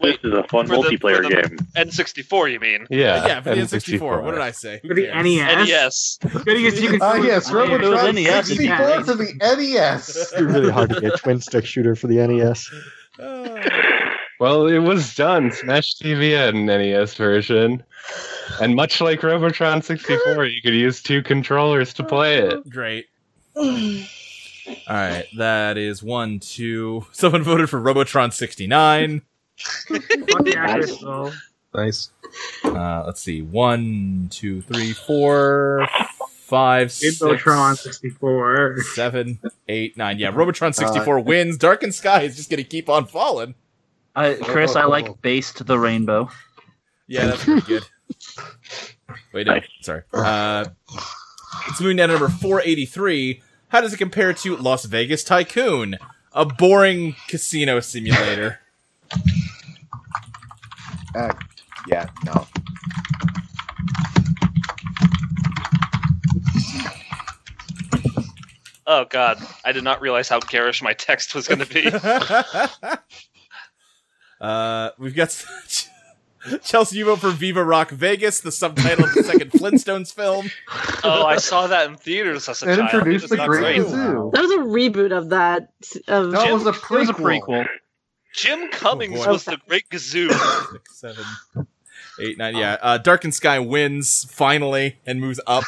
Speaker 2: This is a fun
Speaker 20: For the- for
Speaker 2: multiplayer
Speaker 20: the
Speaker 2: game.
Speaker 20: N64, you mean?
Speaker 2: Yeah,
Speaker 1: yeah, for the N64. What did I say?
Speaker 3: For the
Speaker 9: E
Speaker 3: NES.
Speaker 20: NES.
Speaker 3: Good, you, you can
Speaker 4: Ah, yes,
Speaker 3: Yeah, it was
Speaker 4: Robotron
Speaker 3: NES, it's
Speaker 4: 64
Speaker 3: nice.
Speaker 4: to the E NES.
Speaker 10: It'd be really hard to be a twin stick shooter for the E NES.
Speaker 15: Well, it was done. Smash TV had an NES version. And much like Robotron 64, you could use two controllers to play it.
Speaker 1: Great. All right, that is one, two. Someone voted for Robotron 69.
Speaker 3: Fuck yeah, Crystal.
Speaker 16: Nice.
Speaker 1: Uh, let's see. One, two, three, four, five, six,
Speaker 3: Robotron 64.
Speaker 1: seven, eight, nine. Yeah,
Speaker 8: Uh,
Speaker 1: Robotron 64 wins. Dark and Sky is just going to keep on falling.
Speaker 8: I, Chris, I like Based the Rainbow.
Speaker 1: Yeah, that's pretty good. Wait, no, sorry. Uh, it's moving down to number 483. How does it compare to Las Vegas Tycoon, a boring casino simulator?
Speaker 12: Uh, yeah, no.
Speaker 20: Oh god, I did not realize how garish my text was going to be.
Speaker 1: Uh, we've got s- Chelsea Uvo for Viva Rock Vegas, the subtitle of the second Flintstones film.
Speaker 20: oh, I saw that in theaters as a
Speaker 1: And
Speaker 20: child.
Speaker 1: introduced
Speaker 20: It was
Speaker 1: the
Speaker 20: not
Speaker 1: Great
Speaker 20: great.
Speaker 6: That was a reboot of that. Of
Speaker 20: That was a
Speaker 6: prequel.
Speaker 20: was a prequel. Jim Cummings
Speaker 1: Oh, boy.
Speaker 20: was the Great Gazoo.
Speaker 1: Six, seven, eight, nine. Yeah, uh, Dark and Sky wins finally and moves up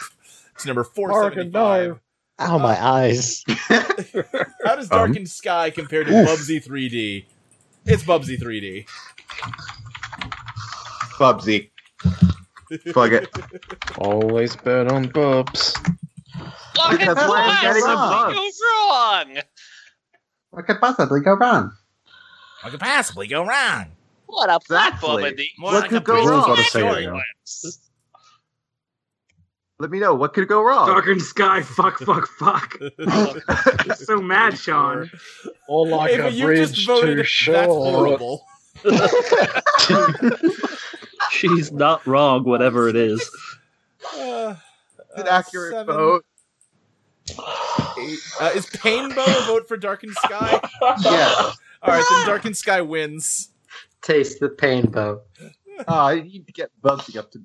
Speaker 1: to number four seventy five.
Speaker 10: Ow, my eyes.
Speaker 1: How does
Speaker 10: Um,
Speaker 1: Darkened Sky compare to
Speaker 10: oof.
Speaker 1: Bubsy 3D? It's Bubsy 3D.
Speaker 12: Bubsy. Fuck it.
Speaker 11: Always bet on Bubs.
Speaker 20: Fucking
Speaker 12: Because why
Speaker 20: why
Speaker 12: is that
Speaker 20: did
Speaker 12: even
Speaker 20: something
Speaker 12: wrong?
Speaker 20: go wrong?
Speaker 4: What could possibly go wrong?
Speaker 1: What could possibly go wrong?
Speaker 20: What a
Speaker 12: Exactly.
Speaker 20: platform indeed.
Speaker 12: What could go
Speaker 20: breeze
Speaker 12: wrong?
Speaker 20: of
Speaker 12: Gotta say it
Speaker 20: joy.
Speaker 12: now. Let me know what could go wrong.
Speaker 3: Dark and Sky, fuck, fuck, fuck. I'm so mad, Sean.
Speaker 14: Or like
Speaker 3: Ava,
Speaker 14: a
Speaker 3: you
Speaker 14: bridge
Speaker 3: just voted-
Speaker 14: too
Speaker 3: that's
Speaker 14: short.
Speaker 1: horrible.
Speaker 8: She's not wrong, whatever it is.
Speaker 1: Uh, an
Speaker 12: accurate vote.
Speaker 1: Eight. Uh, is Painbow a vote for Darkened Sky?
Speaker 12: Yes.
Speaker 1: All right, then Darkened Sky wins.
Speaker 18: Taste the pain, Bo.
Speaker 12: Uh, you need to get Bubsy up to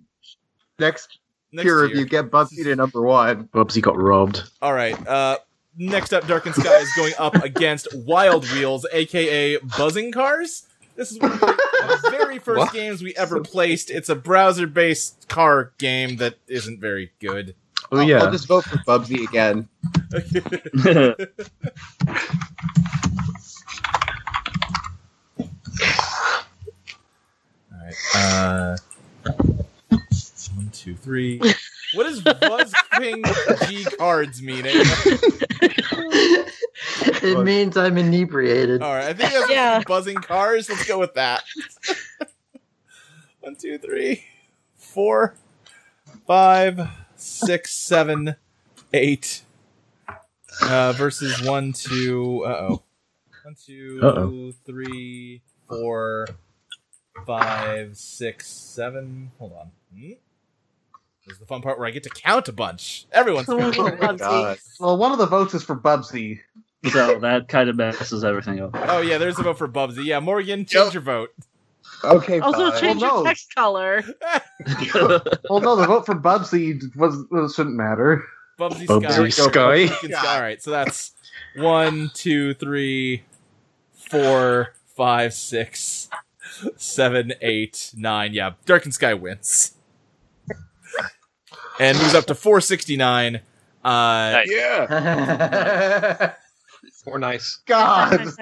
Speaker 12: next,
Speaker 1: Next year.
Speaker 12: peer review. Get Bubsy to number one.
Speaker 11: Bubsy got robbed.
Speaker 1: All right. Uh, next up, Darkened Sky is going up against Wild Wheels, aka Buzzing Cars. This is one of the very first games we ever placed. It's a browser-based car game that isn't very good.
Speaker 12: Oh yeah. I'll just vote for Bubsy again.
Speaker 1: Alright, uh, one, two, three. What does Buzz King G cards mean?
Speaker 18: It means I'm inebriated.
Speaker 1: All right, I think that's yeah. buzzing cars. Let's go with that. One, two, three, four, five, six, seven, eight. Uh, versus one, two. Uh oh. One, two,
Speaker 11: Uh-oh.
Speaker 1: three, four, five, six, seven. Hold on. Hmm? This is the fun part where I get to count a bunch. Everyone's
Speaker 4: Oh,
Speaker 1: counting.
Speaker 4: Bubsy. God.
Speaker 12: Well, one of the votes is for Bubsy.
Speaker 8: So that kind of messes everything up.
Speaker 1: Oh yeah, there's a vote for Bubsy. Yeah, Morgan, change your vote.
Speaker 12: Okay.
Speaker 6: Also,
Speaker 12: fine.
Speaker 6: change
Speaker 12: well,
Speaker 6: your
Speaker 12: no.
Speaker 6: text color.
Speaker 12: well, no, the vote for Bubsy was, was, shouldn't matter.
Speaker 1: Bubsy,
Speaker 12: Bubsy
Speaker 1: Sky.
Speaker 12: Sky.
Speaker 1: All right, so that's one, two, three, four, five, six, seven, eight, nine. Yeah, Dark and Sky wins, and moves up to four sixty nine. Uh,
Speaker 16: Yeah. More nice.
Speaker 12: God.
Speaker 18: Let's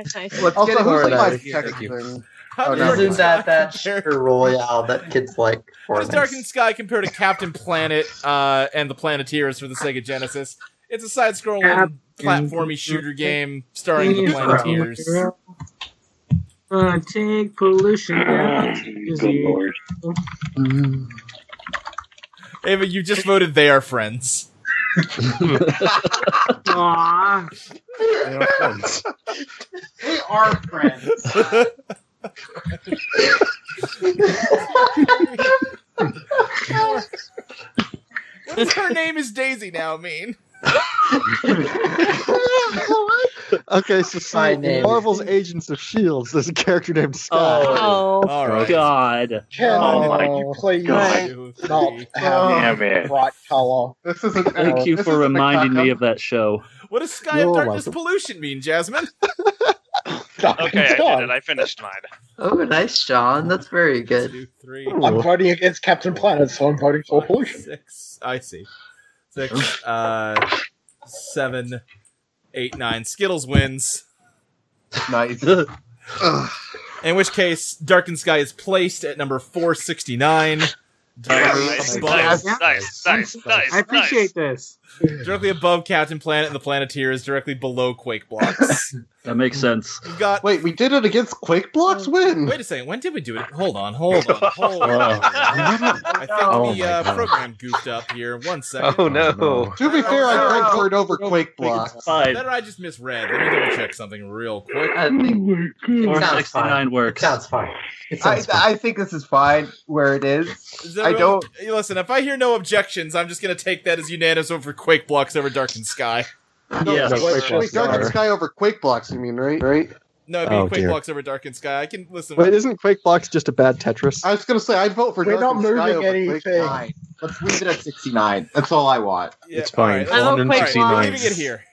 Speaker 12: also,
Speaker 18: get it
Speaker 12: who's like my
Speaker 18: organized.
Speaker 12: text
Speaker 18: Thank you.
Speaker 12: thing?
Speaker 1: How does Dark
Speaker 18: Isn't
Speaker 1: and
Speaker 18: that that sugar royale that kids like?
Speaker 1: How does Dark and Sky compare to Captain Planet uh, and the Planeteers for the Sega Genesis? It's a side-scrolling platformy shooter game starring the Planeteers.
Speaker 3: Uh, take pollution down to zero.
Speaker 1: Ava, you just voted they are friends.
Speaker 3: Aw.
Speaker 14: They are friends.
Speaker 1: What does her name is Daisy now mean?
Speaker 10: Okay, so see,
Speaker 1: My
Speaker 10: in
Speaker 1: name.
Speaker 10: Marvel's Agents of Shields. There's a character named Scott.
Speaker 6: Oh.
Speaker 1: All right.
Speaker 8: God.
Speaker 5: Can
Speaker 10: Oh my
Speaker 5: you please
Speaker 8: God.
Speaker 5: not have
Speaker 8: Damn it.
Speaker 5: bright color?
Speaker 12: Oh. This is an
Speaker 8: Thank you for reminding me of that show.
Speaker 1: What does Sky of Darkness pollution mean, Jasmine?
Speaker 20: Okay, I did it. I finished mine.
Speaker 18: Oh, nice, Sean. That's very good.
Speaker 5: I'm voting against Captain Planet, so I'm voting for pollution.
Speaker 1: Six. I see. Six, uh, seven, eight, nine. Skittles wins.
Speaker 12: Nice.
Speaker 1: In which case, Dark and Sky is placed at number 469. Directly
Speaker 3: Nice,
Speaker 1: above-
Speaker 3: nice, nice,
Speaker 20: nice, nice.
Speaker 3: I appreciate this.
Speaker 1: Directly above Captain Planet and the Planeteers, directly below Quake Blocks.
Speaker 8: that makes sense.
Speaker 1: We've got. Uh,
Speaker 12: Wait, we did it against Quake Blocks. Win.
Speaker 1: Wait a second. When did we do it? Hold on. Hold on. Hold on. I think
Speaker 12: Oh
Speaker 1: the
Speaker 12: my
Speaker 1: uh,
Speaker 12: God.
Speaker 1: program goofed up here. One second.
Speaker 16: Oh, no.
Speaker 12: To be fair, I
Speaker 1: Oh,
Speaker 12: voted for it over Quake Blocks.
Speaker 1: Better I just misread. Let me double check something real quick.
Speaker 5: Oh
Speaker 18: I think
Speaker 8: Or
Speaker 12: Uh, sounds
Speaker 8: 69 works.
Speaker 18: sounds fine.
Speaker 12: I, I think this is fine where it is.
Speaker 1: Is
Speaker 12: I
Speaker 1: everyone-
Speaker 12: don't.
Speaker 1: Hey, Listen, if I hear no objections, I'm just going to take that as unanimous over Quake Blocks over Darkened Sky.
Speaker 12: No, wait, wait, Dark Sky over Quake Blocks. You mean right? Right.
Speaker 1: No, it'd be
Speaker 10: Oh,
Speaker 1: Quake
Speaker 10: dear.
Speaker 1: Blocks over Darkened Sky. I can listen.
Speaker 10: Wait, isn't Quake Blocks just a bad Tetris?
Speaker 12: I was gonna say I vote for.
Speaker 5: We're
Speaker 12: Dark
Speaker 5: not
Speaker 12: Sky
Speaker 5: moving
Speaker 12: over Quake
Speaker 5: anything.
Speaker 12: Blocks. Let's leave it at sixty-nine. That's all I want.
Speaker 1: Yeah,
Speaker 10: It's fine.
Speaker 1: all right, all right,
Speaker 10: 169.
Speaker 1: we're leaving it here.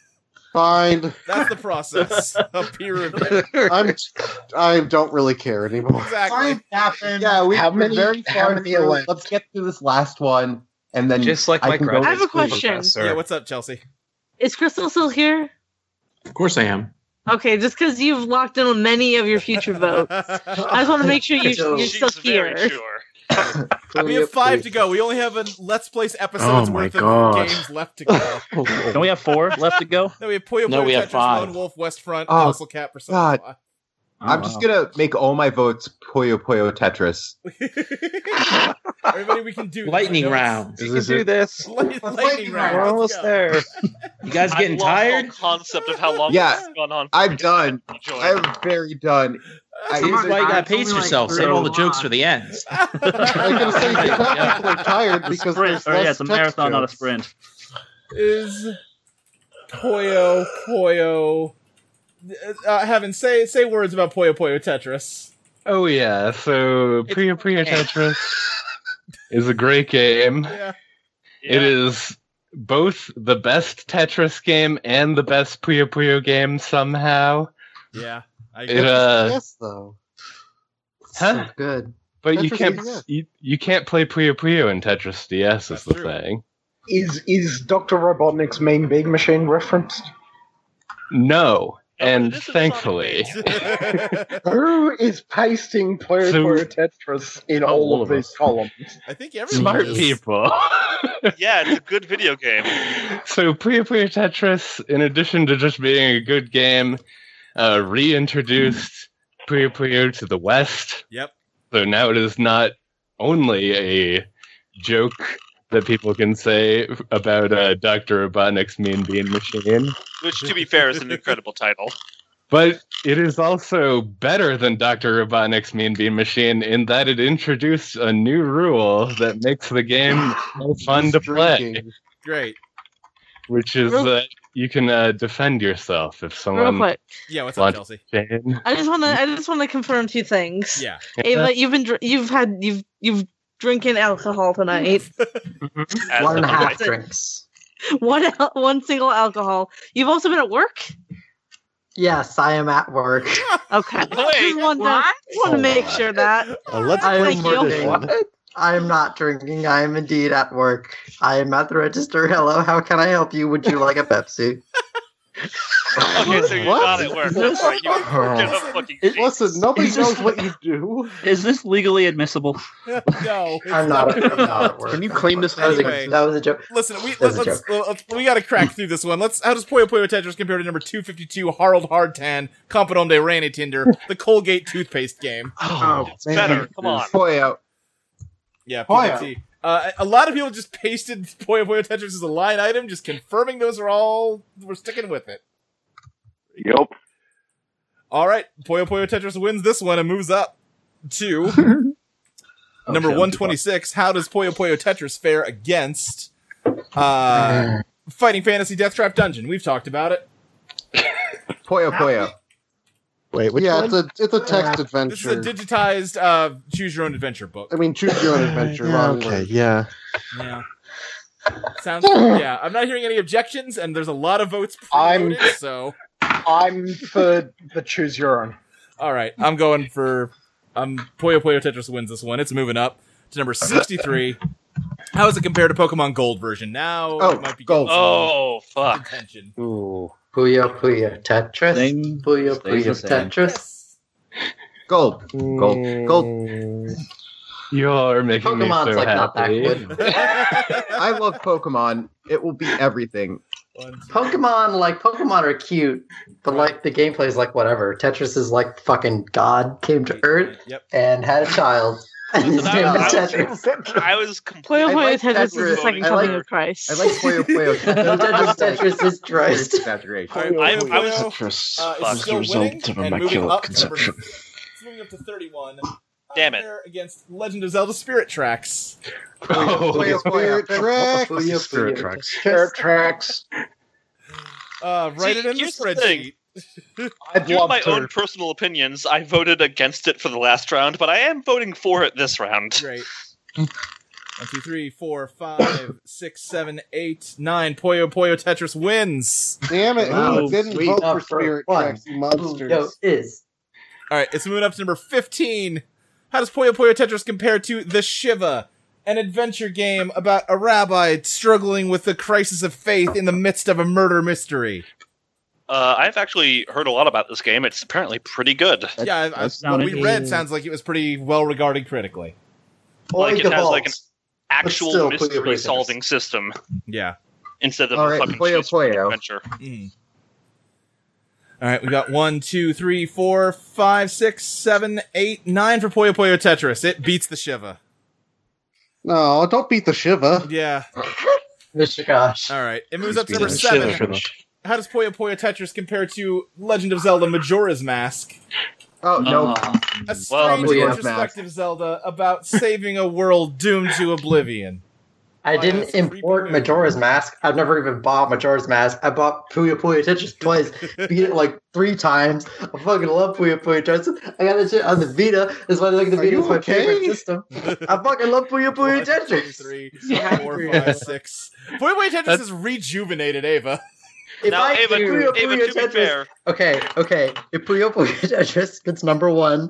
Speaker 12: Fine.
Speaker 1: That's the process of peer review.
Speaker 12: I'm. I don't really care anymore.
Speaker 1: Exactly.
Speaker 12: Yeah, we,
Speaker 5: How
Speaker 12: we're
Speaker 5: many-
Speaker 12: very
Speaker 5: how
Speaker 12: far
Speaker 5: many
Speaker 12: through.
Speaker 5: left?
Speaker 12: Let's get through this last one, and then
Speaker 16: Just like my
Speaker 12: can go
Speaker 16: graduate
Speaker 6: I have a
Speaker 12: with Quake
Speaker 6: question.
Speaker 12: Blocks.
Speaker 1: Yeah, what's up, Chelsea?
Speaker 6: Is Crystal still here?
Speaker 7: Of course I am.
Speaker 6: Okay, just because you've locked in many of your future votes, I just want to make sure you, you're still here.
Speaker 1: We have five to go. We only have a Let's Place episode's
Speaker 8: Oh my
Speaker 1: worth
Speaker 8: God.
Speaker 1: of games left to
Speaker 12: Oh,
Speaker 1: go.
Speaker 8: Don't we have four left to go?
Speaker 1: No, we have Puyo
Speaker 8: No,
Speaker 1: Puyo
Speaker 8: we have
Speaker 1: Tetris,
Speaker 8: five.
Speaker 1: Lone Wolf, West Front,
Speaker 12: Oh,
Speaker 1: Castle Cat, Persona
Speaker 12: God.
Speaker 1: 5.
Speaker 7: Oh,
Speaker 12: I'm just gonna make all my votes Puyo Puyo Tetris.
Speaker 1: Everybody, we can do this.
Speaker 7: Lightning
Speaker 1: I know it's-
Speaker 7: round.
Speaker 12: Is
Speaker 7: You can
Speaker 12: this
Speaker 7: do
Speaker 12: it?
Speaker 7: this.
Speaker 1: Light- lightning round.
Speaker 7: We're
Speaker 1: let's
Speaker 7: almost
Speaker 1: go.
Speaker 7: there. You guys
Speaker 20: I
Speaker 7: getting
Speaker 20: lost all
Speaker 7: tired?
Speaker 20: Concept of how long
Speaker 12: Yeah.
Speaker 20: this has gone on.
Speaker 12: I'm done.
Speaker 20: Enjoy.
Speaker 12: I'm very done. I-
Speaker 7: It's
Speaker 12: it's
Speaker 7: like,
Speaker 12: like-
Speaker 7: uh, pace
Speaker 12: it's like
Speaker 7: yourself. Save
Speaker 12: through
Speaker 7: all
Speaker 12: a
Speaker 7: the jokes for the ends.
Speaker 4: I was gonna say you're technically tired because there's
Speaker 8: or Oh, yeah,
Speaker 4: less
Speaker 8: it's a
Speaker 4: text
Speaker 8: marathon, not a
Speaker 4: jokes.
Speaker 8: sprint.
Speaker 1: is Poyo Poyo. Uh, Heaven, say say words about Poyo Poyo Tetris.
Speaker 15: Oh yeah, so Priya Priya Tetris is a great game.
Speaker 1: Yeah.
Speaker 15: It is both the best Tetris game and the best Puyo Puyo game somehow.
Speaker 1: Yeah. I
Speaker 15: It, uh,
Speaker 4: yes, though.
Speaker 15: Huh?
Speaker 18: good.
Speaker 15: But you
Speaker 5: Tetris
Speaker 15: can't
Speaker 5: is good.
Speaker 15: you, you can't play Puyo Puyo in Tetris DS is the thing.
Speaker 5: Is is Doctor Robotnik's main big machine referenced?
Speaker 15: No, and thankfully,
Speaker 5: Who is pasting Player
Speaker 15: So-
Speaker 5: Player Tetris in all,
Speaker 15: all
Speaker 5: of,
Speaker 15: of
Speaker 5: these columns?
Speaker 1: I think
Speaker 15: smart people.
Speaker 20: yeah, it's a good video game.
Speaker 15: So Puyo Puyo Tetris, in addition to just being a good game, uh, reintroduced Puyo Puyo to the West.
Speaker 1: Yep.
Speaker 15: So now it is not only a joke that people can say about uh, Dr. Robotnik's Mean Bean Machine,
Speaker 20: Which, to be fair, is an incredible title.
Speaker 15: but it is also better than Dr. Robotnik's Mean Bean Machine in that it introduced a new rule that makes the game more fun to play,
Speaker 1: Great.
Speaker 15: which is
Speaker 6: Real-
Speaker 15: that you can uh, defend yourself if someone.
Speaker 6: quick.
Speaker 1: Yeah, what's
Speaker 15: launches
Speaker 1: up, Chelsea?
Speaker 15: a chain.
Speaker 6: I just want to. I just want to confirm two things.
Speaker 1: Yeah.
Speaker 6: Ava, you've been. dr- You've had. You've. You've drinking alcohol tonight.
Speaker 20: Mm-hmm.
Speaker 18: One and a half
Speaker 6: That's it.
Speaker 18: drinks.
Speaker 6: one. al- One single alcohol. You've also been at work.
Speaker 18: Yes, I am at work.
Speaker 6: Okay. just want to,
Speaker 20: Oh
Speaker 6: want to make sure that.
Speaker 18: let's
Speaker 6: Thank you.
Speaker 18: I am not drinking. I am indeed at work. I am at the register. Hello, how can I help you? Would you like a Pepsi?
Speaker 20: Okay, so you're not at work. That's right. You
Speaker 18: Oh.
Speaker 20: give a fucking
Speaker 4: Listen, nobody
Speaker 8: Is this-
Speaker 4: knows what you do.
Speaker 8: Is this legally admissible?
Speaker 1: no,
Speaker 18: I'm not. I'm not at work.
Speaker 1: Can you
Speaker 18: claim
Speaker 1: this
Speaker 18: That was
Speaker 1: Anyway.
Speaker 18: a, that was a joke.
Speaker 1: Listen, we
Speaker 18: That
Speaker 1: let,
Speaker 18: was a
Speaker 1: let's,
Speaker 18: joke.
Speaker 1: let's we got to crack through this one. Let's how does Puyo Puyo Tetris compare to number two fifty two Harold Hardtan Compton de Rainy Tinder, the Colgate toothpaste game?
Speaker 12: Oh,
Speaker 1: It's better. Come on.
Speaker 12: Poyo.
Speaker 1: Yeah,
Speaker 12: Puyo.
Speaker 1: PPT. Uh, a lot of people just pasted Puyo Puyo Tetris as a line item, just confirming those are all we're sticking with it.
Speaker 2: Yep.
Speaker 1: All right, Puyo Puyo Tetris wins this one and moves up to number
Speaker 2: Okay,
Speaker 1: one twenty six. How does Puyo Puyo Tetris fare against uh, Fighting Fantasy Death Trap Dungeon? We've talked about it.
Speaker 12: Poyo Poyo.
Speaker 10: Wait, which
Speaker 4: yeah,
Speaker 10: one?
Speaker 4: it's a it's a text
Speaker 1: This is a
Speaker 4: adventure.
Speaker 1: digitized uh, choose your own adventure book.
Speaker 4: I mean, choose your own adventure.
Speaker 10: Uh, Yeah,
Speaker 4: wrong
Speaker 10: okay,
Speaker 4: word.
Speaker 10: yeah.
Speaker 1: Yeah. Sounds yeah. I'm not hearing any objections, and there's a lot of votes. I'm so.
Speaker 5: I'm for the choose your own.
Speaker 1: All right, I'm going for um Puyo Puyo Tetris wins this one. It's moving up to number 63. How does it compare to Pokemon Gold version? Now
Speaker 18: Oh,
Speaker 1: it might be
Speaker 18: Gold.
Speaker 20: Oh fuck!
Speaker 1: Attention.
Speaker 18: Ooh. Puya Puya Tetris. Puya
Speaker 1: stays the
Speaker 18: Puya
Speaker 1: same.
Speaker 18: Tetris. Mm.
Speaker 12: Gold.
Speaker 18: Gold.
Speaker 12: Gold.
Speaker 15: You're making
Speaker 12: Pokemon's
Speaker 15: me so
Speaker 12: like not
Speaker 15: happy.
Speaker 12: I love Pokemon. It will be everything.
Speaker 18: Pokemon, like Pokemon, are cute, but like the gameplay is like whatever. Tetris is like fucking God came to Earth
Speaker 1: Yep.
Speaker 18: and had a child, and his
Speaker 20: I,
Speaker 18: name was
Speaker 20: I
Speaker 18: Tetris.
Speaker 20: was, I was
Speaker 6: Puyo
Speaker 20: completely.
Speaker 6: Puyo Tetris is the
Speaker 18: Tetris.
Speaker 6: second
Speaker 18: I
Speaker 6: coming
Speaker 18: like-
Speaker 6: of Christ.
Speaker 12: I like Puyo Puyo.
Speaker 18: No, Tetris, Tetris is Christ.
Speaker 12: Exaggeration.
Speaker 20: I, I was
Speaker 1: Tetris uh,
Speaker 20: fuck.
Speaker 1: is still
Speaker 20: Result
Speaker 1: winning
Speaker 20: of a
Speaker 1: and moving
Speaker 20: maculate
Speaker 1: up, to number,
Speaker 20: conception.
Speaker 1: it's moving up to 31.
Speaker 20: Damn it.
Speaker 1: Compare Against Legend of Zelda Spirit Tracks.
Speaker 12: Puyo Puyo.
Speaker 4: Tracks.
Speaker 11: Spirit tracks.
Speaker 5: Spirit tracks.
Speaker 1: Uh, write
Speaker 20: See,
Speaker 1: it in the
Speaker 20: here's the thing.
Speaker 1: spreadsheet.
Speaker 5: I'd
Speaker 20: Due to
Speaker 5: love
Speaker 20: my
Speaker 5: to.
Speaker 20: own personal opinions, I voted against it for the last round, but I am voting for it this round.
Speaker 1: Great. One, two, three, four, five, six, seven, eight, nine. Puyo Puyo Tetris wins.
Speaker 4: Damn it!
Speaker 1: Wow,
Speaker 5: Oh,
Speaker 4: who didn't
Speaker 1: sweet.
Speaker 4: vote for
Speaker 1: Number
Speaker 4: Spirit
Speaker 1: one.
Speaker 4: Tracks? You monsters.
Speaker 18: is.
Speaker 1: All right, it's moving up to number 15. How does Puyo Puyo Tetris compare to The Shiva, an adventure game about a rabbi struggling with the crisis of faith in the midst of a murder mystery?
Speaker 20: Uh, I've actually heard a lot about this game. It's apparently pretty good.
Speaker 1: yeah, I, I, what we read sounds like it was pretty well regarded critically.
Speaker 20: like it
Speaker 1: the
Speaker 20: has like an
Speaker 1: vaults.
Speaker 20: actual
Speaker 1: still, Puyo Puyo
Speaker 20: mystery
Speaker 1: Tetris.
Speaker 20: solving system
Speaker 1: Yeah.
Speaker 20: instead of
Speaker 1: All
Speaker 20: a
Speaker 1: right,
Speaker 20: fucking
Speaker 1: Puyo
Speaker 20: choose your own adventure.
Speaker 1: Mm. All right, we got one, two, three, four, five, six, seven, eight, nine for Puyo Puyo Tetris. It beats The Shiva.
Speaker 4: No, Oh, don't beat the Shiva.
Speaker 1: Yeah.
Speaker 18: Mr. Gosh.
Speaker 1: All right, it moves
Speaker 4: Please
Speaker 1: up to
Speaker 4: be
Speaker 1: number
Speaker 4: the
Speaker 1: seven.
Speaker 4: Shiva.
Speaker 1: How does Puyo Puyo Tetris compare to Legend of Zelda Majora's Mask?
Speaker 4: Oh no.
Speaker 1: a strange retrospective Zelda about saving a world doomed to oblivion.
Speaker 18: I didn't import Majora's Mask. I've never even bought Majora's Mask. I bought Puyo Puyo Tetris twice, beat it like three times. I fucking love Puyo Puyo Tetris. I got that shit on the Vita. That's why I like the
Speaker 1: Are
Speaker 18: Vita
Speaker 1: you
Speaker 18: is my
Speaker 1: okay?
Speaker 18: favorite system. I fucking love Puyo Puyo Tetris.
Speaker 1: Three, four, five, six. Boy, wait, Tetris has rejuvenated Ava.
Speaker 18: If I do Puyo Puyo Tetris, okay, okay. If Puyo Puyo Tetris gets number one,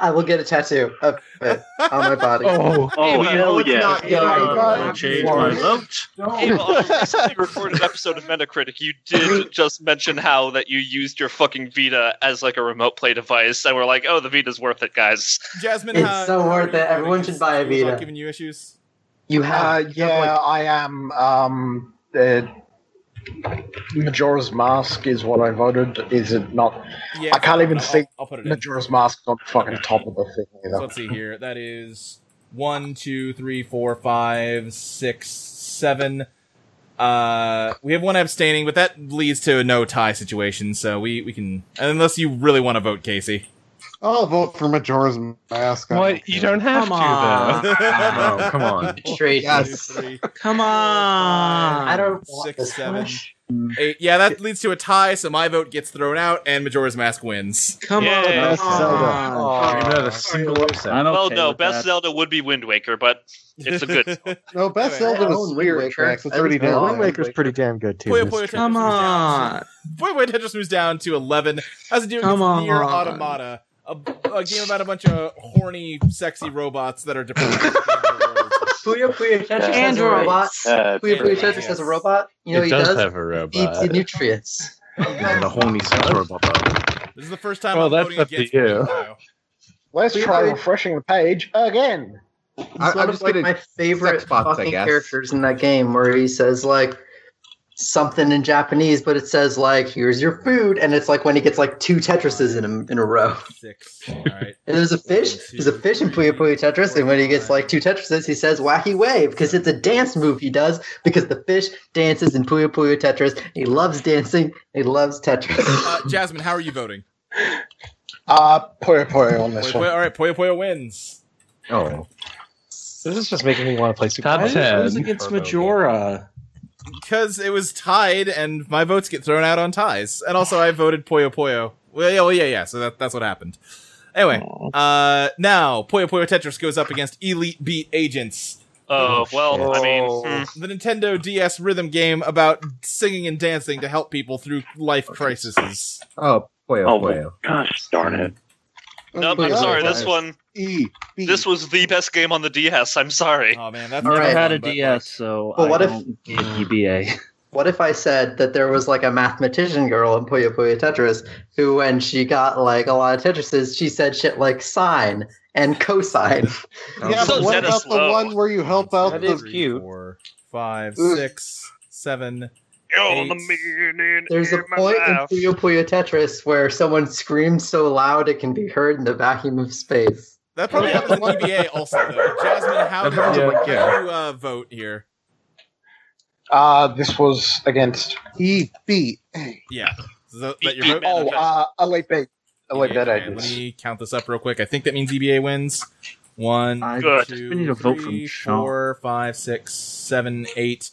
Speaker 18: I will get a tattoo of it on my body.
Speaker 20: Oh, oh, hell
Speaker 18: it's
Speaker 20: yeah.
Speaker 18: not
Speaker 20: Yeah,
Speaker 18: going.
Speaker 20: I changed my vote. Ava, on a recently recorded episode of Metacritic, you did just mention how that you used your fucking Vita as like a remote play device, and we're like, oh, the Vita's worth it, guys.
Speaker 1: Jasmine,
Speaker 18: It's
Speaker 1: how-
Speaker 18: so worth it. Everyone should buy a
Speaker 1: Ava's not
Speaker 18: Vita.
Speaker 1: giving you issues.
Speaker 18: You
Speaker 1: have-
Speaker 18: Uh,
Speaker 1: you have,
Speaker 13: yeah, I am. Um, uh, Majora's Mask is what I voted. Is it not?
Speaker 1: Yeah,
Speaker 13: I can't even
Speaker 1: I'll-
Speaker 13: see
Speaker 1: I'll put it in.
Speaker 13: Majora's Mask on the fucking top of the thing either.
Speaker 1: So let's see here. That is one, two, three, four, five, six, seven. Uh, we have one abstaining, but that leads to a no tie situation. So we we can unless you really want to vote, Casey.
Speaker 4: I'll vote for Majora's Mask. What?
Speaker 15: You don't have
Speaker 4: Come
Speaker 15: to,
Speaker 4: on.
Speaker 15: though.
Speaker 4: No, come on.
Speaker 18: Straight.
Speaker 4: Yes.
Speaker 18: Come on. I don't want
Speaker 1: Six,
Speaker 18: this
Speaker 1: seven,
Speaker 18: much.
Speaker 1: eight. Yeah, that leads to a tie. So my vote gets thrown out, and Majora's Mask wins.
Speaker 20: Come on, Yay. best Zelda.
Speaker 11: Not a single upset.
Speaker 20: well, no, best Zelda would be Wind Waker, but it's a good.
Speaker 4: No, Best Zelda was Spirit Tracks. It's already
Speaker 10: Yeah,
Speaker 4: down.
Speaker 10: Wind Waker's pretty damn good too.
Speaker 1: Puyo
Speaker 10: It's-
Speaker 1: Puyo Tetris moves down. Puyo Puyo Tetris moves down to eleven. As a deal
Speaker 10: Come
Speaker 1: gets near
Speaker 10: on.
Speaker 1: Automata, a, a game about a bunch of horny, sexy robots that are depressed.
Speaker 18: Puyo Puyo Tetris has a robot. Puyo Puyo Tetris has a robot. You know
Speaker 1: It
Speaker 18: what he
Speaker 1: does
Speaker 18: does?
Speaker 1: have a
Speaker 18: He eats the
Speaker 1: robot.
Speaker 18: nutrients.
Speaker 11: the horny sensor
Speaker 1: This is the first time.
Speaker 11: Well,
Speaker 1: I'm
Speaker 11: that's
Speaker 1: voting
Speaker 11: up to
Speaker 1: against
Speaker 11: you.
Speaker 1: Puyo Puyo.
Speaker 13: Let's
Speaker 18: Wait,
Speaker 13: try
Speaker 18: wait.
Speaker 13: refreshing the page again.
Speaker 18: He's one of like my favorite
Speaker 13: bots, I
Speaker 18: fucking
Speaker 13: guess.
Speaker 18: characters in that game where he says like something in Japanese, but it says like "Here's your food," and it's like when he gets like two Tetrises in a, in a row.
Speaker 1: Six. All right.
Speaker 18: And there's a fish. There's a fish in Puyo Puyo Tetris, and when he gets like two Tetrises, he says "Wacky Wave" because it's a dance move he does because the fish dances in Puyo Puyo Tetris. He loves dancing. He loves Tetris.
Speaker 1: Uh, Jasmine, how are you voting?
Speaker 13: Uh, Puyo Puyo on
Speaker 1: Puyo
Speaker 13: this
Speaker 1: Puyo,
Speaker 13: one.
Speaker 1: all right, Puyo Puyo wins.
Speaker 16: Oh. This is just making me want to play Super
Speaker 7: Top
Speaker 16: Mario.
Speaker 7: 10.
Speaker 16: I was against Majora.
Speaker 1: Because it was tied, and my votes get thrown out on ties. And also, I voted Puyo Puyo. Well, yeah, well, yeah, yeah. So that, that's what happened. Anyway, uh, now Puyo Puyo Tetris goes up against Elite Beat Agents.
Speaker 20: Oh, well, I mean, hmm.
Speaker 1: the Nintendo DS rhythm game about singing and dancing to help people through life crises.
Speaker 12: Oh, boy, oh,
Speaker 1: Oh,
Speaker 12: boy.
Speaker 2: Gosh darn it.
Speaker 20: Nope, I'm sorry. This one,
Speaker 12: E,
Speaker 20: this was the best game on the DS. I'm sorry.
Speaker 1: Oh man, that's
Speaker 8: Never had a DS, so
Speaker 18: But
Speaker 8: I
Speaker 18: what if-
Speaker 8: don't get EBA.
Speaker 18: What if I said that there was like a mathematician girl in Puyo Puyo Tetris who, when she got like a lot of Tetrises, she said shit like sine and cosine.
Speaker 4: Yeah, but what about the one where you help out
Speaker 18: That
Speaker 4: the
Speaker 18: is cute.
Speaker 1: Four, five,
Speaker 18: Ugh.
Speaker 1: six, seven,
Speaker 20: Yo,
Speaker 1: eight.
Speaker 20: the meaning
Speaker 18: There's a
Speaker 20: in my
Speaker 18: point in
Speaker 20: mouth.
Speaker 18: Puyo Puyo Tetris where someone screams so loud it can be heard in the vacuum of space.
Speaker 1: That probably happens in EBA also, though. Jasmine, how
Speaker 18: That
Speaker 1: did
Speaker 18: happens
Speaker 1: you,
Speaker 18: in, like,
Speaker 1: how
Speaker 18: yeah.
Speaker 1: did you, uh, vote here?
Speaker 13: Uh, this was against
Speaker 4: E B.
Speaker 1: Yeah. So that your vote?
Speaker 13: Oh, uh, Elite Beat. Elite Beat
Speaker 1: Okay, let
Speaker 13: Agents.
Speaker 1: me count this up real quick. I think that means EBA wins. One,
Speaker 8: Good.
Speaker 1: two,
Speaker 8: We need a vote from
Speaker 1: three,
Speaker 8: Sean.
Speaker 1: four, five, six, seven, eight.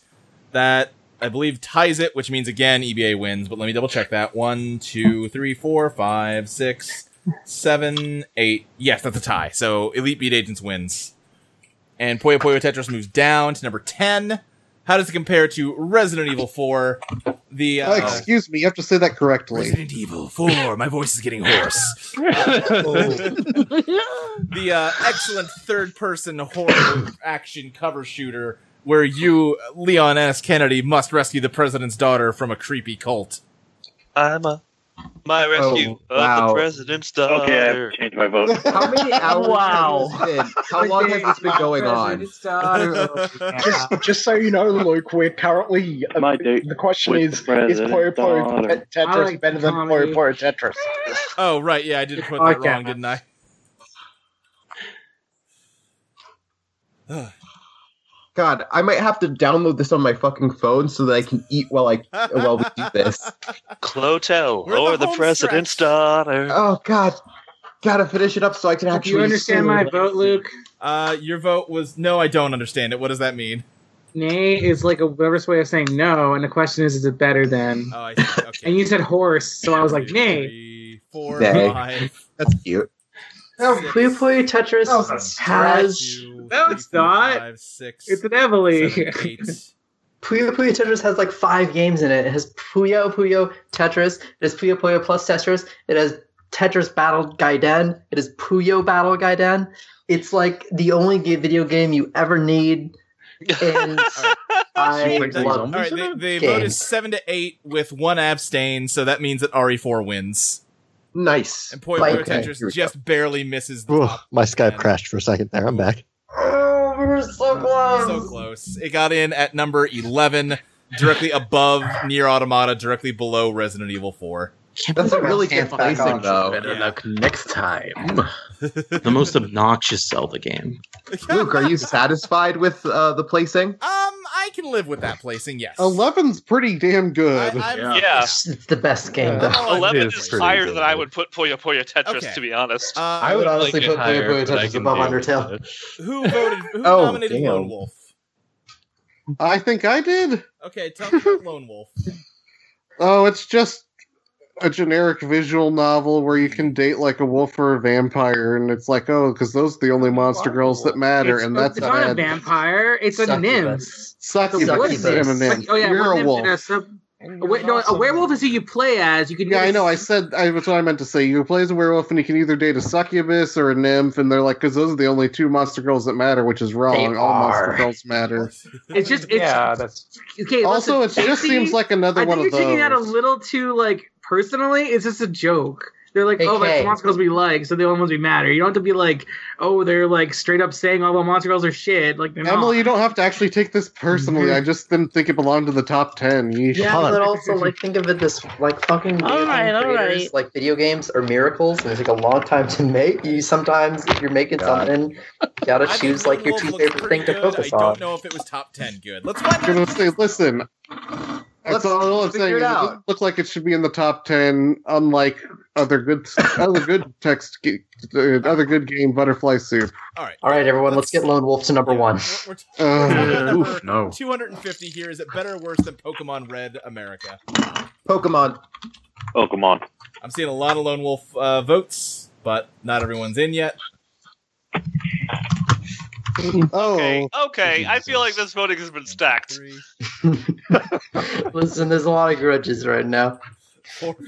Speaker 1: That I believe ties it, which means again EBA wins. But let me double check that. One, two, three, four, five, six, seven, eight. Yes, that's a tie. So Elite Beat Agents wins, and Puyo Puyo Tetris moves down to number ten. How does it compare to Resident Evil Four? The
Speaker 4: Oh,
Speaker 1: uh,
Speaker 4: excuse me, you have to say that correctly.
Speaker 1: Resident Evil 4. My voice is getting hoarse. the uh, excellent third person horror action cover shooter where you, Leon S. Kennedy, must rescue the president's daughter from a creepy cult.
Speaker 20: I'm a my
Speaker 13: Oh,
Speaker 20: rescue of
Speaker 2: wow.
Speaker 20: the president's daughter.
Speaker 2: Okay, I've changed my vote.
Speaker 12: Oh, How many hours wow. has this been? How long has this been going on?
Speaker 13: just, just so you know, Luke, we're currently. uh, the question
Speaker 2: with
Speaker 13: is:
Speaker 2: the
Speaker 13: Is
Speaker 2: president
Speaker 13: Puyo Puyo
Speaker 2: daughter.
Speaker 13: Te- Tetris
Speaker 2: Alright,
Speaker 13: better than Puyo Puyo Tetris?
Speaker 1: Oh, right. Yeah, I did put that
Speaker 13: Okay.
Speaker 1: wrong, didn't I?
Speaker 12: God, I might have to download this on my fucking phone so that I can eat while I while we do this.
Speaker 20: Clotel or the, president's daughter.
Speaker 12: Oh God, gotta finish it up so I can actually. sue.
Speaker 1: Luke? Uh, your vote was no. I don't understand it. What does that mean?
Speaker 3: Nay is like a reverse way of saying no, and the question is, is it better than?
Speaker 1: Oh, I see.
Speaker 3: And you said horse, so I was like, nay.
Speaker 1: Four,
Speaker 12: Nay.
Speaker 1: five.
Speaker 12: That's cute.
Speaker 18: Puyo Puyo Tetris has
Speaker 3: No, it's not. it's an Emily.
Speaker 18: Puyo Puyo Tetris has like five games in it. It has Puyo Puyo Tetris. It has Puyo Puyo Plus Tetris. It has Tetris Battle Gaiden. It is Puyo Battle Gaiden. It's like the only ga- video game you ever need. And I
Speaker 1: All
Speaker 18: love
Speaker 1: right, the, the vote is seven to eight with one abstain, so that means that RE4 wins.
Speaker 12: Nice.
Speaker 1: And Puyo
Speaker 10: Like-
Speaker 1: Puyo
Speaker 10: Okay, here we
Speaker 1: Tetris just barely misses. The
Speaker 10: Ugh, my Skype crashed for a second there. I'm back.
Speaker 18: Oh, we were so close.
Speaker 1: So close. It got in at number 11, directly above Near Automata, directly below Resident Evil 4.
Speaker 12: That's a really
Speaker 1: Can't
Speaker 12: good
Speaker 1: back
Speaker 12: placing,
Speaker 1: off.
Speaker 12: though.
Speaker 1: Better
Speaker 12: luck next time.
Speaker 7: the most obnoxious Zelda game.
Speaker 12: Luke, are you satisfied with uh, the placing?
Speaker 1: Um, I can live with that placing, yes.
Speaker 4: 11's pretty damn good.
Speaker 1: I'm- Uh,
Speaker 20: Yeah.
Speaker 18: It's the best game. though.
Speaker 20: Eleven
Speaker 4: is
Speaker 20: is
Speaker 4: pretty
Speaker 20: higher than I would put Puyo Puyo Tetris, to be honest.
Speaker 18: Uh, I would honestly put Puyo Puyo Tetris above Undertale.
Speaker 1: Who voted? Who
Speaker 4: Oh,
Speaker 1: nominated
Speaker 4: damn.
Speaker 1: Lone Wolf?
Speaker 4: I think I did.
Speaker 1: Okay, tell me about Lone Wolf.
Speaker 4: Oh, it's just a generic visual novel where you can date like a wolf or a vampire, and it's like, oh, because those are the only monster girls that matter,
Speaker 3: It's-
Speaker 4: and that's
Speaker 3: it's not a
Speaker 4: bad.
Speaker 3: vampire. It's a nymph.
Speaker 4: Succubus.
Speaker 3: Succubus.
Speaker 4: Eminem.
Speaker 3: Like, oh yeah,
Speaker 4: You're
Speaker 3: one
Speaker 4: a
Speaker 3: nymph
Speaker 4: wolf.
Speaker 3: and a sub- a wa- no, a werewolf is who you play as. You can.
Speaker 4: Yeah,
Speaker 3: either-
Speaker 4: I know. I said I, that's what I meant to say. You play as a werewolf, and you can either date a succubus or a nymph, and they're like, because those are the only two monster girls that matter, which is wrong. All monster
Speaker 3: are.
Speaker 4: girls matter.
Speaker 3: It's just. It's, yeah,
Speaker 16: that's.
Speaker 3: Okay.
Speaker 4: Also,
Speaker 3: listen,
Speaker 4: it just
Speaker 3: Daisy,
Speaker 4: seems like another
Speaker 3: I think
Speaker 4: one of
Speaker 3: you're taking that a
Speaker 4: those.
Speaker 3: little too like personally. It's just a joke. They're like,
Speaker 18: Hey,
Speaker 3: oh, that's
Speaker 18: Kay.
Speaker 3: the monster girls we like, so the only ones we matter. You don't have to be like, oh, they're like straight up saying, oh, well, monster girls are shit. Like, they're
Speaker 4: Emily,
Speaker 3: not.
Speaker 4: you don't have to actually take this personally. I just didn't think it belonged to the top ten. Yeesh.
Speaker 18: Yeah, but also like think of it this like fucking
Speaker 6: All
Speaker 18: video
Speaker 6: right, all
Speaker 18: creators,
Speaker 6: right.
Speaker 18: like video games are miracles. There's like a long time to make. You sometimes if you're making
Speaker 1: God.
Speaker 18: something, you gotta choose like your
Speaker 1: Lone
Speaker 18: two
Speaker 1: Wolf looks
Speaker 18: favorite
Speaker 1: pretty
Speaker 18: things to
Speaker 1: good.
Speaker 18: focus
Speaker 1: I
Speaker 18: on.
Speaker 1: don't know if it was top 10 good. Let's find
Speaker 4: I'm gonna say, listen. That's all I'm saying.
Speaker 1: it
Speaker 4: It, doesn't look like it should be in the top ten, unlike other good, other good text, ga- uh, other good game, Butterfly Soup.
Speaker 1: All right,
Speaker 18: all right, everyone, let's get Lone Wolf to number one.
Speaker 4: Uh,
Speaker 1: Oof, no. 250 here. Is it better or worse than Pokemon Red America?
Speaker 12: Pokemon.
Speaker 2: Pokemon.
Speaker 1: I'm seeing a lot of Lone Wolf uh, votes, but not everyone's in yet.
Speaker 4: Oh,
Speaker 20: Okay, I feel like this voting has been stacked.
Speaker 18: Listen, there's a lot of grudges right now.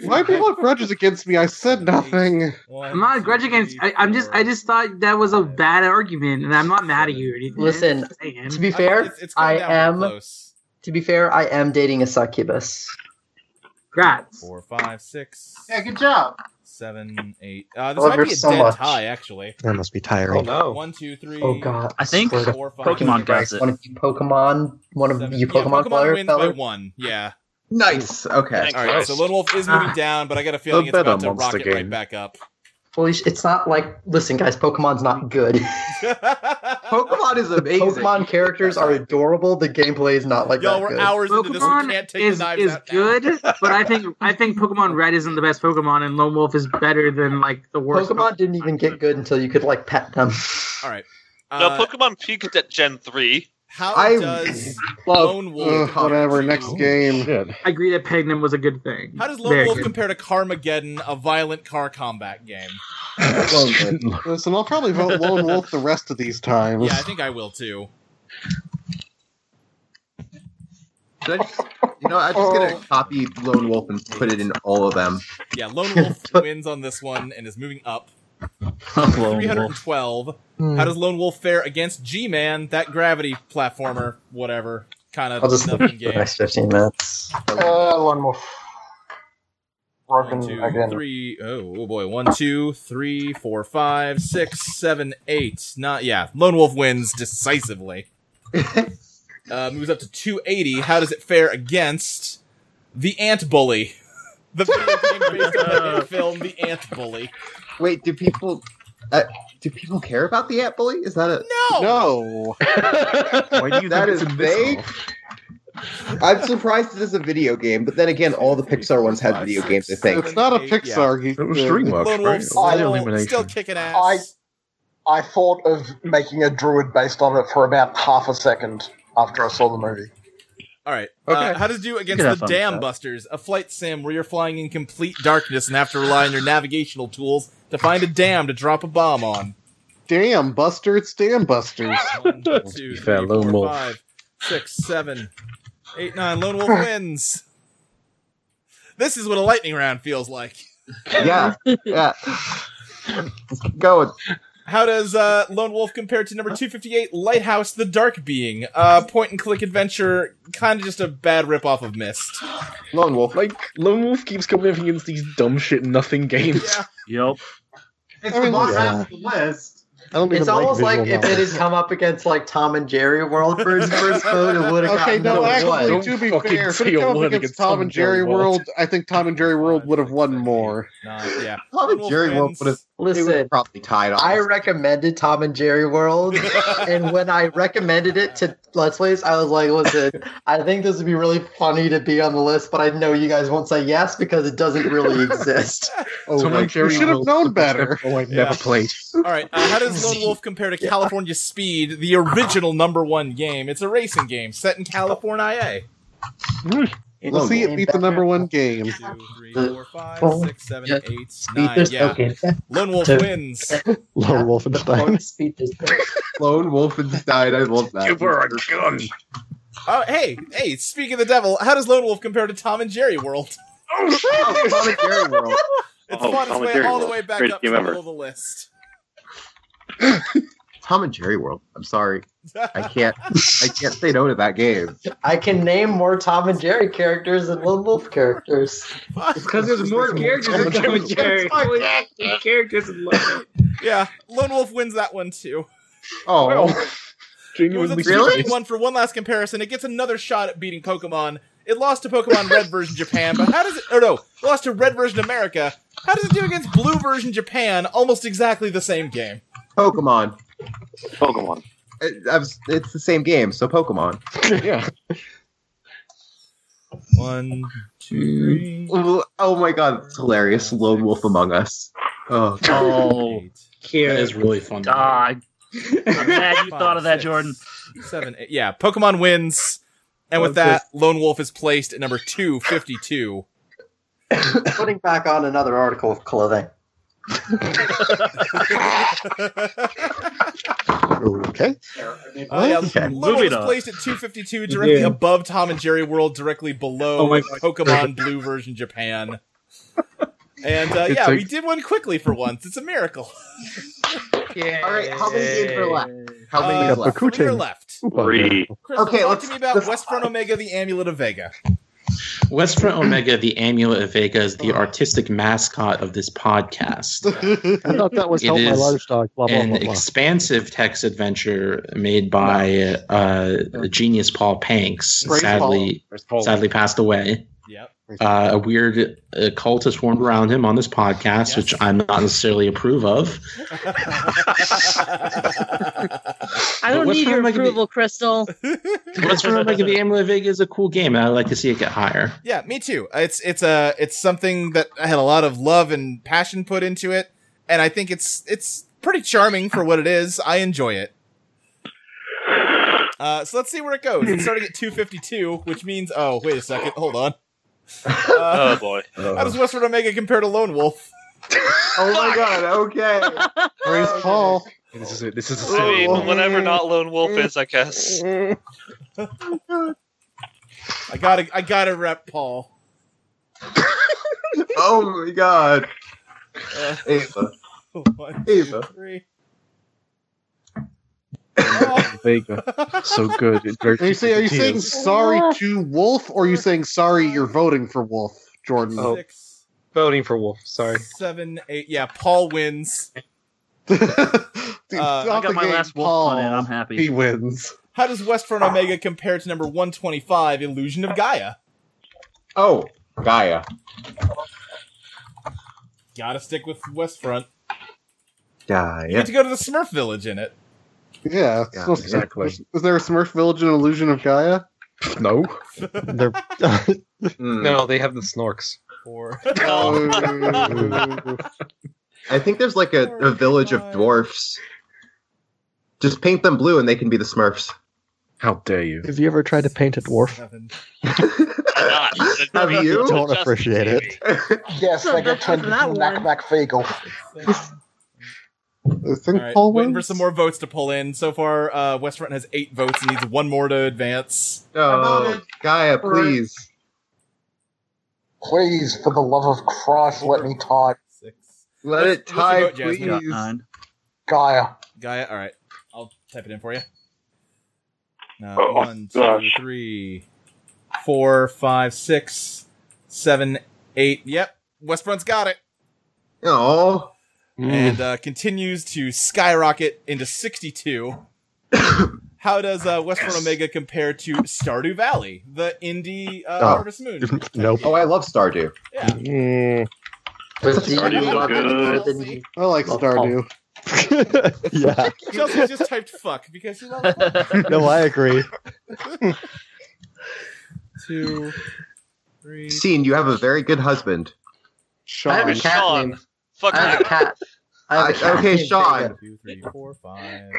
Speaker 4: why people have grudges against me? I said nothing.
Speaker 3: I'm not a grudge against. I, I'm just. I just thought that was a bad argument, and I'm not mad at you or anything.
Speaker 18: Listen, to be fair, I am. To be fair, I am dating a succubus.
Speaker 3: Congrats.
Speaker 1: Four, five, six,
Speaker 14: Yeah, good job.
Speaker 1: seven, eight. Uh, this
Speaker 18: I Oh. love
Speaker 1: might
Speaker 18: her
Speaker 1: be a
Speaker 18: so
Speaker 1: dead
Speaker 18: much.
Speaker 1: tie, actually.
Speaker 10: That must be tiring.
Speaker 1: One, two, three.
Speaker 18: Oh god!
Speaker 1: I think
Speaker 18: swear to
Speaker 1: Four, five,
Speaker 18: fucking
Speaker 1: Pokemon
Speaker 18: Christ,
Speaker 1: does it.
Speaker 18: One of you Pokemon, one of you
Speaker 1: Yeah,
Speaker 18: Pokemon,
Speaker 1: Pokemon
Speaker 18: player,
Speaker 1: wins by
Speaker 18: fellas.
Speaker 1: one. Yeah.
Speaker 12: Nice. Okay.
Speaker 1: All right. So Little Wolf is moving down, but I got a feeling it's
Speaker 12: better
Speaker 1: about to
Speaker 12: monster
Speaker 1: rocket
Speaker 12: game.
Speaker 1: right back up.
Speaker 18: Holy sh- it's not like listen, guys. Pokemon's not good.
Speaker 12: Pokemon is amazing.
Speaker 18: Pokemon characters are adorable. The gameplay is not like that good.
Speaker 3: Pokemon is, is good, but I think I think Pokemon Red isn't the best Pokemon, and Lone Wolf is better than like the worst.
Speaker 18: Pokemon didn't even get good until you could like pet them.
Speaker 1: All right.
Speaker 20: no, Pokemon peaked at Gen three.
Speaker 1: How does Lone Wolf?
Speaker 4: Ugh, whatever. Next game.
Speaker 3: I agree that Pagnum was a good thing.
Speaker 1: How does Lone
Speaker 3: Very
Speaker 1: Wolf
Speaker 3: good.
Speaker 1: compare to Carmageddon, a violent car combat game?
Speaker 4: Listen, I'll probably vote Lone Wolf the rest of these times.
Speaker 1: Yeah, I think I will too.
Speaker 12: Should I just- you know, I'm just gonna copy Lone Wolf and put it in all of them.
Speaker 1: Yeah, Lone Wolf wins on this one and is moving up.
Speaker 12: Lone Wolf.
Speaker 1: 312. How does Lone Wolf fare against G Man, that gravity platformer, whatever kind
Speaker 18: I'll
Speaker 1: of
Speaker 18: just
Speaker 1: nothing
Speaker 18: live
Speaker 1: game?
Speaker 18: the next fifteen minutes.
Speaker 14: Uh, Lone Wolf. Broken
Speaker 1: One, two,
Speaker 14: again.
Speaker 1: three- oh, oh boy. One, two, three, four, five, six, seven, eight. Not yeah. Lone Wolf wins decisively. uh, moves up to 280. How does it fare against the Ant Bully? The video game based on the hit film, The Ant Bully.
Speaker 12: Wait, do people? That, Uh, do people care about the ant bully? Is that a
Speaker 4: No.
Speaker 12: No.
Speaker 11: Why do you
Speaker 12: that
Speaker 11: think
Speaker 12: is
Speaker 11: it's
Speaker 12: vague. I'm surprised this is a video game, but then again, all the Pixar ones had video games. I think
Speaker 4: It's not a Pixar game.
Speaker 1: still kicking ass.
Speaker 17: I, I thought of making a druid based on it for about half a second after I saw the movie.
Speaker 1: All right.
Speaker 17: Okay.
Speaker 1: Uh, how does it do
Speaker 17: You can
Speaker 1: against
Speaker 17: have
Speaker 1: the
Speaker 17: fun with
Speaker 1: Dam
Speaker 17: that.
Speaker 1: Busters, a flight sim where you're flying in complete darkness and have to rely on your navigational tools to find a dam to drop a bomb on?
Speaker 4: Damn Buster, it's Damn Busters.
Speaker 1: Two, three, four, five, six, seven, eight, nine. Lone Wolf wins. This is what a lightning round feels like.
Speaker 12: Yeah, yeah. Go. with-
Speaker 1: How does uh, Lone Wolf compare to number 258, Lighthouse the Dark Being? Uh, point and click adventure, kind of just a bad ripoff of Mist.
Speaker 11: Lone Wolf. Like, Lone Wolf keeps coming up against these dumb shit nothing games.
Speaker 8: Yep.
Speaker 14: It's
Speaker 11: I mean,
Speaker 14: the bottom
Speaker 11: yeah.
Speaker 14: half of the list.
Speaker 11: I don't
Speaker 18: It's
Speaker 11: even like
Speaker 18: almost like,
Speaker 11: visual
Speaker 18: if it
Speaker 11: novels.
Speaker 18: had come up against like Tom and Jerry World for its first vote, it would have
Speaker 4: Okay,
Speaker 18: gotten
Speaker 4: no,
Speaker 18: number
Speaker 4: actually,
Speaker 18: one.
Speaker 4: to be fair, if it come up against Tom and Jerry World, I think Tom and Jerry World would have won more.
Speaker 1: Uh, yeah.
Speaker 12: Tom and Jerry World would have
Speaker 18: Listen,
Speaker 12: probably tied off.
Speaker 18: I recommended Tom and Jerry World, and when I recommended it to Let's Plays, I was like, "Listen, I think this would be really funny to be on the list, but I know you guys won't say yes because it doesn't really exist."
Speaker 11: Tom and Oh, Jerry World was the best one I've never
Speaker 1: Yeah.
Speaker 11: played.
Speaker 1: All right. Uh, how does Lone Wolf compare to California Speed, the original number one game? It's a racing game set in California.
Speaker 4: Let's see it beat the number one game.
Speaker 1: Five, six, seven, eight, nine. Yeah. Lone Wolf wins.
Speaker 10: Lone Wolfenstein.
Speaker 12: Lone Wolfenstein. I love that.
Speaker 1: Give her a gun. Oh, hey, hey! Speaking of the devil, how does Lone Wolf compare to Tom and Jerry World?
Speaker 12: Oh, Tom and Jerry World.
Speaker 1: It's
Speaker 12: Oh,
Speaker 1: fought its
Speaker 12: Tom and
Speaker 1: way
Speaker 12: Jerry
Speaker 1: all the
Speaker 12: World.
Speaker 1: way back
Speaker 12: Greatest
Speaker 1: up to
Speaker 12: game
Speaker 1: the
Speaker 12: ever.
Speaker 1: middle of the list.
Speaker 12: Tom and Jerry World. I'm sorry. I can't. I can't say no to that game.
Speaker 18: I can name more Tom and Jerry characters than Lone Wolf characters.
Speaker 1: It's
Speaker 18: because there's more
Speaker 3: characters than Tom and Jerry. Holy shit, characters in Lone
Speaker 1: Yeah, Lone Wolf wins that one too.
Speaker 12: Oh,
Speaker 1: It was a
Speaker 11: Genuinely
Speaker 1: two-to-one
Speaker 11: serious.
Speaker 1: one for one last comparison. It gets another shot at beating Pokemon. It lost to Pokemon Red version Japan, but how does it? Oh no, it lost to Red version America. How does it do against Blue version Japan? Almost exactly the same game.
Speaker 12: Pokemon.
Speaker 2: Pokemon.
Speaker 12: It, I was, it's the same game, so Pokemon.
Speaker 11: yeah.
Speaker 1: One, two.
Speaker 12: Oh my god, it's hilarious. Lone Wolf Among Us. Oh,
Speaker 8: Oh,
Speaker 12: that is really fun.
Speaker 11: Ah,
Speaker 8: God. I'm glad you thought of that, Jordan.
Speaker 1: Seven, eight. Yeah, Pokemon wins, and with
Speaker 18: Okay.
Speaker 1: that, Lone Wolf is placed at number two fifty-two.
Speaker 18: Putting back on another article of clothing.
Speaker 10: okay.
Speaker 1: Oh yeah, Lone Wolf
Speaker 10: Moving
Speaker 1: is
Speaker 10: on.
Speaker 1: placed at two fifty-two, directly
Speaker 10: Yeah.
Speaker 1: above Tom and Jerry World, directly below
Speaker 10: Oh my God.
Speaker 1: Pokemon Blue version Japan. And uh,
Speaker 11: It's
Speaker 1: yeah,
Speaker 11: like-
Speaker 1: we did one quickly for once. It's a miracle.
Speaker 3: Yeah.
Speaker 12: All right, how many games are left? How
Speaker 1: Uh,
Speaker 12: many
Speaker 1: yeah,
Speaker 12: is left?
Speaker 1: how many are left?
Speaker 7: Three.
Speaker 1: Chris, okay, talk
Speaker 12: let's-
Speaker 1: to me about West Front Omega, the Amulet of Vega.
Speaker 7: West Front Omega, the amulet of Vega, is the artistic mascot of this podcast.
Speaker 10: I thought that was
Speaker 7: It
Speaker 10: help my
Speaker 7: is
Speaker 10: large dog. Blah blah
Speaker 7: An
Speaker 10: blah. blah.
Speaker 7: expansive text adventure made by uh, the genius Paul Panks,
Speaker 10: Praise
Speaker 7: sadly,
Speaker 10: Paul. Praise Paul.
Speaker 7: sadly passed away.
Speaker 1: Yep.
Speaker 7: Uh, a weird uh, cult has formed around him on this podcast, which I'm not necessarily approve of.
Speaker 6: I don't
Speaker 7: what's
Speaker 6: need your
Speaker 7: wrong, like, the-
Speaker 6: approval, Crystal.
Speaker 7: What's for Omega, the amulet of Vega is a cool game, and I'd like to see it get higher.
Speaker 1: Yeah, me too. It's it's a it's something that I had a lot of love and passion put into it, and I think it's it's pretty charming for what it is. I enjoy it. Uh, so let's see where it goes. It's starting at 252, which means oh wait a second, hold on. Uh,
Speaker 20: oh boy.
Speaker 1: How does Westward Omega compare to Lone Wolf?
Speaker 12: oh my god, okay.
Speaker 4: Praise Paul.
Speaker 11: This is a, this is a
Speaker 20: I
Speaker 11: silly
Speaker 20: mean,
Speaker 11: one.
Speaker 20: whatever not Lone Wolf is, I guess.
Speaker 1: I gotta I gotta rep Paul.
Speaker 12: oh my god. Ava.
Speaker 1: One,
Speaker 12: Ava.
Speaker 1: three.
Speaker 11: Vega. So good. It very
Speaker 4: Are you, saying, are you
Speaker 11: tears.
Speaker 4: saying sorry to Wolf, or are you saying sorry you're voting for Wolf, Jordan?
Speaker 1: Oh.
Speaker 16: Voting for Wolf. Sorry.
Speaker 1: Seven, eight. Yeah, Paul wins.
Speaker 8: Uh, I got my last wolf on it. I'm happy.
Speaker 1: He
Speaker 12: wins.
Speaker 1: How does West Front Omega compare to number 125, Illusion of Gaia?
Speaker 12: Oh, Gaia.
Speaker 1: Gotta stick with West Front.
Speaker 12: guy.
Speaker 1: You get to go to the Smurf Village in it.
Speaker 4: Yeah,
Speaker 12: Yeah,
Speaker 4: Smurf-
Speaker 12: exactly.
Speaker 4: Is, there a Smurf Village in Illusion of Gaia?
Speaker 11: No.
Speaker 10: They're,
Speaker 3: Hmm.
Speaker 16: No, they have the snorks.
Speaker 12: I think there's like a, a village of dwarfs. Just paint them blue and they can be the Smurfs.
Speaker 11: How dare you?
Speaker 10: Have you ever tried to paint a dwarf?
Speaker 12: Have you?
Speaker 10: Don't appreciate it.
Speaker 17: Yes, they get turned into Mac MacFeagle.
Speaker 1: All right, waiting for some more votes to pull in. So far, uh, West Front has eight votes and needs one more to advance.
Speaker 12: Oh, Gaia, please.
Speaker 17: Please, for the love of Christ, let me type.
Speaker 12: Let
Speaker 1: it What's your type, vote, Jasmine? please. Nine.
Speaker 17: Gaia.
Speaker 1: Gaia, all right, I'll type it in for you. Uh,
Speaker 2: Oh,
Speaker 1: one, two,
Speaker 2: gosh.
Speaker 1: three, four, five, six, seven, eight. Yep, West Front's got it.
Speaker 12: Oh,
Speaker 2: Mm.
Speaker 1: and uh, continues to skyrocket into sixty-two. How does uh, West Front Omega compare to Stardew Valley, the indie
Speaker 12: Oh,
Speaker 1: uh, Harvest Moon?
Speaker 12: nope. Oh, I love Stardew.
Speaker 1: Yeah.
Speaker 4: I like Stardew.
Speaker 10: yeah.
Speaker 1: Chelsea just typed fuck because she loves
Speaker 10: No, I agree.
Speaker 1: Two.
Speaker 12: Scene, you have a very good husband.
Speaker 20: I have a cat Sean. named- Fuck
Speaker 18: I have a
Speaker 20: you.
Speaker 18: cat. I have a
Speaker 12: Uh,
Speaker 18: cat
Speaker 12: okay,
Speaker 18: named
Speaker 12: Sean.
Speaker 1: Two, three, four, five.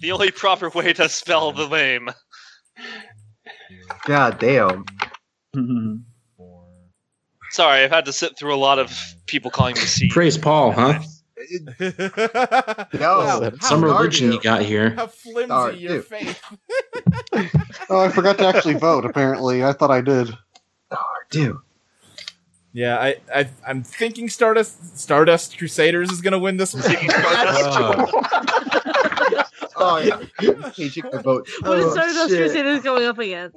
Speaker 20: The only proper way to spell the name.
Speaker 12: God damn.
Speaker 20: Sorry, I've had to sit through a lot of people calling me C.
Speaker 7: Praise Paul, huh?
Speaker 1: no,
Speaker 7: Some religion you got here.
Speaker 1: How flimsy
Speaker 12: Sorry,
Speaker 1: your faith.
Speaker 4: Oh, I forgot to actually vote. Apparently, I thought I did.
Speaker 17: Oh,
Speaker 12: Dude.
Speaker 1: Yeah, I, I I'm thinking Stardust Stardust Crusaders is gonna win this one.
Speaker 12: Oh, yeah. Paging the vote.
Speaker 6: What is
Speaker 12: Oh,
Speaker 6: Stardust
Speaker 12: shit.
Speaker 6: Crusaders going up against?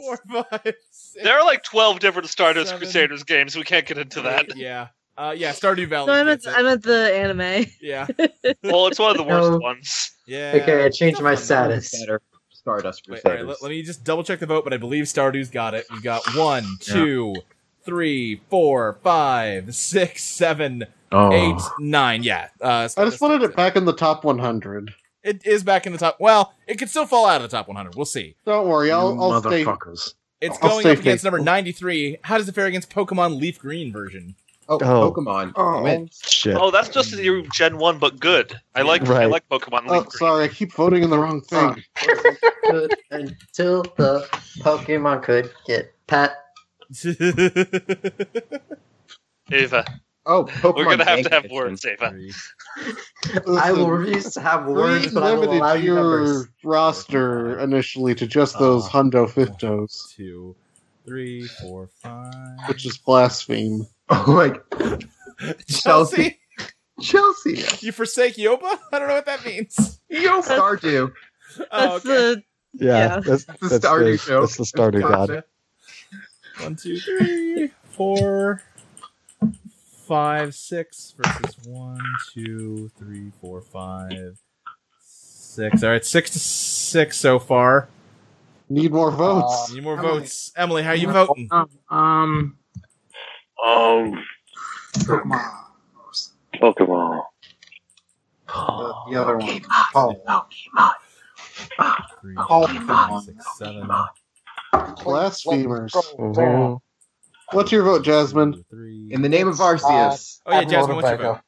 Speaker 20: There are like 12 different Stardust Crusaders games. We can't get into that.
Speaker 1: Yeah. Uh, yeah, Stardew Valley.
Speaker 6: No, I meant I meant the anime.
Speaker 1: Yeah.
Speaker 20: well, it's one of the worst
Speaker 18: No.
Speaker 20: ones.
Speaker 1: Yeah.
Speaker 18: Okay, I changed my status.
Speaker 12: Stardust
Speaker 1: Wait, all right, let, let me just double check the vote, but I believe Stardew's got it. We've got one,
Speaker 7: Yeah.
Speaker 1: two, three, four, five, six, seven, eight,
Speaker 4: Oh.
Speaker 1: nine. Yeah. Uh,
Speaker 4: I just wanted it back in the top 100.
Speaker 1: it is back in the top. Well, it could still fall out of the top 100. We'll see.
Speaker 4: Don't worry, I'll,
Speaker 1: You
Speaker 4: I'll stay.
Speaker 1: motherfuckers. It's
Speaker 4: I'll
Speaker 1: going
Speaker 4: stay
Speaker 1: up against
Speaker 4: faithful.
Speaker 1: number 93. How does it fare against Pokemon Leaf Green version?
Speaker 12: Oh,
Speaker 10: Oh.
Speaker 12: Pokemon.
Speaker 4: Oh,
Speaker 10: Shit.
Speaker 20: Oh, that's just the new Gen 1, but good. I like I
Speaker 10: Right.
Speaker 20: like Pokemon
Speaker 4: Oh,
Speaker 20: Leaf.
Speaker 4: sorry, I keep voting in the wrong thing.
Speaker 17: Oh,
Speaker 18: Good until the Pokemon could get pet.
Speaker 20: Ava.
Speaker 12: Oh, Pokemon
Speaker 20: We're going to have
Speaker 18: Bank
Speaker 20: to have words, Ava.
Speaker 18: I will refuse to have words,
Speaker 4: We
Speaker 18: but I will allow
Speaker 4: limited
Speaker 18: you numbers. Uh,
Speaker 4: your roster initially to just those hundo fiftos,
Speaker 1: Two, three, four, five.
Speaker 4: which is blaspheme.
Speaker 12: Oh my
Speaker 1: Chelsea?
Speaker 12: Chelsea.
Speaker 1: You forsake Yopa? I don't know what that means.
Speaker 12: Yo, Stardew.
Speaker 1: Oh,
Speaker 6: That's the
Speaker 10: Yeah,
Speaker 6: Yeah.
Speaker 10: That's,
Speaker 12: It's the
Speaker 10: that's
Speaker 12: Stardew
Speaker 10: the,
Speaker 12: show.
Speaker 10: That's the Stardew God.
Speaker 12: Gotcha.
Speaker 1: One, two, three, four, five, six versus one, two, three, four, five, six. All right, six to six so far.
Speaker 4: Need
Speaker 18: Uh,
Speaker 4: more votes.
Speaker 1: Need Um, more
Speaker 3: Emily.
Speaker 1: votes. Emily, how are you voting?
Speaker 3: Um,
Speaker 2: Um,
Speaker 17: Pokemon.
Speaker 2: Pokemon.
Speaker 17: The, the other one. Oh.
Speaker 12: Oh,
Speaker 17: Pokemon.
Speaker 4: Blasphemers. What's your vote, Jasmine?
Speaker 12: In the name of Arceus.
Speaker 1: Oh, yeah, Jasmine, what's your vote?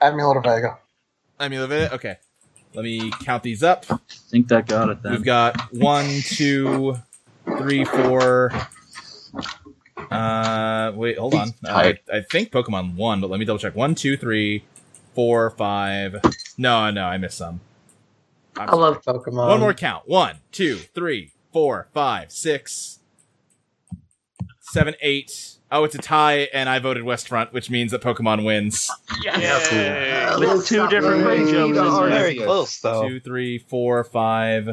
Speaker 17: Admiral de Vega.
Speaker 1: I mean, okay. Let me count these up. I
Speaker 8: think that got it then.
Speaker 1: We've got one, two, three, four. Uh, wait, hold on. Uh, I, I think Pokemon one, but let me double check. One, two, three, four, five. No, no, I missed some. I'm
Speaker 18: I love
Speaker 1: sorry.
Speaker 18: Pokemon.
Speaker 4: Um,
Speaker 1: One more count. One, two, three, four, five, six, seven, eight. Oh, it's a tie, and I voted West Front, which means that Pokemon wins.
Speaker 20: Yeah,
Speaker 8: With two different
Speaker 1: Yay.
Speaker 8: ranges.
Speaker 1: Yay.
Speaker 8: Very close, though.
Speaker 1: Two, three, four, five,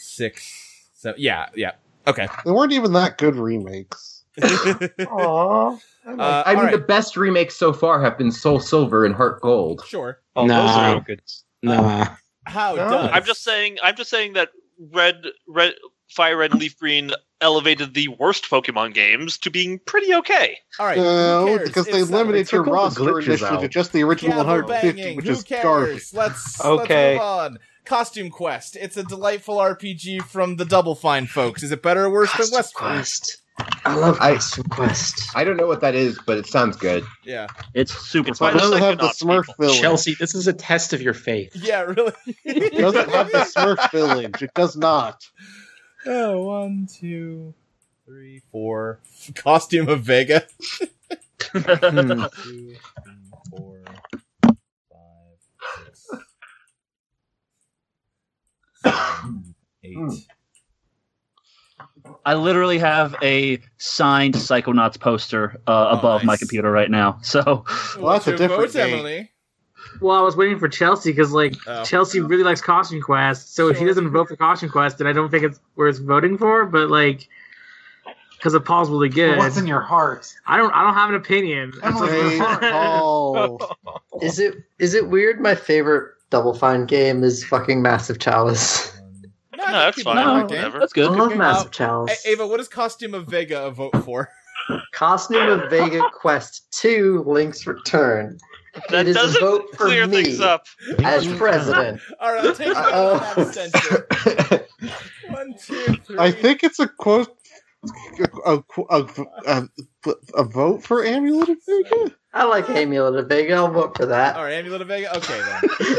Speaker 1: six, seven. Yeah, yeah. Okay.
Speaker 4: They weren't even that good remakes.
Speaker 1: Aww. Uh,
Speaker 12: I mean,
Speaker 1: alright.
Speaker 12: the best remakes so far have been Soul Silver and Heart Gold.
Speaker 1: Sure.
Speaker 7: Oh, those Nah. are all good. Nah.
Speaker 1: How
Speaker 12: No.
Speaker 1: does
Speaker 20: I'm just saying. I'm just saying that red, red, Fire Red and Leaf Green elevated the worst Pokemon games to being pretty okay.
Speaker 1: All right.
Speaker 4: No, because they limited your roster initially to just the original
Speaker 1: Gavel
Speaker 4: 150,
Speaker 1: banging,
Speaker 4: which
Speaker 1: who
Speaker 4: is
Speaker 1: cares?
Speaker 4: garbage.
Speaker 1: Let's
Speaker 4: Okay.
Speaker 1: let's move on. Costume Quest. It's a delightful RPG from the Double Fine folks. Is it better or worse than West
Speaker 12: Quest?
Speaker 18: I love
Speaker 12: Ice
Speaker 18: Quest.
Speaker 12: I don't know what that is, but it sounds good.
Speaker 1: Yeah.
Speaker 8: It's super
Speaker 12: It's fun. by the Doesn't have the Psychonauts Smurf people. villain.
Speaker 7: Chelsea, this is a test of your faith.
Speaker 1: Yeah, really.
Speaker 4: It doesn't have the Smurf village. It does not.
Speaker 1: Oh, one, two, three, four. Costume of Vega.
Speaker 4: Hmm.
Speaker 8: I literally have a signed Psychonauts poster uh,
Speaker 20: Oh,
Speaker 8: above my computer right now. So
Speaker 4: Well, that's a different game.
Speaker 3: Well, I was waiting for Chelsea because like
Speaker 1: Oh.
Speaker 3: Chelsea really likes Costume Quest, so if she doesn't vote for Costume Quest, then I don't think it's worth voting for. But like, because the Paul's really good.
Speaker 14: What's in your heart?
Speaker 3: I don't. I don't have an opinion.
Speaker 18: Is it is it weird? My favorite Double Fine game is fucking Massive Chalice.
Speaker 1: No, that's
Speaker 18: fine. Whatever. That's good. I love Massive
Speaker 1: Uh,
Speaker 18: Chalice.
Speaker 1: A- Ava, what does Costume of Vega a vote for? Uh,
Speaker 18: Costume of Vega Quest Two: Link's Return.
Speaker 1: That
Speaker 18: it is
Speaker 1: doesn't
Speaker 18: a vote for
Speaker 1: clear
Speaker 18: me
Speaker 1: things up.
Speaker 18: as president.
Speaker 1: All right, I'll take
Speaker 12: Uh,
Speaker 1: that
Speaker 18: Uh-oh.
Speaker 1: as an abstention. One, two, three.
Speaker 4: I think it's a quote. A, a, a, a vote for Amulet of Vega?
Speaker 18: I like Amulet of Vega. I'll vote for that.
Speaker 1: All right, Amulet of Vega. Okay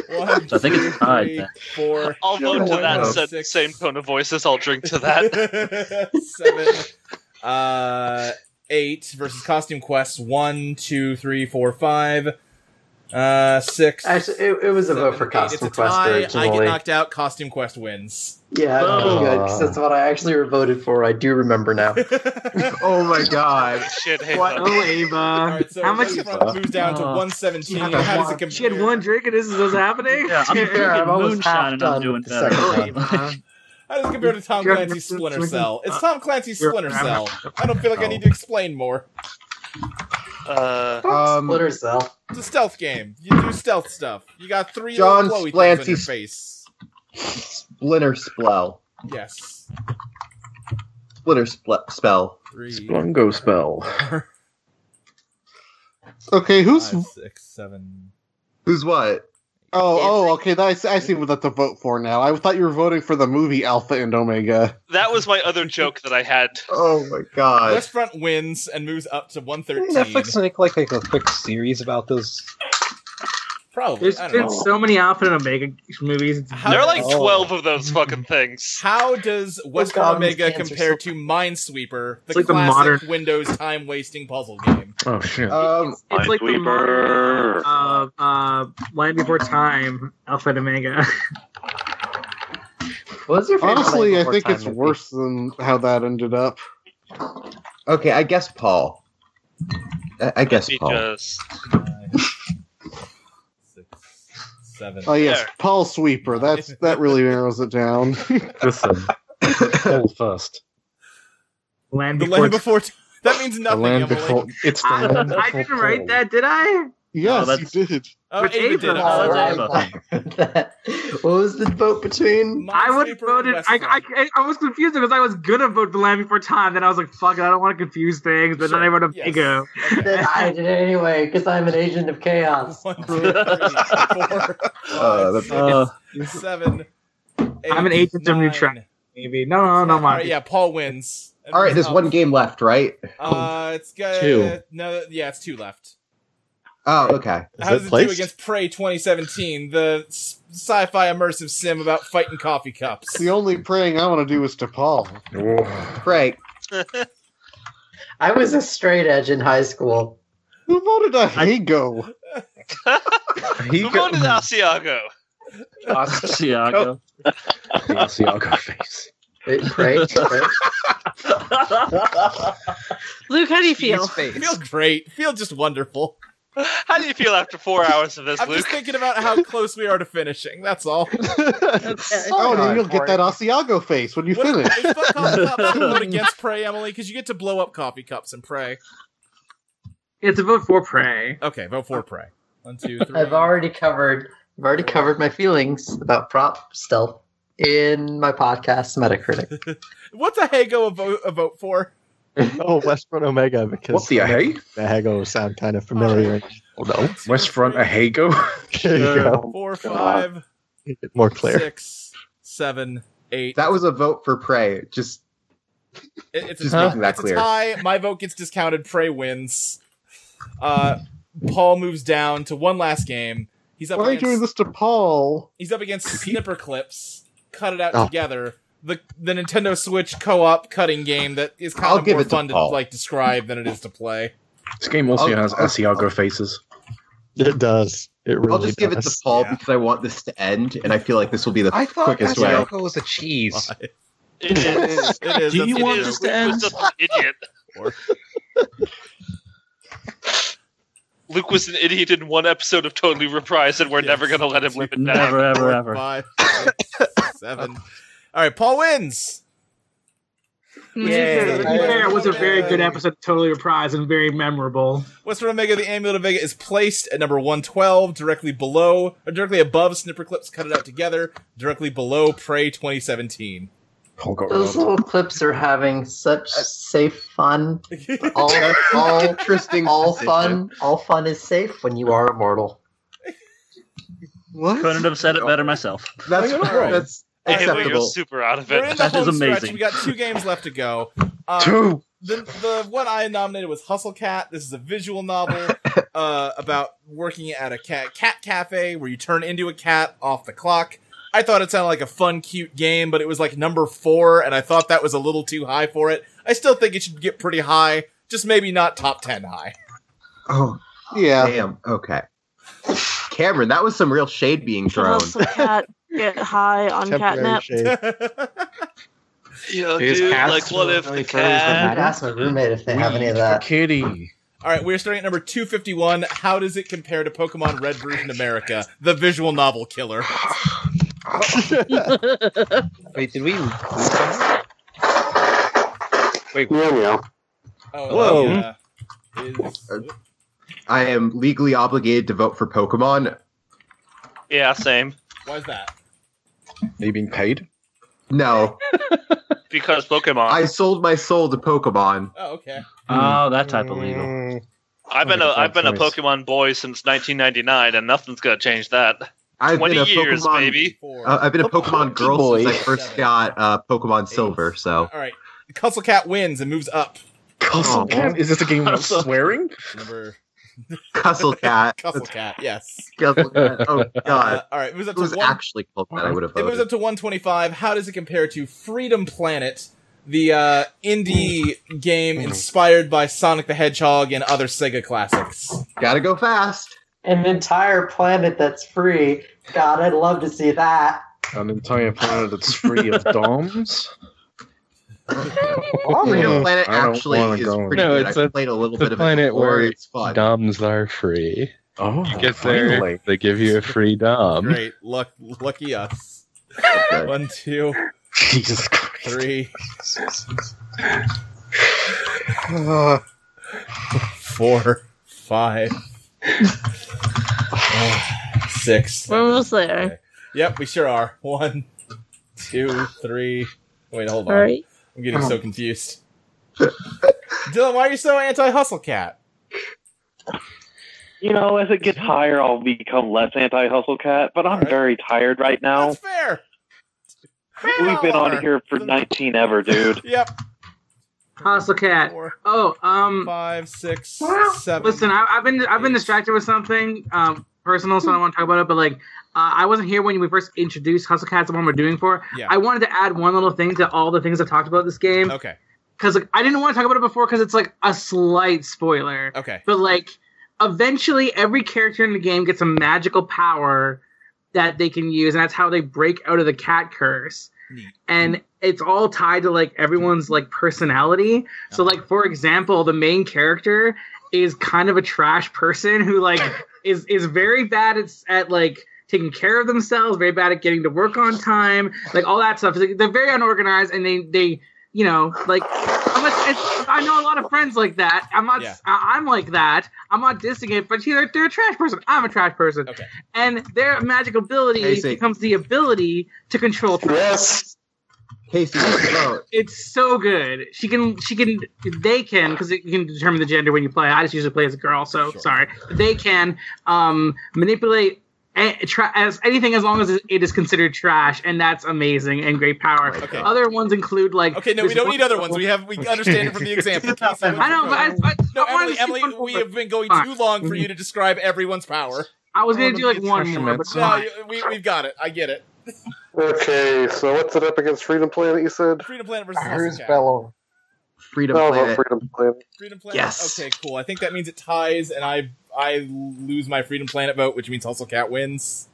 Speaker 1: then. One,
Speaker 18: I think it's
Speaker 1: two,
Speaker 18: tied
Speaker 1: three,
Speaker 18: then.
Speaker 1: four.
Speaker 20: I'll vote to that
Speaker 1: seven,
Speaker 20: said, same tone of voice as I'll drink to that.
Speaker 1: seven, uh, eight versus Costume Quest. One, two, three, four, five, uh, six.
Speaker 18: Actually, it, it was a vote for
Speaker 1: eight.
Speaker 18: Costume
Speaker 1: it's a
Speaker 18: Quest
Speaker 1: tie. I get
Speaker 18: originally.
Speaker 1: knocked out. Costume Quest wins.
Speaker 18: Yeah, that's
Speaker 1: Oh.
Speaker 18: good 'cause that's what I actually voted for. I do remember now.
Speaker 12: oh my god!
Speaker 20: Shit, Ava.
Speaker 12: What?
Speaker 3: Oh, Ava.
Speaker 1: so
Speaker 3: How much?
Speaker 1: Ava moves down to
Speaker 3: Oh.
Speaker 1: 117.
Speaker 3: She had
Speaker 1: How does it
Speaker 3: one-
Speaker 1: compare?
Speaker 3: She had one drink and this is what's happening.
Speaker 1: Yeah, I'm
Speaker 3: She-
Speaker 1: drinking I'm almost moonshine half and I'm done doing with the better. second
Speaker 3: Ava.
Speaker 1: How does it compare to Tom
Speaker 3: You're-
Speaker 1: Clancy's
Speaker 3: you're-
Speaker 1: Splinter
Speaker 3: you're-
Speaker 1: Cell?
Speaker 20: uh,
Speaker 1: It's Tom Clancy's
Speaker 3: you're-
Speaker 1: Splinter Cell. I don't feel like I need to explain more.
Speaker 20: Uh,
Speaker 1: Um,
Speaker 18: Splinter Cell.
Speaker 1: It's a stealth game. You do stealth stuff. You got three
Speaker 12: John
Speaker 1: little glowy things on your
Speaker 12: Splancy's-
Speaker 1: face.
Speaker 12: Splinter spell.
Speaker 1: Yes.
Speaker 12: Splinter spl- spell.
Speaker 1: Three.
Speaker 12: Splungo spell.
Speaker 4: Okay, who's
Speaker 1: six, seven?
Speaker 12: Who's what?
Speaker 4: Oh, oh, okay. that- I see, I see what that's a vote for now. I thought you were voting for the movie Alpha and Omega.
Speaker 20: That was my other joke that I had.
Speaker 12: Oh my god!
Speaker 1: Westfront wins and moves up to 113.
Speaker 16: Netflix make like, like a quick series about those.
Speaker 1: Probably.
Speaker 3: There's
Speaker 1: I don't
Speaker 3: been
Speaker 1: know.
Speaker 3: so many Alpha and Omega movies. It's
Speaker 1: How- There are like
Speaker 3: Oh.
Speaker 20: 12 of those fucking things.
Speaker 1: How does Westfront
Speaker 3: Gotham
Speaker 1: Omega
Speaker 3: Cancer
Speaker 1: compare to Minesweeper, the
Speaker 3: It's like the
Speaker 1: classic
Speaker 3: modern-
Speaker 1: Windows time-wasting puzzle game?
Speaker 11: Oh shit!
Speaker 12: Um,
Speaker 3: It's like the modern, uh, uh, Land Before Time, Alpha and Omega.
Speaker 18: What's your
Speaker 4: Honestly, I think it's worse than how that ended up.
Speaker 12: Okay, I guess Paul. I, I guess
Speaker 20: He
Speaker 12: Paul.
Speaker 20: just-
Speaker 1: Seven.
Speaker 4: Oh yes, Paul Sweeper. That's that really narrows it down.
Speaker 16: Listen,
Speaker 11: Paul first.
Speaker 3: Land
Speaker 1: The Land Before Time. That means nothing,
Speaker 4: Land
Speaker 1: Emily.
Speaker 4: Before- it's the
Speaker 3: I,
Speaker 4: Land
Speaker 3: I
Speaker 4: Before
Speaker 3: didn't write
Speaker 4: Time.
Speaker 3: that, did I?
Speaker 4: Yes,
Speaker 3: No,
Speaker 4: you
Speaker 3: that's-
Speaker 4: did.
Speaker 1: Oh,
Speaker 3: It's
Speaker 1: Ava did it.
Speaker 3: Ava.
Speaker 1: Oh, that's
Speaker 3: Alright.
Speaker 1: Ava.
Speaker 18: what was the vote between?
Speaker 3: I would have voted. I, I, I- I was confused because I was gonna vote for Land Before Time. Then I was like, "Fuck it, I don't want to confuse things." But then I wrote a
Speaker 1: yes.
Speaker 3: Omega.
Speaker 18: Then I did it anyway because I'm an agent of chaos.
Speaker 12: Uh, the-
Speaker 1: Seven.
Speaker 3: I'm an agent of new track. Maybe no, no, no,
Speaker 1: All
Speaker 3: my
Speaker 1: right, yeah, Paul wins. Um,
Speaker 12: all right, there's one game left, right?
Speaker 1: Uh, it's got
Speaker 12: Two.
Speaker 1: No, yeah, it's two left.
Speaker 12: Oh, okay.
Speaker 1: How does it do against Prey 2017, the s- sci-fi immersive sim about fighting coffee cups?
Speaker 4: The only praying I want to do is to Paul.
Speaker 12: Pray.
Speaker 18: I was a straight edge in high school.
Speaker 4: Who voted a Hago?
Speaker 20: Who voted Asiago?
Speaker 12: Oh,
Speaker 8: Asiago.
Speaker 11: Asiago face.
Speaker 18: Wait, pray, pray.
Speaker 6: Luke, how do you feel?
Speaker 1: I feel great. Feel just wonderful.
Speaker 20: How do you feel after four hours of this,
Speaker 1: I'm
Speaker 20: Luke?
Speaker 1: just thinking about how close we are to finishing. That's all.
Speaker 4: Oh, and then you'll get that Asiago face when you
Speaker 1: What
Speaker 4: finish.
Speaker 1: Is fuck off top vote against Prey, Emily? Because you get to blow up coffee cups and Prey.
Speaker 3: It's a vote for Prey.
Speaker 1: Okay, vote for Prey. One, two, three.
Speaker 18: I've already covered. I've already covered my feelings about prop stealth. in my podcast, Metacritic.
Speaker 1: What's a Hago a vote, a vote for?
Speaker 10: oh, West Front Omega because
Speaker 11: What the hey?
Speaker 10: The Hago sound kind of familiar. Oh, no,
Speaker 11: West Front Ahego.
Speaker 10: there you go.
Speaker 1: Four, five,
Speaker 10: Make it more clear.
Speaker 1: six, seven, eight.
Speaker 12: That was a vote for prey. Just
Speaker 1: It- it's
Speaker 12: Just
Speaker 1: a tie.
Speaker 12: making that
Speaker 1: It's a
Speaker 12: clear.
Speaker 1: tie. My vote gets discounted. Prey wins. Uh, Paul moves down to one last game. He's up.
Speaker 4: Why are you
Speaker 1: against,
Speaker 4: doing this to Paul?
Speaker 1: He's up against Snipper Clips. Cut it out
Speaker 4: Oh.
Speaker 1: together. The the Nintendo Switch co-op cutting game that is kind
Speaker 11: I'll
Speaker 1: of
Speaker 11: give
Speaker 1: more
Speaker 11: it to
Speaker 1: fun to,
Speaker 11: Paul.
Speaker 1: like describe than it is to play.
Speaker 11: This game also
Speaker 1: I'll-
Speaker 11: has Asiago faces.
Speaker 10: It does. It really
Speaker 12: I'll just give it to Paul because I want this to end, and I feel like this will be the
Speaker 16: I thought
Speaker 12: quickest way.
Speaker 16: Asiago was a cheese.
Speaker 20: It is. It is.
Speaker 16: Do you
Speaker 20: It
Speaker 16: want
Speaker 20: is.
Speaker 16: this to
Speaker 20: Luke
Speaker 16: end?
Speaker 20: was just an idiot. Luke was an idiot in one episode of Totally Reprised, and we're never going to let him live it down.
Speaker 8: Never, ever, ever.
Speaker 1: Five, six, seven. All right, Paul wins.
Speaker 3: To be fair- to be fair, it was a very good
Speaker 1: Yay.
Speaker 3: episode, of totally reprised and very memorable.
Speaker 1: Western Omega, the Amulet of Omega, is placed at number 112, directly below, or directly above Snipper Clips Cut It Out Together, directly below Prey 2017.
Speaker 18: Those little clips are having such safe fun. All, all interesting. All fun. All fun is safe when you are immortal.
Speaker 12: What?
Speaker 8: Couldn't have said it better myself.
Speaker 12: That's
Speaker 1: that's
Speaker 8: acceptable. super out of it.
Speaker 1: We're in the
Speaker 8: That is
Speaker 1: home stretch.
Speaker 8: amazing.
Speaker 1: We got two games left to go. Uh,
Speaker 11: Two.
Speaker 1: The, the one I nominated was Hustle Cat. This is a visual novel uh, about working at a cat, cat cafe where you turn into a cat off the clock. I thought it sounded like a fun, cute game, but it was like number four, and I thought that was a little too high for it. I still think it should get pretty high, just maybe not top 10 high.
Speaker 12: Oh, yeah. Damn. Okay. Cameron, that was some real shade being thrown.
Speaker 6: Hustle cat get high on
Speaker 12: Temporary
Speaker 6: catnip.
Speaker 20: Yo,
Speaker 12: These
Speaker 20: dude,
Speaker 12: cats
Speaker 20: like, what
Speaker 12: will
Speaker 20: if
Speaker 12: really
Speaker 20: the
Speaker 12: furry for
Speaker 20: cat?
Speaker 12: that.
Speaker 18: Ask my roommate if they have any of that.
Speaker 11: Kitty.
Speaker 1: All right, we're starting at number 251. How does it compare to Pokemon Red Version America, the visual novel killer?
Speaker 16: Wait, did we? Wait,
Speaker 1: Oh,
Speaker 12: Whoa.
Speaker 1: yeah. Is-
Speaker 12: I am legally obligated to vote for Pokemon.
Speaker 20: Yeah, same.
Speaker 1: Why's that?
Speaker 11: Are you being paid?
Speaker 12: No,
Speaker 20: Because Pokemon.
Speaker 12: I sold my soul to Pokemon.
Speaker 1: Oh, okay.
Speaker 8: Oh, that type of legal.
Speaker 20: I've been a
Speaker 8: Bad
Speaker 20: I've been a
Speaker 8: choice.
Speaker 20: Pokemon boy since 1999, and nothing's gonna change that.
Speaker 12: I've
Speaker 20: Twenty
Speaker 12: been a
Speaker 20: years,
Speaker 12: Pokemon-
Speaker 20: baby.
Speaker 12: Uh, I've been a Pokemon girl since I first got uh, Pokemon Silver, so.
Speaker 1: All right, Cussle Cat wins and moves up.
Speaker 12: Cussle Cat? Is this a game about Oh. Cussle-
Speaker 11: swearing?
Speaker 1: Number
Speaker 12: Cussle Cat.
Speaker 1: Cussle Cat, yes.
Speaker 12: Cussle Cat. Oh, God.
Speaker 1: Uh, all right, it moves up
Speaker 12: It
Speaker 1: to
Speaker 12: was
Speaker 1: one.
Speaker 12: actually called that, I would have
Speaker 1: It moves
Speaker 12: voted.
Speaker 1: up to 125. How does it compare to Freedom Planet, the uh, indie
Speaker 12: Mm.
Speaker 1: game inspired by Sonic the Hedgehog and other Sega classics?
Speaker 12: Gotta go fast.
Speaker 18: An entire planet that's free. God, I'd love to see that.
Speaker 11: An entire planet that's free of doms?
Speaker 12: Freedom Planet
Speaker 11: I don't
Speaker 12: actually
Speaker 11: wanna
Speaker 12: is
Speaker 11: go in.
Speaker 12: pretty
Speaker 15: No,
Speaker 12: good.
Speaker 15: it's
Speaker 12: I
Speaker 15: a-
Speaker 12: played a little
Speaker 15: It's a
Speaker 12: bit of it
Speaker 15: planet
Speaker 12: before.
Speaker 15: where
Speaker 12: It's fun.
Speaker 15: doms are free.
Speaker 11: Oh,
Speaker 15: you get there,
Speaker 1: finally.
Speaker 15: they give you a free dom.
Speaker 1: Great. Luck, lucky us. One, two,
Speaker 11: Jesus Christ.
Speaker 1: three,
Speaker 4: Uh,
Speaker 1: four, five, six.
Speaker 6: We're almost there.
Speaker 1: Yep, we sure are. One, two, three. Wait, hold on.
Speaker 6: Sorry.
Speaker 1: I'm getting so confused. Dylan, why are you so anti Hustle Cat?
Speaker 2: You know, as it gets higher, I'll become less anti-hustle cat. But I'm very tired right now.
Speaker 1: Fair.
Speaker 2: We've been on here for 19 ever, dude.
Speaker 1: Yep.
Speaker 3: Hustle cat. oh, um,
Speaker 1: five, six, seven.
Speaker 3: Listen, I, I've been I've been distracted with something um personal, so I don't want to talk about it. But like, uh, I wasn't here when we first introduced Hustle Cats, the one we're doing for.
Speaker 1: Yeah.
Speaker 3: I wanted to add one little thing to all the things I've talked about this game.
Speaker 1: Okay.
Speaker 3: Because like, I didn't want to talk about it before because it's like a slight spoiler.
Speaker 1: Okay.
Speaker 3: But like, eventually, every character in the game gets a magical power that they can use, and that's how they break out of the cat curse and it's all tied to like everyone's like personality. So like for example, the main character is kind of a trash person who like is is very bad at at like taking care of themselves, very bad at getting to work on time, like all that stuff. Like, they're very unorganized and they they you know, like I'm a, it's, I know a lot of friends like that. I'm not.
Speaker 1: Yeah.
Speaker 3: I, I'm like that. I'm not dissing it, but they're, they're a trash person. I'm a trash person, and their magic ability
Speaker 12: Casey.
Speaker 3: becomes the ability to control. Trash. Yes.
Speaker 12: Casey, vote.
Speaker 3: It's so good. She can. She can. They can because you can determine the gender when you play. I just usually play as a girl, so sorry. They can um, manipulate. a- Tra- as anything as long as it is considered trash and that's amazing and great power okay. other ones include like
Speaker 1: Okay, no, we
Speaker 3: there's
Speaker 1: don't
Speaker 3: one-
Speaker 1: need other ones. We have we understand it from the example.
Speaker 3: I know, but I, I,
Speaker 1: no,
Speaker 3: I wanted
Speaker 1: Emily,
Speaker 3: to
Speaker 1: Emily,
Speaker 3: see one
Speaker 1: we
Speaker 3: more.
Speaker 1: have been going
Speaker 3: Fine.
Speaker 1: too long for you to describe everyone's power.
Speaker 3: I was gonna do like one more, but
Speaker 1: no,
Speaker 3: fine.
Speaker 1: you- we, we've got it. I get it.
Speaker 14: Okay, so what's it up against Freedom Planet? You said
Speaker 1: Freedom Planet versus
Speaker 14: Who's
Speaker 1: Pussycat.
Speaker 14: Bellow?
Speaker 12: Freedom
Speaker 14: Bellow,
Speaker 12: Planet.
Speaker 14: Freedom Planet.
Speaker 1: Freedom Planet. Yes. Okay, cool. I think that means it ties, and I I lose my Freedom Planet vote, which means Hustle Cat wins.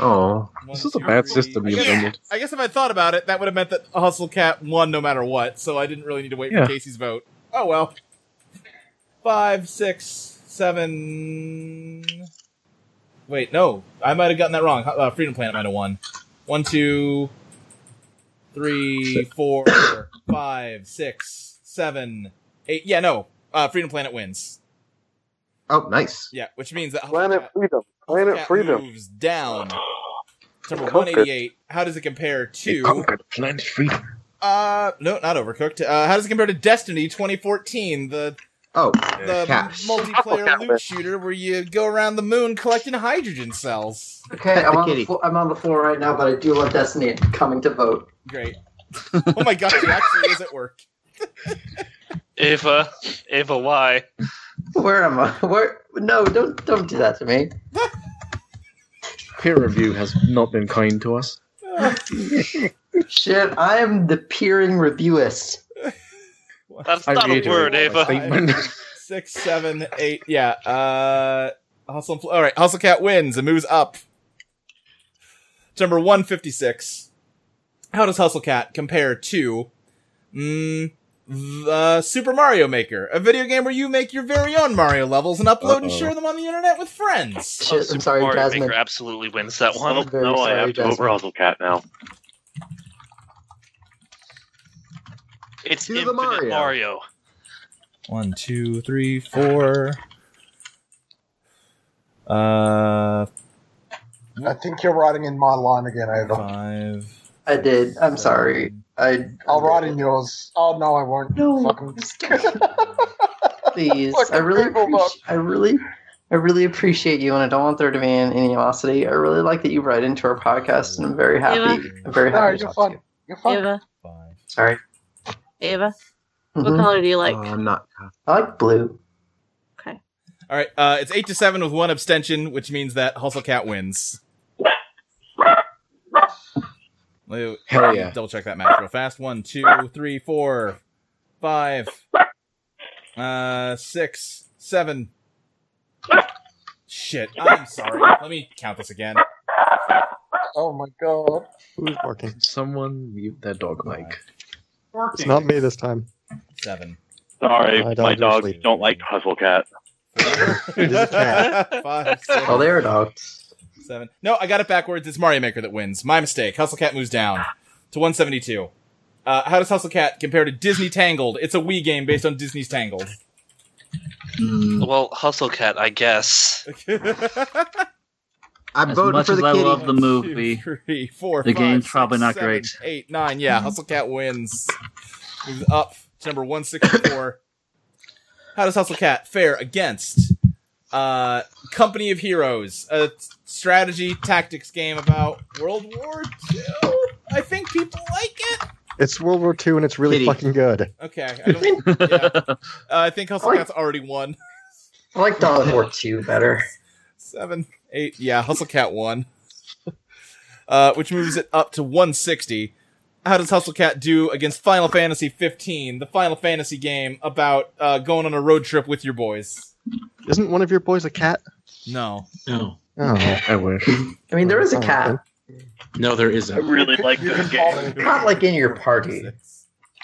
Speaker 11: Oh, this is a bad system you invented.
Speaker 1: I guess if I thought about it, that would have meant that Hustle Cat won no matter what, so I didn't really need to wait
Speaker 11: Yeah.
Speaker 1: for Casey's vote. Oh well. Five, six, seven. Wait, no, I might have gotten that wrong. Uh, Freedom Planet might have won. One, two, three, four, five, six, seven, eight. Yeah, no. Uh, Freedom Planet wins.
Speaker 12: Oh, nice.
Speaker 1: Yeah, which means that
Speaker 14: Planet Freedom. Planet
Speaker 1: Cat
Speaker 14: Freedom.
Speaker 1: moves down to number
Speaker 14: Conquered.
Speaker 1: 188. How does it compare to?
Speaker 11: Planet Freedom.
Speaker 1: Uh, no, not Overcooked. Uh, how does it compare to Destiny 2014? The
Speaker 12: oh,
Speaker 1: the
Speaker 12: yeah.
Speaker 1: multiplayer loot shooter where you go around the moon collecting hydrogen cells.
Speaker 18: Okay, I'm on, the flo- I'm on the floor right now, but I do love Destiny and coming to vote.
Speaker 1: Great. oh my god, she actually is at work.
Speaker 20: Ava, Ava, why?
Speaker 18: Where am I? Where? No, don't don't do that to me.
Speaker 11: Peer review has not been kind to us.
Speaker 18: Shit, I am the peering reviewist.
Speaker 20: That's
Speaker 11: I
Speaker 20: not a
Speaker 11: reiterate
Speaker 20: word,
Speaker 11: my
Speaker 20: Ava.
Speaker 11: statement.
Speaker 1: Six, seven, eight. Yeah. Uh, hustle. and Fl- All right. Hustle Cat wins and moves up. To Number one fifty six. How does Hustle Cat compare to mm, the Super Mario Maker, a video game where you make your very own Mario levels and upload and
Speaker 20: Uh-oh.
Speaker 1: share them on the internet with friends?
Speaker 20: Oh, Super Mario Maker absolutely wins that one.
Speaker 18: I'm very
Speaker 20: no,
Speaker 18: sorry,
Speaker 20: I have to vote for
Speaker 18: Jasmine.
Speaker 20: Hustle Cat now. It's Infinite Mario.
Speaker 1: One, two, three, four. Uh,
Speaker 17: I think you're writing in my line again, Ava.
Speaker 1: Five.
Speaker 18: I did. I'm sorry. I
Speaker 17: I'll write in yours. Oh no, I won't.
Speaker 18: No,
Speaker 17: Fucking...
Speaker 18: please.
Speaker 17: Fucking
Speaker 18: I really,
Speaker 17: Google
Speaker 18: appreci- I really, I really appreciate you, and I don't want there to be any animosity. I really like that you write into our podcast, and I'm very happy. I'm very
Speaker 17: No,
Speaker 18: happy. to
Speaker 17: you're
Speaker 18: talk to
Speaker 17: fine. You're fine.
Speaker 6: Ava,
Speaker 18: you. Sorry.
Speaker 6: Ava, what
Speaker 18: Mhm.
Speaker 6: color do you like?
Speaker 12: I'm not.
Speaker 18: I like blue.
Speaker 1: All right, uh, it's eight to seven with one abstention, which means that Hustle Cat wins. Let me-
Speaker 11: Hell
Speaker 1: let me
Speaker 11: yeah.
Speaker 1: Double check that match real fast. One, two, three, four, five, uh, six, seven. Shit, I'm sorry. Let me count this again.
Speaker 17: Oh my god.
Speaker 11: Who's barking? Someone mute their dog mic.
Speaker 10: It's not me this time.
Speaker 1: Seven.
Speaker 2: Sorry,
Speaker 10: My dog
Speaker 2: my dogs
Speaker 10: usually-
Speaker 2: don't like Hustle Cat.
Speaker 1: Five, six,
Speaker 18: Oh, there it is.
Speaker 1: seven. No, I got it backwards. It's Mario Maker that wins. My mistake. Hustle Cat moves down to 172. Uh, how does Hustle Cat compare to Disney Tangled? It's a Wii game based on Disney's Tangled.
Speaker 8: Mm,
Speaker 20: Well, Hustle Cat, I guess.
Speaker 12: I'm
Speaker 8: As much as I love the movie,
Speaker 1: Three, four,
Speaker 8: the
Speaker 1: five,
Speaker 8: game's
Speaker 1: six,
Speaker 8: probably not
Speaker 1: seven,
Speaker 8: great.
Speaker 1: Eight, nine. Yeah, Hustle Cat wins. Moves up to number 164. How does Hustle Cat fare against uh, Company of Heroes, a strategy tactics game about World War II? I think people like it.
Speaker 10: It's World War II and it's really
Speaker 1: Kitty.
Speaker 10: fucking good.
Speaker 1: Okay, I, don't, yeah. uh, I think Hustle Cat's already won.
Speaker 18: I like Dawn of War Two better.
Speaker 1: Seven, eight. Yeah, Hustle Cat won, uh, which moves it up to 160. How does Hustle Cat do against Final Fantasy 15, the Final Fantasy game about uh, going on a road trip with your boys?
Speaker 10: Isn't one of your boys a cat?
Speaker 1: No,
Speaker 7: No.
Speaker 10: Oh.
Speaker 11: I wish.
Speaker 18: I mean, there is a cat.
Speaker 7: No, there isn't.
Speaker 20: I really like this game.
Speaker 18: Not like in your party.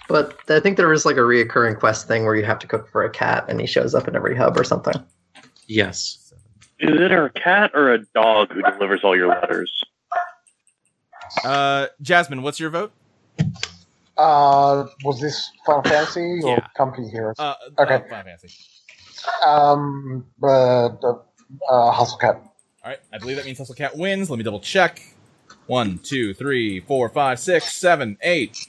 Speaker 18: But I think there is like a reoccurring quest thing where you have to cook for a cat, and he shows up in every hub or something.
Speaker 7: Yes.
Speaker 2: Is it a cat or a dog who delivers all your letters?
Speaker 1: Uh, Jasmine, what's your vote?
Speaker 17: Uh, was this Final Fantasy or
Speaker 1: Yeah.
Speaker 17: Company Heroes?
Speaker 1: Uh,
Speaker 17: okay.
Speaker 1: uh, Final Fantasy.
Speaker 17: Um, uh, uh, uh, Hustle Cat.
Speaker 1: All right, I believe that means Hustle Cat wins. Let me double check. One, two, three, four, five, six, seven, eight,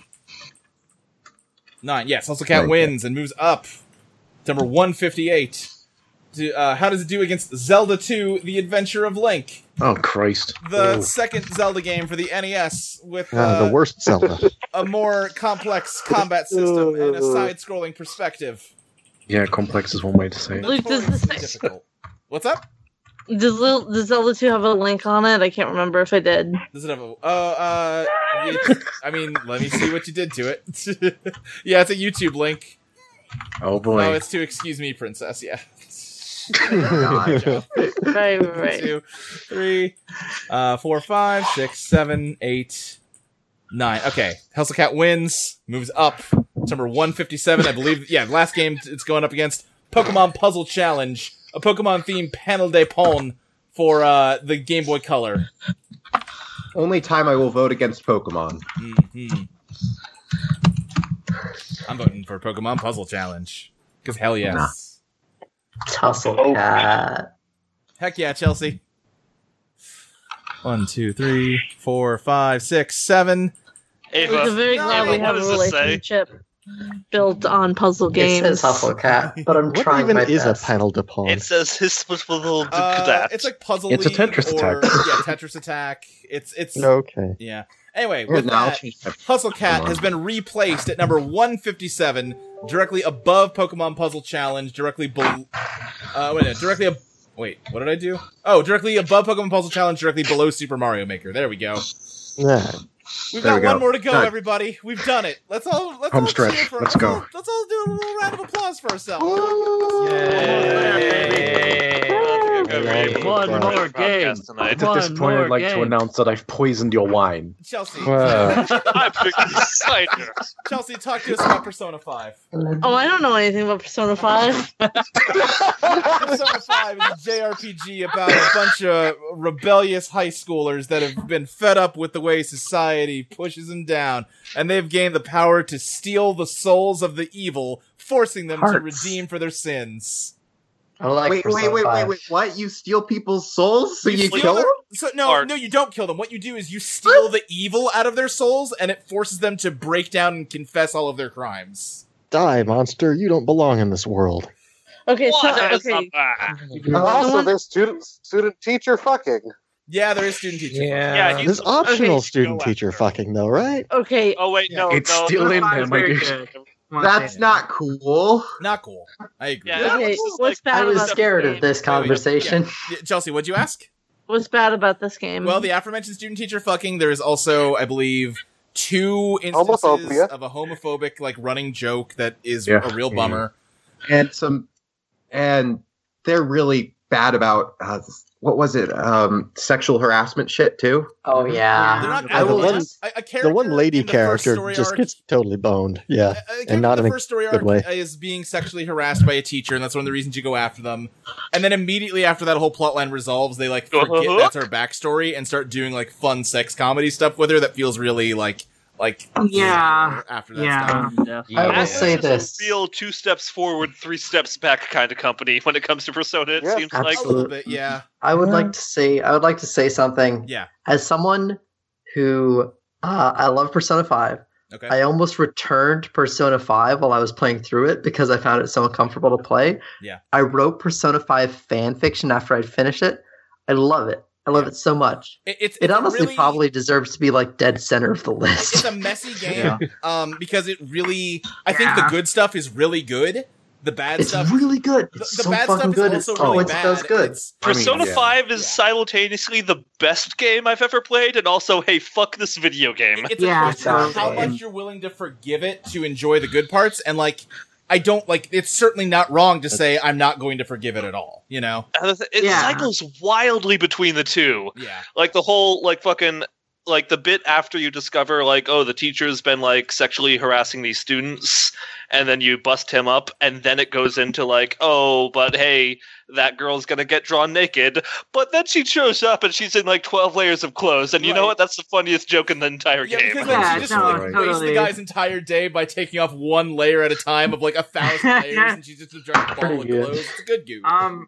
Speaker 1: nine. Yes, Hustle Cat
Speaker 13: Okay.
Speaker 1: wins and moves up to number one fifty-eight. To, uh, how does it do against Zelda Two: The Adventure of Link,
Speaker 11: Oh Christ!
Speaker 1: the
Speaker 11: Oh.
Speaker 1: second Zelda game for the NES, with
Speaker 10: Ah,
Speaker 1: uh,
Speaker 10: the worst Zelda.
Speaker 1: a more complex combat system and a side-scrolling perspective?
Speaker 11: Yeah, complex is one way to say it.
Speaker 6: Luke, does this
Speaker 1: What's up?
Speaker 6: does, Lil- does Zelda 2 have a link on it? I can't remember if I did.
Speaker 1: Does it have a? Oh, uh, it- I mean, let me see what you did to it. yeah, it's a YouTube link.
Speaker 11: Oh boy!
Speaker 1: Oh, it's to excuse me, princess. Yeah.
Speaker 6: right, right.
Speaker 1: Two, three, uh, four, five, six, seven, eight, nine. Okay, Hustlecat wins, moves up to number one fifty-seven, I believe. Yeah, last game it's going up against Pokemon Puzzle Challenge, a Pokemon-themed panel de pon for uh, the Game Boy Color.
Speaker 12: Only time I will vote against Pokemon.
Speaker 1: hmm I'm voting for Pokemon Puzzle Challenge because hell yes,
Speaker 18: Tussle
Speaker 1: Cat. heck yeah, Chelsea. One, two, three, four, five, six, seven.
Speaker 6: Luke, I'm very glad we have a relationship built on puzzle games.
Speaker 18: It says Hufflecat, but I'm
Speaker 10: What
Speaker 18: trying
Speaker 10: even
Speaker 18: my
Speaker 10: is
Speaker 18: best.
Speaker 10: a panel de pawn?
Speaker 20: It says his little
Speaker 1: Uh, it's like puzzle.
Speaker 10: It's a
Speaker 1: League
Speaker 10: Tetris
Speaker 1: or,
Speaker 10: attack.
Speaker 1: Yeah, Tetris attack. It's it's
Speaker 10: Okay.
Speaker 1: Yeah. Anyway,
Speaker 10: Well,
Speaker 1: with
Speaker 10: now I'll
Speaker 1: that,
Speaker 10: change my-
Speaker 1: Hustle Cat
Speaker 10: Come on.
Speaker 1: has been replaced at number 157, directly above Pokemon Puzzle Challenge, directly below. Uh, wait, a minute, directly. Ab- wait, what did I do? Oh, directly above Pokemon Puzzle Challenge, directly below Super Mario Maker. There we go.
Speaker 10: Yeah.
Speaker 1: We've got
Speaker 10: There we
Speaker 1: one
Speaker 10: go.
Speaker 1: more to go,
Speaker 10: Done.
Speaker 1: everybody. We've done it. Let's all let's
Speaker 10: Home
Speaker 1: all cheer
Speaker 10: stretch.
Speaker 1: for let's
Speaker 10: Let's go.
Speaker 1: all- let's all do a little round of applause for ourselves.
Speaker 8: One more game.
Speaker 11: At this
Speaker 8: One
Speaker 11: point,
Speaker 8: more
Speaker 11: I'd like to
Speaker 8: game.
Speaker 11: announce that I've poisoned your wine.
Speaker 1: Chelsea.
Speaker 11: Wow.
Speaker 1: Chelsea, talk to us about Persona 5.
Speaker 6: Oh, I don't know anything about Persona 5.
Speaker 1: Persona 5 is a JRPG about a bunch of rebellious high schoolers that have been fed up with the way society pushes them down, and they've gained the power to steal the souls of the evil, forcing them to
Speaker 12: Hearts.
Speaker 1: redeem for their sins.
Speaker 12: wait, wait, wait, wait, wait, what? You steal people's souls so you,
Speaker 1: steal
Speaker 12: kill
Speaker 1: their-
Speaker 12: them?
Speaker 1: So no, no, you don't kill them. What you do is you steal the evil out of their souls, and it forces them to break down and confess all of their crimes.
Speaker 10: Die, monster! You don't belong in this world.
Speaker 6: Okay,
Speaker 1: What?
Speaker 6: so okay.
Speaker 14: And also, there's student student teacher fucking.
Speaker 1: Yeah, there is student teacher.
Speaker 14: Yeah,
Speaker 10: There's optional student teacher fucking though, right?
Speaker 6: Okay.
Speaker 20: Oh wait, no,
Speaker 10: It's no, still no, in there, my very dude. good.
Speaker 12: That's not cool.
Speaker 1: Not cool. I agree.
Speaker 20: Yeah,
Speaker 6: Okay, what's bad
Speaker 18: I was
Speaker 6: about
Speaker 18: scared
Speaker 6: this
Speaker 18: of
Speaker 6: game?
Speaker 18: this conversation.
Speaker 1: Yeah, Chelsea, what'd you ask?
Speaker 6: What's bad about this game?
Speaker 1: Well, the aforementioned student teacher fucking. There is also, I believe, two instances
Speaker 12: Homophobia.
Speaker 1: of a homophobic like running joke that is
Speaker 12: Yeah.
Speaker 1: a real
Speaker 18: Mm.
Speaker 1: bummer.
Speaker 12: And some, and they're really bad about uh, what was it? Um, sexual harassment shit too.
Speaker 18: Oh yeah.
Speaker 1: They're not
Speaker 10: the, one,
Speaker 1: a, a character.
Speaker 10: the one lady character
Speaker 1: story
Speaker 10: just
Speaker 1: arc-
Speaker 10: gets totally boned. Yeah, and not
Speaker 1: the
Speaker 10: in a
Speaker 1: first story
Speaker 10: good
Speaker 1: arc
Speaker 10: way.
Speaker 1: is being sexually harassed by a teacher, and that's one of the reasons you go after them. And then immediately after that whole plotline resolves, they like forget
Speaker 20: Uh-huh.
Speaker 1: that's her backstory and start doing like fun sex comedy stuff with her that feels really like like
Speaker 3: Yeah.
Speaker 1: after that
Speaker 3: Yeah.
Speaker 1: stuff.
Speaker 18: I will
Speaker 20: Atlas
Speaker 18: say
Speaker 20: is a
Speaker 18: this.
Speaker 20: real two steps forward, three steps back kind of company when it comes to Persona. It seems like
Speaker 18: Absolute- A little bit,
Speaker 1: yeah.
Speaker 18: I would like to say I would like to say something.
Speaker 1: Yeah.
Speaker 18: As someone who uh, I love Persona Five.
Speaker 1: Okay.
Speaker 18: I almost returned Persona 5 while I was playing through it because I found it so uncomfortable to play.
Speaker 1: Yeah.
Speaker 18: I wrote Persona 5 fan fiction after I'd finished it. I love it. I love it so much.
Speaker 1: It, it's,
Speaker 18: it
Speaker 1: it's a
Speaker 18: honestly
Speaker 1: really-
Speaker 18: probably deserves to be like dead center of the list.
Speaker 1: it's a messy game um, because it really i think the good stuff is really good the bad
Speaker 18: It's
Speaker 1: stuff
Speaker 18: really good.
Speaker 1: the,
Speaker 18: It's
Speaker 1: the
Speaker 18: so
Speaker 1: bad
Speaker 18: fucking
Speaker 1: stuff
Speaker 18: good.
Speaker 1: is also
Speaker 18: oh,
Speaker 1: really
Speaker 18: it's
Speaker 1: bad
Speaker 18: those good.
Speaker 1: It's-
Speaker 20: Persona 5 is simultaneously the best game I've ever played and also, hey, fuck this video game.
Speaker 1: it's a question of how much you're willing to forgive it to enjoy the good parts and like i don't like it's certainly not wrong to say i'm not going to forgive it at all you know
Speaker 20: And the th- It cycles wildly between the two.
Speaker 1: Yeah.
Speaker 20: Like the whole, like, fucking
Speaker 9: like the bit after you discover like oh the teacher's been like sexually harassing these students and then you bust him up and then it goes into like oh but hey that girl's gonna get drawn naked but then she shows up and she's in like 12 layers of clothes and you know what that's the funniest joke in the entire game
Speaker 1: Because like, she just like, wastes the guy's entire day by taking off one layer at a time of like a thousand layers, and she's just a giant ball of
Speaker 3: good.
Speaker 1: clothes. It's a good goose.
Speaker 3: Um,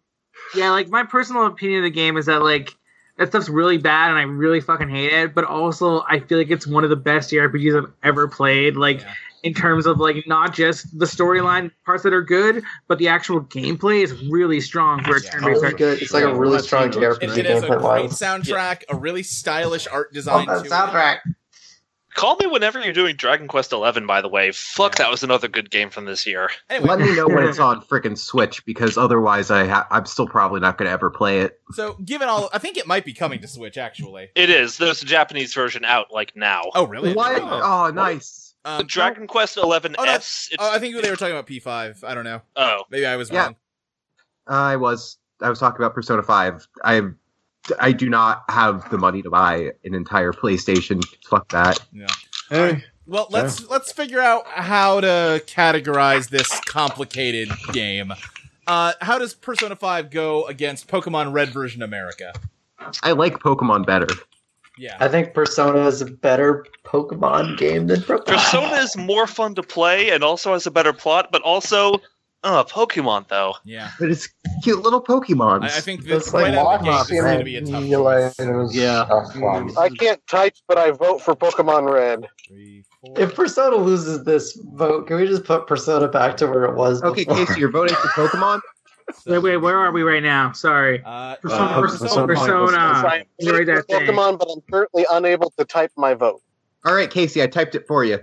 Speaker 3: yeah, like my personal opinion of the game is that like that stuff's really bad and I really fucking hate it. But also, I feel like it's one of the best JRPGs I've ever played. Like in terms of like not just the storyline parts that are good, but the actual gameplay is really strong for a turn-based
Speaker 18: Totally good. It's like a really strong
Speaker 1: It,
Speaker 18: JRPG
Speaker 1: it has
Speaker 18: gameplay
Speaker 1: a great
Speaker 18: wise.
Speaker 1: soundtrack, a really stylish art design.
Speaker 18: Oh,
Speaker 1: to it.
Speaker 18: soundtrack.
Speaker 9: call me whenever you're doing dragon quest 11 by the way fuck that was another good game from this year
Speaker 12: Let me know when it's on frickin' Switch because otherwise I ha- I'm still probably not going to ever play it.
Speaker 1: So, given all, I think it might be coming to Switch actually.
Speaker 9: It is. There's a Japanese version out like now.
Speaker 1: Oh, really? What? Um,
Speaker 12: Oh, nice.
Speaker 9: the Dragon Quest 11
Speaker 1: no.
Speaker 9: S.
Speaker 1: Oh, I think they were talking about P5. I don't know.
Speaker 9: Oh,
Speaker 1: maybe I was
Speaker 12: Yeah.
Speaker 1: wrong.
Speaker 12: I was I was talking about Persona Five. I I do not have the money to buy an entire PlayStation. Fuck that.
Speaker 1: Yeah. Well, let's let's figure out how to categorize this complicated game. Uh, how does Persona 5 go against Pokemon Red version America?
Speaker 12: I like Pokemon better.
Speaker 1: Yeah.
Speaker 18: I think Persona is a better Pokemon game than Pokemon.
Speaker 9: Persona is more fun to play and also has a better plot, but also uh, Pokemon though.
Speaker 1: Yeah.
Speaker 12: But it's cute little Pokemon.
Speaker 1: I, I think
Speaker 9: this- right out of the gate, this is gonna be a tough
Speaker 12: Yeah.
Speaker 4: I can't type, but I vote for Pokemon Red.
Speaker 18: If Persona loses this vote, can we just put Persona back to where it was?
Speaker 12: Okay, Casey, you're voting for Pokemon.
Speaker 3: Wait, wait, where are we right now? Sorry.
Speaker 1: Uh,
Speaker 3: persona,
Speaker 12: uh,
Speaker 3: persona,
Speaker 12: Persona.
Speaker 3: persona.
Speaker 4: I'm voting for Pokemon, but I'm currently unable to type my vote.
Speaker 12: All right, Casey, I typed it for you.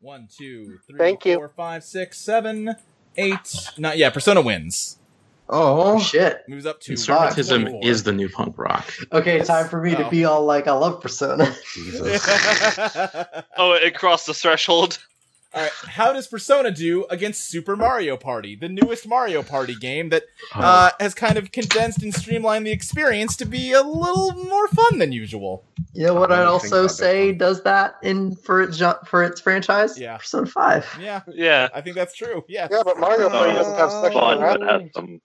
Speaker 1: One, two, three,
Speaker 4: Thank you.
Speaker 1: four, five, six, seven, eight. Not yeah. Persona wins.
Speaker 12: Oh
Speaker 18: shit!
Speaker 1: Moves up to
Speaker 7: Conservatism
Speaker 1: 24.
Speaker 7: is the new punk rock.
Speaker 18: Okay, time for me to
Speaker 1: Oh.
Speaker 18: be all like, I love Persona.
Speaker 9: Oh, it crossed the threshold.
Speaker 1: All right. How does Persona do against Super Mario Party, the newest Mario Party game that uh, has kind of condensed and streamlined the experience to be a little more fun than usual?
Speaker 18: You know what
Speaker 1: I
Speaker 18: I'd
Speaker 1: think
Speaker 18: also say does that in for its gen- for its franchise?
Speaker 1: Yeah.
Speaker 18: Persona Five.
Speaker 1: Yeah.
Speaker 9: Yeah.
Speaker 1: I think that's true. Yeah.
Speaker 4: Yeah, but Mario Party doesn't have
Speaker 16: Oh.
Speaker 4: sexual
Speaker 9: Fun, but
Speaker 4: harassment.
Speaker 9: has some.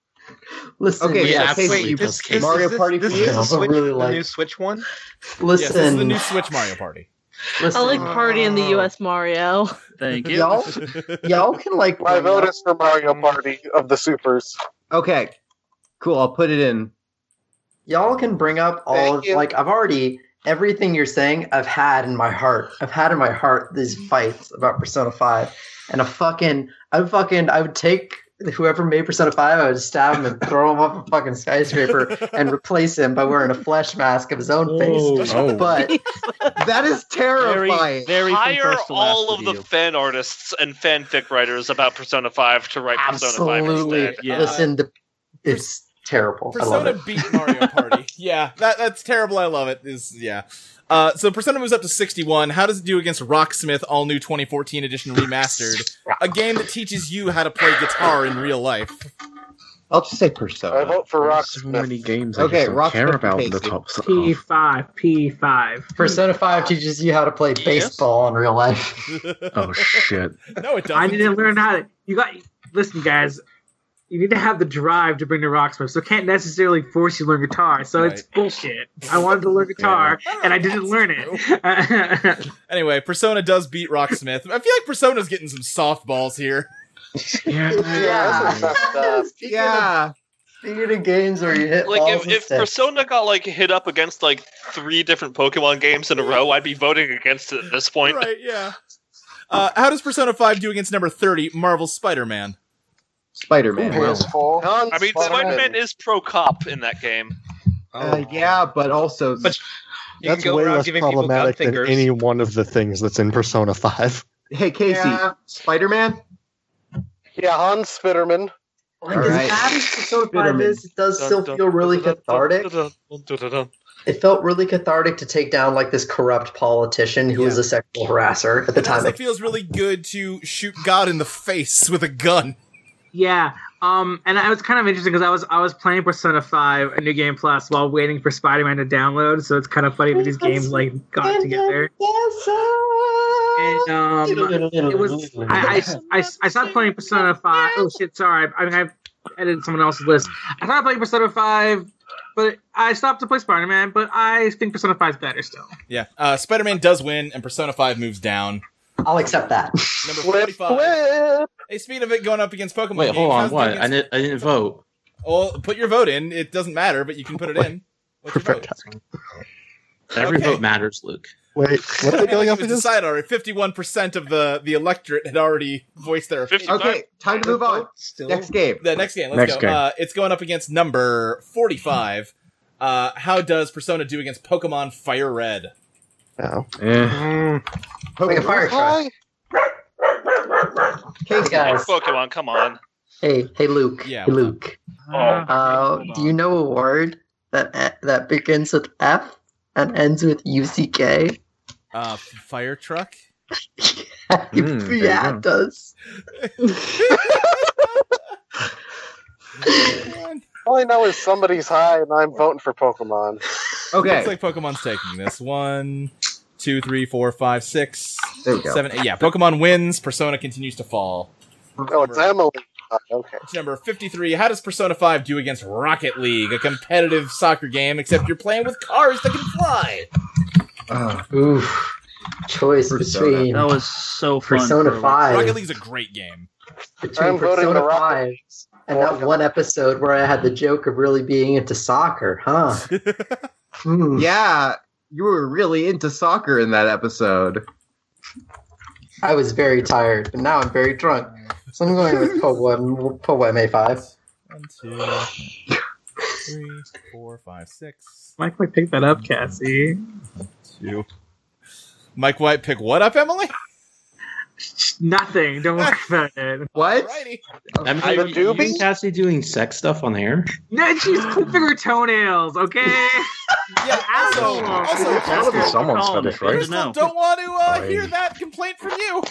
Speaker 18: Listen,
Speaker 12: Okay,
Speaker 18: we
Speaker 12: yeah,
Speaker 18: absolutely
Speaker 12: Casey, you
Speaker 18: must
Speaker 12: this- Mario Party
Speaker 16: This
Speaker 12: Fusion.
Speaker 16: is the Switch,
Speaker 18: Really
Speaker 16: the
Speaker 18: like-
Speaker 16: new Switch one.
Speaker 18: Listen,
Speaker 1: Yes, this is the new Switch Mario Party.
Speaker 18: listen,
Speaker 6: I like party in the U.S. Mario.
Speaker 23: Thank
Speaker 18: y'all, y'all can like
Speaker 4: My vote is for Mario Party of the Supers.
Speaker 12: Okay, cool. I'll put it in.
Speaker 18: y'all can bring up all
Speaker 4: Thank
Speaker 18: of,
Speaker 4: you.
Speaker 18: like I've already everything you're saying I've had in my heart. I've had in my heart these fights about Persona Five, and a fucking I would fucking I would take whoever made Persona Five, I would stab him and throw him off a fucking skyscraper and replace him by wearing a flesh mask of his own face.
Speaker 9: Oh.
Speaker 18: But
Speaker 12: that is terrifying.
Speaker 9: Very Hire
Speaker 18: first to last
Speaker 9: all of the fan artists and fanfic writers about Persona 5 to write Persona 5
Speaker 18: absolutely
Speaker 9: instead.
Speaker 18: listen. The, it's terrible. I love
Speaker 1: Persona
Speaker 18: it.
Speaker 1: beat Mario Party. yeah, that, that's terrible. I love it. Is yeah. Uh, so Persona moves up to 61. How does it do against Rocksmith All New 2014 Edition Remastered, a game that teaches you how to play guitar in real life?
Speaker 12: I'll just say Persona.
Speaker 4: I vote for Rocksmith.
Speaker 11: So many games I
Speaker 12: Okay,
Speaker 11: just don't
Speaker 12: Rock
Speaker 11: care
Speaker 12: Paper
Speaker 11: about in the
Speaker 12: Casey.
Speaker 11: top. stuff.
Speaker 3: P5, P5.
Speaker 18: Persona 5 teaches you how to play baseball in real life.
Speaker 11: Oh shit!
Speaker 1: No, it doesn't.
Speaker 3: I need to learn how to. You got. Listen, guys, you need to have the drive to bring the rocksmith. So it can't necessarily force you to learn guitar. So it's bullshit. I wanted to learn guitar and I didn't learn it.
Speaker 1: Anyway, Persona does beat Rocksmith. I feel like Persona's getting some softballs here.
Speaker 18: Yeah.
Speaker 12: yeah.
Speaker 18: Speaking of games where you hit
Speaker 9: Like
Speaker 18: balls
Speaker 9: if,
Speaker 18: and
Speaker 9: if
Speaker 18: sticks.
Speaker 9: Persona got like hit up against like three different Pokemon games in a row, I'd be voting against it at this point.
Speaker 1: Right? Yeah. Uh, how does Persona 5 do against number 30, Marvel Spider-Man?
Speaker 12: Spider-Man.
Speaker 4: PS4.
Speaker 9: I mean, Spider Man is pro cop in that game.
Speaker 12: Uh, yeah, but also
Speaker 16: You can
Speaker 10: That's
Speaker 16: go
Speaker 10: way
Speaker 16: around
Speaker 10: less
Speaker 16: giving people gun
Speaker 10: problematic than
Speaker 16: fingers.
Speaker 10: any one of the things that's in Persona 5.
Speaker 12: Hey, Casey,
Speaker 4: Yeah.
Speaker 12: Spider-Man.
Speaker 4: Yeah, Hans Spiderman.
Speaker 18: Like,
Speaker 12: All
Speaker 18: as
Speaker 12: right.
Speaker 18: bad as Persona 5 is, it does
Speaker 9: Dun,
Speaker 18: still
Speaker 9: dun,
Speaker 18: feel really
Speaker 9: dun, dun,
Speaker 18: cathartic.
Speaker 9: dun, dun, dun, dun, dun.
Speaker 18: It felt really cathartic to take down like this corrupt politician who was a sexual harasser at the
Speaker 1: It
Speaker 18: time.
Speaker 1: also feels really good to shoot God in the face with a gun.
Speaker 3: Yeah, um, and it was kind of interesting because I was I was playing Persona Five, a new game plus, while waiting for Spider Man to download. So it's kind of funny that these games like got together. And um, it was I, I, I, I stopped playing Persona Five. Oh shit, sorry. I mean, I edited someone else's list. I started playing Persona Five, but I stopped to play Spider Man. But I think Persona Five is better still.
Speaker 1: Yeah, uh, Spider Man does win, and Persona Five moves down.
Speaker 18: I'll accept that.
Speaker 1: Number forty-five. Hey, speaking of it going up against Pokemon,
Speaker 7: Wait,
Speaker 1: games,
Speaker 7: hold on.
Speaker 1: how's
Speaker 7: What?
Speaker 1: Dickens-
Speaker 7: I didn't, I didn't vote.
Speaker 1: Well, put your vote in. It doesn't matter, but you can put it in. What's your vote?
Speaker 7: Every
Speaker 1: Okay.
Speaker 7: vote matters, Luke.
Speaker 10: Wait, what
Speaker 1: I mean, like, it was decided already. Fifty-one percent of the the electorate had already voiced their opinion.
Speaker 4: Okay,
Speaker 12: time to move on. Next game.
Speaker 1: The next game. Let's
Speaker 12: Next
Speaker 1: go.
Speaker 12: game.
Speaker 1: Uh, it's going up against number forty-five. Uh, how does Persona do against Pokemon Fire Red?
Speaker 10: Oh.
Speaker 4: Mm.
Speaker 18: Like a fire truck. Hey guys.
Speaker 20: Pokemon, come on.
Speaker 18: Hey, hey Luke.
Speaker 20: Yeah.
Speaker 18: Hey, Luke.
Speaker 11: Oh,
Speaker 18: Uh, do you know a word that that begins with F and ends with U C K?
Speaker 1: Uh, fire truck.
Speaker 11: Hmm,
Speaker 7: Hmm,
Speaker 18: yeah, it does.
Speaker 14: All I know is somebodo's high, and I'm voting for Pokemon.
Speaker 1: Looks like Pokemon's taking this. One, two, three, four, five, six,
Speaker 14: There we go.
Speaker 1: seven, eight. Yeah, Pokemon wins. Persona continues to fall.
Speaker 14: oh, it's Emily. Uh, okay.
Speaker 1: It's number 53. How does Persona 5 do against Rocket League, a competitive soccer game, except you're playing with cars that can fly?
Speaker 11: Uh,
Speaker 18: Oof. Choice between
Speaker 8: That was so fun.
Speaker 18: Persona
Speaker 8: for a-
Speaker 18: Five.
Speaker 1: Rocket League's a great game.
Speaker 18: between Persona Five and that one episode where I had the joke of really being into soccer, huh? Hmm.
Speaker 12: Yeah, you were really into soccer in that episode.
Speaker 18: I was very tired, but now I'm very drunk. So I'm going with Po one, Po one A five.
Speaker 1: One, two, three, four, five, six.
Speaker 3: Mike might pick that up, Cassie.
Speaker 1: You. Mike White, pick what up, Emily?
Speaker 3: Nothing. Don't worry about it.
Speaker 12: What?
Speaker 7: I'm
Speaker 3: I-
Speaker 7: you, you and Cassie doing sex stuff on the air.
Speaker 3: No, she's clipping her toenails. Okay.
Speaker 1: yeah. Also, also,
Speaker 11: That would be someone's
Speaker 3: Calm
Speaker 11: fetish,
Speaker 3: it.
Speaker 11: right?
Speaker 3: Crystal,
Speaker 11: No.
Speaker 1: Don't want to uh,
Speaker 11: Fine.
Speaker 1: hear that complaint from you.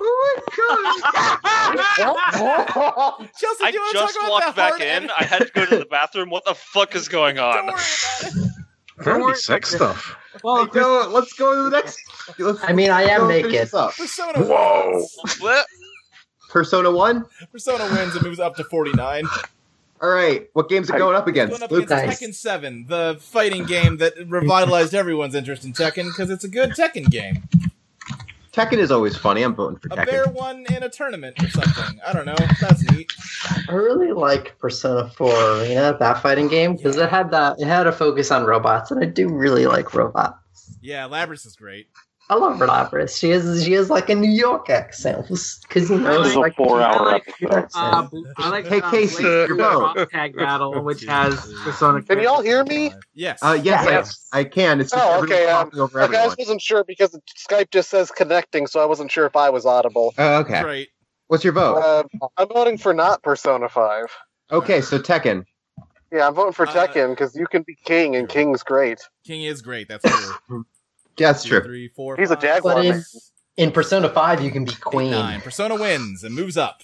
Speaker 14: Oh
Speaker 1: Chelsea,
Speaker 20: I
Speaker 1: do you want to talk
Speaker 20: just
Speaker 1: about
Speaker 20: walked
Speaker 1: the
Speaker 20: back
Speaker 1: hard
Speaker 20: in. I had to go to the bathroom. What the fuck is going on?
Speaker 11: Apparently, sex stuff.
Speaker 3: Well,
Speaker 12: no, let's go to the next. let's-
Speaker 18: I mean, I am
Speaker 12: let's finish
Speaker 18: naked.
Speaker 12: this up.
Speaker 1: Persona
Speaker 12: Whoa. Persona One.
Speaker 1: Persona wins and moves up to 49.
Speaker 12: All right, what games are going up against?
Speaker 1: Going up against Tekken 7, the fighting game that revitalized everyone's interest in Tekken because it's a good Tekken game.
Speaker 12: Tekken is always funny. I'm voting for
Speaker 1: A
Speaker 12: Tekken.
Speaker 1: bear won in a tournament or something. I don't know. That's neat.
Speaker 18: I really like Persona 4 Arena, that fighting game, because it had that it had a focus on robots, and I do really like robots.
Speaker 1: Yeah, Labrys is great.
Speaker 18: I love Labris. She has she has like a New York accent, because you know
Speaker 2: This is a
Speaker 18: like,
Speaker 2: four-hour
Speaker 18: like,
Speaker 2: episode.
Speaker 3: Uh, bl- I like
Speaker 12: Hey,
Speaker 3: uh,
Speaker 12: Casey,
Speaker 3: Blaze
Speaker 12: your
Speaker 3: Rock
Speaker 12: vote.
Speaker 3: tag
Speaker 1: Oh,
Speaker 3: battle, which has Persona.
Speaker 14: Can y'all hear me?
Speaker 1: Yes.
Speaker 12: Uh, yes, I, I can. It's just
Speaker 14: Oh,
Speaker 12: everyone's
Speaker 14: okay. Um,
Speaker 12: talking
Speaker 14: okay,
Speaker 12: over
Speaker 14: I
Speaker 12: everyone.
Speaker 14: just wasn't sure because Skype just says connecting, so I wasn't sure if I was audible.
Speaker 12: Oh, okay.
Speaker 1: Right.
Speaker 12: What's your vote?
Speaker 14: Uh, I'm voting for not Persona 5.
Speaker 12: okay, so Tekken.
Speaker 14: Yeah, I'm voting for
Speaker 1: Uh,
Speaker 14: Tekken because you can be king, and King's great.
Speaker 1: King is great. That's true.
Speaker 12: That's
Speaker 1: true. Three, four,
Speaker 14: He's a
Speaker 1: five,
Speaker 14: jaguar.
Speaker 18: but in,
Speaker 14: man.
Speaker 18: in Persona 5 you can be
Speaker 1: eight,
Speaker 18: queen.
Speaker 1: nine. Persona wins and moves up.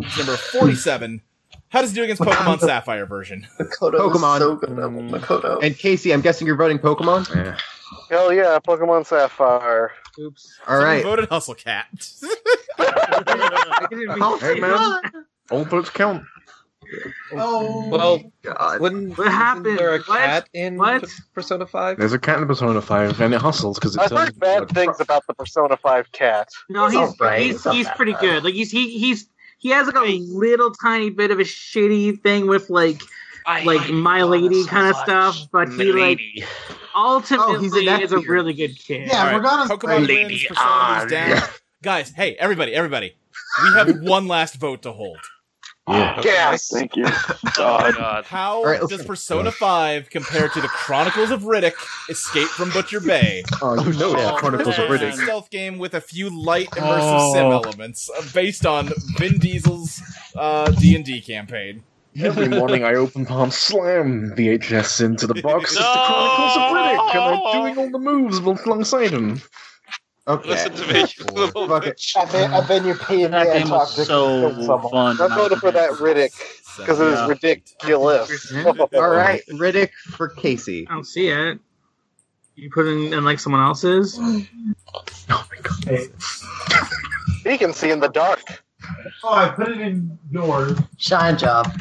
Speaker 1: It's number 47. How does it do against Pokemon Sapphire version?
Speaker 12: Pokemon.
Speaker 1: Hmm.
Speaker 18: Makoto.
Speaker 12: And Casey, I'm guessing you're voting Pokemon.
Speaker 14: Hell yeah, Pokemon Sapphire.
Speaker 3: Oops.
Speaker 12: All
Speaker 1: So
Speaker 12: right.
Speaker 1: We voted Hustle Cat.
Speaker 11: Hey, man. All votes count.
Speaker 18: Oh,
Speaker 16: well, wouldn't
Speaker 3: what happened?
Speaker 16: There a
Speaker 3: What?
Speaker 16: cat in
Speaker 3: What?
Speaker 16: Persona Five.
Speaker 11: There's a cat in Persona 5, and it hustles um, because it
Speaker 14: I've
Speaker 11: does.
Speaker 14: heard bad things about the Persona 5 cat.
Speaker 3: No, he's
Speaker 14: alright.
Speaker 3: he's,
Speaker 14: It's not
Speaker 3: he's
Speaker 14: that
Speaker 3: pretty
Speaker 14: bad.
Speaker 3: good. Like he's he he's he has like a little tiny bit of a shitty thing with like like my lady kind of stuff, but he like
Speaker 1: Oh, he's
Speaker 3: ultimately
Speaker 1: an
Speaker 3: is a
Speaker 1: actor.
Speaker 3: really good kid.
Speaker 1: All right, Pokemon wins, Persona moves down. Guys, hey, everybody, everybody. We have one last vote to hold.
Speaker 2: Yeah.
Speaker 1: Yes.
Speaker 2: Thank you.
Speaker 20: Oh
Speaker 2: God.
Speaker 1: How
Speaker 2: All right, let's-
Speaker 1: does Persona 5 compare to the Chronicles of Riddick, Escape from Butcher Bay?
Speaker 12: Oh, you know that Chronicles of
Speaker 1: It's a
Speaker 12: Riddick.
Speaker 1: stealth game with a few light immersive sim
Speaker 12: Oh.
Speaker 1: elements uh, based on Vin Diesel's uh, D&D campaign.
Speaker 11: Every morning I open palm slam VHS into the box. It's the Chronicles of Riddick, and I'm doing all the moves alongside him.
Speaker 4: Okay.
Speaker 20: Listen to me.
Speaker 4: Fuck it.
Speaker 17: And then, and then you pee in the
Speaker 4: That game was
Speaker 17: Antarctic
Speaker 4: so
Speaker 17: and kill someone.
Speaker 4: fun. I'm voting for that
Speaker 17: Riddick
Speaker 4: because it was Yeah.
Speaker 17: ridiculous.
Speaker 3: All right,
Speaker 12: Riddick for Casey.
Speaker 3: I don't see it. You put in, in like someone else's.
Speaker 12: Oh
Speaker 14: He can see in the dark.
Speaker 12: Oh, I put it in yours.
Speaker 18: Shine job.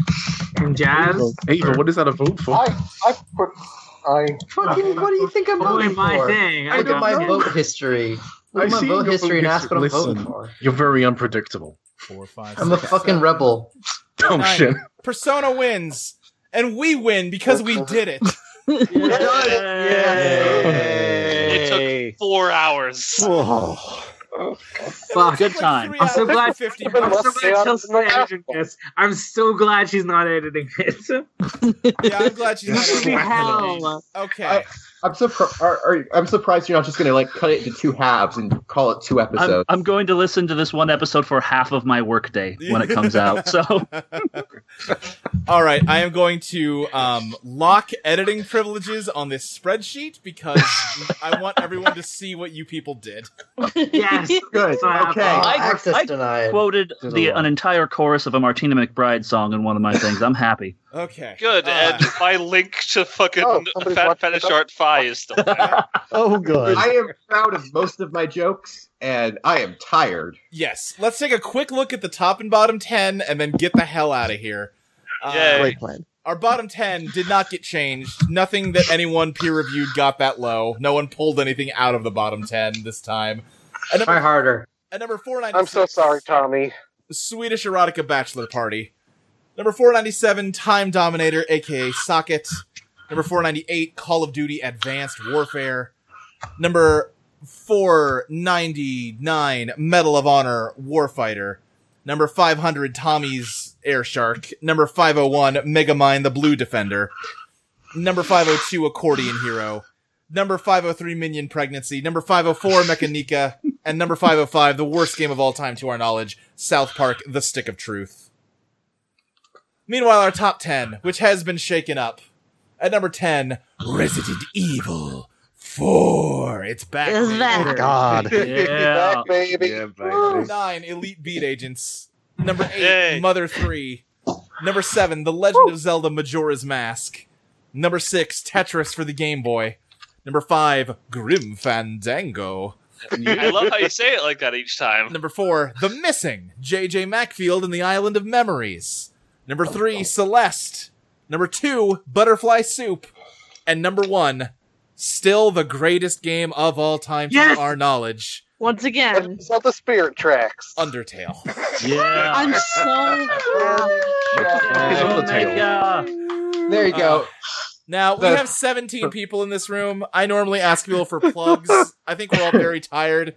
Speaker 3: And jazz.
Speaker 11: Ava, what is that a vote for?
Speaker 17: I put. I
Speaker 18: fucking. What do you think I'm
Speaker 3: Only
Speaker 18: voting
Speaker 3: my
Speaker 18: for?
Speaker 3: thing. I
Speaker 18: Look
Speaker 3: don't
Speaker 18: at my
Speaker 3: know.
Speaker 18: vote history. Look at my
Speaker 11: see
Speaker 18: vote
Speaker 11: your
Speaker 18: history and
Speaker 11: vote
Speaker 18: ask what I'm
Speaker 11: history.
Speaker 18: voting
Speaker 11: Listen,
Speaker 18: for.
Speaker 11: You're very unpredictable.
Speaker 1: Four, five,
Speaker 18: I'm a fucking rebel.
Speaker 11: Oh
Speaker 1: Nine.
Speaker 11: shit.
Speaker 1: Persona wins, and we win because we did it.
Speaker 20: It took four hours.
Speaker 3: Fuck.
Speaker 20: Good time.
Speaker 3: I'm so glad. I'm so glad Chelsea's not editing this. I'm so glad she's not editing this.
Speaker 1: yeah, I'm glad she's
Speaker 3: not editing
Speaker 12: Hell.
Speaker 1: Okay.
Speaker 12: I'm, surpri- are, are, I'm surprised you're not just going to like cut it into two halves and call it two
Speaker 8: I'm,
Speaker 12: episodes.
Speaker 8: I'm going to listen to this one episode for half of my workday when it comes out. So
Speaker 1: All right, I am going to um, lock editing privileges on this spreadsheet because I want everyone to see what you people did.
Speaker 3: yes.
Speaker 12: Good.
Speaker 8: okay. I,
Speaker 18: Access
Speaker 8: I
Speaker 18: denied.
Speaker 8: quoted
Speaker 1: Did a
Speaker 8: the,
Speaker 1: lot.
Speaker 8: an entire chorus of a Martina McBride song in one of my things. I'm happy.
Speaker 1: Okay. Uh,
Speaker 20: Good. and my link to fucking
Speaker 2: Oh,
Speaker 20: Fat Fetish Art Fi is still there.
Speaker 12: oh,
Speaker 20: God.
Speaker 12: I am proud of most of my jokes, and I am tired.
Speaker 1: Yes, let's take a quick look at the top and bottom 10 and then get the hell out of here.
Speaker 20: Yay. Great
Speaker 1: plan. Our bottom 10 did not get changed. Nothing that anyone peer reviewed got that low. No one pulled anything out of the bottom 10 this time. And number,
Speaker 18: Try harder.
Speaker 1: At number 496. I'm so sorry, Tommy. Swedish Erotica Bachelor Party. Number 497, Time Dominator, aka Socket. Number 498, Call of Duty Advanced Warfare. Number 499, Medal of Honor Warfighter. Number 500, Tommy's Air Shark. Number 501, Megamind the Blue Defender. Number 502, Accordion Hero. Number 503, Minion Pregnancy. Number 504, Mechanica. And number 505, the worst game of all time to our knowledge, South Park The Stick of Truth. Meanwhile, our top 10, which has been shaken up. At number 10, Resident Evil 4. It's back.
Speaker 6: Is
Speaker 1: baby.
Speaker 6: that- Oh, God.
Speaker 1: It's
Speaker 6: Yeah.
Speaker 1: back, baby.
Speaker 6: Yeah, baby.
Speaker 1: Number 9, Elite Beat Agents. Number 8, Mother 3. Number 7, The Legend of Zelda Majora's Mask. Number 6, Tetris for the Game Boy. Number 5, Grim Fandango.
Speaker 20: I love how you say it like that each time.
Speaker 1: Number four, The Missing, J.J. Macfield and the Island of Memories. Number three, Celeste. Number two, Butterfly Soup. And number one, still the greatest game of all time
Speaker 6: Yes!
Speaker 1: to our knowledge,
Speaker 6: Once again,
Speaker 14: It's not the spirit tracks.
Speaker 1: Undertale.
Speaker 8: Yeah.
Speaker 6: I'm so proud.
Speaker 8: Oh
Speaker 12: There you go.
Speaker 1: Now we
Speaker 12: The-
Speaker 1: have 17 people in this room. I normally ask people for plugs. I think we're all very tired.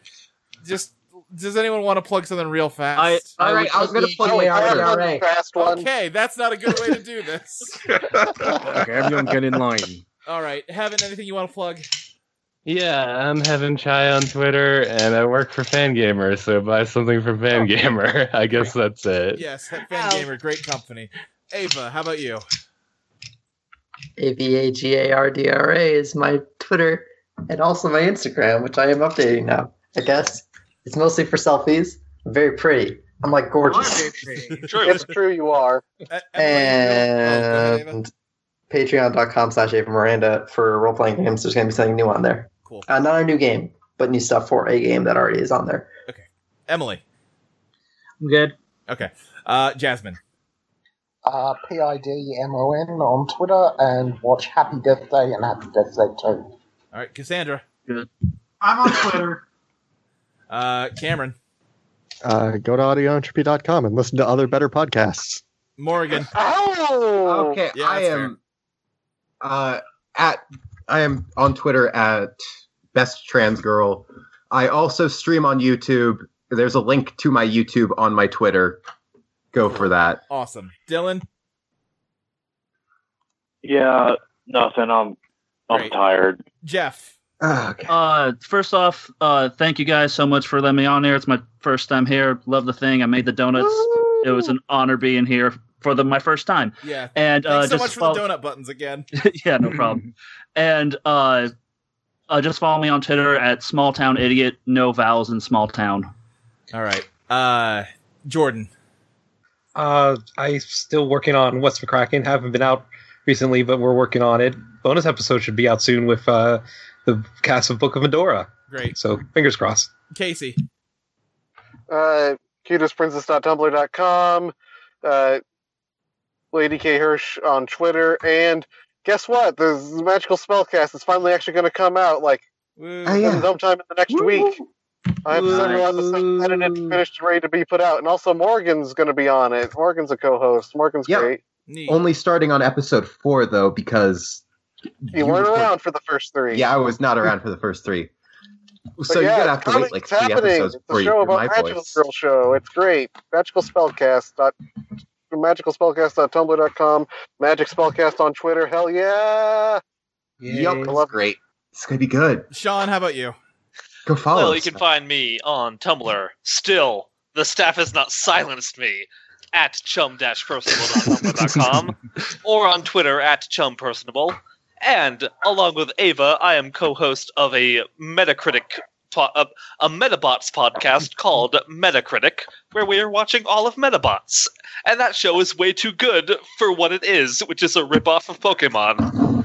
Speaker 1: Just does anyone want to plug something real fast?
Speaker 8: I All right, would I was gonna plug
Speaker 4: Oh,
Speaker 8: plug the my Twitter. ARRA.
Speaker 14: fast one.
Speaker 1: Okay, that's not a good way to do this.
Speaker 11: Okay, everyone get in line.
Speaker 1: all right, Heaven, anything you want to plug?
Speaker 15: Yeah, I'm Heaven Chai on Twitter, and I work for Fangamer, so buy something from Fangamer. I guess that's it.
Speaker 1: Yes, Fan Gamer, great company. Ava, how about you?
Speaker 18: A V A G A R D R A is my Twitter and also my Instagram, which I am updating now. I guess it's mostly for selfies. I'm very pretty. I'm like gorgeous.
Speaker 14: It's true, you are.
Speaker 18: and patreon.com slash Ava Miranda for role playing games. There's going to be something new on there.
Speaker 1: Cool.
Speaker 18: Uh, not a new game, but new stuff for a game that already is on there.
Speaker 1: Emily.
Speaker 3: I'm good.
Speaker 1: Okay. Uh, Jasmine.
Speaker 17: Uh, P-I-D-M-O-N on Twitter and watch Happy Death Day and Happy Death Day 2.
Speaker 1: All right, Cassandra.
Speaker 8: Good.
Speaker 14: I'm on Twitter.
Speaker 1: Uh, Cameron.
Speaker 10: Uh, go to audioentropy.com and listen to other better podcasts.
Speaker 1: Morgan.
Speaker 14: Oh.
Speaker 12: Okay, I am uh, at I am on Twitter at best trans girl. I also stream on YouTube. There's a link to my YouTube on my Twitter. Go for that.
Speaker 1: Awesome. Dylan.
Speaker 2: Yeah, nothing. I'm I'm tired.
Speaker 1: Jeff.
Speaker 8: Uh, first off, uh, thank you guys so much for letting me on here. It's my first time here. Love the thing. I made the donuts. It was an honor being here for the my first time.
Speaker 1: Yeah.
Speaker 8: And
Speaker 1: Thanks
Speaker 8: uh,
Speaker 1: so
Speaker 8: just
Speaker 1: much for
Speaker 8: follow-
Speaker 1: the donut buttons again.
Speaker 8: yeah, no problem. and uh, Uh, just follow me on Twitter at small town idiot. No vowels in small town.
Speaker 1: All right, uh, Jordan.
Speaker 16: Uh, I'm still working on what's cracking. Haven't been out recently, but we're working on it. Bonus episode should be out soon with uh, the cast of Book of Medora.
Speaker 1: Great.
Speaker 16: So fingers crossed.
Speaker 1: Casey.
Speaker 4: Uh, cutestprincess.tumblr.com, uh, Lady K. Hirsch on Twitter, and guess what? The the Magical Spellcast is finally actually going to come out, like,
Speaker 2: Oh,
Speaker 4: Uh, sometime in the next week. I have several episodes edited, finished, and ready to be put out. And also, Morgan's going to be on it. Morgan's a co host. Morgan's great.
Speaker 12: Only starting on episode four though, because
Speaker 4: You weren't around for the first three.
Speaker 12: yeah, I was not around for the first three.
Speaker 4: But
Speaker 12: So
Speaker 4: yeah,
Speaker 12: you're gonna have to wait
Speaker 4: comics
Speaker 12: like three
Speaker 4: happening.
Speaker 12: episodes
Speaker 4: It's
Speaker 12: before
Speaker 4: a
Speaker 12: you
Speaker 4: show
Speaker 12: hear
Speaker 4: about
Speaker 12: my
Speaker 4: Magical
Speaker 12: voice.
Speaker 4: Girl Show. It's great. Magical Spellcast. Dot, magicalspellcast.tumblr.com. Magic Spellcast on Twitter. Hell yeah!
Speaker 12: Yep, I love great. It's gonna be good.
Speaker 1: Sean, how about you?
Speaker 12: Go follow.
Speaker 9: well,
Speaker 12: us.
Speaker 9: you can find me on Tumblr. Still, the staff has not silenced me at chum-personable.tumblr.com or on Twitter at chumpersonable. And along with Ava, I am co-host of a Metacritic po- uh, a Metabots podcast called Metacritic, where we are watching all of Metabots. And that show is way too good for what it is, which is a ripoff of Pokemon.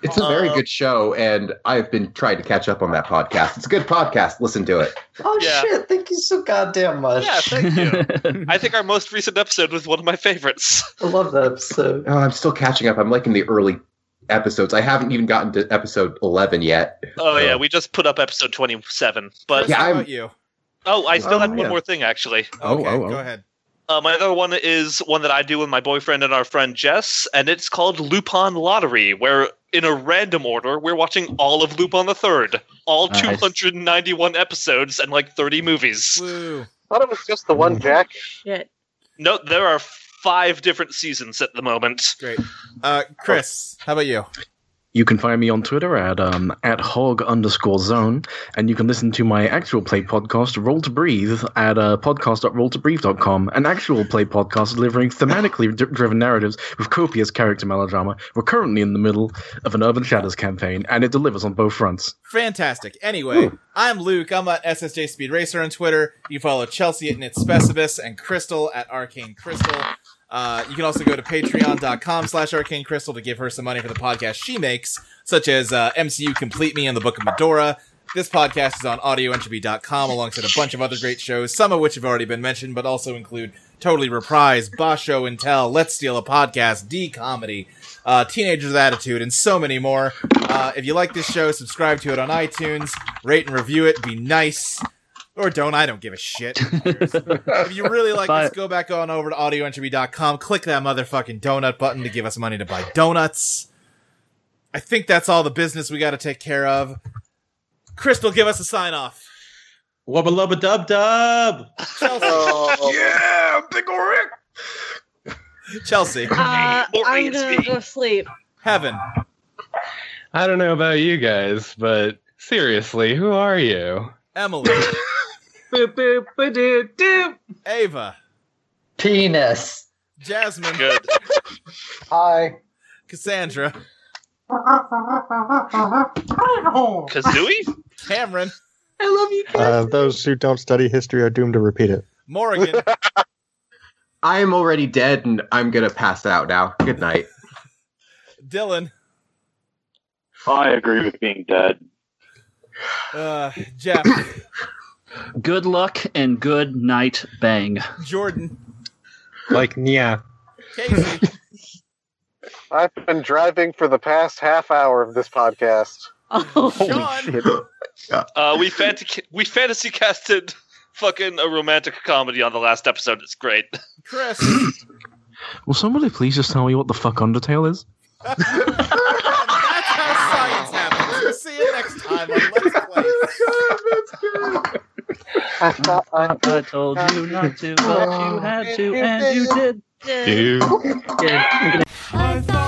Speaker 12: It's a very good show, and I've been trying to catch up on that podcast. It's a good podcast. Listen to it.
Speaker 18: Oh shit! Thank you so goddamn much.
Speaker 9: Yeah, thank you. I think our most recent episode was one of my favorites.
Speaker 18: I love that episode.
Speaker 12: Oh, I'm still catching up. I'm liking the early episodes. I haven't even gotten to episode 11 yet.
Speaker 9: Oh yeah, we just put up episode twenty-seven. But
Speaker 12: Chris, how Yeah, I'm- about
Speaker 1: you?
Speaker 9: Oh, I still
Speaker 12: Oh,
Speaker 9: had one
Speaker 12: yeah.
Speaker 9: more thing actually.
Speaker 12: Oh, Okay, oh, oh. go
Speaker 1: ahead.
Speaker 9: Uh, my other one is one that I do with my boyfriend and our friend Jess, and it's called Lupin Lottery, where in a random order we're watching all of Lupin the Third, all
Speaker 4: Nice.
Speaker 9: two hundred and ninety-one episodes and like thirty movies.
Speaker 4: thought it was just the one Jack.
Speaker 6: Shit.
Speaker 9: No, there are five different seasons at the moment.
Speaker 1: Great. Uh, Chris, how about you?
Speaker 11: You can find me on Twitter at um, at hog underscore zone, and you can listen to my actual play podcast, Roll to Breathe, at uh, podcast.rolltobreathe.com, an actual play podcast delivering thematically d- driven narratives with copious character melodrama. We're currently in the middle of an Urban Shadows campaign, and it delivers on both fronts.
Speaker 1: Fantastic. Anyway, I'm Luke. I'm at SSJ Speed Racer on Twitter. You follow Chelsea at NitSpecibus and Crystal at Arcane Crystal. Uh, you can also go to patreon.com slash arcane crystal to give her some money for the podcast she makes, such as uh, MCU Complete Me and the Book of Medora. This podcast is on audioentropy.com alongside a bunch of other great shows, some of which have already been mentioned, but also include Totally Reprise, Basho and Tell, Let's Steal a Podcast, D Comedy, uh, Teenager's Attitude, and so many more. Uh, if you like this show, subscribe to it on iTunes, rate and review it, be nice. Or don't, I don't give a shit. if you really like
Speaker 8: Bye.
Speaker 1: us, go back on over to audioentropy.com, click that motherfucking donut button to give us money to buy donuts. I think that's all the business we got to take care of. Crystal, give us a sign off.
Speaker 24: Wubba lubba dub dub.
Speaker 11: yeah, big Rick.
Speaker 1: Chelsea.
Speaker 6: Uh, I'm gonna go to sleep.
Speaker 1: Heaven.
Speaker 15: I don't know about you guys, but seriously, who are you?
Speaker 1: Emily.
Speaker 25: boop, boop, boop, doo, doo.
Speaker 1: Ava.
Speaker 18: Penis.
Speaker 1: Jasmine.
Speaker 9: Good.
Speaker 1: Hi. Cassandra.
Speaker 9: Kazooie?
Speaker 1: Cameron.
Speaker 25: I love you.
Speaker 10: Uh, those who don't study history are doomed to repeat it.
Speaker 1: Morgan.
Speaker 12: I am already dead, and I'm gonna pass out now. Good night.
Speaker 1: Dylan.
Speaker 26: I agree with being dead.
Speaker 1: Uh, Jeff.
Speaker 8: Good luck and good night, bang.
Speaker 1: Jordan.
Speaker 16: Like, yeah.
Speaker 4: I've been driving for the past half hour of this podcast.
Speaker 6: Oh,
Speaker 9: Uh, we fant- we fantasy casted fucking a romantic comedy on the last episode. It's great.
Speaker 1: Chris.
Speaker 11: Will somebody please just tell me what the fuck Undertale is?
Speaker 1: That's how science happens. We'll see you next time on Let's Play.
Speaker 8: I Oh, told you not to, but you had to, and you did.
Speaker 15: You.
Speaker 8: Good.
Speaker 4: I thought